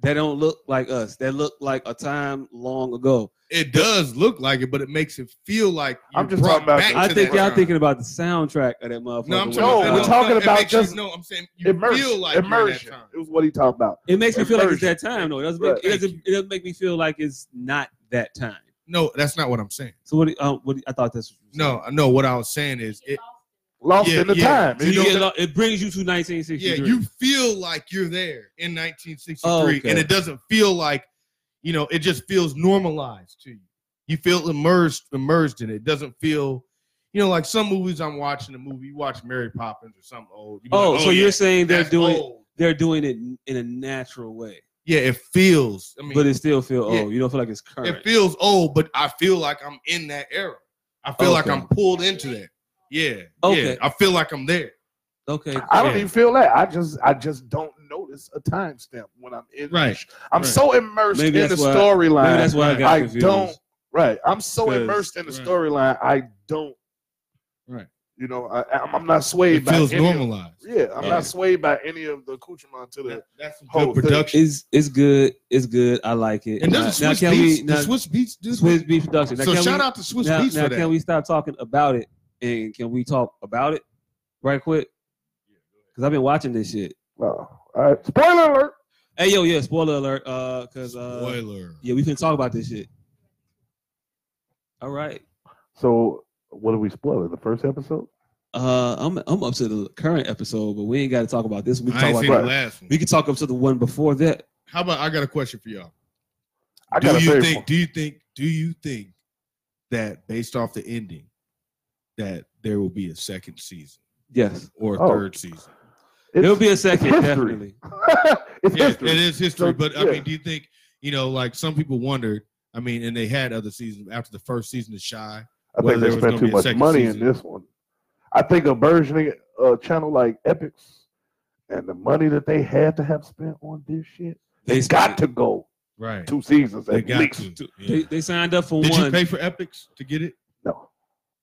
[SPEAKER 3] that don't look like us. That look like a time long ago.
[SPEAKER 5] It does look like it, but it makes it feel like
[SPEAKER 2] I'm
[SPEAKER 5] you're
[SPEAKER 2] just
[SPEAKER 5] brought
[SPEAKER 2] talking about
[SPEAKER 5] back
[SPEAKER 2] the-
[SPEAKER 3] I
[SPEAKER 5] to
[SPEAKER 3] think
[SPEAKER 5] that
[SPEAKER 3] y'all
[SPEAKER 5] time.
[SPEAKER 3] thinking about the soundtrack of that motherfucker.
[SPEAKER 5] No, I'm
[SPEAKER 3] when
[SPEAKER 5] talking.
[SPEAKER 3] it
[SPEAKER 2] No,
[SPEAKER 3] comes
[SPEAKER 2] we're
[SPEAKER 5] no,
[SPEAKER 3] out.
[SPEAKER 2] talking
[SPEAKER 5] no, it
[SPEAKER 2] about
[SPEAKER 5] makes you-
[SPEAKER 2] just
[SPEAKER 5] no. I'm saying you feel
[SPEAKER 2] immersion.
[SPEAKER 5] like you're in that
[SPEAKER 2] immersion.
[SPEAKER 5] time.
[SPEAKER 2] It was what he talked about.
[SPEAKER 3] It makes me feel like it's that
[SPEAKER 2] Immersion.
[SPEAKER 3] time though. It doesn't
[SPEAKER 2] Right.
[SPEAKER 3] make it doesn't, it doesn't make me feel like it's not that time.
[SPEAKER 5] No, that's not what I'm saying.
[SPEAKER 3] So what? do- Uh, what do- I thought this. Was
[SPEAKER 5] No, no. What I was saying is, it,
[SPEAKER 2] Lost
[SPEAKER 5] Yeah,
[SPEAKER 2] in the
[SPEAKER 5] yeah.
[SPEAKER 2] time.
[SPEAKER 3] So
[SPEAKER 5] You
[SPEAKER 3] you
[SPEAKER 5] know
[SPEAKER 3] get
[SPEAKER 5] that-
[SPEAKER 3] lo- it brings you to 1963.
[SPEAKER 5] yeah, you feel like you're there in 1963,
[SPEAKER 3] Oh, okay.
[SPEAKER 5] and it doesn't feel like, you know, it just feels normalized to you. You feel immersed, immersed in it. It doesn't feel, you know, like some movies I'm watching. A movie you watch Mary Poppins or something old. you be
[SPEAKER 3] Oh,
[SPEAKER 5] like,
[SPEAKER 3] so
[SPEAKER 5] yeah,
[SPEAKER 3] you're saying they're
[SPEAKER 5] that's
[SPEAKER 3] doing
[SPEAKER 5] old."
[SPEAKER 3] they're doing it in a natural way,
[SPEAKER 5] Yeah, it feels. I mean,
[SPEAKER 3] but it still feel
[SPEAKER 5] yeah.
[SPEAKER 3] oh you don't feel like it's current.
[SPEAKER 5] it feels old, but I feel like I'm in that era. I feel like
[SPEAKER 3] Okay.
[SPEAKER 5] I'm pulled into that. Yeah.
[SPEAKER 3] Okay.
[SPEAKER 5] Yeah. I feel like I'm there.
[SPEAKER 3] okay,
[SPEAKER 2] I don't
[SPEAKER 5] Yeah.
[SPEAKER 2] even feel that. I just I just don't notice a timestamp when I'm in.
[SPEAKER 5] Right,
[SPEAKER 2] I'm
[SPEAKER 5] right.
[SPEAKER 2] so immersed
[SPEAKER 3] Maybe
[SPEAKER 2] in the
[SPEAKER 3] that's why- maybe that's
[SPEAKER 2] storyline.
[SPEAKER 3] why I got
[SPEAKER 2] I
[SPEAKER 3] confused.
[SPEAKER 2] don't. Right. I'm so
[SPEAKER 3] 'Cause-
[SPEAKER 2] immersed in the
[SPEAKER 5] right.
[SPEAKER 2] storyline. I don't.
[SPEAKER 5] Right.
[SPEAKER 2] You know, I, I'm, I'm not swayed
[SPEAKER 5] It
[SPEAKER 2] by
[SPEAKER 5] feels
[SPEAKER 2] any of-
[SPEAKER 5] normalized.
[SPEAKER 2] yeah, I'm
[SPEAKER 3] Yeah.
[SPEAKER 2] not swayed by any of the accoutrement to the.
[SPEAKER 5] That- that's some
[SPEAKER 2] Whole
[SPEAKER 5] good
[SPEAKER 2] thing.
[SPEAKER 5] production.
[SPEAKER 3] It's it's good. It's good. I like it.
[SPEAKER 5] And
[SPEAKER 3] Now-
[SPEAKER 5] does
[SPEAKER 3] now
[SPEAKER 5] Swiss
[SPEAKER 3] can
[SPEAKER 5] Beats,
[SPEAKER 3] we
[SPEAKER 5] the
[SPEAKER 3] now,
[SPEAKER 5] Swiss Beats, this
[SPEAKER 3] Swiss Beats production? Now
[SPEAKER 5] So
[SPEAKER 3] can
[SPEAKER 5] shout
[SPEAKER 3] we,
[SPEAKER 5] out to Swiss
[SPEAKER 3] now,
[SPEAKER 5] Beats
[SPEAKER 3] now
[SPEAKER 5] for
[SPEAKER 3] can
[SPEAKER 5] that.
[SPEAKER 3] we stop talking about it and can we talk about it right quick? Because I've been watching this shit.
[SPEAKER 2] Well, all right. Spoiler alert.
[SPEAKER 3] Hey yo, yeah, spoiler alert. Uh, cause uh,
[SPEAKER 5] Spoiler.
[SPEAKER 3] yeah, we can talk about this shit. All right.
[SPEAKER 2] So what are we spoiling? The first episode?
[SPEAKER 3] Uh, I'm I'm up to the current episode, but we ain't got to talk about this. We can
[SPEAKER 5] I
[SPEAKER 3] talk about
[SPEAKER 5] ain't seen the
[SPEAKER 2] Right.
[SPEAKER 5] last one.
[SPEAKER 3] we can talk up to the one before that.
[SPEAKER 5] How about I got a question for y'all?
[SPEAKER 2] I
[SPEAKER 5] do
[SPEAKER 2] got
[SPEAKER 5] you
[SPEAKER 2] a favorite.
[SPEAKER 5] think? Do you think? Do you think that based off the ending, that there will be a second season
[SPEAKER 3] Yes,
[SPEAKER 5] or a
[SPEAKER 2] Oh.
[SPEAKER 5] third season?
[SPEAKER 2] It's-
[SPEAKER 3] there'll be a second,
[SPEAKER 2] history.
[SPEAKER 3] definitely.
[SPEAKER 2] it's
[SPEAKER 5] Yeah,
[SPEAKER 2] history.
[SPEAKER 5] it is history.
[SPEAKER 2] So,
[SPEAKER 5] but I
[SPEAKER 2] yeah.
[SPEAKER 5] mean, do you think you know? Like some people wondered. I mean, and they had other seasons after the first season of Shy.
[SPEAKER 2] I
[SPEAKER 5] whether
[SPEAKER 2] think they
[SPEAKER 5] there was
[SPEAKER 2] spent
[SPEAKER 5] gonna
[SPEAKER 2] too
[SPEAKER 5] be a
[SPEAKER 2] much
[SPEAKER 5] second
[SPEAKER 2] money
[SPEAKER 5] season.
[SPEAKER 2] in this one. I think a burgeoning uh, channel like Epics and the money that they had to have spent on this shit,
[SPEAKER 3] They
[SPEAKER 2] they
[SPEAKER 3] spent-
[SPEAKER 2] got to go
[SPEAKER 5] Right.
[SPEAKER 2] two seasons
[SPEAKER 5] They
[SPEAKER 2] at
[SPEAKER 5] got
[SPEAKER 2] least.
[SPEAKER 5] to. Yeah.
[SPEAKER 3] They, they signed up for
[SPEAKER 5] Did
[SPEAKER 3] one.
[SPEAKER 5] you pay for Epics to get it?
[SPEAKER 2] No,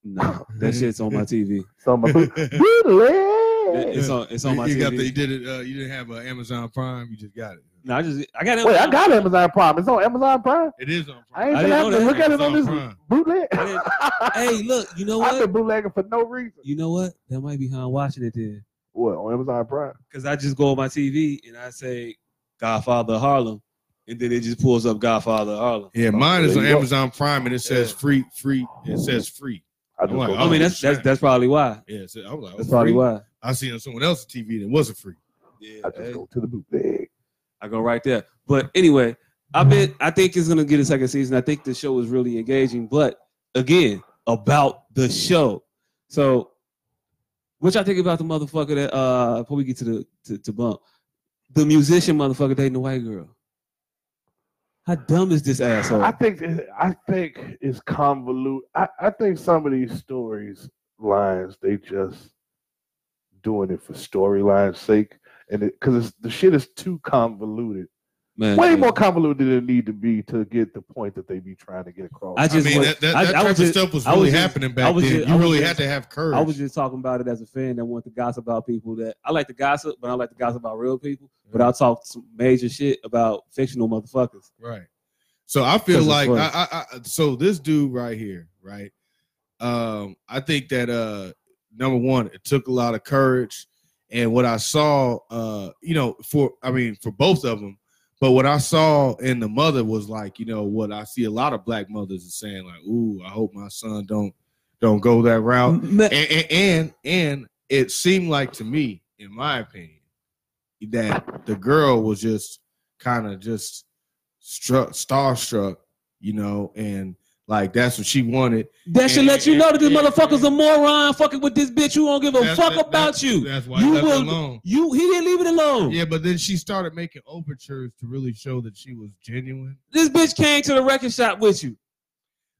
[SPEAKER 3] no, that shit's on my TV.
[SPEAKER 2] so my boot-
[SPEAKER 5] you
[SPEAKER 3] It-
[SPEAKER 2] bootleg.
[SPEAKER 3] It's on it's Uh-huh. on my
[SPEAKER 5] you
[SPEAKER 3] TV.
[SPEAKER 5] got the, you did it. Uh, you didn't have uh, Amazon Prime. You just got it.
[SPEAKER 3] no, I just I got it.
[SPEAKER 2] Wait, I got Amazon Prime. It's on Amazon Prime.
[SPEAKER 5] It is on.
[SPEAKER 2] I
[SPEAKER 5] Prime.
[SPEAKER 2] ain't
[SPEAKER 3] I
[SPEAKER 2] gonna
[SPEAKER 3] didn't
[SPEAKER 2] have
[SPEAKER 3] know
[SPEAKER 2] to
[SPEAKER 3] that.
[SPEAKER 2] look at it on this
[SPEAKER 5] Amazon Prime.
[SPEAKER 2] bootleg.
[SPEAKER 3] I didn't- Hey, look, you know
[SPEAKER 2] I've
[SPEAKER 3] what?
[SPEAKER 2] been bootlegging for no reason.
[SPEAKER 3] You know what? That might be how I'm watching it then.
[SPEAKER 2] What on Amazon Prime?
[SPEAKER 3] Cause I just go on my TV and I say Godfather of Harlem, and then it just pulls up Godfather of Harlem.
[SPEAKER 5] Yeah, mine
[SPEAKER 2] there
[SPEAKER 5] is on
[SPEAKER 2] you go.
[SPEAKER 5] Amazon Prime, and it says
[SPEAKER 3] Yeah.
[SPEAKER 5] free, free. It says free.
[SPEAKER 2] I just
[SPEAKER 5] I'm like,
[SPEAKER 2] go-
[SPEAKER 5] oh,
[SPEAKER 3] I mean that's that's that's probably why.
[SPEAKER 5] Yeah, so I was like, oh,
[SPEAKER 3] That's probably
[SPEAKER 5] free?
[SPEAKER 3] why.
[SPEAKER 5] I seen on someone else's TV that wasn't free.
[SPEAKER 3] Yeah,
[SPEAKER 2] I
[SPEAKER 3] hey.
[SPEAKER 2] just go to the bootleg.
[SPEAKER 3] I go right there. But anyway, I bet I think it's gonna get a second season. I think the show is really engaging. But again, about the show. So what y'all think about the motherfucker that uh before we get to the to, to bump, the musician motherfucker dating the white girl. How dumb is this asshole?
[SPEAKER 2] I think it- I think it's convolute. I, I think some of these stories lines they just doing it for storyline's sake, and because it's the shit is too convoluted,
[SPEAKER 3] Man,
[SPEAKER 2] way
[SPEAKER 3] yeah.
[SPEAKER 2] more convoluted than it need to be to get the point that they be trying to get across.
[SPEAKER 3] I just
[SPEAKER 5] I mean,
[SPEAKER 3] was-
[SPEAKER 5] that, that,
[SPEAKER 3] I-
[SPEAKER 5] that
[SPEAKER 3] I
[SPEAKER 5] type
[SPEAKER 3] was
[SPEAKER 5] of
[SPEAKER 3] just-
[SPEAKER 5] stuff was
[SPEAKER 3] I was
[SPEAKER 5] really
[SPEAKER 3] just-
[SPEAKER 5] happening
[SPEAKER 3] I
[SPEAKER 5] back
[SPEAKER 3] was
[SPEAKER 5] then.
[SPEAKER 3] just- I
[SPEAKER 5] you
[SPEAKER 3] was
[SPEAKER 5] really
[SPEAKER 3] just-
[SPEAKER 5] had to have courage.
[SPEAKER 3] I was just talking about it as a fan that want to gossip about people that I like to gossip, but I like to gossip about real people. But I'll talk some major shit about fictional motherfuckers.
[SPEAKER 5] right. So I feel
[SPEAKER 3] 'Cause it's
[SPEAKER 5] like I,
[SPEAKER 3] funny.
[SPEAKER 5] I, I, so this dude right here, right? Um, I think that uh, number one, it took a lot of courage, and what I saw, uh, you know, for I mean, for both of them, but what I saw in the mother was like, you know, what I see a lot of black mothers is saying, like, "Ooh, I hope my son don't don't go that route."
[SPEAKER 3] Man,
[SPEAKER 5] and, and and and it seemed like to me, in my opinion, that the girl was just kind of just struck, starstruck, you know, and like that's what she wanted.
[SPEAKER 3] That should
[SPEAKER 5] And-
[SPEAKER 3] let you know that this
[SPEAKER 5] and-
[SPEAKER 3] motherfucker's a moron fucking with this bitch. You don't give a
[SPEAKER 5] That's-
[SPEAKER 3] fuck
[SPEAKER 5] that-
[SPEAKER 3] about
[SPEAKER 5] that's-
[SPEAKER 3] you.
[SPEAKER 5] That's why
[SPEAKER 3] You
[SPEAKER 5] you left
[SPEAKER 3] will-
[SPEAKER 5] it alone.
[SPEAKER 3] You he didn't leave it alone.
[SPEAKER 5] Yeah, but then she started making overtures to really show that she was genuine.
[SPEAKER 3] This bitch came to the record shop with you.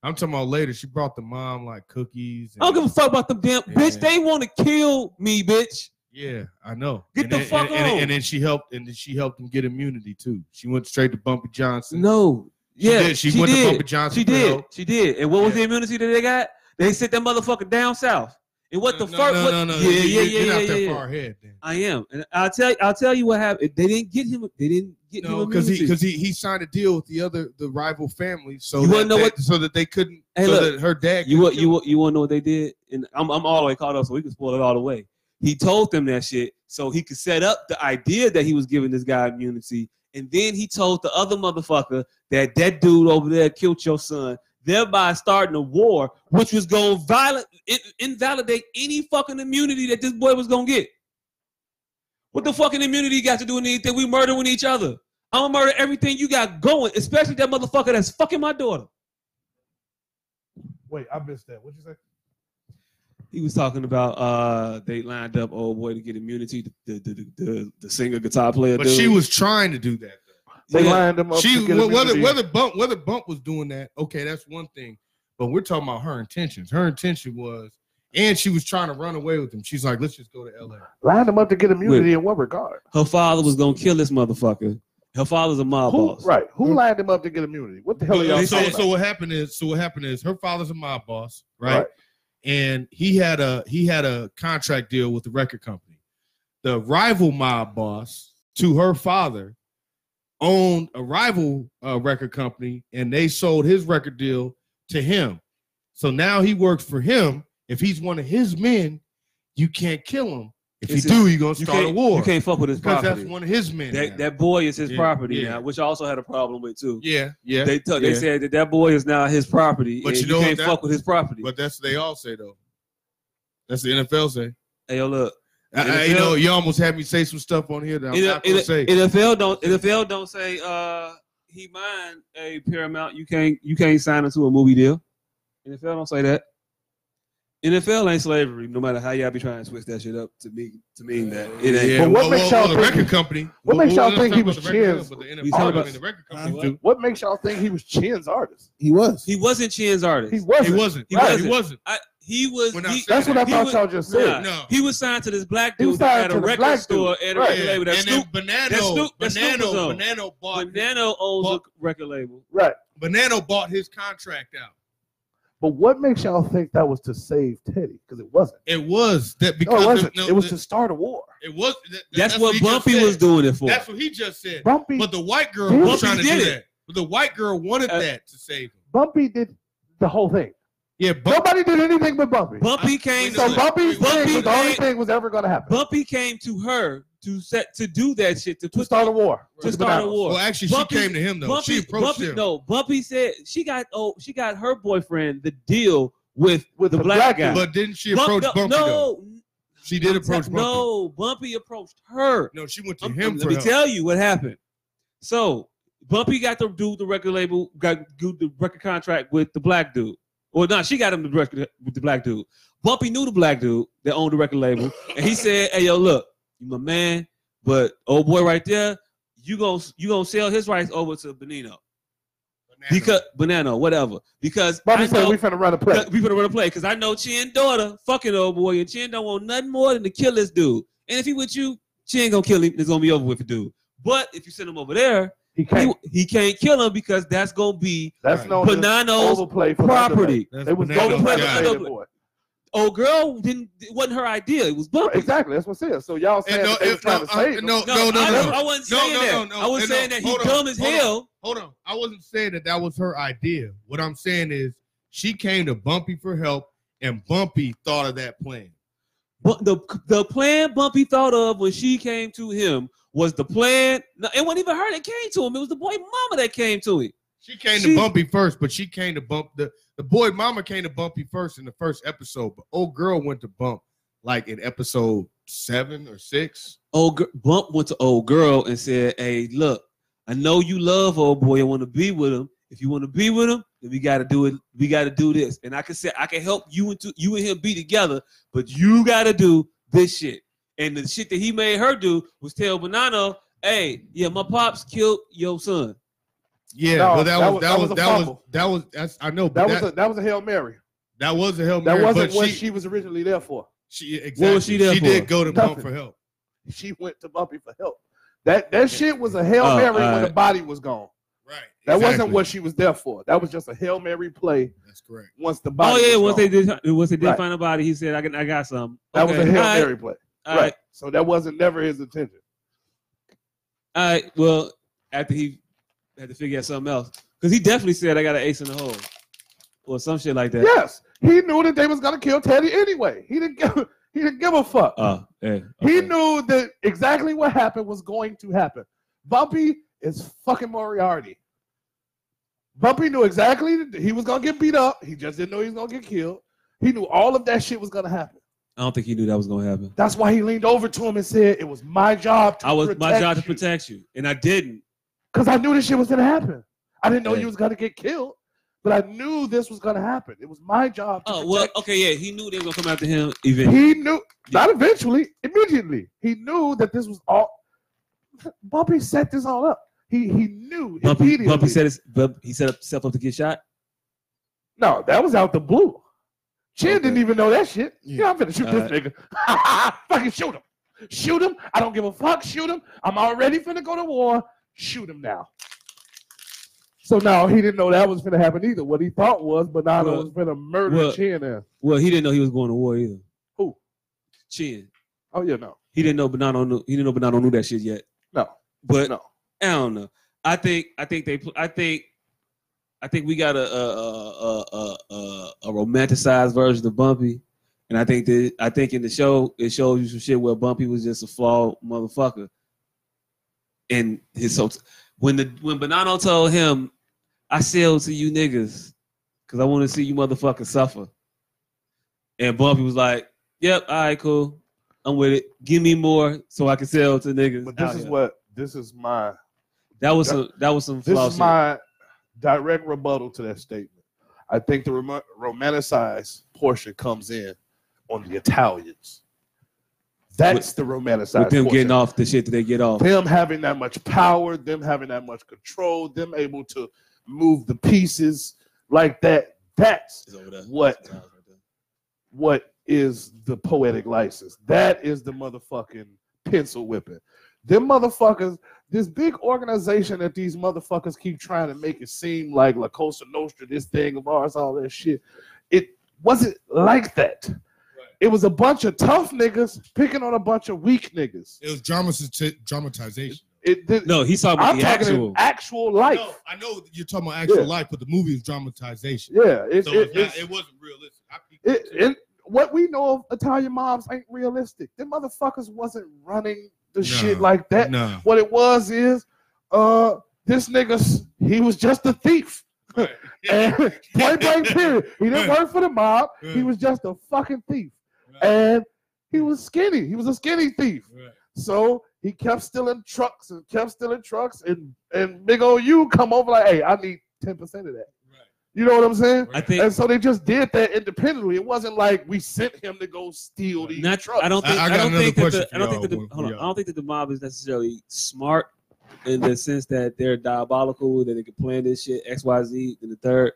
[SPEAKER 5] I'm talking about later. She brought the mom like cookies.
[SPEAKER 3] I don't give a fuck about them damn
[SPEAKER 5] Yeah.
[SPEAKER 3] bitch. They want to kill me, bitch.
[SPEAKER 5] Yeah, I know.
[SPEAKER 3] Get
[SPEAKER 5] and
[SPEAKER 3] the
[SPEAKER 5] then,
[SPEAKER 3] fuck
[SPEAKER 5] and, and,
[SPEAKER 3] on.
[SPEAKER 5] and then she helped, and then she helped him get immunity too. She went straight to Bumpy Johnson.
[SPEAKER 3] No.
[SPEAKER 5] She
[SPEAKER 3] Yeah,
[SPEAKER 5] did. she, went to Bumpy Johnson.
[SPEAKER 3] She did.
[SPEAKER 5] Grill.
[SPEAKER 3] She did. And what was
[SPEAKER 5] Yeah.
[SPEAKER 3] the immunity that they got? They sent that motherfucker down south. And what the
[SPEAKER 5] Uh, no,
[SPEAKER 3] fuck?
[SPEAKER 5] No,
[SPEAKER 3] what-
[SPEAKER 5] no, no,
[SPEAKER 3] Yeah, yeah,
[SPEAKER 5] You're,
[SPEAKER 3] yeah,
[SPEAKER 5] you're
[SPEAKER 3] yeah,
[SPEAKER 5] not that
[SPEAKER 3] yeah.
[SPEAKER 5] far ahead. Then.
[SPEAKER 3] I am, and I'll tell you. I'll tell you what happened. They didn't get him. They didn't get
[SPEAKER 5] No, because he because he, he signed a deal with the other the rival family, so
[SPEAKER 3] You
[SPEAKER 5] that,
[SPEAKER 3] wanna know
[SPEAKER 5] they-
[SPEAKER 3] what-
[SPEAKER 5] so that they couldn't.
[SPEAKER 3] Hey,
[SPEAKER 5] so
[SPEAKER 3] look.
[SPEAKER 5] that her dad.
[SPEAKER 3] you
[SPEAKER 5] couldn't
[SPEAKER 3] want
[SPEAKER 5] kill
[SPEAKER 3] you want you want to know what they did? And I'm I'm all the way caught up, so we can spoil it all the way. He told them that shit so he could set up the idea that he was giving this guy immunity, and then he told the other motherfucker that that dude over there killed your son, thereby starting a war, which was going to violent in, invalidate any fucking immunity that this boy was going to get. What the fucking immunity got to do with anything? We murdering each other. I'm gonna murder everything you got going, especially that motherfucker that's fucking my daughter.
[SPEAKER 2] Wait, I missed that. What'd you say?
[SPEAKER 3] He was talking about uh they lined up old boy to get immunity. The the the, the, the singer guitar player.
[SPEAKER 5] But
[SPEAKER 3] dude.
[SPEAKER 5] she was trying to do that.
[SPEAKER 2] They
[SPEAKER 3] Yeah.
[SPEAKER 2] lined them up.
[SPEAKER 5] She
[SPEAKER 2] to get
[SPEAKER 5] wh- whether
[SPEAKER 2] immunity.
[SPEAKER 5] whether bump whether bump was doing that. Okay, that's one thing. But we're talking about her intentions. Her intention was, and she was trying to run away with him. She's like, let's just go to L.A.
[SPEAKER 2] lined them up to get immunity in what regard?
[SPEAKER 3] her father was gonna kill this motherfucker. Her father's a mob
[SPEAKER 2] Who,
[SPEAKER 3] boss.
[SPEAKER 2] right? Who lined them up to get immunity? What the hell are y'all
[SPEAKER 5] uh, so,
[SPEAKER 2] talking
[SPEAKER 5] so,
[SPEAKER 2] about?
[SPEAKER 5] so what happened is, so what happened is, her father's a mob boss, right?
[SPEAKER 2] Right.
[SPEAKER 5] And he had a he had a contract deal with the record company. The rival mob boss to her father owned a rival uh, record company, and they sold his record deal to him. So now he works for him. If he's one of his men, you can't kill him. If
[SPEAKER 3] It's
[SPEAKER 5] you
[SPEAKER 3] a-
[SPEAKER 5] do, you're gonna
[SPEAKER 3] You
[SPEAKER 5] start a
[SPEAKER 3] can't,
[SPEAKER 5] war
[SPEAKER 3] you can't fuck with his
[SPEAKER 5] because
[SPEAKER 3] property.
[SPEAKER 5] that's one of his men. now.
[SPEAKER 3] that, that boy is his
[SPEAKER 5] Yeah,
[SPEAKER 3] property
[SPEAKER 5] yeah.
[SPEAKER 3] now, which I also had a problem with too.
[SPEAKER 5] yeah, yeah.
[SPEAKER 3] They took they
[SPEAKER 5] Yeah.
[SPEAKER 3] said that that boy is now his property,
[SPEAKER 5] But
[SPEAKER 3] and
[SPEAKER 5] you
[SPEAKER 3] you,
[SPEAKER 5] know what
[SPEAKER 3] can't
[SPEAKER 5] that-
[SPEAKER 3] fuck with his property.
[SPEAKER 5] But that's what they all say though. That's the NFL say.
[SPEAKER 3] hey, yo, look,
[SPEAKER 5] I, I- you
[SPEAKER 3] NFL?
[SPEAKER 5] know, you almost had me say some stuff on here that I'm not gonna say.
[SPEAKER 3] NFL don't NFL don't say uh he mind a Paramount. You can't you can't sign into a movie deal. NFL don't say that. NFL ain't slavery, no matter how y'all be trying to switch that shit up to me to mean that it ain't.
[SPEAKER 5] yeah,
[SPEAKER 2] But what
[SPEAKER 5] well,
[SPEAKER 2] makes
[SPEAKER 5] well,
[SPEAKER 2] y'all
[SPEAKER 5] the
[SPEAKER 2] think-
[SPEAKER 5] record company?
[SPEAKER 2] what makes y'all
[SPEAKER 5] we're not
[SPEAKER 2] think he
[SPEAKER 5] talking
[SPEAKER 2] was
[SPEAKER 5] about the record
[SPEAKER 3] He's
[SPEAKER 5] company,
[SPEAKER 2] Chiz?
[SPEAKER 5] But the NFL,
[SPEAKER 3] talking
[SPEAKER 5] I
[SPEAKER 3] about-
[SPEAKER 5] mean, the record company.
[SPEAKER 4] Huh?
[SPEAKER 5] too.
[SPEAKER 2] What makes y'all think he was Chin's artist?
[SPEAKER 4] He was.
[SPEAKER 3] He wasn't Chin's artist.
[SPEAKER 2] He
[SPEAKER 3] He,
[SPEAKER 2] wasn't.
[SPEAKER 5] He wasn't.
[SPEAKER 3] He
[SPEAKER 5] Right,
[SPEAKER 3] wasn't.
[SPEAKER 5] He wasn't.
[SPEAKER 3] I, he was.
[SPEAKER 5] We're not
[SPEAKER 3] He,
[SPEAKER 5] saying
[SPEAKER 2] That's what I
[SPEAKER 3] He
[SPEAKER 2] thought
[SPEAKER 3] was-
[SPEAKER 2] y'all just said.
[SPEAKER 3] Nah.
[SPEAKER 5] No.
[SPEAKER 3] he was signed to this black
[SPEAKER 2] He was
[SPEAKER 3] dude
[SPEAKER 2] signed
[SPEAKER 3] at
[SPEAKER 2] to
[SPEAKER 3] a
[SPEAKER 2] the
[SPEAKER 3] record
[SPEAKER 2] black
[SPEAKER 3] store at a
[SPEAKER 2] Right.
[SPEAKER 3] record label. That
[SPEAKER 5] And then
[SPEAKER 3] Snoop,
[SPEAKER 5] Banano,
[SPEAKER 3] that Snoop- that Snoop was
[SPEAKER 5] Banano,
[SPEAKER 3] on.
[SPEAKER 5] Banano bought,
[SPEAKER 3] Banano owns
[SPEAKER 5] Fuck.
[SPEAKER 3] a record label.
[SPEAKER 2] Right.
[SPEAKER 5] Banano bought his contract out.
[SPEAKER 2] But what makes y'all think that was to save Teddy? Because it wasn't.
[SPEAKER 5] It was that
[SPEAKER 2] No,
[SPEAKER 5] because
[SPEAKER 2] it
[SPEAKER 5] of-
[SPEAKER 2] wasn't.
[SPEAKER 5] no,
[SPEAKER 2] it was
[SPEAKER 5] that-
[SPEAKER 2] to start a war.
[SPEAKER 5] it was. that- that-
[SPEAKER 3] That's,
[SPEAKER 5] he
[SPEAKER 3] what
[SPEAKER 5] just
[SPEAKER 3] Bumpy
[SPEAKER 5] said.
[SPEAKER 3] was doing it for.
[SPEAKER 5] That's what he just said.
[SPEAKER 2] Bumpy,
[SPEAKER 5] But the white girl
[SPEAKER 2] Bumpy
[SPEAKER 5] was trying to do
[SPEAKER 3] did it.
[SPEAKER 5] that. But the white girl wanted
[SPEAKER 3] Uh,
[SPEAKER 5] that to save him.
[SPEAKER 2] Bumpy did the whole thing.
[SPEAKER 5] Yeah, Bumpy.
[SPEAKER 2] Nobody did anything but Bumpy.
[SPEAKER 3] Bumpy
[SPEAKER 5] I-
[SPEAKER 3] came.
[SPEAKER 5] we know
[SPEAKER 2] so
[SPEAKER 5] that.
[SPEAKER 2] Bumpy's
[SPEAKER 3] Bumpy
[SPEAKER 2] thing was the only
[SPEAKER 3] ain't-
[SPEAKER 2] thing was ever going to happen.
[SPEAKER 3] Bumpy came to her to set to do that shit to
[SPEAKER 2] to
[SPEAKER 3] put
[SPEAKER 2] start a war.
[SPEAKER 3] to
[SPEAKER 2] with the
[SPEAKER 3] start a
[SPEAKER 2] Bananas.
[SPEAKER 3] war.
[SPEAKER 5] Well, actually,
[SPEAKER 3] Bumpy-
[SPEAKER 5] she came to him though.
[SPEAKER 3] Bumpy,
[SPEAKER 5] she approached
[SPEAKER 3] Bumpy,
[SPEAKER 5] him.
[SPEAKER 3] No, Bumpy said she got oh she got her boyfriend the deal with
[SPEAKER 2] With
[SPEAKER 3] the,
[SPEAKER 2] the
[SPEAKER 3] black,
[SPEAKER 2] black
[SPEAKER 3] guy.
[SPEAKER 5] But didn't she
[SPEAKER 3] Bump-
[SPEAKER 5] approach
[SPEAKER 3] no,
[SPEAKER 5] Bumpy though?
[SPEAKER 3] no,
[SPEAKER 5] She did
[SPEAKER 3] I'm
[SPEAKER 5] approach
[SPEAKER 3] ta-
[SPEAKER 5] Bumpy.
[SPEAKER 3] No, Bumpy approached her.
[SPEAKER 5] No, she went to
[SPEAKER 3] I'm-
[SPEAKER 5] him
[SPEAKER 3] let
[SPEAKER 5] for
[SPEAKER 3] me
[SPEAKER 5] help.
[SPEAKER 3] tell you what happened. So Bumpy got to do the record label, got do the record contract with the black dude. Well, no, she got him the record with the black dude. Bumpy knew the black dude that owned the record label, and he said, "Hey, yo, look, you my man, but old boy right there, you gonna you gonna sell his rights over to Benino because Banano, whatever, because
[SPEAKER 2] Bumpy
[SPEAKER 3] I
[SPEAKER 2] said,
[SPEAKER 3] know
[SPEAKER 2] we finna run a play.
[SPEAKER 3] we finna run a play because I know Chin daughter fucking old boy, and Chin don't want nothing more than to kill this dude. And if he with you, Chin gonna kill him. It's gonna be over with the dude. But if you send him over there,
[SPEAKER 2] He
[SPEAKER 3] he,
[SPEAKER 2] can't.
[SPEAKER 3] he can't kill him because that's gonna be
[SPEAKER 2] That's
[SPEAKER 5] Right.
[SPEAKER 2] known as
[SPEAKER 3] Banano's
[SPEAKER 2] overplay for the underlay.
[SPEAKER 3] property.
[SPEAKER 5] That's
[SPEAKER 2] It was
[SPEAKER 5] Banana
[SPEAKER 3] Don't play
[SPEAKER 5] guy.
[SPEAKER 3] with
[SPEAKER 2] overplay.
[SPEAKER 3] Banana boy. Oh, girl, didn't it wasn't her idea. It was Bumpy.
[SPEAKER 2] Exactly. That's what it is. So y'all
[SPEAKER 5] And
[SPEAKER 2] saying
[SPEAKER 5] no,
[SPEAKER 2] that they was
[SPEAKER 5] if- no,
[SPEAKER 2] trying to save
[SPEAKER 5] I-
[SPEAKER 2] him.
[SPEAKER 5] no,
[SPEAKER 3] No,
[SPEAKER 5] no, no,
[SPEAKER 3] I,
[SPEAKER 5] no.
[SPEAKER 3] I wasn't
[SPEAKER 5] No,
[SPEAKER 3] saying
[SPEAKER 5] no,
[SPEAKER 3] that.
[SPEAKER 5] no, no.
[SPEAKER 3] I was
[SPEAKER 5] And no,
[SPEAKER 3] saying that he
[SPEAKER 5] hold on,
[SPEAKER 3] dumb as
[SPEAKER 5] hold on.
[SPEAKER 3] hell.
[SPEAKER 5] Hold on. I wasn't saying that that was her idea. What I'm saying is she came to Bumpy for help, and Bumpy thought of that plan.
[SPEAKER 3] But the the plan Bumpy thought of when she came to him was the plan. No, it wasn't even her that came to him. It was the boy mama that came to him.
[SPEAKER 5] She came
[SPEAKER 3] She-
[SPEAKER 5] to Bumpy first, but she came to Bump the, the boy mama came to Bumpy first in the first episode, but old girl went to Bump like in episode seven or six.
[SPEAKER 3] old gir- bump went to old girl and said, "Hey, look, I know you love old boy. I want to be with him. If you want to be with him, then we got to do it. We got to do this. And I can say I can help you and two, you and him be together, but you got to do this shit. And the shit that he made her do was tell Banano, "Hey, yeah, my pops killed your son.
[SPEAKER 5] Yeah,
[SPEAKER 2] No,
[SPEAKER 5] well, that,
[SPEAKER 2] that
[SPEAKER 5] was
[SPEAKER 2] was-
[SPEAKER 5] that was
[SPEAKER 2] a
[SPEAKER 5] that was
[SPEAKER 2] fumble.
[SPEAKER 5] that was that's I know, but
[SPEAKER 2] That
[SPEAKER 5] that
[SPEAKER 2] was a, that was a hail mary.
[SPEAKER 5] that was a help.
[SPEAKER 2] That
[SPEAKER 5] Mary,
[SPEAKER 2] wasn't
[SPEAKER 5] but
[SPEAKER 2] what
[SPEAKER 5] she,
[SPEAKER 2] she was originally there for.
[SPEAKER 5] she exactly
[SPEAKER 3] What was she there
[SPEAKER 5] did
[SPEAKER 3] for?
[SPEAKER 5] go to Bump
[SPEAKER 2] Nothing.
[SPEAKER 5] for help.
[SPEAKER 2] She went to Bumpy for help. That that shit was a hail
[SPEAKER 3] Oh,
[SPEAKER 2] mary when
[SPEAKER 3] alright.
[SPEAKER 2] the body was gone.
[SPEAKER 5] Right.
[SPEAKER 2] That wasn't what she was there for. That was just a hail mary play
[SPEAKER 5] That's correct.
[SPEAKER 2] once the body.
[SPEAKER 3] oh yeah,
[SPEAKER 2] was
[SPEAKER 3] once
[SPEAKER 2] gone.
[SPEAKER 3] they did, once they did
[SPEAKER 2] Right.
[SPEAKER 3] find a body, he said, I can, I got some.
[SPEAKER 2] that was a hail
[SPEAKER 3] all right,
[SPEAKER 2] mary play.
[SPEAKER 3] all
[SPEAKER 2] right.
[SPEAKER 3] right,
[SPEAKER 2] So that wasn't never his intention.
[SPEAKER 3] all right. Well, after he had to figure out something else. Because he definitely said, I got an ace in the hole. Or some shit like that.
[SPEAKER 2] Yes, he knew that they was gonna kill Teddy anyway. He didn't give he didn't give a fuck.
[SPEAKER 3] Oh, yeah.
[SPEAKER 2] He
[SPEAKER 3] okay.
[SPEAKER 2] knew that exactly what happened was going to happen. Bumpy is fucking Moriarty. Bumpy knew exactly that he was gonna get beat up. He just didn't know he was gonna get killed. He knew all of that shit was gonna happen.
[SPEAKER 3] I don't think he knew that was going to happen.
[SPEAKER 2] That's why he leaned over to him and said, "It was my job to
[SPEAKER 3] I was
[SPEAKER 2] protect
[SPEAKER 3] my job to protect you, and I didn't.
[SPEAKER 2] because I knew this shit was gonna happen. I didn't know
[SPEAKER 3] Hey.
[SPEAKER 2] you was gonna get killed, but I knew this was gonna happen. It was my job." To
[SPEAKER 3] Oh well,
[SPEAKER 2] protect
[SPEAKER 3] okay, yeah, he knew they were gonna come after him.
[SPEAKER 2] you."
[SPEAKER 3] Even
[SPEAKER 2] he knew not eventually, immediately. He knew that this was all. Bumpy set this all up. He he knew
[SPEAKER 3] Bumpy,
[SPEAKER 2] immediately.
[SPEAKER 3] Bumpy set his, Bump, he set himself up to get shot.
[SPEAKER 2] No, that was out the blue. Chin didn't even know that shit. Yeah, Uh,
[SPEAKER 9] Yeah.
[SPEAKER 2] I'm finna shoot this nigga. Fucking shoot him. Shoot him. I don't give a fuck. Shoot him. I'm already finna go to war. Shoot him now. So now he didn't know that was finna happen either. What he thought was Banana
[SPEAKER 3] Well,
[SPEAKER 2] was finna murder
[SPEAKER 3] well-
[SPEAKER 2] Chin there.
[SPEAKER 3] Well, he didn't know he was going to war either.
[SPEAKER 2] Who?
[SPEAKER 3] Chin.
[SPEAKER 2] Oh yeah, no.
[SPEAKER 3] He didn't know Bonanno knew. He didn't know Bonanno knew that shit yet.
[SPEAKER 2] No.
[SPEAKER 3] But
[SPEAKER 2] No.
[SPEAKER 3] I don't know. I think I think they pl- I think I think we got a a a a, a, a romanticized version of Bumpy, and I think that I think in the show it shows you some shit where Bumpy was just a flawed motherfucker, and his so when the when Bonanno told him, "I sell to you niggas, cause I want to see you motherfuckers suffer," and Bumpy was like, "Yep, all right, cool." I'm with it. Give me more so I can sell to niggas.
[SPEAKER 2] But this
[SPEAKER 3] out
[SPEAKER 2] is
[SPEAKER 3] here."
[SPEAKER 2] what this is my
[SPEAKER 3] That was
[SPEAKER 2] That-
[SPEAKER 3] some. That was some.
[SPEAKER 2] This
[SPEAKER 3] flaw
[SPEAKER 2] is
[SPEAKER 3] shit.
[SPEAKER 2] my direct rebuttal to that statement. I think the rom- romanticized portion comes in on the Italians. That's the romanticized
[SPEAKER 3] with them
[SPEAKER 2] portion.
[SPEAKER 3] getting off the shit that they get off.
[SPEAKER 2] Them having that much power, them having that much control, them able to move the pieces like that. That's
[SPEAKER 3] It's over there.
[SPEAKER 2] What? what is the poetic license. That is the motherfucking pencil whipping. Them motherfuckers, this big organization that these motherfuckers keep trying to make it seem like La Cosa Nostra, this thing of ours, all that shit. It wasn't like that. It was a bunch of tough niggas picking on a bunch of weak niggas.
[SPEAKER 5] It was dramatiz- dramatization.
[SPEAKER 2] It did,
[SPEAKER 3] No, he's talking about
[SPEAKER 2] I'm
[SPEAKER 3] the
[SPEAKER 2] talking actual,
[SPEAKER 3] actual.
[SPEAKER 2] actual life.
[SPEAKER 5] No, I know you're talking about actual
[SPEAKER 2] Yeah.
[SPEAKER 5] life, but the movie is dramatization.
[SPEAKER 2] Yeah, it,
[SPEAKER 5] so
[SPEAKER 2] it-
[SPEAKER 5] it's
[SPEAKER 2] it's-
[SPEAKER 5] not, it wasn't realistic. I peeked
[SPEAKER 2] it,
[SPEAKER 5] into
[SPEAKER 2] it, what we know of Italian mobs ain't realistic. Them motherfuckers wasn't running the
[SPEAKER 5] No,
[SPEAKER 2] shit like that.
[SPEAKER 5] No.
[SPEAKER 2] What it was is, uh, this nigga, s- he was just a thief.
[SPEAKER 5] Right.
[SPEAKER 2] And point blank period. He didn't work for the mob. He
[SPEAKER 5] Yeah. Uh.
[SPEAKER 2] was just a fucking thief,
[SPEAKER 5] Right.
[SPEAKER 2] and he was skinny. He was a skinny thief.
[SPEAKER 5] Right.
[SPEAKER 2] So he kept stealing trucks and kept stealing trucks, and and big old you come over like, hey, I need ten percent of that.
[SPEAKER 5] Right.
[SPEAKER 2] You know what I'm saying?
[SPEAKER 3] I think.
[SPEAKER 2] And so they just did that independently. It wasn't like we sent him to go steal these
[SPEAKER 3] Not,
[SPEAKER 2] trucks.
[SPEAKER 3] I don't think.
[SPEAKER 5] I-
[SPEAKER 3] I,
[SPEAKER 5] I got
[SPEAKER 3] don't
[SPEAKER 5] another
[SPEAKER 3] think that
[SPEAKER 5] question
[SPEAKER 3] the.
[SPEAKER 5] for
[SPEAKER 3] I don't think that the.
[SPEAKER 5] y'all.
[SPEAKER 3] Hold on.
[SPEAKER 5] Yeah.
[SPEAKER 3] I don't think that the mob is necessarily smart in the sense that they're diabolical, that they can plan this shit X, Y, Z, and the third.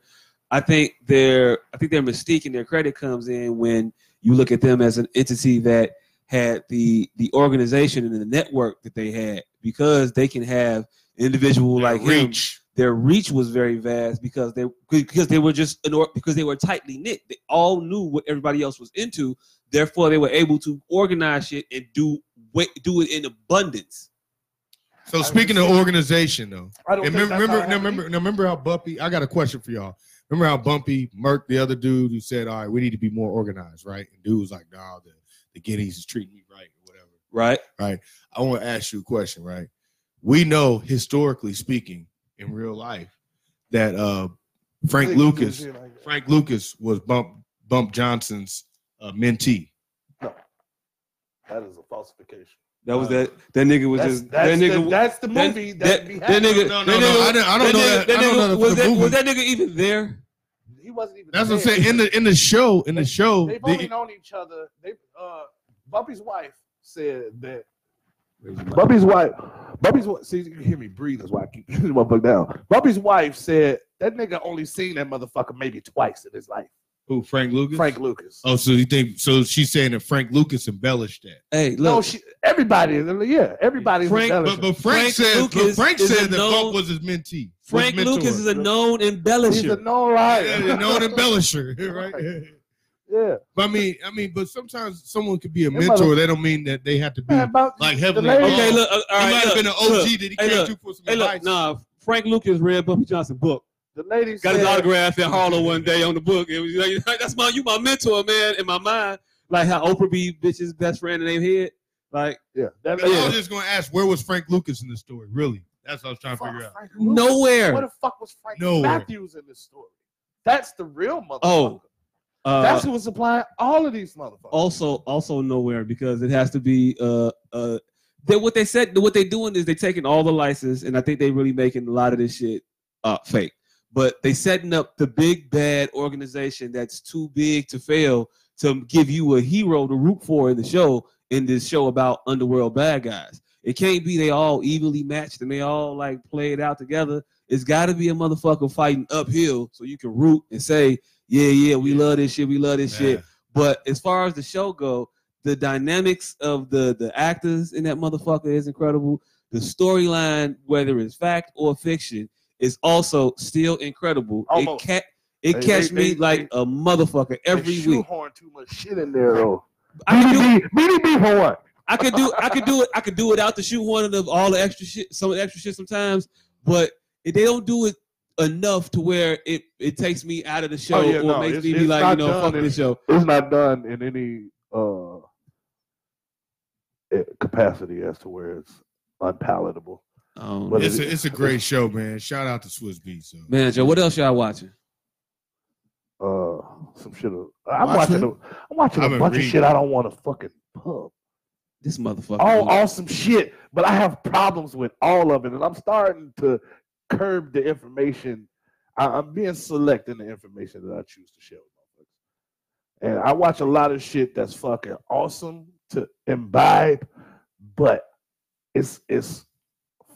[SPEAKER 3] I think their. I think their mystique and their credit comes in when you look at them as an entity that had the the organization and the network that they had because they can have individual like him their reach was very vast because they because they were just an or, because they were tightly knit. They all knew what everybody else was into. Therefore, they were able to organize shit and do wait, do it in abundance.
[SPEAKER 5] So speaking of organization, though,
[SPEAKER 2] I don't
[SPEAKER 5] and
[SPEAKER 2] think
[SPEAKER 5] remember,
[SPEAKER 2] that's
[SPEAKER 5] remember,
[SPEAKER 2] how it
[SPEAKER 5] now
[SPEAKER 2] happened.
[SPEAKER 5] remember, now remember how Bumpy. I got a question for y'all. Remember how Bumpy murked the other dude who said, "All right, we need to be more organized," right? And dude was like, "Nah, the the Guineas is treating me right, or whatever."
[SPEAKER 3] Right.
[SPEAKER 5] I want to ask you a question, right? We know historically speaking in real life that uh Frank
[SPEAKER 2] Niggas
[SPEAKER 5] Lucas
[SPEAKER 2] do shit like that.
[SPEAKER 5] Frank Lucas was Bump Bump Johnson's uh, mentee.
[SPEAKER 2] That is a falsification.
[SPEAKER 3] That was that. That nigga was
[SPEAKER 2] That's,
[SPEAKER 3] just that
[SPEAKER 2] that's, the,
[SPEAKER 3] nigga.
[SPEAKER 2] that's the
[SPEAKER 3] that-
[SPEAKER 2] movie
[SPEAKER 3] that-
[SPEAKER 2] that, we
[SPEAKER 3] that
[SPEAKER 2] had.
[SPEAKER 3] nigga-
[SPEAKER 5] No,
[SPEAKER 3] that
[SPEAKER 5] no, no.
[SPEAKER 3] nigga-
[SPEAKER 5] I don't, I don't know
[SPEAKER 3] nigga-
[SPEAKER 5] that. I don't
[SPEAKER 3] nigga-
[SPEAKER 5] know that
[SPEAKER 3] was
[SPEAKER 5] from the
[SPEAKER 3] that was
[SPEAKER 5] movie.
[SPEAKER 3] that nigga even there?
[SPEAKER 2] He wasn't even
[SPEAKER 5] That's what I'm
[SPEAKER 2] dead.
[SPEAKER 5] saying. In the in the show, in the show,
[SPEAKER 2] They've
[SPEAKER 5] the-
[SPEAKER 2] only known each other. They uh Bumpy's wife said that Bumpy's wife Bumpy's wife see you can hear me breathe, that's why I keep this motherfucker down. Bumpy's wife said that nigga only seen that motherfucker maybe twice in his life.
[SPEAKER 5] who Frank Lucas?
[SPEAKER 2] Frank Lucas.
[SPEAKER 5] Oh, so you think so? She's saying that Frank Lucas embellished that.
[SPEAKER 3] Hey, look.
[SPEAKER 2] no, she, everybody yeah, everybody's
[SPEAKER 3] Frank-
[SPEAKER 5] But,
[SPEAKER 2] embellishing.
[SPEAKER 5] but
[SPEAKER 3] Frank
[SPEAKER 5] Frank, said
[SPEAKER 3] Lucas
[SPEAKER 5] but Frank
[SPEAKER 3] is
[SPEAKER 5] said
[SPEAKER 3] a
[SPEAKER 5] that
[SPEAKER 3] known-
[SPEAKER 5] Bump was his mentee. was
[SPEAKER 3] Frank
[SPEAKER 5] mentor.
[SPEAKER 3] Lucas is a known
[SPEAKER 2] He's a
[SPEAKER 3] embellisher.
[SPEAKER 2] known
[SPEAKER 5] Yeah,
[SPEAKER 2] liar.
[SPEAKER 5] yeah, known embellisher, right?
[SPEAKER 2] Yeah.
[SPEAKER 5] But I mean, I mean, but sometimes someone could be a
[SPEAKER 2] It
[SPEAKER 5] mentor.
[SPEAKER 2] might've-
[SPEAKER 5] They don't mean that they have to
[SPEAKER 3] Hmm.
[SPEAKER 5] be
[SPEAKER 2] Man, about
[SPEAKER 5] like heavily.
[SPEAKER 2] lady-
[SPEAKER 5] involved.
[SPEAKER 3] Okay, look, uh, all
[SPEAKER 5] he might
[SPEAKER 3] right,
[SPEAKER 5] have
[SPEAKER 3] look,
[SPEAKER 5] been an OG
[SPEAKER 3] look.
[SPEAKER 5] that he
[SPEAKER 3] Hey,
[SPEAKER 5] came
[SPEAKER 3] look.
[SPEAKER 5] through for some
[SPEAKER 3] Hey,
[SPEAKER 5] advice.
[SPEAKER 3] look, nah, Frank Lucas read Bumpy Johnson book.
[SPEAKER 2] the lady
[SPEAKER 3] Got his
[SPEAKER 2] said-
[SPEAKER 3] autograph in Harlem one day on the book. It was like, that's my, you my mentor, man, in my mind. Like how Oprah be bitch's best friend in their head. Like,
[SPEAKER 2] Yeah. That
[SPEAKER 5] I
[SPEAKER 2] lady-
[SPEAKER 5] was just gonna ask, where was Frank Lucas in the story? Really? That's what I was trying to figure out.
[SPEAKER 2] Fuck, Frank Lucas. Where
[SPEAKER 3] nowhere.
[SPEAKER 2] the fuck was Frank
[SPEAKER 5] Nowhere.
[SPEAKER 2] Matthews in this story? That's the real motherfucker.
[SPEAKER 3] Oh, Uh,
[SPEAKER 2] That's who was supplying all of these motherfuckers.
[SPEAKER 3] also also nowhere because it has to be uh uh they, what they said what they doing is they taking all the license and i think they really making a lot of this shit uh fake but they setting up the big bad organization that's too big to fail to give you a hero to root for in the show in this show about underworld bad guys it can't be they all evenly matched and they all like played out together it's got to be a motherfucker fighting uphill so you can root and say yeah yeah we love this shit we love this shit but as far as the show go, the dynamics of the the actors in that motherfucker is incredible. The storyline, whether it's fact or fiction, is also still incredible.
[SPEAKER 2] Almost.
[SPEAKER 3] It ca- it
[SPEAKER 2] They-
[SPEAKER 3] catch
[SPEAKER 2] they-
[SPEAKER 3] me
[SPEAKER 2] they-
[SPEAKER 3] like a motherfucker
[SPEAKER 2] They
[SPEAKER 3] every week.
[SPEAKER 2] shoehorn too much shit in there though.
[SPEAKER 3] I could do
[SPEAKER 2] BDB, BDB for what?
[SPEAKER 3] I could do I could do it I could do it out the shoot one of the, all the extra shit some of the extra shit sometimes, but if they don't do it enough to where it, it takes me out of the show
[SPEAKER 2] Oh, yeah,
[SPEAKER 3] or
[SPEAKER 2] no,
[SPEAKER 3] makes
[SPEAKER 2] it's-
[SPEAKER 3] me be
[SPEAKER 2] it's
[SPEAKER 3] like, you
[SPEAKER 2] not
[SPEAKER 3] know,
[SPEAKER 2] done
[SPEAKER 3] fuck
[SPEAKER 2] in-
[SPEAKER 3] this show.
[SPEAKER 2] It's not done in any uh eh, capacity as to where it's unpalatable.
[SPEAKER 3] Um,
[SPEAKER 2] But
[SPEAKER 5] It's a it's a great show, man. Shout out to Swiss Beat. So
[SPEAKER 3] man, Joe, what else y'all watching?
[SPEAKER 2] Uh, some shit. of- I'm
[SPEAKER 4] Watch
[SPEAKER 2] watching.
[SPEAKER 4] it.
[SPEAKER 2] A, I'm watching
[SPEAKER 5] I've
[SPEAKER 2] a
[SPEAKER 5] been
[SPEAKER 2] bunch
[SPEAKER 5] reading.
[SPEAKER 2] of shit. I don't want to fucking pub.
[SPEAKER 3] This motherfucker.
[SPEAKER 2] all awesome shit, but I have problems with all of it, and I'm starting to curb the information. I, I'm being select in the information that I choose to share with my friends. And I watch a lot of shit that's fucking awesome to imbibe, but it's it's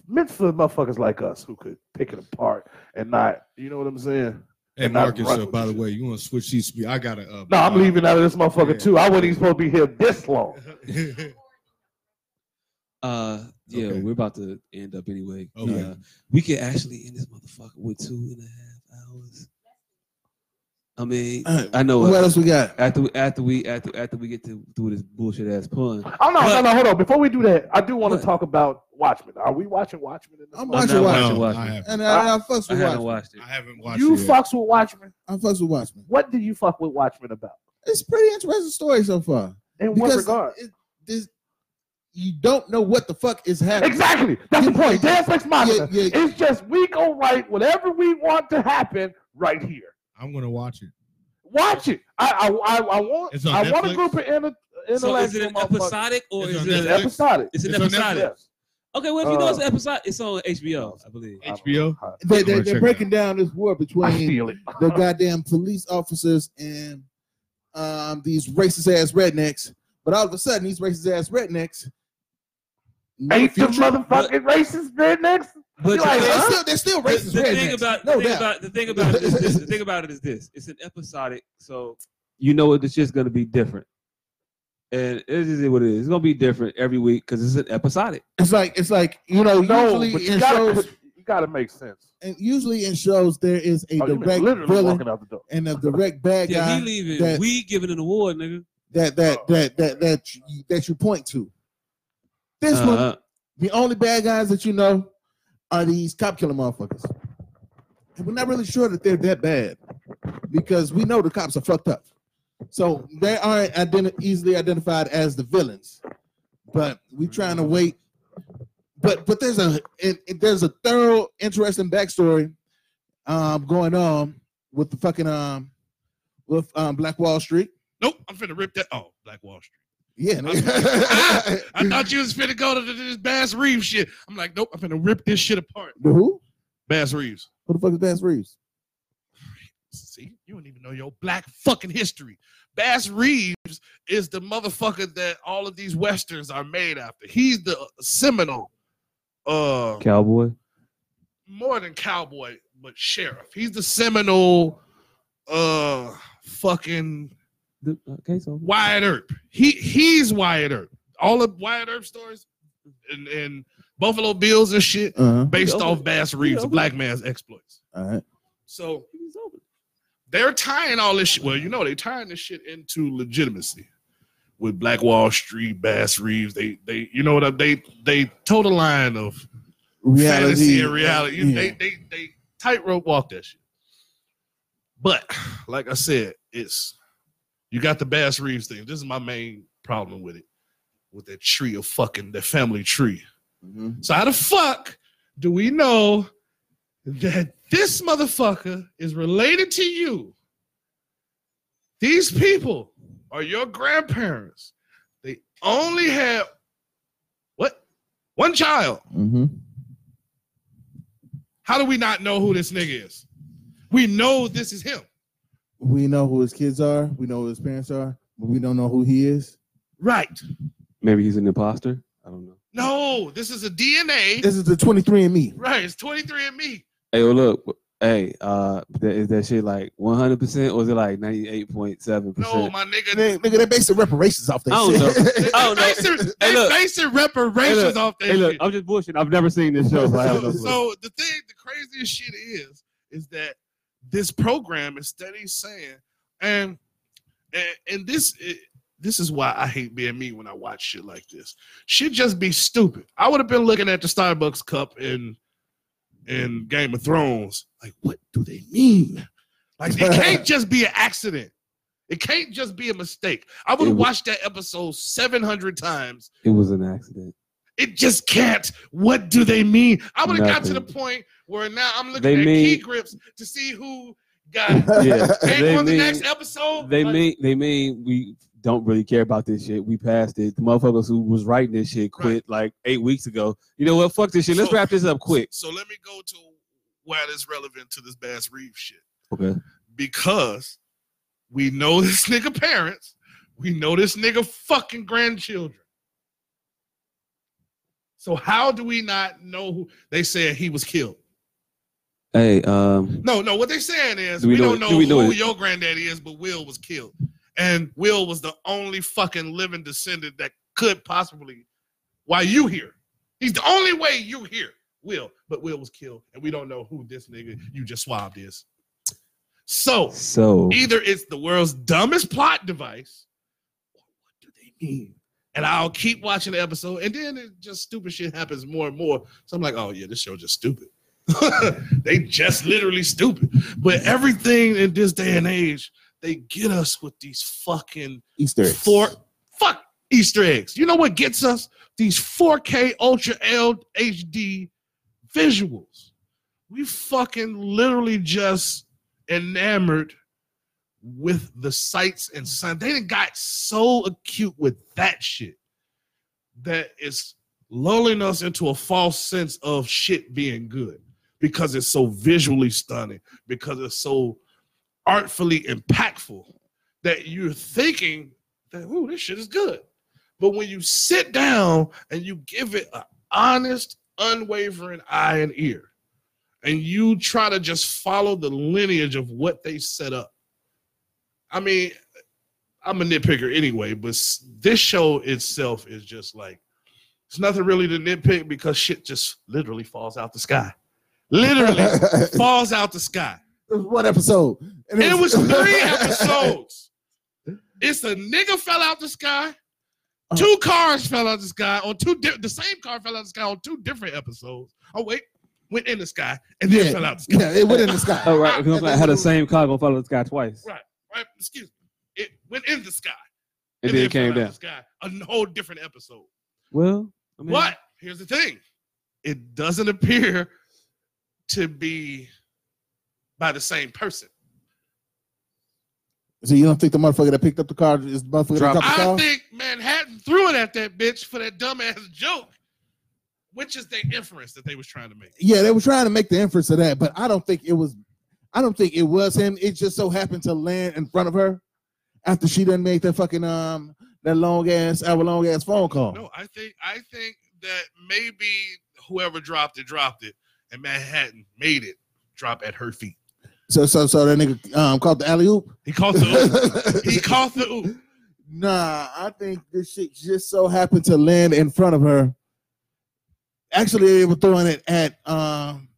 [SPEAKER 2] meant for motherfuckers like us who could pick it apart and not, you know what I'm saying?
[SPEAKER 5] hey
[SPEAKER 2] And not
[SPEAKER 5] Marcus,
[SPEAKER 2] run
[SPEAKER 5] uh,
[SPEAKER 2] with
[SPEAKER 5] by the
[SPEAKER 2] this
[SPEAKER 5] way, you want to switch seats? with me? I gotta. Uh,
[SPEAKER 2] No, I'm leaving out of this motherfucker
[SPEAKER 5] Yeah.
[SPEAKER 2] too. I wasn't even supposed to be here this long.
[SPEAKER 5] leaving.
[SPEAKER 3] Uh, yeah,
[SPEAKER 5] Okay.
[SPEAKER 3] we're about to end up anyway.
[SPEAKER 5] Okay.
[SPEAKER 3] Uh, we could actually end this motherfucker with two and a half hours. I mean,
[SPEAKER 4] All right,
[SPEAKER 3] I know
[SPEAKER 4] what
[SPEAKER 3] it.
[SPEAKER 4] else we got?
[SPEAKER 3] after after we after after we get to do this bullshit ass pun.
[SPEAKER 2] Oh no,
[SPEAKER 3] But-
[SPEAKER 2] no, no! Hold on. Before we do that, I do want
[SPEAKER 3] What?
[SPEAKER 2] to talk about Watchmen. Are we watching Watchmen? In this
[SPEAKER 4] I'm
[SPEAKER 3] not
[SPEAKER 4] watching
[SPEAKER 2] motherfucker?
[SPEAKER 4] Watchmen.
[SPEAKER 5] no,
[SPEAKER 3] watch
[SPEAKER 5] I
[SPEAKER 3] it.
[SPEAKER 5] haven't.
[SPEAKER 4] And uh, I, I fucks
[SPEAKER 3] I
[SPEAKER 4] with
[SPEAKER 3] haven't
[SPEAKER 4] Watchmen.
[SPEAKER 3] watched it.
[SPEAKER 5] I haven't watched
[SPEAKER 2] you
[SPEAKER 5] it. yet.
[SPEAKER 2] fucks with Watchmen.
[SPEAKER 4] I fucks with Watchmen.
[SPEAKER 2] What do you fuck with Watchmen about?
[SPEAKER 4] It's a pretty interesting story so far.
[SPEAKER 2] In what
[SPEAKER 4] Because
[SPEAKER 2] regard?
[SPEAKER 4] it- this, you don't know what the fuck is happening.
[SPEAKER 2] Exactly. That's the point. Deus Ex Machina.
[SPEAKER 4] Yeah, yeah.
[SPEAKER 2] It's just we go right whatever we want to happen right here.
[SPEAKER 5] I'm gonna watch it.
[SPEAKER 2] Watch it. I I I, I want
[SPEAKER 5] It's on
[SPEAKER 2] I want a
[SPEAKER 5] Netflix?
[SPEAKER 2] group of inter,
[SPEAKER 3] So is it
[SPEAKER 2] intellectual
[SPEAKER 3] an
[SPEAKER 2] motherfuckers.
[SPEAKER 3] episodic or
[SPEAKER 5] It's
[SPEAKER 3] is
[SPEAKER 5] on
[SPEAKER 3] it?
[SPEAKER 2] It's
[SPEAKER 5] Netflix?
[SPEAKER 2] episodic.
[SPEAKER 3] It's an
[SPEAKER 5] It's on
[SPEAKER 3] episodic.
[SPEAKER 2] Yes.
[SPEAKER 3] Okay, well if you know
[SPEAKER 2] Uh,
[SPEAKER 3] it's an episodic, it's on HBO, I believe.
[SPEAKER 2] I don't
[SPEAKER 5] HBO?
[SPEAKER 2] know.
[SPEAKER 4] They,
[SPEAKER 5] I'm
[SPEAKER 4] they,
[SPEAKER 5] gonna check
[SPEAKER 4] they're
[SPEAKER 5] it
[SPEAKER 4] breaking down this war
[SPEAKER 2] I
[SPEAKER 4] between
[SPEAKER 2] feel it.
[SPEAKER 4] the goddamn police officers and um, these racist ass rednecks. But all of a sudden, these racist ass rednecks know
[SPEAKER 2] Ain't the
[SPEAKER 4] future.
[SPEAKER 2] motherfucking racist rednecks?
[SPEAKER 3] But uh,
[SPEAKER 2] You like,
[SPEAKER 4] They're
[SPEAKER 2] huh?
[SPEAKER 4] still, they're still
[SPEAKER 3] the,
[SPEAKER 4] racist
[SPEAKER 3] the
[SPEAKER 4] rednecks.
[SPEAKER 3] thing about the
[SPEAKER 4] no
[SPEAKER 3] thing
[SPEAKER 4] doubt.
[SPEAKER 3] about the thing about it is this. The thing about it is this. It's an episodic, so you know it's just gonna be different. And it is what it is. It's gonna be different every week because it's an episodic.
[SPEAKER 4] it's like it's like you know
[SPEAKER 2] Oh, No,
[SPEAKER 4] usually
[SPEAKER 2] but you
[SPEAKER 4] in
[SPEAKER 2] gotta,
[SPEAKER 4] shows
[SPEAKER 2] you gotta make sense.
[SPEAKER 4] and usually in shows there is a
[SPEAKER 2] Oh, you been
[SPEAKER 4] direct
[SPEAKER 2] literally
[SPEAKER 4] villain
[SPEAKER 2] walking out the door.
[SPEAKER 4] and a direct bad
[SPEAKER 3] yeah,
[SPEAKER 4] guy
[SPEAKER 3] we leaving.
[SPEAKER 4] that-
[SPEAKER 3] we giving an award, nigga.
[SPEAKER 4] that
[SPEAKER 2] Oh.
[SPEAKER 4] that that that that you, that you point to. This one,
[SPEAKER 2] Uh-huh.
[SPEAKER 3] Uh,
[SPEAKER 4] the only bad guys that you know are these cop killer motherfuckers. And we're not really sure that they're that bad because we know the cops are fucked up. So they aren't identi- easily identified as the villains. But we trying to wait. But but there's a and, and there's a thorough interesting backstory um going on with the fucking um with um Black Wall Street.
[SPEAKER 5] Nope, I'm finna rip that. Oh, Black Wall Street.
[SPEAKER 4] Yeah.
[SPEAKER 5] I,
[SPEAKER 4] nigga.
[SPEAKER 5] I thought you was finna go to th- this Bass Reeves shit. I'm like, nope, I'm finna rip this shit apart.
[SPEAKER 4] The who?
[SPEAKER 5] Bass Reeves.
[SPEAKER 4] Who the fuck is Bass Reeves?
[SPEAKER 5] See, you don't even know your black fucking history. Bass Reeves is the motherfucker that all of these westerns are made after. He's the Seminole, uh,
[SPEAKER 3] Cowboy.
[SPEAKER 5] more than cowboy, but sheriff. He's the Seminole, uh, fucking
[SPEAKER 3] The- Okay, so
[SPEAKER 5] Wyatt Earp. He he's Wyatt Earp. All of Wyatt Earp stories and, and Buffalo Bills and shit
[SPEAKER 4] Uh-huh.
[SPEAKER 5] based
[SPEAKER 3] Yeah,
[SPEAKER 5] off
[SPEAKER 3] but-
[SPEAKER 5] Bass
[SPEAKER 3] yeah,
[SPEAKER 5] Reeves, a
[SPEAKER 3] but-
[SPEAKER 5] black man's exploits.
[SPEAKER 4] All right.
[SPEAKER 5] So
[SPEAKER 2] They're tying all this shit. Well, you know, they're tying this shit into legitimacy with Black Wall Street, Bass Reeves. They they you know what I- they they toe the line of fantasy and reality. You- They
[SPEAKER 4] Yeah.
[SPEAKER 2] they they tightrope walk that shit. But like I said, it's you got the Bass Reeves thing. This is my main problem with it, with that tree of fucking that family tree.
[SPEAKER 4] Mhm.
[SPEAKER 2] So how the fuck do we know that this motherfucker is related to you? These people are your grandparents. They only had what? One child.
[SPEAKER 4] Mhm.
[SPEAKER 2] How do we not know who this nigga is? We know this is him.
[SPEAKER 4] We know who his kids are. We know who his parents are, but we don't know who he is.
[SPEAKER 2] Right.
[SPEAKER 3] Maybe he's an imposter. I don't know.
[SPEAKER 2] No, this is a DNA.
[SPEAKER 4] This is the 23 and me.
[SPEAKER 2] right, it's 23 and me.
[SPEAKER 3] Hey, well, look. Hey, uh, that, is that shit like 100% or is it like 98.7%?
[SPEAKER 2] No, my nigga.
[SPEAKER 4] They, nigga, they based the reparations off that
[SPEAKER 3] I don't
[SPEAKER 4] shit.
[SPEAKER 2] They,
[SPEAKER 3] Oh, no.
[SPEAKER 2] basing, they
[SPEAKER 3] look.
[SPEAKER 2] basing reparations
[SPEAKER 3] Hey, look.
[SPEAKER 2] off that
[SPEAKER 3] hey, look,
[SPEAKER 2] shit.
[SPEAKER 3] I'm just bullshitting. I've never seen this show. So I have no
[SPEAKER 2] so,
[SPEAKER 3] clue.
[SPEAKER 2] so the thing, the craziest shit is, is that this program is steady saying, and and, and this it, this is why I hate being me when I watch shit like this. Shit just be stupid. I would have been looking at the Starbucks cup in in Game of Thrones, like what do they mean? Like it can't just be an accident. It can't just be a mistake. I would
[SPEAKER 3] It
[SPEAKER 2] have
[SPEAKER 3] wa-
[SPEAKER 2] watched that episode 700 times
[SPEAKER 3] it was an accident.
[SPEAKER 2] it just can't. What do they mean? I would have got to the
[SPEAKER 3] Nothing.
[SPEAKER 2] point where now I'm looking
[SPEAKER 3] They
[SPEAKER 2] at key
[SPEAKER 3] mean-
[SPEAKER 2] grips to see who got
[SPEAKER 3] Yeah,
[SPEAKER 2] and
[SPEAKER 3] they
[SPEAKER 2] on the
[SPEAKER 3] mean,
[SPEAKER 2] next episode.
[SPEAKER 3] they
[SPEAKER 2] Like,
[SPEAKER 3] mean they mean we don't really care about this shit. We passed it. The motherfuckers who was writing this shit quit like eight weeks ago. You know what? Fuck this shit. Let's
[SPEAKER 2] So-
[SPEAKER 3] wrap this up quick.
[SPEAKER 2] So let me go to why that's relevant to this Bass Reeves shit.
[SPEAKER 3] Okay.
[SPEAKER 2] Because we know this nigga parents, we know this nigga fucking grandchildren. So how do we not know who they said he was killed?
[SPEAKER 3] Hey, um,
[SPEAKER 2] No, no. What they're saying is
[SPEAKER 3] Do
[SPEAKER 2] we,
[SPEAKER 3] we know-
[SPEAKER 2] don't know
[SPEAKER 3] do we know
[SPEAKER 2] who
[SPEAKER 3] it?
[SPEAKER 2] your granddaddy is, but Will was killed, and Will was the only fucking living descendant that could possibly. Why you here? He's the only way you here, Will. But Will was killed, and we don't know who this nigga you just swabbed is. So
[SPEAKER 3] so
[SPEAKER 2] either it's the world's dumbest plot device, or what do they mean? And I'll keep watching the episode, and then it just stupid shit happens more and more. So I'm like, oh yeah, this show just stupid. they just literally stupid. But everything in this day and age, they get us with these fucking
[SPEAKER 4] Easter eggs.
[SPEAKER 2] four fuck Easter eggs. You know what gets us? These 4K Ultra L HD visuals. We fucking literally just enamored with the sights and sound. They done got so acute with that shit that it's lulling us into a false sense of shit being good because it's so visually stunning, because it's so artfully impactful that you're thinking that ooh, this shit is good. But when you sit down and you give it an honest, unwavering eye and ear, and you try to just follow the lineage of what they set up. I mean, I'm a nitpicker anyway, but s- this show itself is just like it's nothing really to nitpick because shit just literally falls out the sky. Literally
[SPEAKER 4] it
[SPEAKER 2] falls out the sky.
[SPEAKER 4] was one episode. And
[SPEAKER 2] And it was three episodes. It's a nigga fell out the sky.
[SPEAKER 4] Uh-huh.
[SPEAKER 2] Two cars fell out the sky on two di- the same car fell out the sky on two different episodes. Oh wait, went in the sky and then
[SPEAKER 4] Yeah.
[SPEAKER 2] fell out the sky.
[SPEAKER 4] Yeah, it went in the sky.
[SPEAKER 3] oh right, because
[SPEAKER 4] And
[SPEAKER 3] I
[SPEAKER 4] then
[SPEAKER 3] had
[SPEAKER 4] it
[SPEAKER 3] the
[SPEAKER 4] was-
[SPEAKER 3] same car gonna follow this guy twice,
[SPEAKER 2] Right. Right? Excuse me. It went in the sky
[SPEAKER 3] and then it
[SPEAKER 2] fell
[SPEAKER 3] came
[SPEAKER 2] out the
[SPEAKER 3] down.
[SPEAKER 2] sky. A whole different episode.
[SPEAKER 3] Well, I mean,
[SPEAKER 2] But here's the thing it doesn't appear to be by the same person.
[SPEAKER 4] So you don't think the motherfucker that picked up the car is the motherfucker
[SPEAKER 3] Drop-
[SPEAKER 4] that dropped the
[SPEAKER 2] I
[SPEAKER 4] car?
[SPEAKER 2] think Manhattan threw it at that bitch for that dumbass joke, which is the inference that they was trying to make.
[SPEAKER 4] yeah, they were trying to make the inference of that, but I don't think it was. I don't think it was him. It just so happened to land in front of her after she done made that fucking um that long ass hour long ass phone call.
[SPEAKER 2] No, I think I think that maybe whoever dropped it dropped it, and Manhattan made it drop at her feet.
[SPEAKER 4] So so so that nigga um caught the alley oop.
[SPEAKER 2] He caught the oop. he caught the oop.
[SPEAKER 4] Nah, I think this shit just so happened to land in front of her. Actually, they were throwing it at um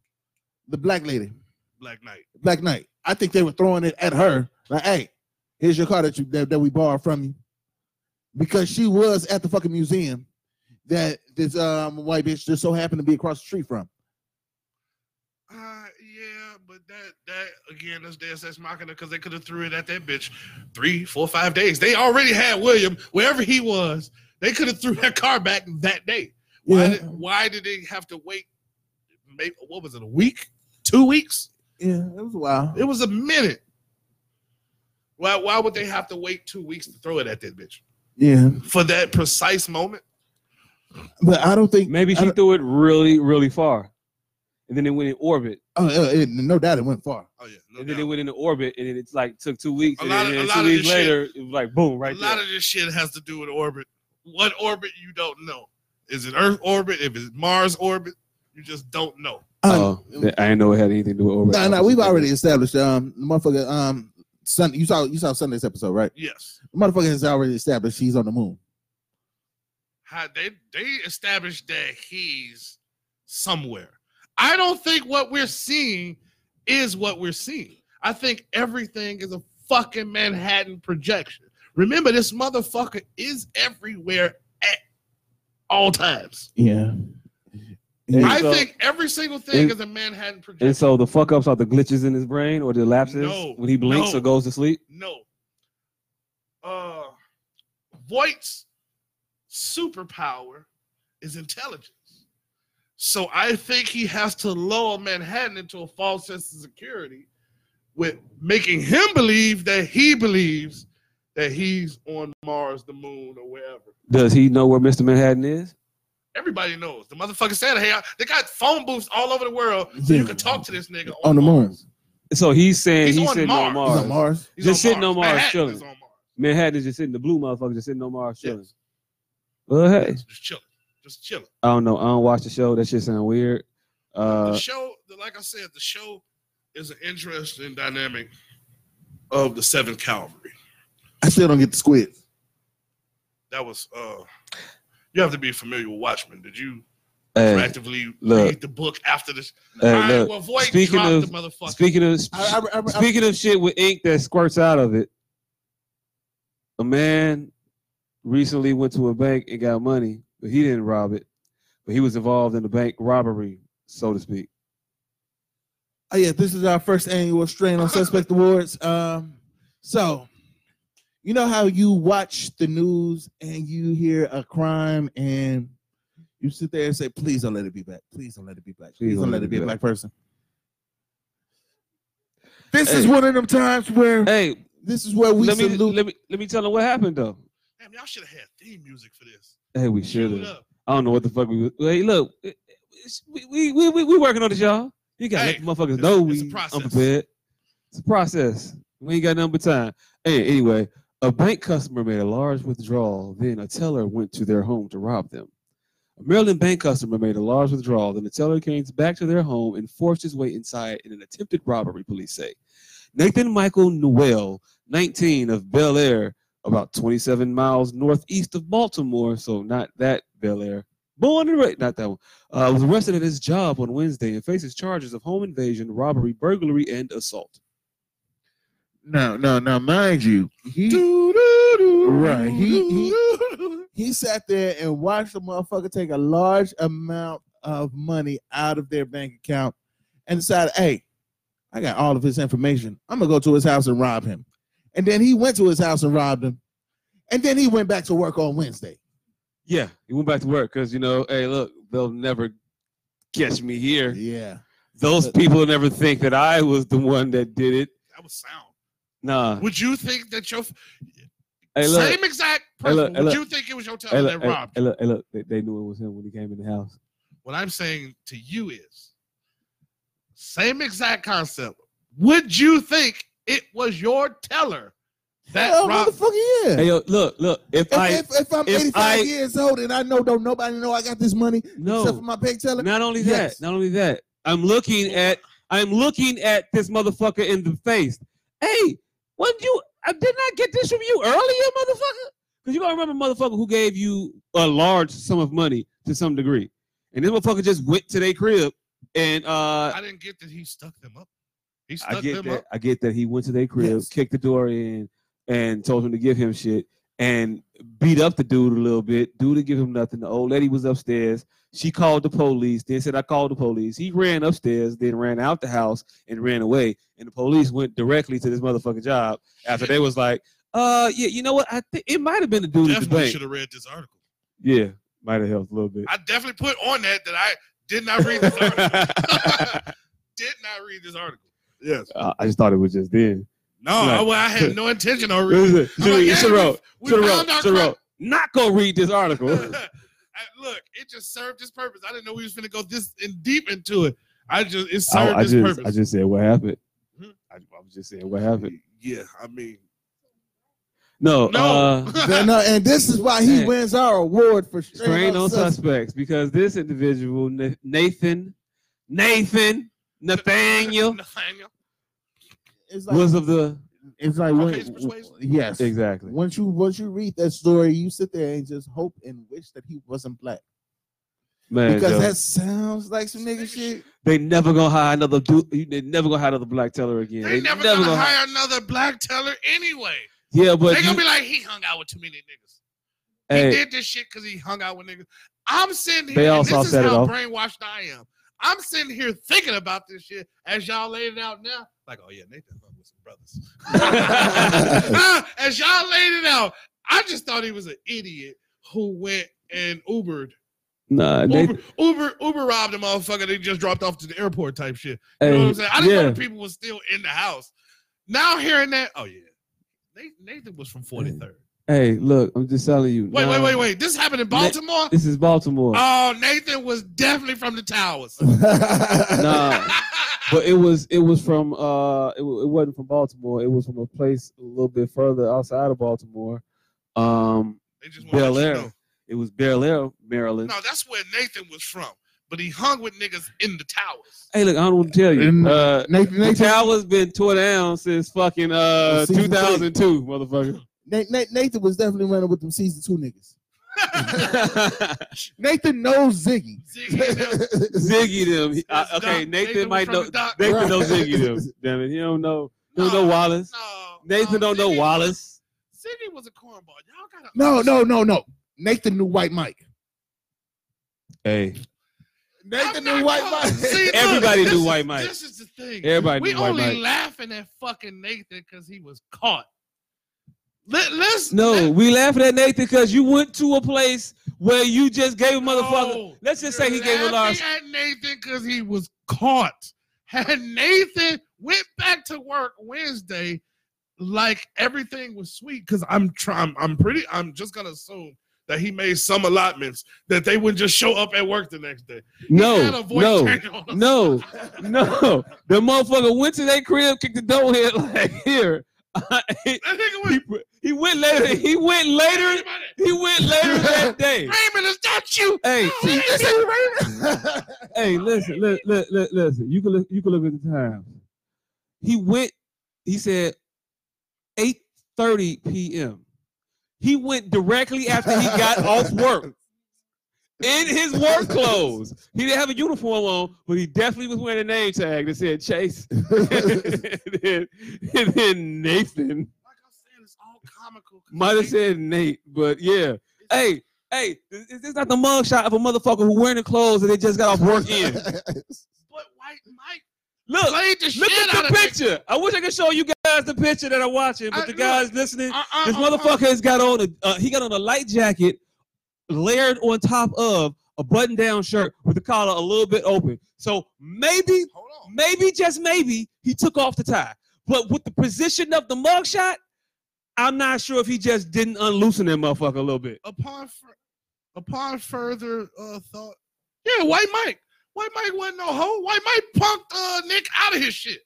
[SPEAKER 4] the black lady.
[SPEAKER 2] Black Knight.
[SPEAKER 4] Black Knight. I think they were throwing it at her. Like, hey, here's your car that you that, that we borrowed from you. Because she was at the fucking museum that this um white bitch just so happened to be across the street from.
[SPEAKER 2] Uh, yeah, but that that again, that's Deus Ex Machina because they could have threw it at that bitch three, four, five days. They already had William wherever he was. They could have threw that car back that day. Why?
[SPEAKER 4] Yeah.
[SPEAKER 2] Did, why did they have to wait? Maybe what was it? A week? Two weeks?
[SPEAKER 4] Yeah, it was wild.
[SPEAKER 2] It was a minute. Why? Why would they have to wait two weeks to throw it at that bitch
[SPEAKER 4] Yeah.
[SPEAKER 2] for that precise moment?
[SPEAKER 4] But I don't think
[SPEAKER 3] Maybe
[SPEAKER 4] I
[SPEAKER 3] she
[SPEAKER 4] don't-
[SPEAKER 3] threw it really, really far, and then it went in orbit,
[SPEAKER 4] oh, uh, it- no doubt it went far.
[SPEAKER 2] Oh yeah, no
[SPEAKER 3] and then
[SPEAKER 2] doubt.
[SPEAKER 3] it went into orbit, and then it's like took two weeks,
[SPEAKER 2] A
[SPEAKER 3] and
[SPEAKER 2] lot
[SPEAKER 3] then
[SPEAKER 2] of- a lot
[SPEAKER 3] two
[SPEAKER 2] of
[SPEAKER 3] weeks
[SPEAKER 2] this shit-
[SPEAKER 3] later, it was like boom, right
[SPEAKER 2] a
[SPEAKER 3] there.
[SPEAKER 2] lot of this shit has to do with orbit. What orbit you don't know? Is it Earth orbit? If it's Mars orbit, you just don't know.
[SPEAKER 3] Oh, I didn't know it had anything to do with orbit.
[SPEAKER 4] No, no, Uh, we've already established um the motherfucker um Sun you saw you saw Sunday's episode, right?
[SPEAKER 2] Yes,
[SPEAKER 4] The motherfucker has already established he's on the moon.
[SPEAKER 2] How- they they established that he's somewhere. I don't think what we're seeing is what we're seeing. I think everything is a fucking Manhattan projection. Remember, this motherfucker is everywhere at all times.
[SPEAKER 4] Yeah.
[SPEAKER 3] And
[SPEAKER 2] I
[SPEAKER 3] so-
[SPEAKER 2] think every single
[SPEAKER 3] and-
[SPEAKER 2] thing is a Manhattan projection.
[SPEAKER 3] And so the fuck ups are the glitches in his brain or the lapses
[SPEAKER 2] No,
[SPEAKER 3] when he blinks
[SPEAKER 2] no.
[SPEAKER 3] or goes to sleep.
[SPEAKER 2] No. Uh Voight's superpower is intelligence. So I think he has to lower Manhattan into a false sense of security with making him believe that he believes that he's on Mars, the moon, or wherever.
[SPEAKER 3] Does he know where Mr. Manhattan is?
[SPEAKER 2] Everybody knows. The motherfucker said, hey, I- they got phone booths all over the world so you can talk to this nigga on,
[SPEAKER 4] On the moon.
[SPEAKER 2] Mars.
[SPEAKER 3] So he's saying
[SPEAKER 2] He's
[SPEAKER 3] he's,
[SPEAKER 2] on
[SPEAKER 3] sitting on
[SPEAKER 2] Mars.
[SPEAKER 3] Mars.
[SPEAKER 4] He's on Mars.
[SPEAKER 2] He's
[SPEAKER 3] Just
[SPEAKER 2] on
[SPEAKER 3] sitting on Mars,
[SPEAKER 2] Manhattan
[SPEAKER 3] chilling.
[SPEAKER 2] is on Mars.
[SPEAKER 3] Manhattan is just sitting the blue motherfucker just sitting on Mars chilling.
[SPEAKER 2] Yes.
[SPEAKER 3] Well, hey,
[SPEAKER 2] Just chilling. Just chilling.
[SPEAKER 3] I don't know. I don't watch the show. That shit sound weird.
[SPEAKER 2] the
[SPEAKER 3] Uh,
[SPEAKER 2] show, the- like I said, the show is an interesting dynamic of the Seventh Cavalry.
[SPEAKER 4] I still don't get the squid.
[SPEAKER 2] That was uh you have to be familiar with Watchmen. Did you
[SPEAKER 3] hey,
[SPEAKER 2] actively
[SPEAKER 3] look.
[SPEAKER 2] read the book after this?
[SPEAKER 3] hey,
[SPEAKER 2] All right,
[SPEAKER 3] look.
[SPEAKER 2] well, Voight
[SPEAKER 3] speaking
[SPEAKER 2] dropped
[SPEAKER 3] of-
[SPEAKER 2] the motherfucker.
[SPEAKER 3] Speaking of
[SPEAKER 4] I, I, I, I,
[SPEAKER 3] speaking of shit with ink that squirts out of it, a man recently went to a bank and got money, but he didn't rob it. But he was involved in the bank robbery, so to speak.
[SPEAKER 4] Oh yeah, this is our first annual Strain on Suspect Awards. Um, so you know how you watch the news and you hear a crime and you sit there and say, "Please don't let it be black. Please don't let it be black. Please don't let it be a black person." This is
[SPEAKER 3] Hey.
[SPEAKER 4] one of them times where
[SPEAKER 3] Hey,
[SPEAKER 4] this is where we
[SPEAKER 3] let me
[SPEAKER 4] salute.
[SPEAKER 3] let me let me tell him what happened though.
[SPEAKER 2] Damn, y'all should have had theme music for this.
[SPEAKER 3] Hey, we
[SPEAKER 2] Shoot
[SPEAKER 3] should
[SPEAKER 2] it
[SPEAKER 3] have.
[SPEAKER 2] up.
[SPEAKER 3] I don't know what the fuck we. was- Hey, look, it- it's- we we we we, we working on this, y'all. You gotta
[SPEAKER 2] Hey,
[SPEAKER 3] let the motherfuckers
[SPEAKER 2] it's-
[SPEAKER 3] know
[SPEAKER 2] it's a
[SPEAKER 3] we
[SPEAKER 2] process.
[SPEAKER 3] unprepared. It's a process. We ain't got nothing but time. Hey, anyway, a bank customer made a large withdrawal. Then a teller went to their home to rob them. A Maryland bank customer made a large withdrawal. Then the teller came back to their home and forced his way inside in an attempted robbery. Police say Nathan Michael Newell, 19 of Bel Air, about 27 miles northeast of Baltimore, so not that Bel Air. Born and raised, not that one. Uh, was arrested at his job on Wednesday and faces charges of home invasion, robbery, burglary, and assault.
[SPEAKER 4] No, no, no. Mind you, he right. He, he he sat there and watched the motherfucker take a large amount of money out of their bank account and decided, hey, I got all of his information. I'm gonna go to his house and rob him. And then he went to his house and robbed him. And then he went back to work on Wednesday.
[SPEAKER 3] Yeah, he went back to work because you know, hey, look, they'll never catch me here.
[SPEAKER 4] Yeah.
[SPEAKER 3] Those people will never think that I was the one that did it.
[SPEAKER 2] That was sound.
[SPEAKER 3] Nah.
[SPEAKER 2] Would you think that your
[SPEAKER 3] Uh, Hey, look.
[SPEAKER 2] same exact
[SPEAKER 3] Hey,
[SPEAKER 2] person?
[SPEAKER 3] look, hey,
[SPEAKER 2] would
[SPEAKER 3] look.
[SPEAKER 2] you think it was your
[SPEAKER 3] Hey,
[SPEAKER 2] teller
[SPEAKER 3] look,
[SPEAKER 2] that
[SPEAKER 3] hey,
[SPEAKER 2] robbed?
[SPEAKER 3] hey, look, hey, look, They, they knew it was him when he came in the house.
[SPEAKER 2] What I'm saying to you is same exact concept. Would you think it was your teller that
[SPEAKER 4] Hell,
[SPEAKER 2] robbed?
[SPEAKER 4] motherfucker, yeah.
[SPEAKER 3] Hey, yo, look, look. If
[SPEAKER 4] if,
[SPEAKER 3] I
[SPEAKER 4] if, if I'm
[SPEAKER 3] if
[SPEAKER 4] 85
[SPEAKER 3] I-
[SPEAKER 4] years old and I know don't nobody know I got this money except for
[SPEAKER 3] no,
[SPEAKER 4] my bank teller,
[SPEAKER 3] not only
[SPEAKER 4] Yes.
[SPEAKER 3] that, not only that. I'm looking at, I'm looking at this motherfucker in the face. Hey, what you? I did not get this from you earlier, motherfucker. Because you gotta remember, motherfucker, who gave you a large sum of money to some degree, and this motherfucker just went to their crib and uh
[SPEAKER 2] I didn't get that he stuck them up. He stuck
[SPEAKER 3] I get
[SPEAKER 2] them
[SPEAKER 3] that.
[SPEAKER 2] up.
[SPEAKER 3] I get that he went to their crib,
[SPEAKER 4] Yes.
[SPEAKER 3] kicked the door in, and told him to give him shit and beat up the dude a little bit. Dude didn't give him nothing. The old lady was upstairs. She called the police. Then said, "I called the police." He ran upstairs, then ran out the house and ran away. And the police went directly to this motherfucking job after they was like, "Uh, yeah, you know what? I think it might have been the dude at the
[SPEAKER 2] Definitely
[SPEAKER 3] bank.
[SPEAKER 2] should have read this article.
[SPEAKER 3] Yeah, might have helped a little bit."
[SPEAKER 2] I definitely put on that that I did not read this article. did not read this article.
[SPEAKER 10] Yes.
[SPEAKER 3] Uh, I just thought it was just then.
[SPEAKER 2] No,
[SPEAKER 3] Right.
[SPEAKER 2] I, well, I had no intention on reading.
[SPEAKER 3] Should
[SPEAKER 2] I'm like, yeah,
[SPEAKER 3] have wrote.
[SPEAKER 2] we
[SPEAKER 3] Should have
[SPEAKER 2] found our
[SPEAKER 3] wrote. Should
[SPEAKER 2] crime.
[SPEAKER 3] wrote. Not gonna read this article.
[SPEAKER 2] I- Look, it just served its purpose. I didn't know we was gonna go this in deep into it. I just it served
[SPEAKER 3] I, I
[SPEAKER 2] its
[SPEAKER 3] just
[SPEAKER 2] purpose.
[SPEAKER 3] I just said what happened.
[SPEAKER 2] Mhm.
[SPEAKER 3] I, I was just saying what happened.
[SPEAKER 2] yeah, I mean,
[SPEAKER 3] No,
[SPEAKER 2] no,
[SPEAKER 3] uh,
[SPEAKER 4] Then, uh, and this is why he
[SPEAKER 3] Man.
[SPEAKER 4] wins our award for
[SPEAKER 3] strain
[SPEAKER 4] strain
[SPEAKER 3] on
[SPEAKER 4] on suspect.
[SPEAKER 3] suspects because this individual Na- Nathan Nathan Nathaniel
[SPEAKER 2] Nathaniel.
[SPEAKER 4] It's like,
[SPEAKER 3] was of the
[SPEAKER 4] it's like
[SPEAKER 2] Okay,
[SPEAKER 4] when-
[SPEAKER 2] it's persuasion.
[SPEAKER 4] yes,
[SPEAKER 3] exactly.
[SPEAKER 4] Once you once you read that story, you sit there and just hope and wish that he wasn't black
[SPEAKER 3] Man,
[SPEAKER 4] because
[SPEAKER 3] Joe,
[SPEAKER 4] that sounds like some nigga shit.
[SPEAKER 3] they never gonna hire another dude. They never gonna hire another black teller again.
[SPEAKER 2] They never, gonna hire another black teller anyway.
[SPEAKER 3] Yeah, but
[SPEAKER 2] they gonna
[SPEAKER 3] you-
[SPEAKER 2] be like, he hung out with too many niggas. He
[SPEAKER 3] hey,
[SPEAKER 2] did this shit because he hung out with niggas. I'm sitting here.
[SPEAKER 3] They all
[SPEAKER 2] and
[SPEAKER 3] saw
[SPEAKER 2] this is
[SPEAKER 3] that
[SPEAKER 2] how
[SPEAKER 3] though.
[SPEAKER 2] brainwashed I am. I'm sitting here thinking about this shit as y'all laid it out now. Like, oh yeah, Nathan hung with some brothers. Ah, as y'all laid it out, I just thought he was an idiot who went and Ubered.
[SPEAKER 3] nah, Nathan,
[SPEAKER 2] Uber, Uber, Uber robbed a motherfucker. They just dropped off to the airport type shit. You know what
[SPEAKER 3] hey,
[SPEAKER 2] I'm saying? I didn't know
[SPEAKER 3] yeah,
[SPEAKER 2] the people were still in the house. Now hearing that, oh yeah, Nathan, Nathan was from 43rd.
[SPEAKER 3] hey, look, I'm just telling you.
[SPEAKER 2] Wait, wait,
[SPEAKER 3] nah,
[SPEAKER 2] wait, wait. This happened in Baltimore.
[SPEAKER 3] This is Baltimore.
[SPEAKER 2] Oh, Nathan was definitely from the towers.
[SPEAKER 3] nah, but it was it was from uh it, wa- it wasn't from Baltimore. It was from a place a little bit further outside of Baltimore. Um,
[SPEAKER 2] they just wanna
[SPEAKER 3] Bel
[SPEAKER 2] let you
[SPEAKER 3] Air.
[SPEAKER 2] know.
[SPEAKER 3] It was Bel Air, Maryland.
[SPEAKER 2] No, that's where Nathan was from. But he hung with niggas in the towers.
[SPEAKER 3] Hey, look, I don't want to tell you.
[SPEAKER 4] And-
[SPEAKER 3] Uh,
[SPEAKER 4] Nathan,
[SPEAKER 3] the
[SPEAKER 4] Nathan,
[SPEAKER 3] tower's been tore down since fucking uh
[SPEAKER 4] Season three.
[SPEAKER 3] 2002, motherfucker.
[SPEAKER 4] Na- Na- Nathan was definitely running with them season two niggas. Nathan knows Ziggy.
[SPEAKER 2] Ziggy,
[SPEAKER 3] Ziggy them. He- I-
[SPEAKER 2] that's
[SPEAKER 3] Uh, okay,
[SPEAKER 2] Doc.
[SPEAKER 3] Nathan,
[SPEAKER 2] was
[SPEAKER 3] might
[SPEAKER 2] from
[SPEAKER 3] know.
[SPEAKER 2] the doc.
[SPEAKER 3] Nathan
[SPEAKER 4] Right.
[SPEAKER 3] knows Ziggy them. Damn it, he don't know. He don't
[SPEAKER 2] No,
[SPEAKER 3] know Wallace.
[SPEAKER 2] No,
[SPEAKER 3] Nathan
[SPEAKER 2] no,
[SPEAKER 3] don't know
[SPEAKER 2] Ziggy-
[SPEAKER 3] Wallace.
[SPEAKER 2] Ziggy was a cornball. Y'all gotta
[SPEAKER 4] No, no, no, no. Nathan knew White Mike.
[SPEAKER 3] Hey,
[SPEAKER 4] Nathan
[SPEAKER 2] I'm
[SPEAKER 4] knew
[SPEAKER 2] not
[SPEAKER 4] White
[SPEAKER 2] calling-
[SPEAKER 4] Mike.
[SPEAKER 2] See, look,
[SPEAKER 3] Everybody
[SPEAKER 2] this
[SPEAKER 3] knew
[SPEAKER 2] is-
[SPEAKER 3] White Mike.
[SPEAKER 2] This is the thing.
[SPEAKER 3] everybody
[SPEAKER 2] we
[SPEAKER 3] knew White
[SPEAKER 2] only
[SPEAKER 3] Mike.
[SPEAKER 2] laughing at fucking Nathan because he was caught. Let, let's
[SPEAKER 3] No,
[SPEAKER 2] let-
[SPEAKER 3] we laughing at Nathan because you went to a place where you just gave a motherfucker.
[SPEAKER 2] No,
[SPEAKER 3] let's just
[SPEAKER 2] you're
[SPEAKER 3] say he gave a large-
[SPEAKER 2] laughing At Nathan because he was caught. And Nathan went back to work Wednesday like everything was sweet because I'm trying. I'm pretty. I'm just gonna assume that he made some allotments that they would just show up at work the next day. He had
[SPEAKER 3] No,
[SPEAKER 2] a voice
[SPEAKER 3] no,
[SPEAKER 2] change on him.
[SPEAKER 3] no, no. The motherfucker went to their crib, kicked the door in like here. he,
[SPEAKER 2] That nigga went.
[SPEAKER 3] he went later. He went later.
[SPEAKER 2] Everybody,
[SPEAKER 3] He went later that day.
[SPEAKER 2] Raymond, is that you?
[SPEAKER 3] Hey,
[SPEAKER 2] Raymond,
[SPEAKER 3] hey, listen, li- li- li- listen. You can look, you can look at the time. He went. He said, eight thirty p.m. He went directly after he got off work in his work clothes. He didn't have a uniform on, but he definitely was wearing a name tag that said Chase and, then, and then Nathan.
[SPEAKER 2] Like I'm saying, it's all comical. 'cause
[SPEAKER 3] Might have
[SPEAKER 2] Nathan-
[SPEAKER 3] said Nate, but yeah. Hey, hey, is is this not the mugshot of a motherfucker who wearing the clothes that they just got off work in?
[SPEAKER 2] But White Mike
[SPEAKER 3] Look,
[SPEAKER 2] played the
[SPEAKER 3] look
[SPEAKER 2] shit out
[SPEAKER 3] at
[SPEAKER 2] of
[SPEAKER 3] the picture. I wish I could show you guys the picture that I'm watching, but
[SPEAKER 2] I-
[SPEAKER 3] the
[SPEAKER 2] look.
[SPEAKER 3] guys listening,
[SPEAKER 2] Uh-uh,
[SPEAKER 3] this
[SPEAKER 2] uh-uh.
[SPEAKER 3] motherfucker has got on a uh, he got on a light jacket layered on top of a button-down shirt with the collar a little bit open. So maybe,
[SPEAKER 2] Hold on.
[SPEAKER 3] maybe just maybe he took off the tie. But with the position of the mugshot, I'm not sure if he just didn't unloosen that motherfucker a little bit.
[SPEAKER 2] upon fur- upon further uh, thought, yeah, White Mike, White Mike wasn't no hoe. White Mike punked uh, Nick out of his shit.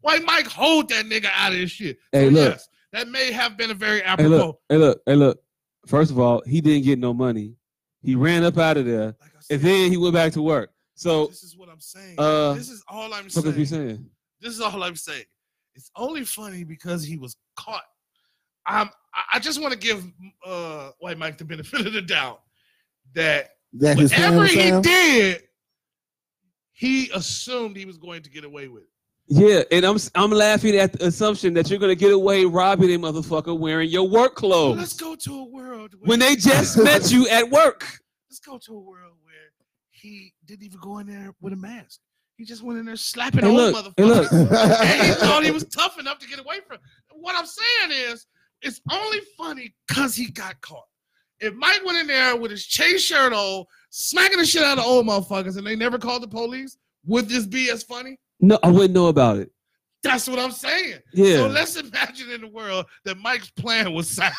[SPEAKER 2] White Mike hold that nigga out of his shit.
[SPEAKER 3] Hey,
[SPEAKER 2] So,
[SPEAKER 3] look.
[SPEAKER 2] yes, that may have been a very
[SPEAKER 3] Hey,
[SPEAKER 2] apropos.
[SPEAKER 3] look. Hey, look. Hey, look. First of all, he didn't get no money. He ran up out of there,
[SPEAKER 2] like I
[SPEAKER 3] and
[SPEAKER 2] said,
[SPEAKER 3] then he went back to work. So,
[SPEAKER 2] this is what I'm saying.
[SPEAKER 3] uh,
[SPEAKER 2] this is all I'm
[SPEAKER 3] what the fuck is he
[SPEAKER 2] saying.
[SPEAKER 3] saying?
[SPEAKER 2] This is all I'm saying. It's only funny because he was caught. I'm, I- I just want to give uh, White Mike the benefit of the doubt that
[SPEAKER 4] that his
[SPEAKER 2] whatever
[SPEAKER 4] family
[SPEAKER 2] he
[SPEAKER 4] found?
[SPEAKER 2] did, he assumed he was going to get away with. it.
[SPEAKER 3] Yeah, and I'm I'm laughing at the assumption that you're gonna get away robbing a motherfucker wearing your work clothes
[SPEAKER 2] Let's go to a world where,
[SPEAKER 3] Oh. when they just met you at work.
[SPEAKER 2] let's go to a world where he didn't even go in there with a mask. He just went in there slapping
[SPEAKER 3] Hey,
[SPEAKER 2] old
[SPEAKER 3] look,
[SPEAKER 2] motherfuckers.
[SPEAKER 3] hey, look.
[SPEAKER 2] and he thought he was tough enough to get away from. What I'm saying is, it's only funny because he got caught. If Mike went in there with his chase shirt on, smacking the shit out of old motherfuckers, and they never called the police, would this be as funny?
[SPEAKER 3] No, I wouldn't know about it.
[SPEAKER 2] That's what I'm saying. So
[SPEAKER 3] Yeah,
[SPEAKER 2] let's imagine in the world that Mike's plan was sound.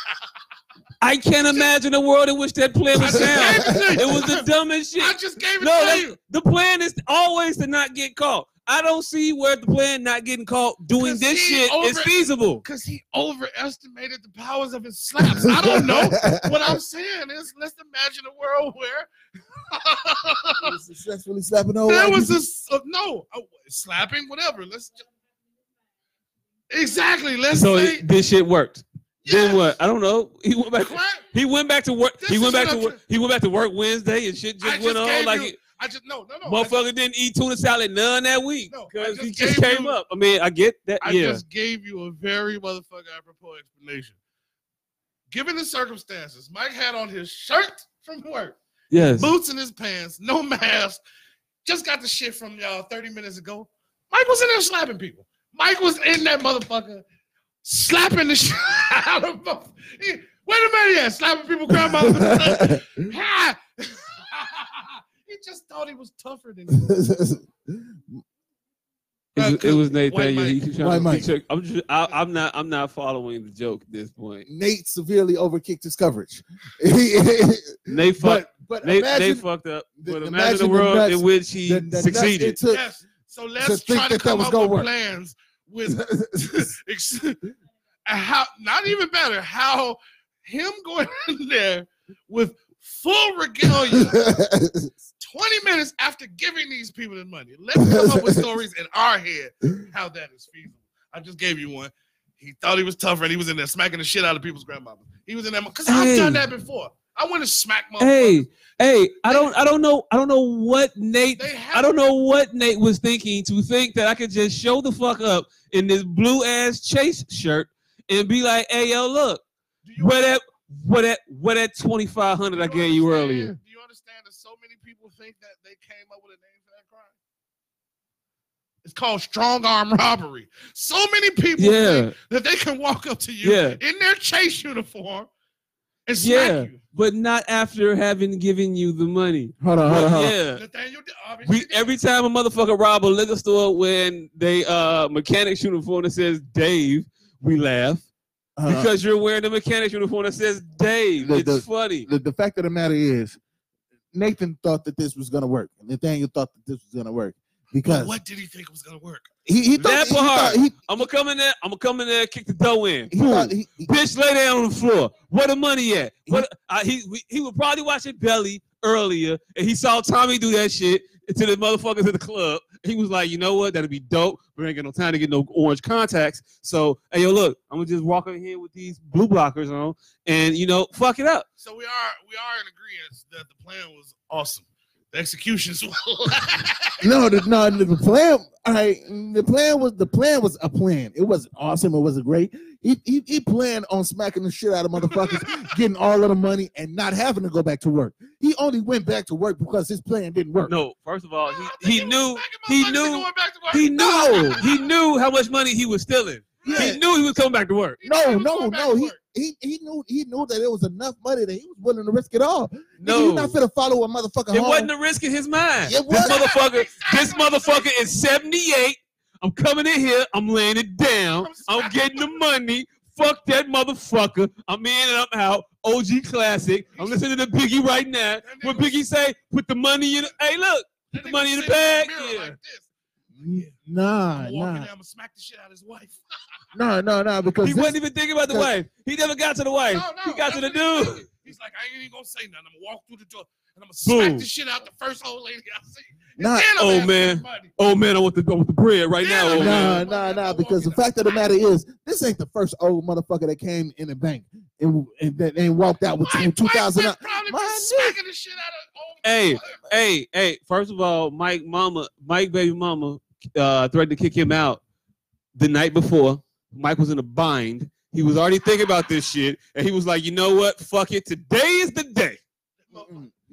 [SPEAKER 3] I can't imagine a world in which that plan
[SPEAKER 2] I
[SPEAKER 3] was
[SPEAKER 2] just
[SPEAKER 3] sound.
[SPEAKER 2] gave it to
[SPEAKER 3] It
[SPEAKER 2] you.
[SPEAKER 3] was the dumbest shit.
[SPEAKER 2] I just gave it
[SPEAKER 3] No,
[SPEAKER 2] to
[SPEAKER 3] that's-
[SPEAKER 2] you.
[SPEAKER 3] the plan is always to not get caught. I don't see where the plan not getting caught doing
[SPEAKER 2] 'Cause
[SPEAKER 3] this
[SPEAKER 2] he
[SPEAKER 3] shit is
[SPEAKER 2] over-
[SPEAKER 3] feasible.
[SPEAKER 2] because he overestimated the powers of his slaps. I don't know. what I'm saying is, let's imagine a world where
[SPEAKER 4] Successfully slapping
[SPEAKER 3] Oh,
[SPEAKER 4] over.
[SPEAKER 2] there was this no uh, slapping, whatever. Let's ju- exactly. Let's
[SPEAKER 3] So
[SPEAKER 2] say
[SPEAKER 3] it- this shit worked. Then
[SPEAKER 2] Yes.
[SPEAKER 3] what? I don't know. He went back.
[SPEAKER 2] What?
[SPEAKER 3] He went back to work.
[SPEAKER 2] This
[SPEAKER 3] He
[SPEAKER 2] is
[SPEAKER 3] went back
[SPEAKER 2] what
[SPEAKER 3] to
[SPEAKER 2] I'm
[SPEAKER 3] work.
[SPEAKER 2] tr-
[SPEAKER 3] He went back to work Wednesday and shit
[SPEAKER 2] I
[SPEAKER 3] just
[SPEAKER 2] just
[SPEAKER 3] went on
[SPEAKER 2] gave
[SPEAKER 3] like
[SPEAKER 2] you-
[SPEAKER 3] it-
[SPEAKER 2] I just no no no. I,
[SPEAKER 3] motherfucker didn't eat tuna salad none that week
[SPEAKER 2] No, I
[SPEAKER 3] because he
[SPEAKER 2] just
[SPEAKER 3] just
[SPEAKER 2] gave
[SPEAKER 3] came
[SPEAKER 2] you-
[SPEAKER 3] up. I mean, I get that.
[SPEAKER 2] I
[SPEAKER 3] yeah,
[SPEAKER 2] just gave you a very motherfucker apropos explanation. Given the circumstances, Mike had on his shirt from work.
[SPEAKER 3] yes.
[SPEAKER 2] boots in his pants, no mask. Just got the shit from y'all 30 minutes ago. Mike was in there slapping people. Mike was in that motherfucker slapping the shit out of motherf- He- Wait a minute, yeah, slapping people grandma's Ha! he just thought he was tougher than you.
[SPEAKER 3] It was, it was Nathan.
[SPEAKER 2] White
[SPEAKER 3] He,
[SPEAKER 2] Mike.
[SPEAKER 3] he trying
[SPEAKER 4] White
[SPEAKER 3] to- he
[SPEAKER 4] Mike.
[SPEAKER 3] check- I'm just. I, I'm not. I'm not following the joke at this point.
[SPEAKER 4] Nate severely overkicked his coverage. but
[SPEAKER 3] They fucked.
[SPEAKER 4] but
[SPEAKER 3] They,
[SPEAKER 4] imagine
[SPEAKER 3] they fucked up.
[SPEAKER 4] the-
[SPEAKER 3] But imagine,
[SPEAKER 4] imagine
[SPEAKER 3] the
[SPEAKER 4] the
[SPEAKER 3] world
[SPEAKER 4] nuts-
[SPEAKER 3] in which he
[SPEAKER 4] the- the nuts
[SPEAKER 3] succeeded.
[SPEAKER 4] it took
[SPEAKER 2] Yes. So
[SPEAKER 4] to
[SPEAKER 2] let's
[SPEAKER 4] think
[SPEAKER 2] try to
[SPEAKER 4] that that
[SPEAKER 2] come
[SPEAKER 4] was
[SPEAKER 2] up
[SPEAKER 4] gonna
[SPEAKER 2] with
[SPEAKER 4] work.
[SPEAKER 2] plans with ex- and how not even better, how him going in there with full regalia 20 minutes after giving these people the money. Let's come up with stories in our head how that is feasible. I just gave you one. He thought he was tougher and he was in there smacking the shit out of people's grandmama. He was in there because I've
[SPEAKER 3] Hey.
[SPEAKER 2] done that before. I went and smacked my
[SPEAKER 3] Hey, hey, I don't, I don't know, I don't know what Nate,
[SPEAKER 2] They have
[SPEAKER 3] I don't know what Nate was thinking to think that I could just show the fuck up in this blue ass chase shirt and be like, hey, yo, look,
[SPEAKER 2] Do you
[SPEAKER 3] what that, what that, what that twenty five
[SPEAKER 2] do
[SPEAKER 3] hundred I gave you
[SPEAKER 2] understand-
[SPEAKER 3] earlier.
[SPEAKER 2] Do you understand that so many people think that they came up with a name for that crime? It's called strong arm robbery. So many people think
[SPEAKER 3] Yeah,
[SPEAKER 2] that they can walk up to you
[SPEAKER 3] Yeah.
[SPEAKER 2] in their chase uniform and smack
[SPEAKER 3] yeah,
[SPEAKER 2] you.
[SPEAKER 3] but not after having given you the money.
[SPEAKER 4] hold on, hold on, hold on.
[SPEAKER 3] Yeah.
[SPEAKER 2] Nathaniel, obviously
[SPEAKER 3] We
[SPEAKER 2] did.
[SPEAKER 3] every time a motherfucker rob a liquor store when they uh mechanics uniform that says Dave, we laugh
[SPEAKER 4] Hold on.
[SPEAKER 3] because you're wearing the mechanics uniform that says Dave.
[SPEAKER 4] Uh-huh. The-
[SPEAKER 3] it's
[SPEAKER 4] the-
[SPEAKER 3] funny.
[SPEAKER 4] The, the fact of the matter is, Nathan thought that this was gonna work. Nathaniel thought that this was gonna work because
[SPEAKER 2] What did he think was gonna work?
[SPEAKER 4] he, he thought
[SPEAKER 3] That
[SPEAKER 4] he,
[SPEAKER 3] part.
[SPEAKER 4] thought he,
[SPEAKER 3] I'm gonna come in there. I'm gonna come in there, and kick the dough in.
[SPEAKER 4] he,
[SPEAKER 3] Boom.
[SPEAKER 4] thought he, he-
[SPEAKER 3] Bitch, lay down on the floor. Where the money at? What? I, he we, he was probably watching Belly earlier, and he saw Tommy do that shit to the motherfuckers at the club. He was like, you know what? That'd be dope. We ain't got no time to get no orange contacts. So, hey, yo, look, I'm gonna just walk in here with these blue blockers on, and you know, fuck it up.
[SPEAKER 2] So we are we are in agreement that the plan was awesome. The executions were
[SPEAKER 4] no, the, no, the plan. All right, the plan was the plan was a plan. It wasn't awesome. It wasn't great. He he, he planned on smacking the shit out of motherfuckers, getting all of the money, and not having to go back to work. He only went back to work because his plan didn't work.
[SPEAKER 3] No, first of all,
[SPEAKER 2] I
[SPEAKER 3] Oh, he, he
[SPEAKER 2] think was
[SPEAKER 3] knew
[SPEAKER 2] smacking
[SPEAKER 3] he
[SPEAKER 2] motherfuckers and
[SPEAKER 3] knew
[SPEAKER 2] going back to work.
[SPEAKER 3] he knew he knew how much money he was stealing.
[SPEAKER 4] Yeah.
[SPEAKER 3] He knew he was coming back to work.
[SPEAKER 2] He knew
[SPEAKER 4] No,
[SPEAKER 2] he was
[SPEAKER 4] no,
[SPEAKER 2] going back
[SPEAKER 4] no.
[SPEAKER 2] to
[SPEAKER 4] He,
[SPEAKER 2] work.
[SPEAKER 4] he he knew he knew that it was enough money that he was willing to risk it all.
[SPEAKER 3] No,
[SPEAKER 4] You're not gonna follow a motherfucker
[SPEAKER 3] It
[SPEAKER 4] home.
[SPEAKER 3] wasn't a risk in his mind.
[SPEAKER 4] It
[SPEAKER 3] This
[SPEAKER 4] wasn't.
[SPEAKER 3] motherfucker,
[SPEAKER 2] Exactly.
[SPEAKER 3] this motherfucker is 78. I'm coming in here. I'm laying it down.
[SPEAKER 2] I'm
[SPEAKER 3] I'm getting the money. Fuck that motherfucker. I'm in and I'm out. OG classic. I'm listening to Biggie right now. When Biggie say, put the money in the hey look,
[SPEAKER 2] That
[SPEAKER 3] the
[SPEAKER 2] nigga
[SPEAKER 3] money in the
[SPEAKER 2] sitting
[SPEAKER 3] bag,
[SPEAKER 2] mirror
[SPEAKER 3] yeah.
[SPEAKER 2] like this.
[SPEAKER 4] nah,
[SPEAKER 2] I'm walking
[SPEAKER 4] nah,
[SPEAKER 2] there, I'm gonna smack the shit out of his wife.
[SPEAKER 4] nah, nah, nah. Because
[SPEAKER 3] he
[SPEAKER 4] this-
[SPEAKER 3] wasn't even thinking about the
[SPEAKER 4] that-
[SPEAKER 3] wife. He never got to the wife.
[SPEAKER 2] No, no,
[SPEAKER 3] he got to the
[SPEAKER 2] that's what
[SPEAKER 3] dude.
[SPEAKER 2] he's thinking. He's like, I ain't even gonna say nothing. I'm gonna walk through the door and I'm gonna
[SPEAKER 3] Boom.
[SPEAKER 2] smack the shit out the first old lady I see.
[SPEAKER 4] Nah.
[SPEAKER 2] And I'm
[SPEAKER 3] Oh,
[SPEAKER 2] asking
[SPEAKER 3] man.
[SPEAKER 2] for money.
[SPEAKER 3] Oh man, I want the I want the bread right now.
[SPEAKER 2] Yeah,
[SPEAKER 3] Oh,
[SPEAKER 2] no.
[SPEAKER 3] man.
[SPEAKER 4] Nah, nah, nah. Because the fact of the matter is, this ain't the first old motherfucker that came in the bank and and, that- and walked out with
[SPEAKER 2] Mike-
[SPEAKER 4] two
[SPEAKER 2] Mike
[SPEAKER 4] thousand.
[SPEAKER 2] Pitt probably
[SPEAKER 4] My
[SPEAKER 2] been smacking the shit out of old
[SPEAKER 3] Hey,
[SPEAKER 2] motherfucker.
[SPEAKER 3] Hey, hey, first of all, Mike Mama, Mike Baby Mama uh, threatened to kick him out the night before. Mike was in a bind. He was already thinking about this shit, and he was like, "You know what? Fuck it. Today is the day."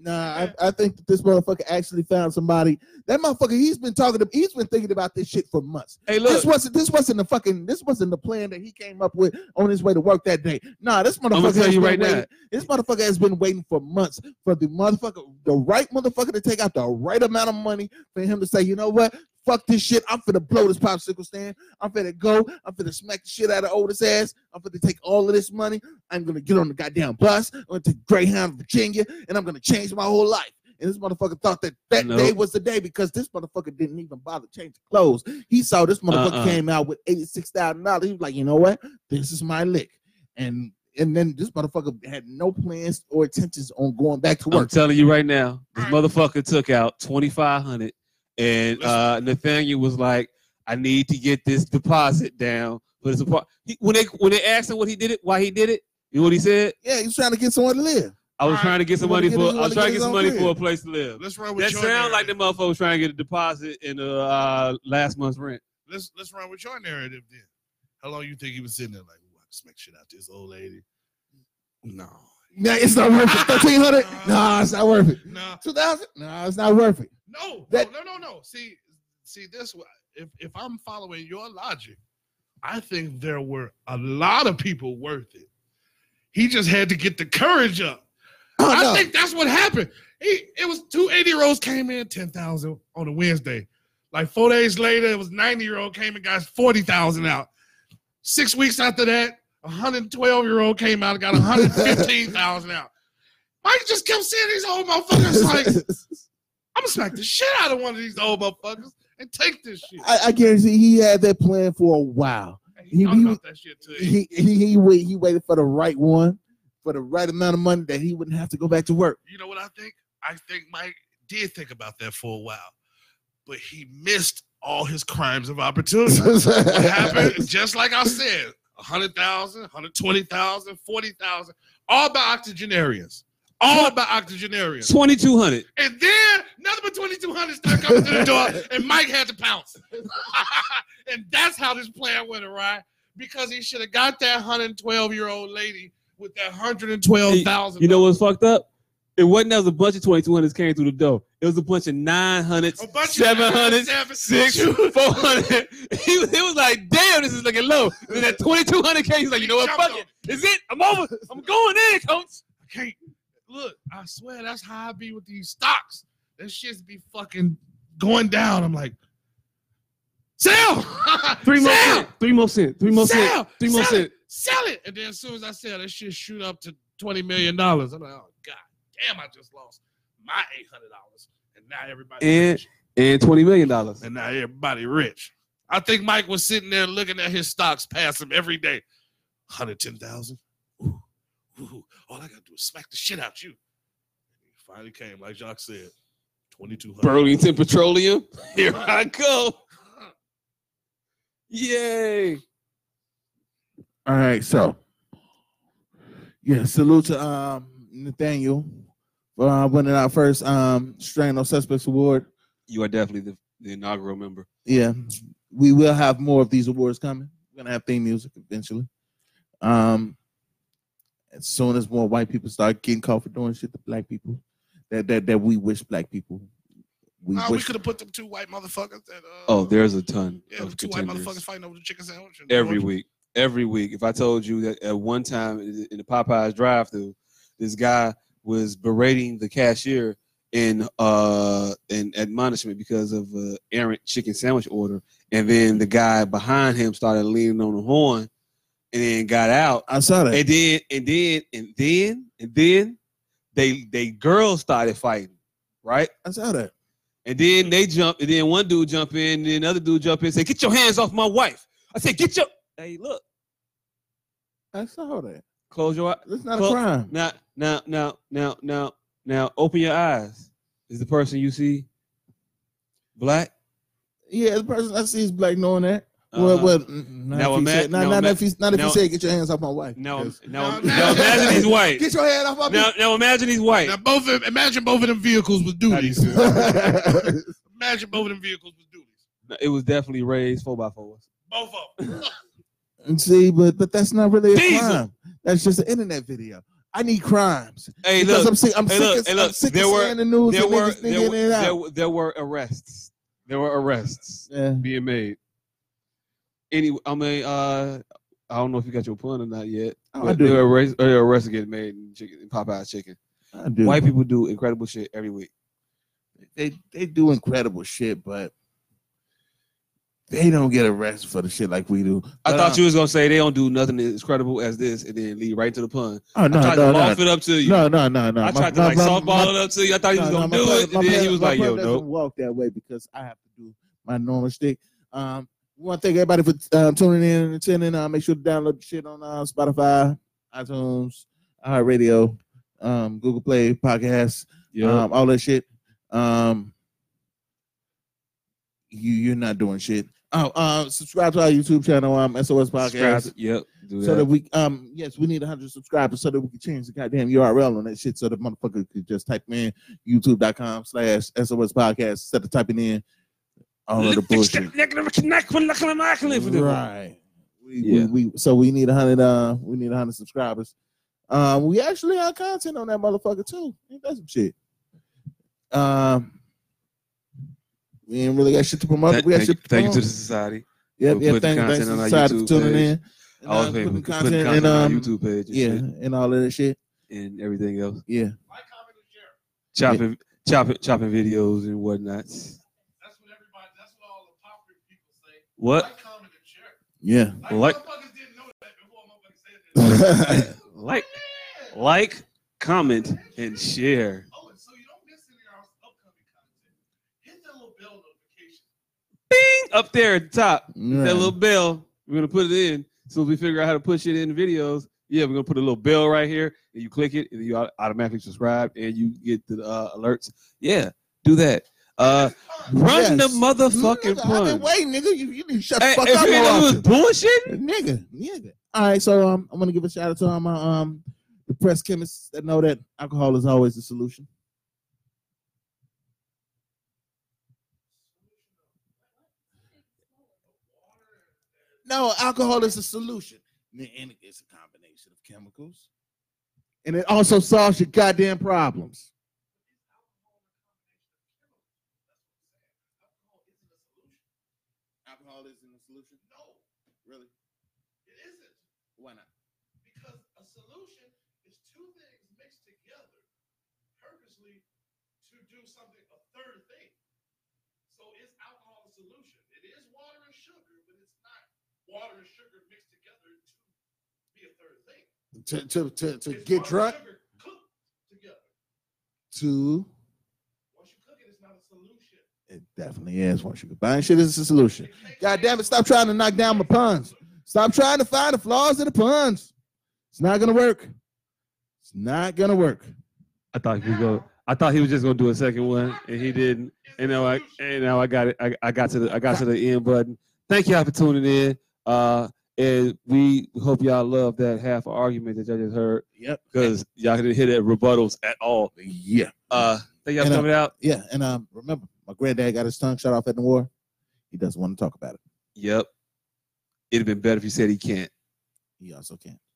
[SPEAKER 4] Nah, I, I think that this motherfucker actually found somebody. That motherfucker, he's been talking to, he's been thinking about this shit for months.
[SPEAKER 3] Hey, look,
[SPEAKER 4] This wasn't, this wasn't the fucking, this wasn't the plan that he came up with on his way to work that day. Nah, this motherfucker.
[SPEAKER 3] I'm gonna tell
[SPEAKER 4] has
[SPEAKER 3] you
[SPEAKER 4] been
[SPEAKER 3] right
[SPEAKER 4] waiting-
[SPEAKER 3] now.
[SPEAKER 4] This motherfucker has been waiting for months for the motherfucker, the right motherfucker to take out the right amount of money for him to say, you know what? Fuck this shit. I'm finna blow this popsicle stand. I'm finna go. I'm finna smack the shit out of Otis ass. I'm finna take all of this money. I'm gonna get on the goddamn bus. I'm gonna take Greyhound, Virginia, and I'm gonna change my whole life. And this motherfucker thought that that
[SPEAKER 3] Nope.
[SPEAKER 4] day was the day because this motherfucker didn't even bother changing clothes. He saw this motherfucker
[SPEAKER 3] Uh-uh.
[SPEAKER 4] came out with eighty-six thousand dollars. He was like, you know what? This is my lick and and then this motherfucker had no plans or intentions on going back to
[SPEAKER 3] I'm
[SPEAKER 4] work.
[SPEAKER 3] telling you right now, this motherfucker took out 2,500, and uh, Nathaniel was like, "I need to get this deposit down for this apart." He, when they when they asked him what he did it, why he did it, you know what he said?
[SPEAKER 4] yeah, he's trying to get someone to live.
[SPEAKER 3] I was
[SPEAKER 11] Right.
[SPEAKER 3] trying to get some
[SPEAKER 4] He wanna
[SPEAKER 3] money
[SPEAKER 4] get
[SPEAKER 3] for
[SPEAKER 4] his-
[SPEAKER 3] I was
[SPEAKER 4] wanna get
[SPEAKER 3] trying to
[SPEAKER 4] his
[SPEAKER 3] get some
[SPEAKER 4] own
[SPEAKER 3] money
[SPEAKER 4] crib.
[SPEAKER 3] for a place to live.
[SPEAKER 2] Let's run with
[SPEAKER 3] That
[SPEAKER 2] your
[SPEAKER 3] sound like the
[SPEAKER 2] narrative.
[SPEAKER 3] motherfucker was trying to get a deposit in uh, uh, last month's rent.
[SPEAKER 2] Let's let's run with your narrative then. How long you think he was sitting there like, "Ooh, I can smack shit out this old lady? No,
[SPEAKER 4] Nah, it's not worth it. Thirteen hundred? Nah, it's not worth it.
[SPEAKER 2] no,
[SPEAKER 4] Two thousand? Nah, it's not worth it.
[SPEAKER 2] no,
[SPEAKER 4] That-
[SPEAKER 2] no, no, no, no. See, see this. wa- If if I'm following your logic, I think there were a lot of people worth it. He just had to get the courage up.
[SPEAKER 4] Oh
[SPEAKER 2] I
[SPEAKER 4] no.
[SPEAKER 2] think that's what happened. He, it was two 80 year olds came in 10,000 on a Wednesday. Like four days later, it was 90 year old came and got 40,000 out. Six weeks after that, 112 year old came out and got 115,000 out. Mike just kept seeing these old motherfuckers like, I'm gonna smack the shit out of one of these old motherfuckers and take this shit.
[SPEAKER 4] I, I guarantee he had that plan for a while.
[SPEAKER 2] And he,
[SPEAKER 4] he-
[SPEAKER 2] thought
[SPEAKER 4] he-
[SPEAKER 2] about that shit too.
[SPEAKER 4] He he he, wait, he waited for the right one, for the right amount of money that he wouldn't have to go back to work.
[SPEAKER 2] you know what I think? I think Mike did think about that for a while, but he missed all his crimes of opportunity. what happened, just like I said, 100,000, 120,000, 40,000, all by octogenarians. All by octogenarians.
[SPEAKER 3] 2,200.
[SPEAKER 2] And then nothing but 2,200 started coming to the door, and Mike had to pounce. and that's how this plan went awry because he should have got that 112 year old lady with that 112,000.
[SPEAKER 3] You know what's fucked up? It wasn't that was a bunch of 2,200s came through the door. It was a bunch of 900s,
[SPEAKER 2] A bunch of
[SPEAKER 3] 700s,
[SPEAKER 2] seven-
[SPEAKER 3] six, four hundred. He was, he was like, "Damn, this is looking low." Then at twenty two hundred k, he's like, "You know what? Fuck it, it's it. I'm over. I'm going in, coach."
[SPEAKER 2] can't look. I swear that's how I be with these stocks. That shit's be fucking going down. I'm like, sell,
[SPEAKER 3] Three more
[SPEAKER 2] sell,
[SPEAKER 3] cent. Three more cent. Three more cent.
[SPEAKER 2] sell,
[SPEAKER 3] Three more
[SPEAKER 2] sell
[SPEAKER 3] cent.
[SPEAKER 2] it, sell it. And then as soon as I sell, that shit shoot up to twenty million dollars. I'm like, oh god damn, I just lost my eight hundred dollars, and now everybody
[SPEAKER 3] And-
[SPEAKER 2] rich.
[SPEAKER 3] And twenty million dollars.
[SPEAKER 2] and now everybody rich. I think Mike was sitting there looking at his stocks pass him every day. 110,000. Ooh, ooh, all I gotta do is smack the shit out you. He finally came, like Jacques said, 2,200.
[SPEAKER 3] Burlington Petroleum. Here I go. Yay!
[SPEAKER 4] All right, so yeah, salute to um Nathaniel for uh, winning our first um Strain No Suspects Award.
[SPEAKER 3] You are definitely the, the inaugural member.
[SPEAKER 4] Yeah, we will have more of these awards coming. We're gonna have theme music eventually. Um, as soon as more white people start getting called for doing shit to black people, that that that we wish black people. We
[SPEAKER 2] Nah, we
[SPEAKER 4] wish.
[SPEAKER 2] could have put them two white motherfuckers. That, uh,
[SPEAKER 3] Oh, there's a ton
[SPEAKER 2] yeah,
[SPEAKER 3] of
[SPEAKER 2] two white
[SPEAKER 3] contenders.
[SPEAKER 2] motherfuckers fighting over the chicken sandwich. and-
[SPEAKER 3] every week. Every week. If I told you that at one time in in the Popeyes drive through, this guy was berating the cashier in uh in admonishment because of uh, errant chicken sandwich order, and then the guy behind him started leaning on the horn, and then got out,
[SPEAKER 4] I saw that.
[SPEAKER 3] and then and then and then and then they they girls started fighting, right?
[SPEAKER 4] I saw that.
[SPEAKER 3] And then they jump, and then one dude jump in, and then another dude jump in and say, Get your hands off my wife. I said, Get your Hey, look,
[SPEAKER 4] I saw that.
[SPEAKER 3] close your eyes.
[SPEAKER 4] It's not
[SPEAKER 3] Well,
[SPEAKER 4] a crime.
[SPEAKER 3] Now, now, now, now, now, now, open your eyes. Is the person you see black?
[SPEAKER 4] Yeah, the person I see is black knowing that. Well,
[SPEAKER 3] Uh-huh.
[SPEAKER 4] well, mm, not
[SPEAKER 3] Now
[SPEAKER 4] if he
[SPEAKER 3] ima-
[SPEAKER 4] said, not,
[SPEAKER 3] now
[SPEAKER 4] not
[SPEAKER 3] ima-
[SPEAKER 4] if he, not if
[SPEAKER 3] now-
[SPEAKER 4] he said, get your hands off my wife.
[SPEAKER 3] Now,
[SPEAKER 4] Yes.
[SPEAKER 3] now,
[SPEAKER 2] No,
[SPEAKER 3] now, imagine he's white.
[SPEAKER 4] Get your hand off my
[SPEAKER 3] Now, now, imagine he's white.
[SPEAKER 2] Now, both of, imagine both of them vehicles with duties.
[SPEAKER 4] bitch.
[SPEAKER 2] imagine both of them vehicles with duties.
[SPEAKER 3] No, it was definitely raised four by fours.
[SPEAKER 2] Both of them.
[SPEAKER 4] And see, but but that's not really a
[SPEAKER 3] Diesel.
[SPEAKER 4] crime. That's just an internet video. I need crimes
[SPEAKER 3] Hey,
[SPEAKER 4] because
[SPEAKER 3] look,
[SPEAKER 4] I'm sick. I'm
[SPEAKER 3] hey,
[SPEAKER 4] sick.
[SPEAKER 3] look,
[SPEAKER 4] of,
[SPEAKER 3] hey, look,
[SPEAKER 4] I'm sick
[SPEAKER 3] there
[SPEAKER 4] of
[SPEAKER 3] were-
[SPEAKER 4] seeing the news.
[SPEAKER 3] there
[SPEAKER 4] and
[SPEAKER 3] were
[SPEAKER 4] niggas
[SPEAKER 3] there,
[SPEAKER 4] thinking
[SPEAKER 3] were
[SPEAKER 4] it out.
[SPEAKER 3] there, were- there were arrests. There were arrests
[SPEAKER 4] yeah.
[SPEAKER 3] being made. Any, I mean, uh, I don't know if you got your pun or not yet.
[SPEAKER 4] Oh, I
[SPEAKER 3] but
[SPEAKER 4] do.
[SPEAKER 3] There were arrests, there were arrests getting made in, chicken, in Popeye's chicken.
[SPEAKER 4] I do.
[SPEAKER 3] White people do incredible shit every week.
[SPEAKER 4] they they do incredible shit, but they don't get arrested for the shit like we do.
[SPEAKER 3] I
[SPEAKER 4] But,
[SPEAKER 3] thought
[SPEAKER 4] uh,
[SPEAKER 3] you was gonna say they don't do nothing as credible as this, and then lead right to the pun.
[SPEAKER 4] Oh no
[SPEAKER 3] I tried
[SPEAKER 4] no
[SPEAKER 3] to
[SPEAKER 4] no,
[SPEAKER 3] laugh it up to you.
[SPEAKER 4] no no no no.
[SPEAKER 3] I tried to like softball it up to you. I thought he was
[SPEAKER 4] no, no,
[SPEAKER 3] gonna
[SPEAKER 4] my
[SPEAKER 3] do
[SPEAKER 4] brother-
[SPEAKER 3] it,
[SPEAKER 4] my
[SPEAKER 3] and then he
[SPEAKER 4] brother-
[SPEAKER 3] was
[SPEAKER 4] my
[SPEAKER 3] like, "Yo,
[SPEAKER 4] brother doesn't
[SPEAKER 3] nope."
[SPEAKER 4] Walk that way because I have to do my normal shtick. Um, we want to thank everybody for uh, tuning in and attending. Uh, make sure to download the shit on uh, Spotify, iTunes, iHeartRadio, um, Google Play Podcasts, um, all that shit. Um, you you're not doing shit. Oh, uh, subscribe to our YouTube channel, um, SOS
[SPEAKER 3] Subscribe.
[SPEAKER 4] Podcast,
[SPEAKER 3] Yep. Do
[SPEAKER 4] so
[SPEAKER 3] that.
[SPEAKER 4] that we um yes we need 100 subscribers so that we can change the goddamn URL on that shit so the motherfucker could just type in YouTube.com slash SOS Podcast instead of typing in all of the bullshit. Right. We,
[SPEAKER 3] Yeah.
[SPEAKER 4] we, we so we need 100 uh we need 100 subscribers. Um, we actually have content on that motherfucker too. Ain't that some shit? Um, we ain't really got shit to promote.
[SPEAKER 3] Thank,
[SPEAKER 4] we got
[SPEAKER 3] thank,
[SPEAKER 4] shit to
[SPEAKER 3] thank you to
[SPEAKER 4] promote.
[SPEAKER 3] the society.
[SPEAKER 4] Yep,
[SPEAKER 3] for
[SPEAKER 4] yep.
[SPEAKER 3] putting
[SPEAKER 4] Thank, thanks
[SPEAKER 3] content
[SPEAKER 4] to
[SPEAKER 3] on our
[SPEAKER 4] society for
[SPEAKER 3] YouTube
[SPEAKER 4] tuning
[SPEAKER 3] page.
[SPEAKER 4] in. And,
[SPEAKER 3] Always
[SPEAKER 4] uh,
[SPEAKER 3] putting, putting
[SPEAKER 4] content,
[SPEAKER 3] content,
[SPEAKER 4] and
[SPEAKER 3] on our
[SPEAKER 4] um,
[SPEAKER 3] YouTube page. And
[SPEAKER 4] yeah,
[SPEAKER 3] shit
[SPEAKER 4] and all of that shit.
[SPEAKER 3] and everything else.
[SPEAKER 4] Yeah,
[SPEAKER 2] My comment is Jerry.
[SPEAKER 3] Chopping, chopping, chopping videos and whatnot.
[SPEAKER 2] That's what everybody, that's what all the popular people say.
[SPEAKER 3] What?
[SPEAKER 2] My comment is Jerry.
[SPEAKER 4] yeah.
[SPEAKER 3] Like-
[SPEAKER 2] Like, motherfuckers didn't know that before motherfuckers said that.
[SPEAKER 3] Like, like, comment, and share.
[SPEAKER 2] Oh, and so you don't miss any of our upcoming content. Hit that little bell notification.
[SPEAKER 3] Up there at the top,
[SPEAKER 4] Yeah.
[SPEAKER 3] that little bell. We're gonna put it in. As soon as we figure out how to push it in videos, yeah, we're gonna put a little bell right here, and you click it, and you au- automatically subscribe, and you get the uh, alerts. Yeah, do that. Uh, run
[SPEAKER 4] Yes.
[SPEAKER 3] the motherfucking
[SPEAKER 4] Nigga, I've
[SPEAKER 3] pun.
[SPEAKER 4] been waiting, nigga. You, you need to shut
[SPEAKER 3] Hey,
[SPEAKER 4] the fuck
[SPEAKER 3] if
[SPEAKER 4] up.
[SPEAKER 3] you
[SPEAKER 4] more
[SPEAKER 3] know
[SPEAKER 4] often.
[SPEAKER 3] was bullshitting,
[SPEAKER 4] Nigga, nigga. All right, so um, I'm gonna give a shout out to all my um depressed chemists that know that alcohol is always the solution. No, alcohol is the solution, N- and it's a combination of chemicals, and it also solves your goddamn problems. Alcohol isn't a solution. No, really,
[SPEAKER 2] It isn't.
[SPEAKER 4] why not?
[SPEAKER 2] Because a solution is two things mixed together purposely to do something, a third thing. So is alcohol a solution? It is water and sugar, but it's not water and sugar mixed together to be a third thing.
[SPEAKER 4] To to to, to
[SPEAKER 2] It's
[SPEAKER 4] get
[SPEAKER 2] water
[SPEAKER 4] drunk.
[SPEAKER 2] and Sugar cooked together.
[SPEAKER 4] To
[SPEAKER 2] Once you cook it, it's not a solution.
[SPEAKER 4] It definitely is. Once you combine shit, it's a solution. God damn it! Stop trying to knock down my puns. Stop trying to find the flaws in the puns. It's not gonna work. It's not gonna work.
[SPEAKER 3] I thought he was going. I thought he was just gonna do a second one, and he didn't. And now I, and now I got it. I, I got to the, I got to the end button. Thank y'all for tuning in. Uh, and we hope y'all love that half argument that y'all just heard.
[SPEAKER 4] Yep.
[SPEAKER 3] Because y'all didn't hear that rebuttals at all.
[SPEAKER 4] Yeah.
[SPEAKER 3] Uh, thank y'all for
[SPEAKER 4] And, uh,
[SPEAKER 3] coming out.
[SPEAKER 4] Yeah. And um, remember, my granddad got his tongue shot off at the war. He doesn't want to talk about it.
[SPEAKER 3] Yep. It'd have been better if you said he can't.
[SPEAKER 4] He also can't.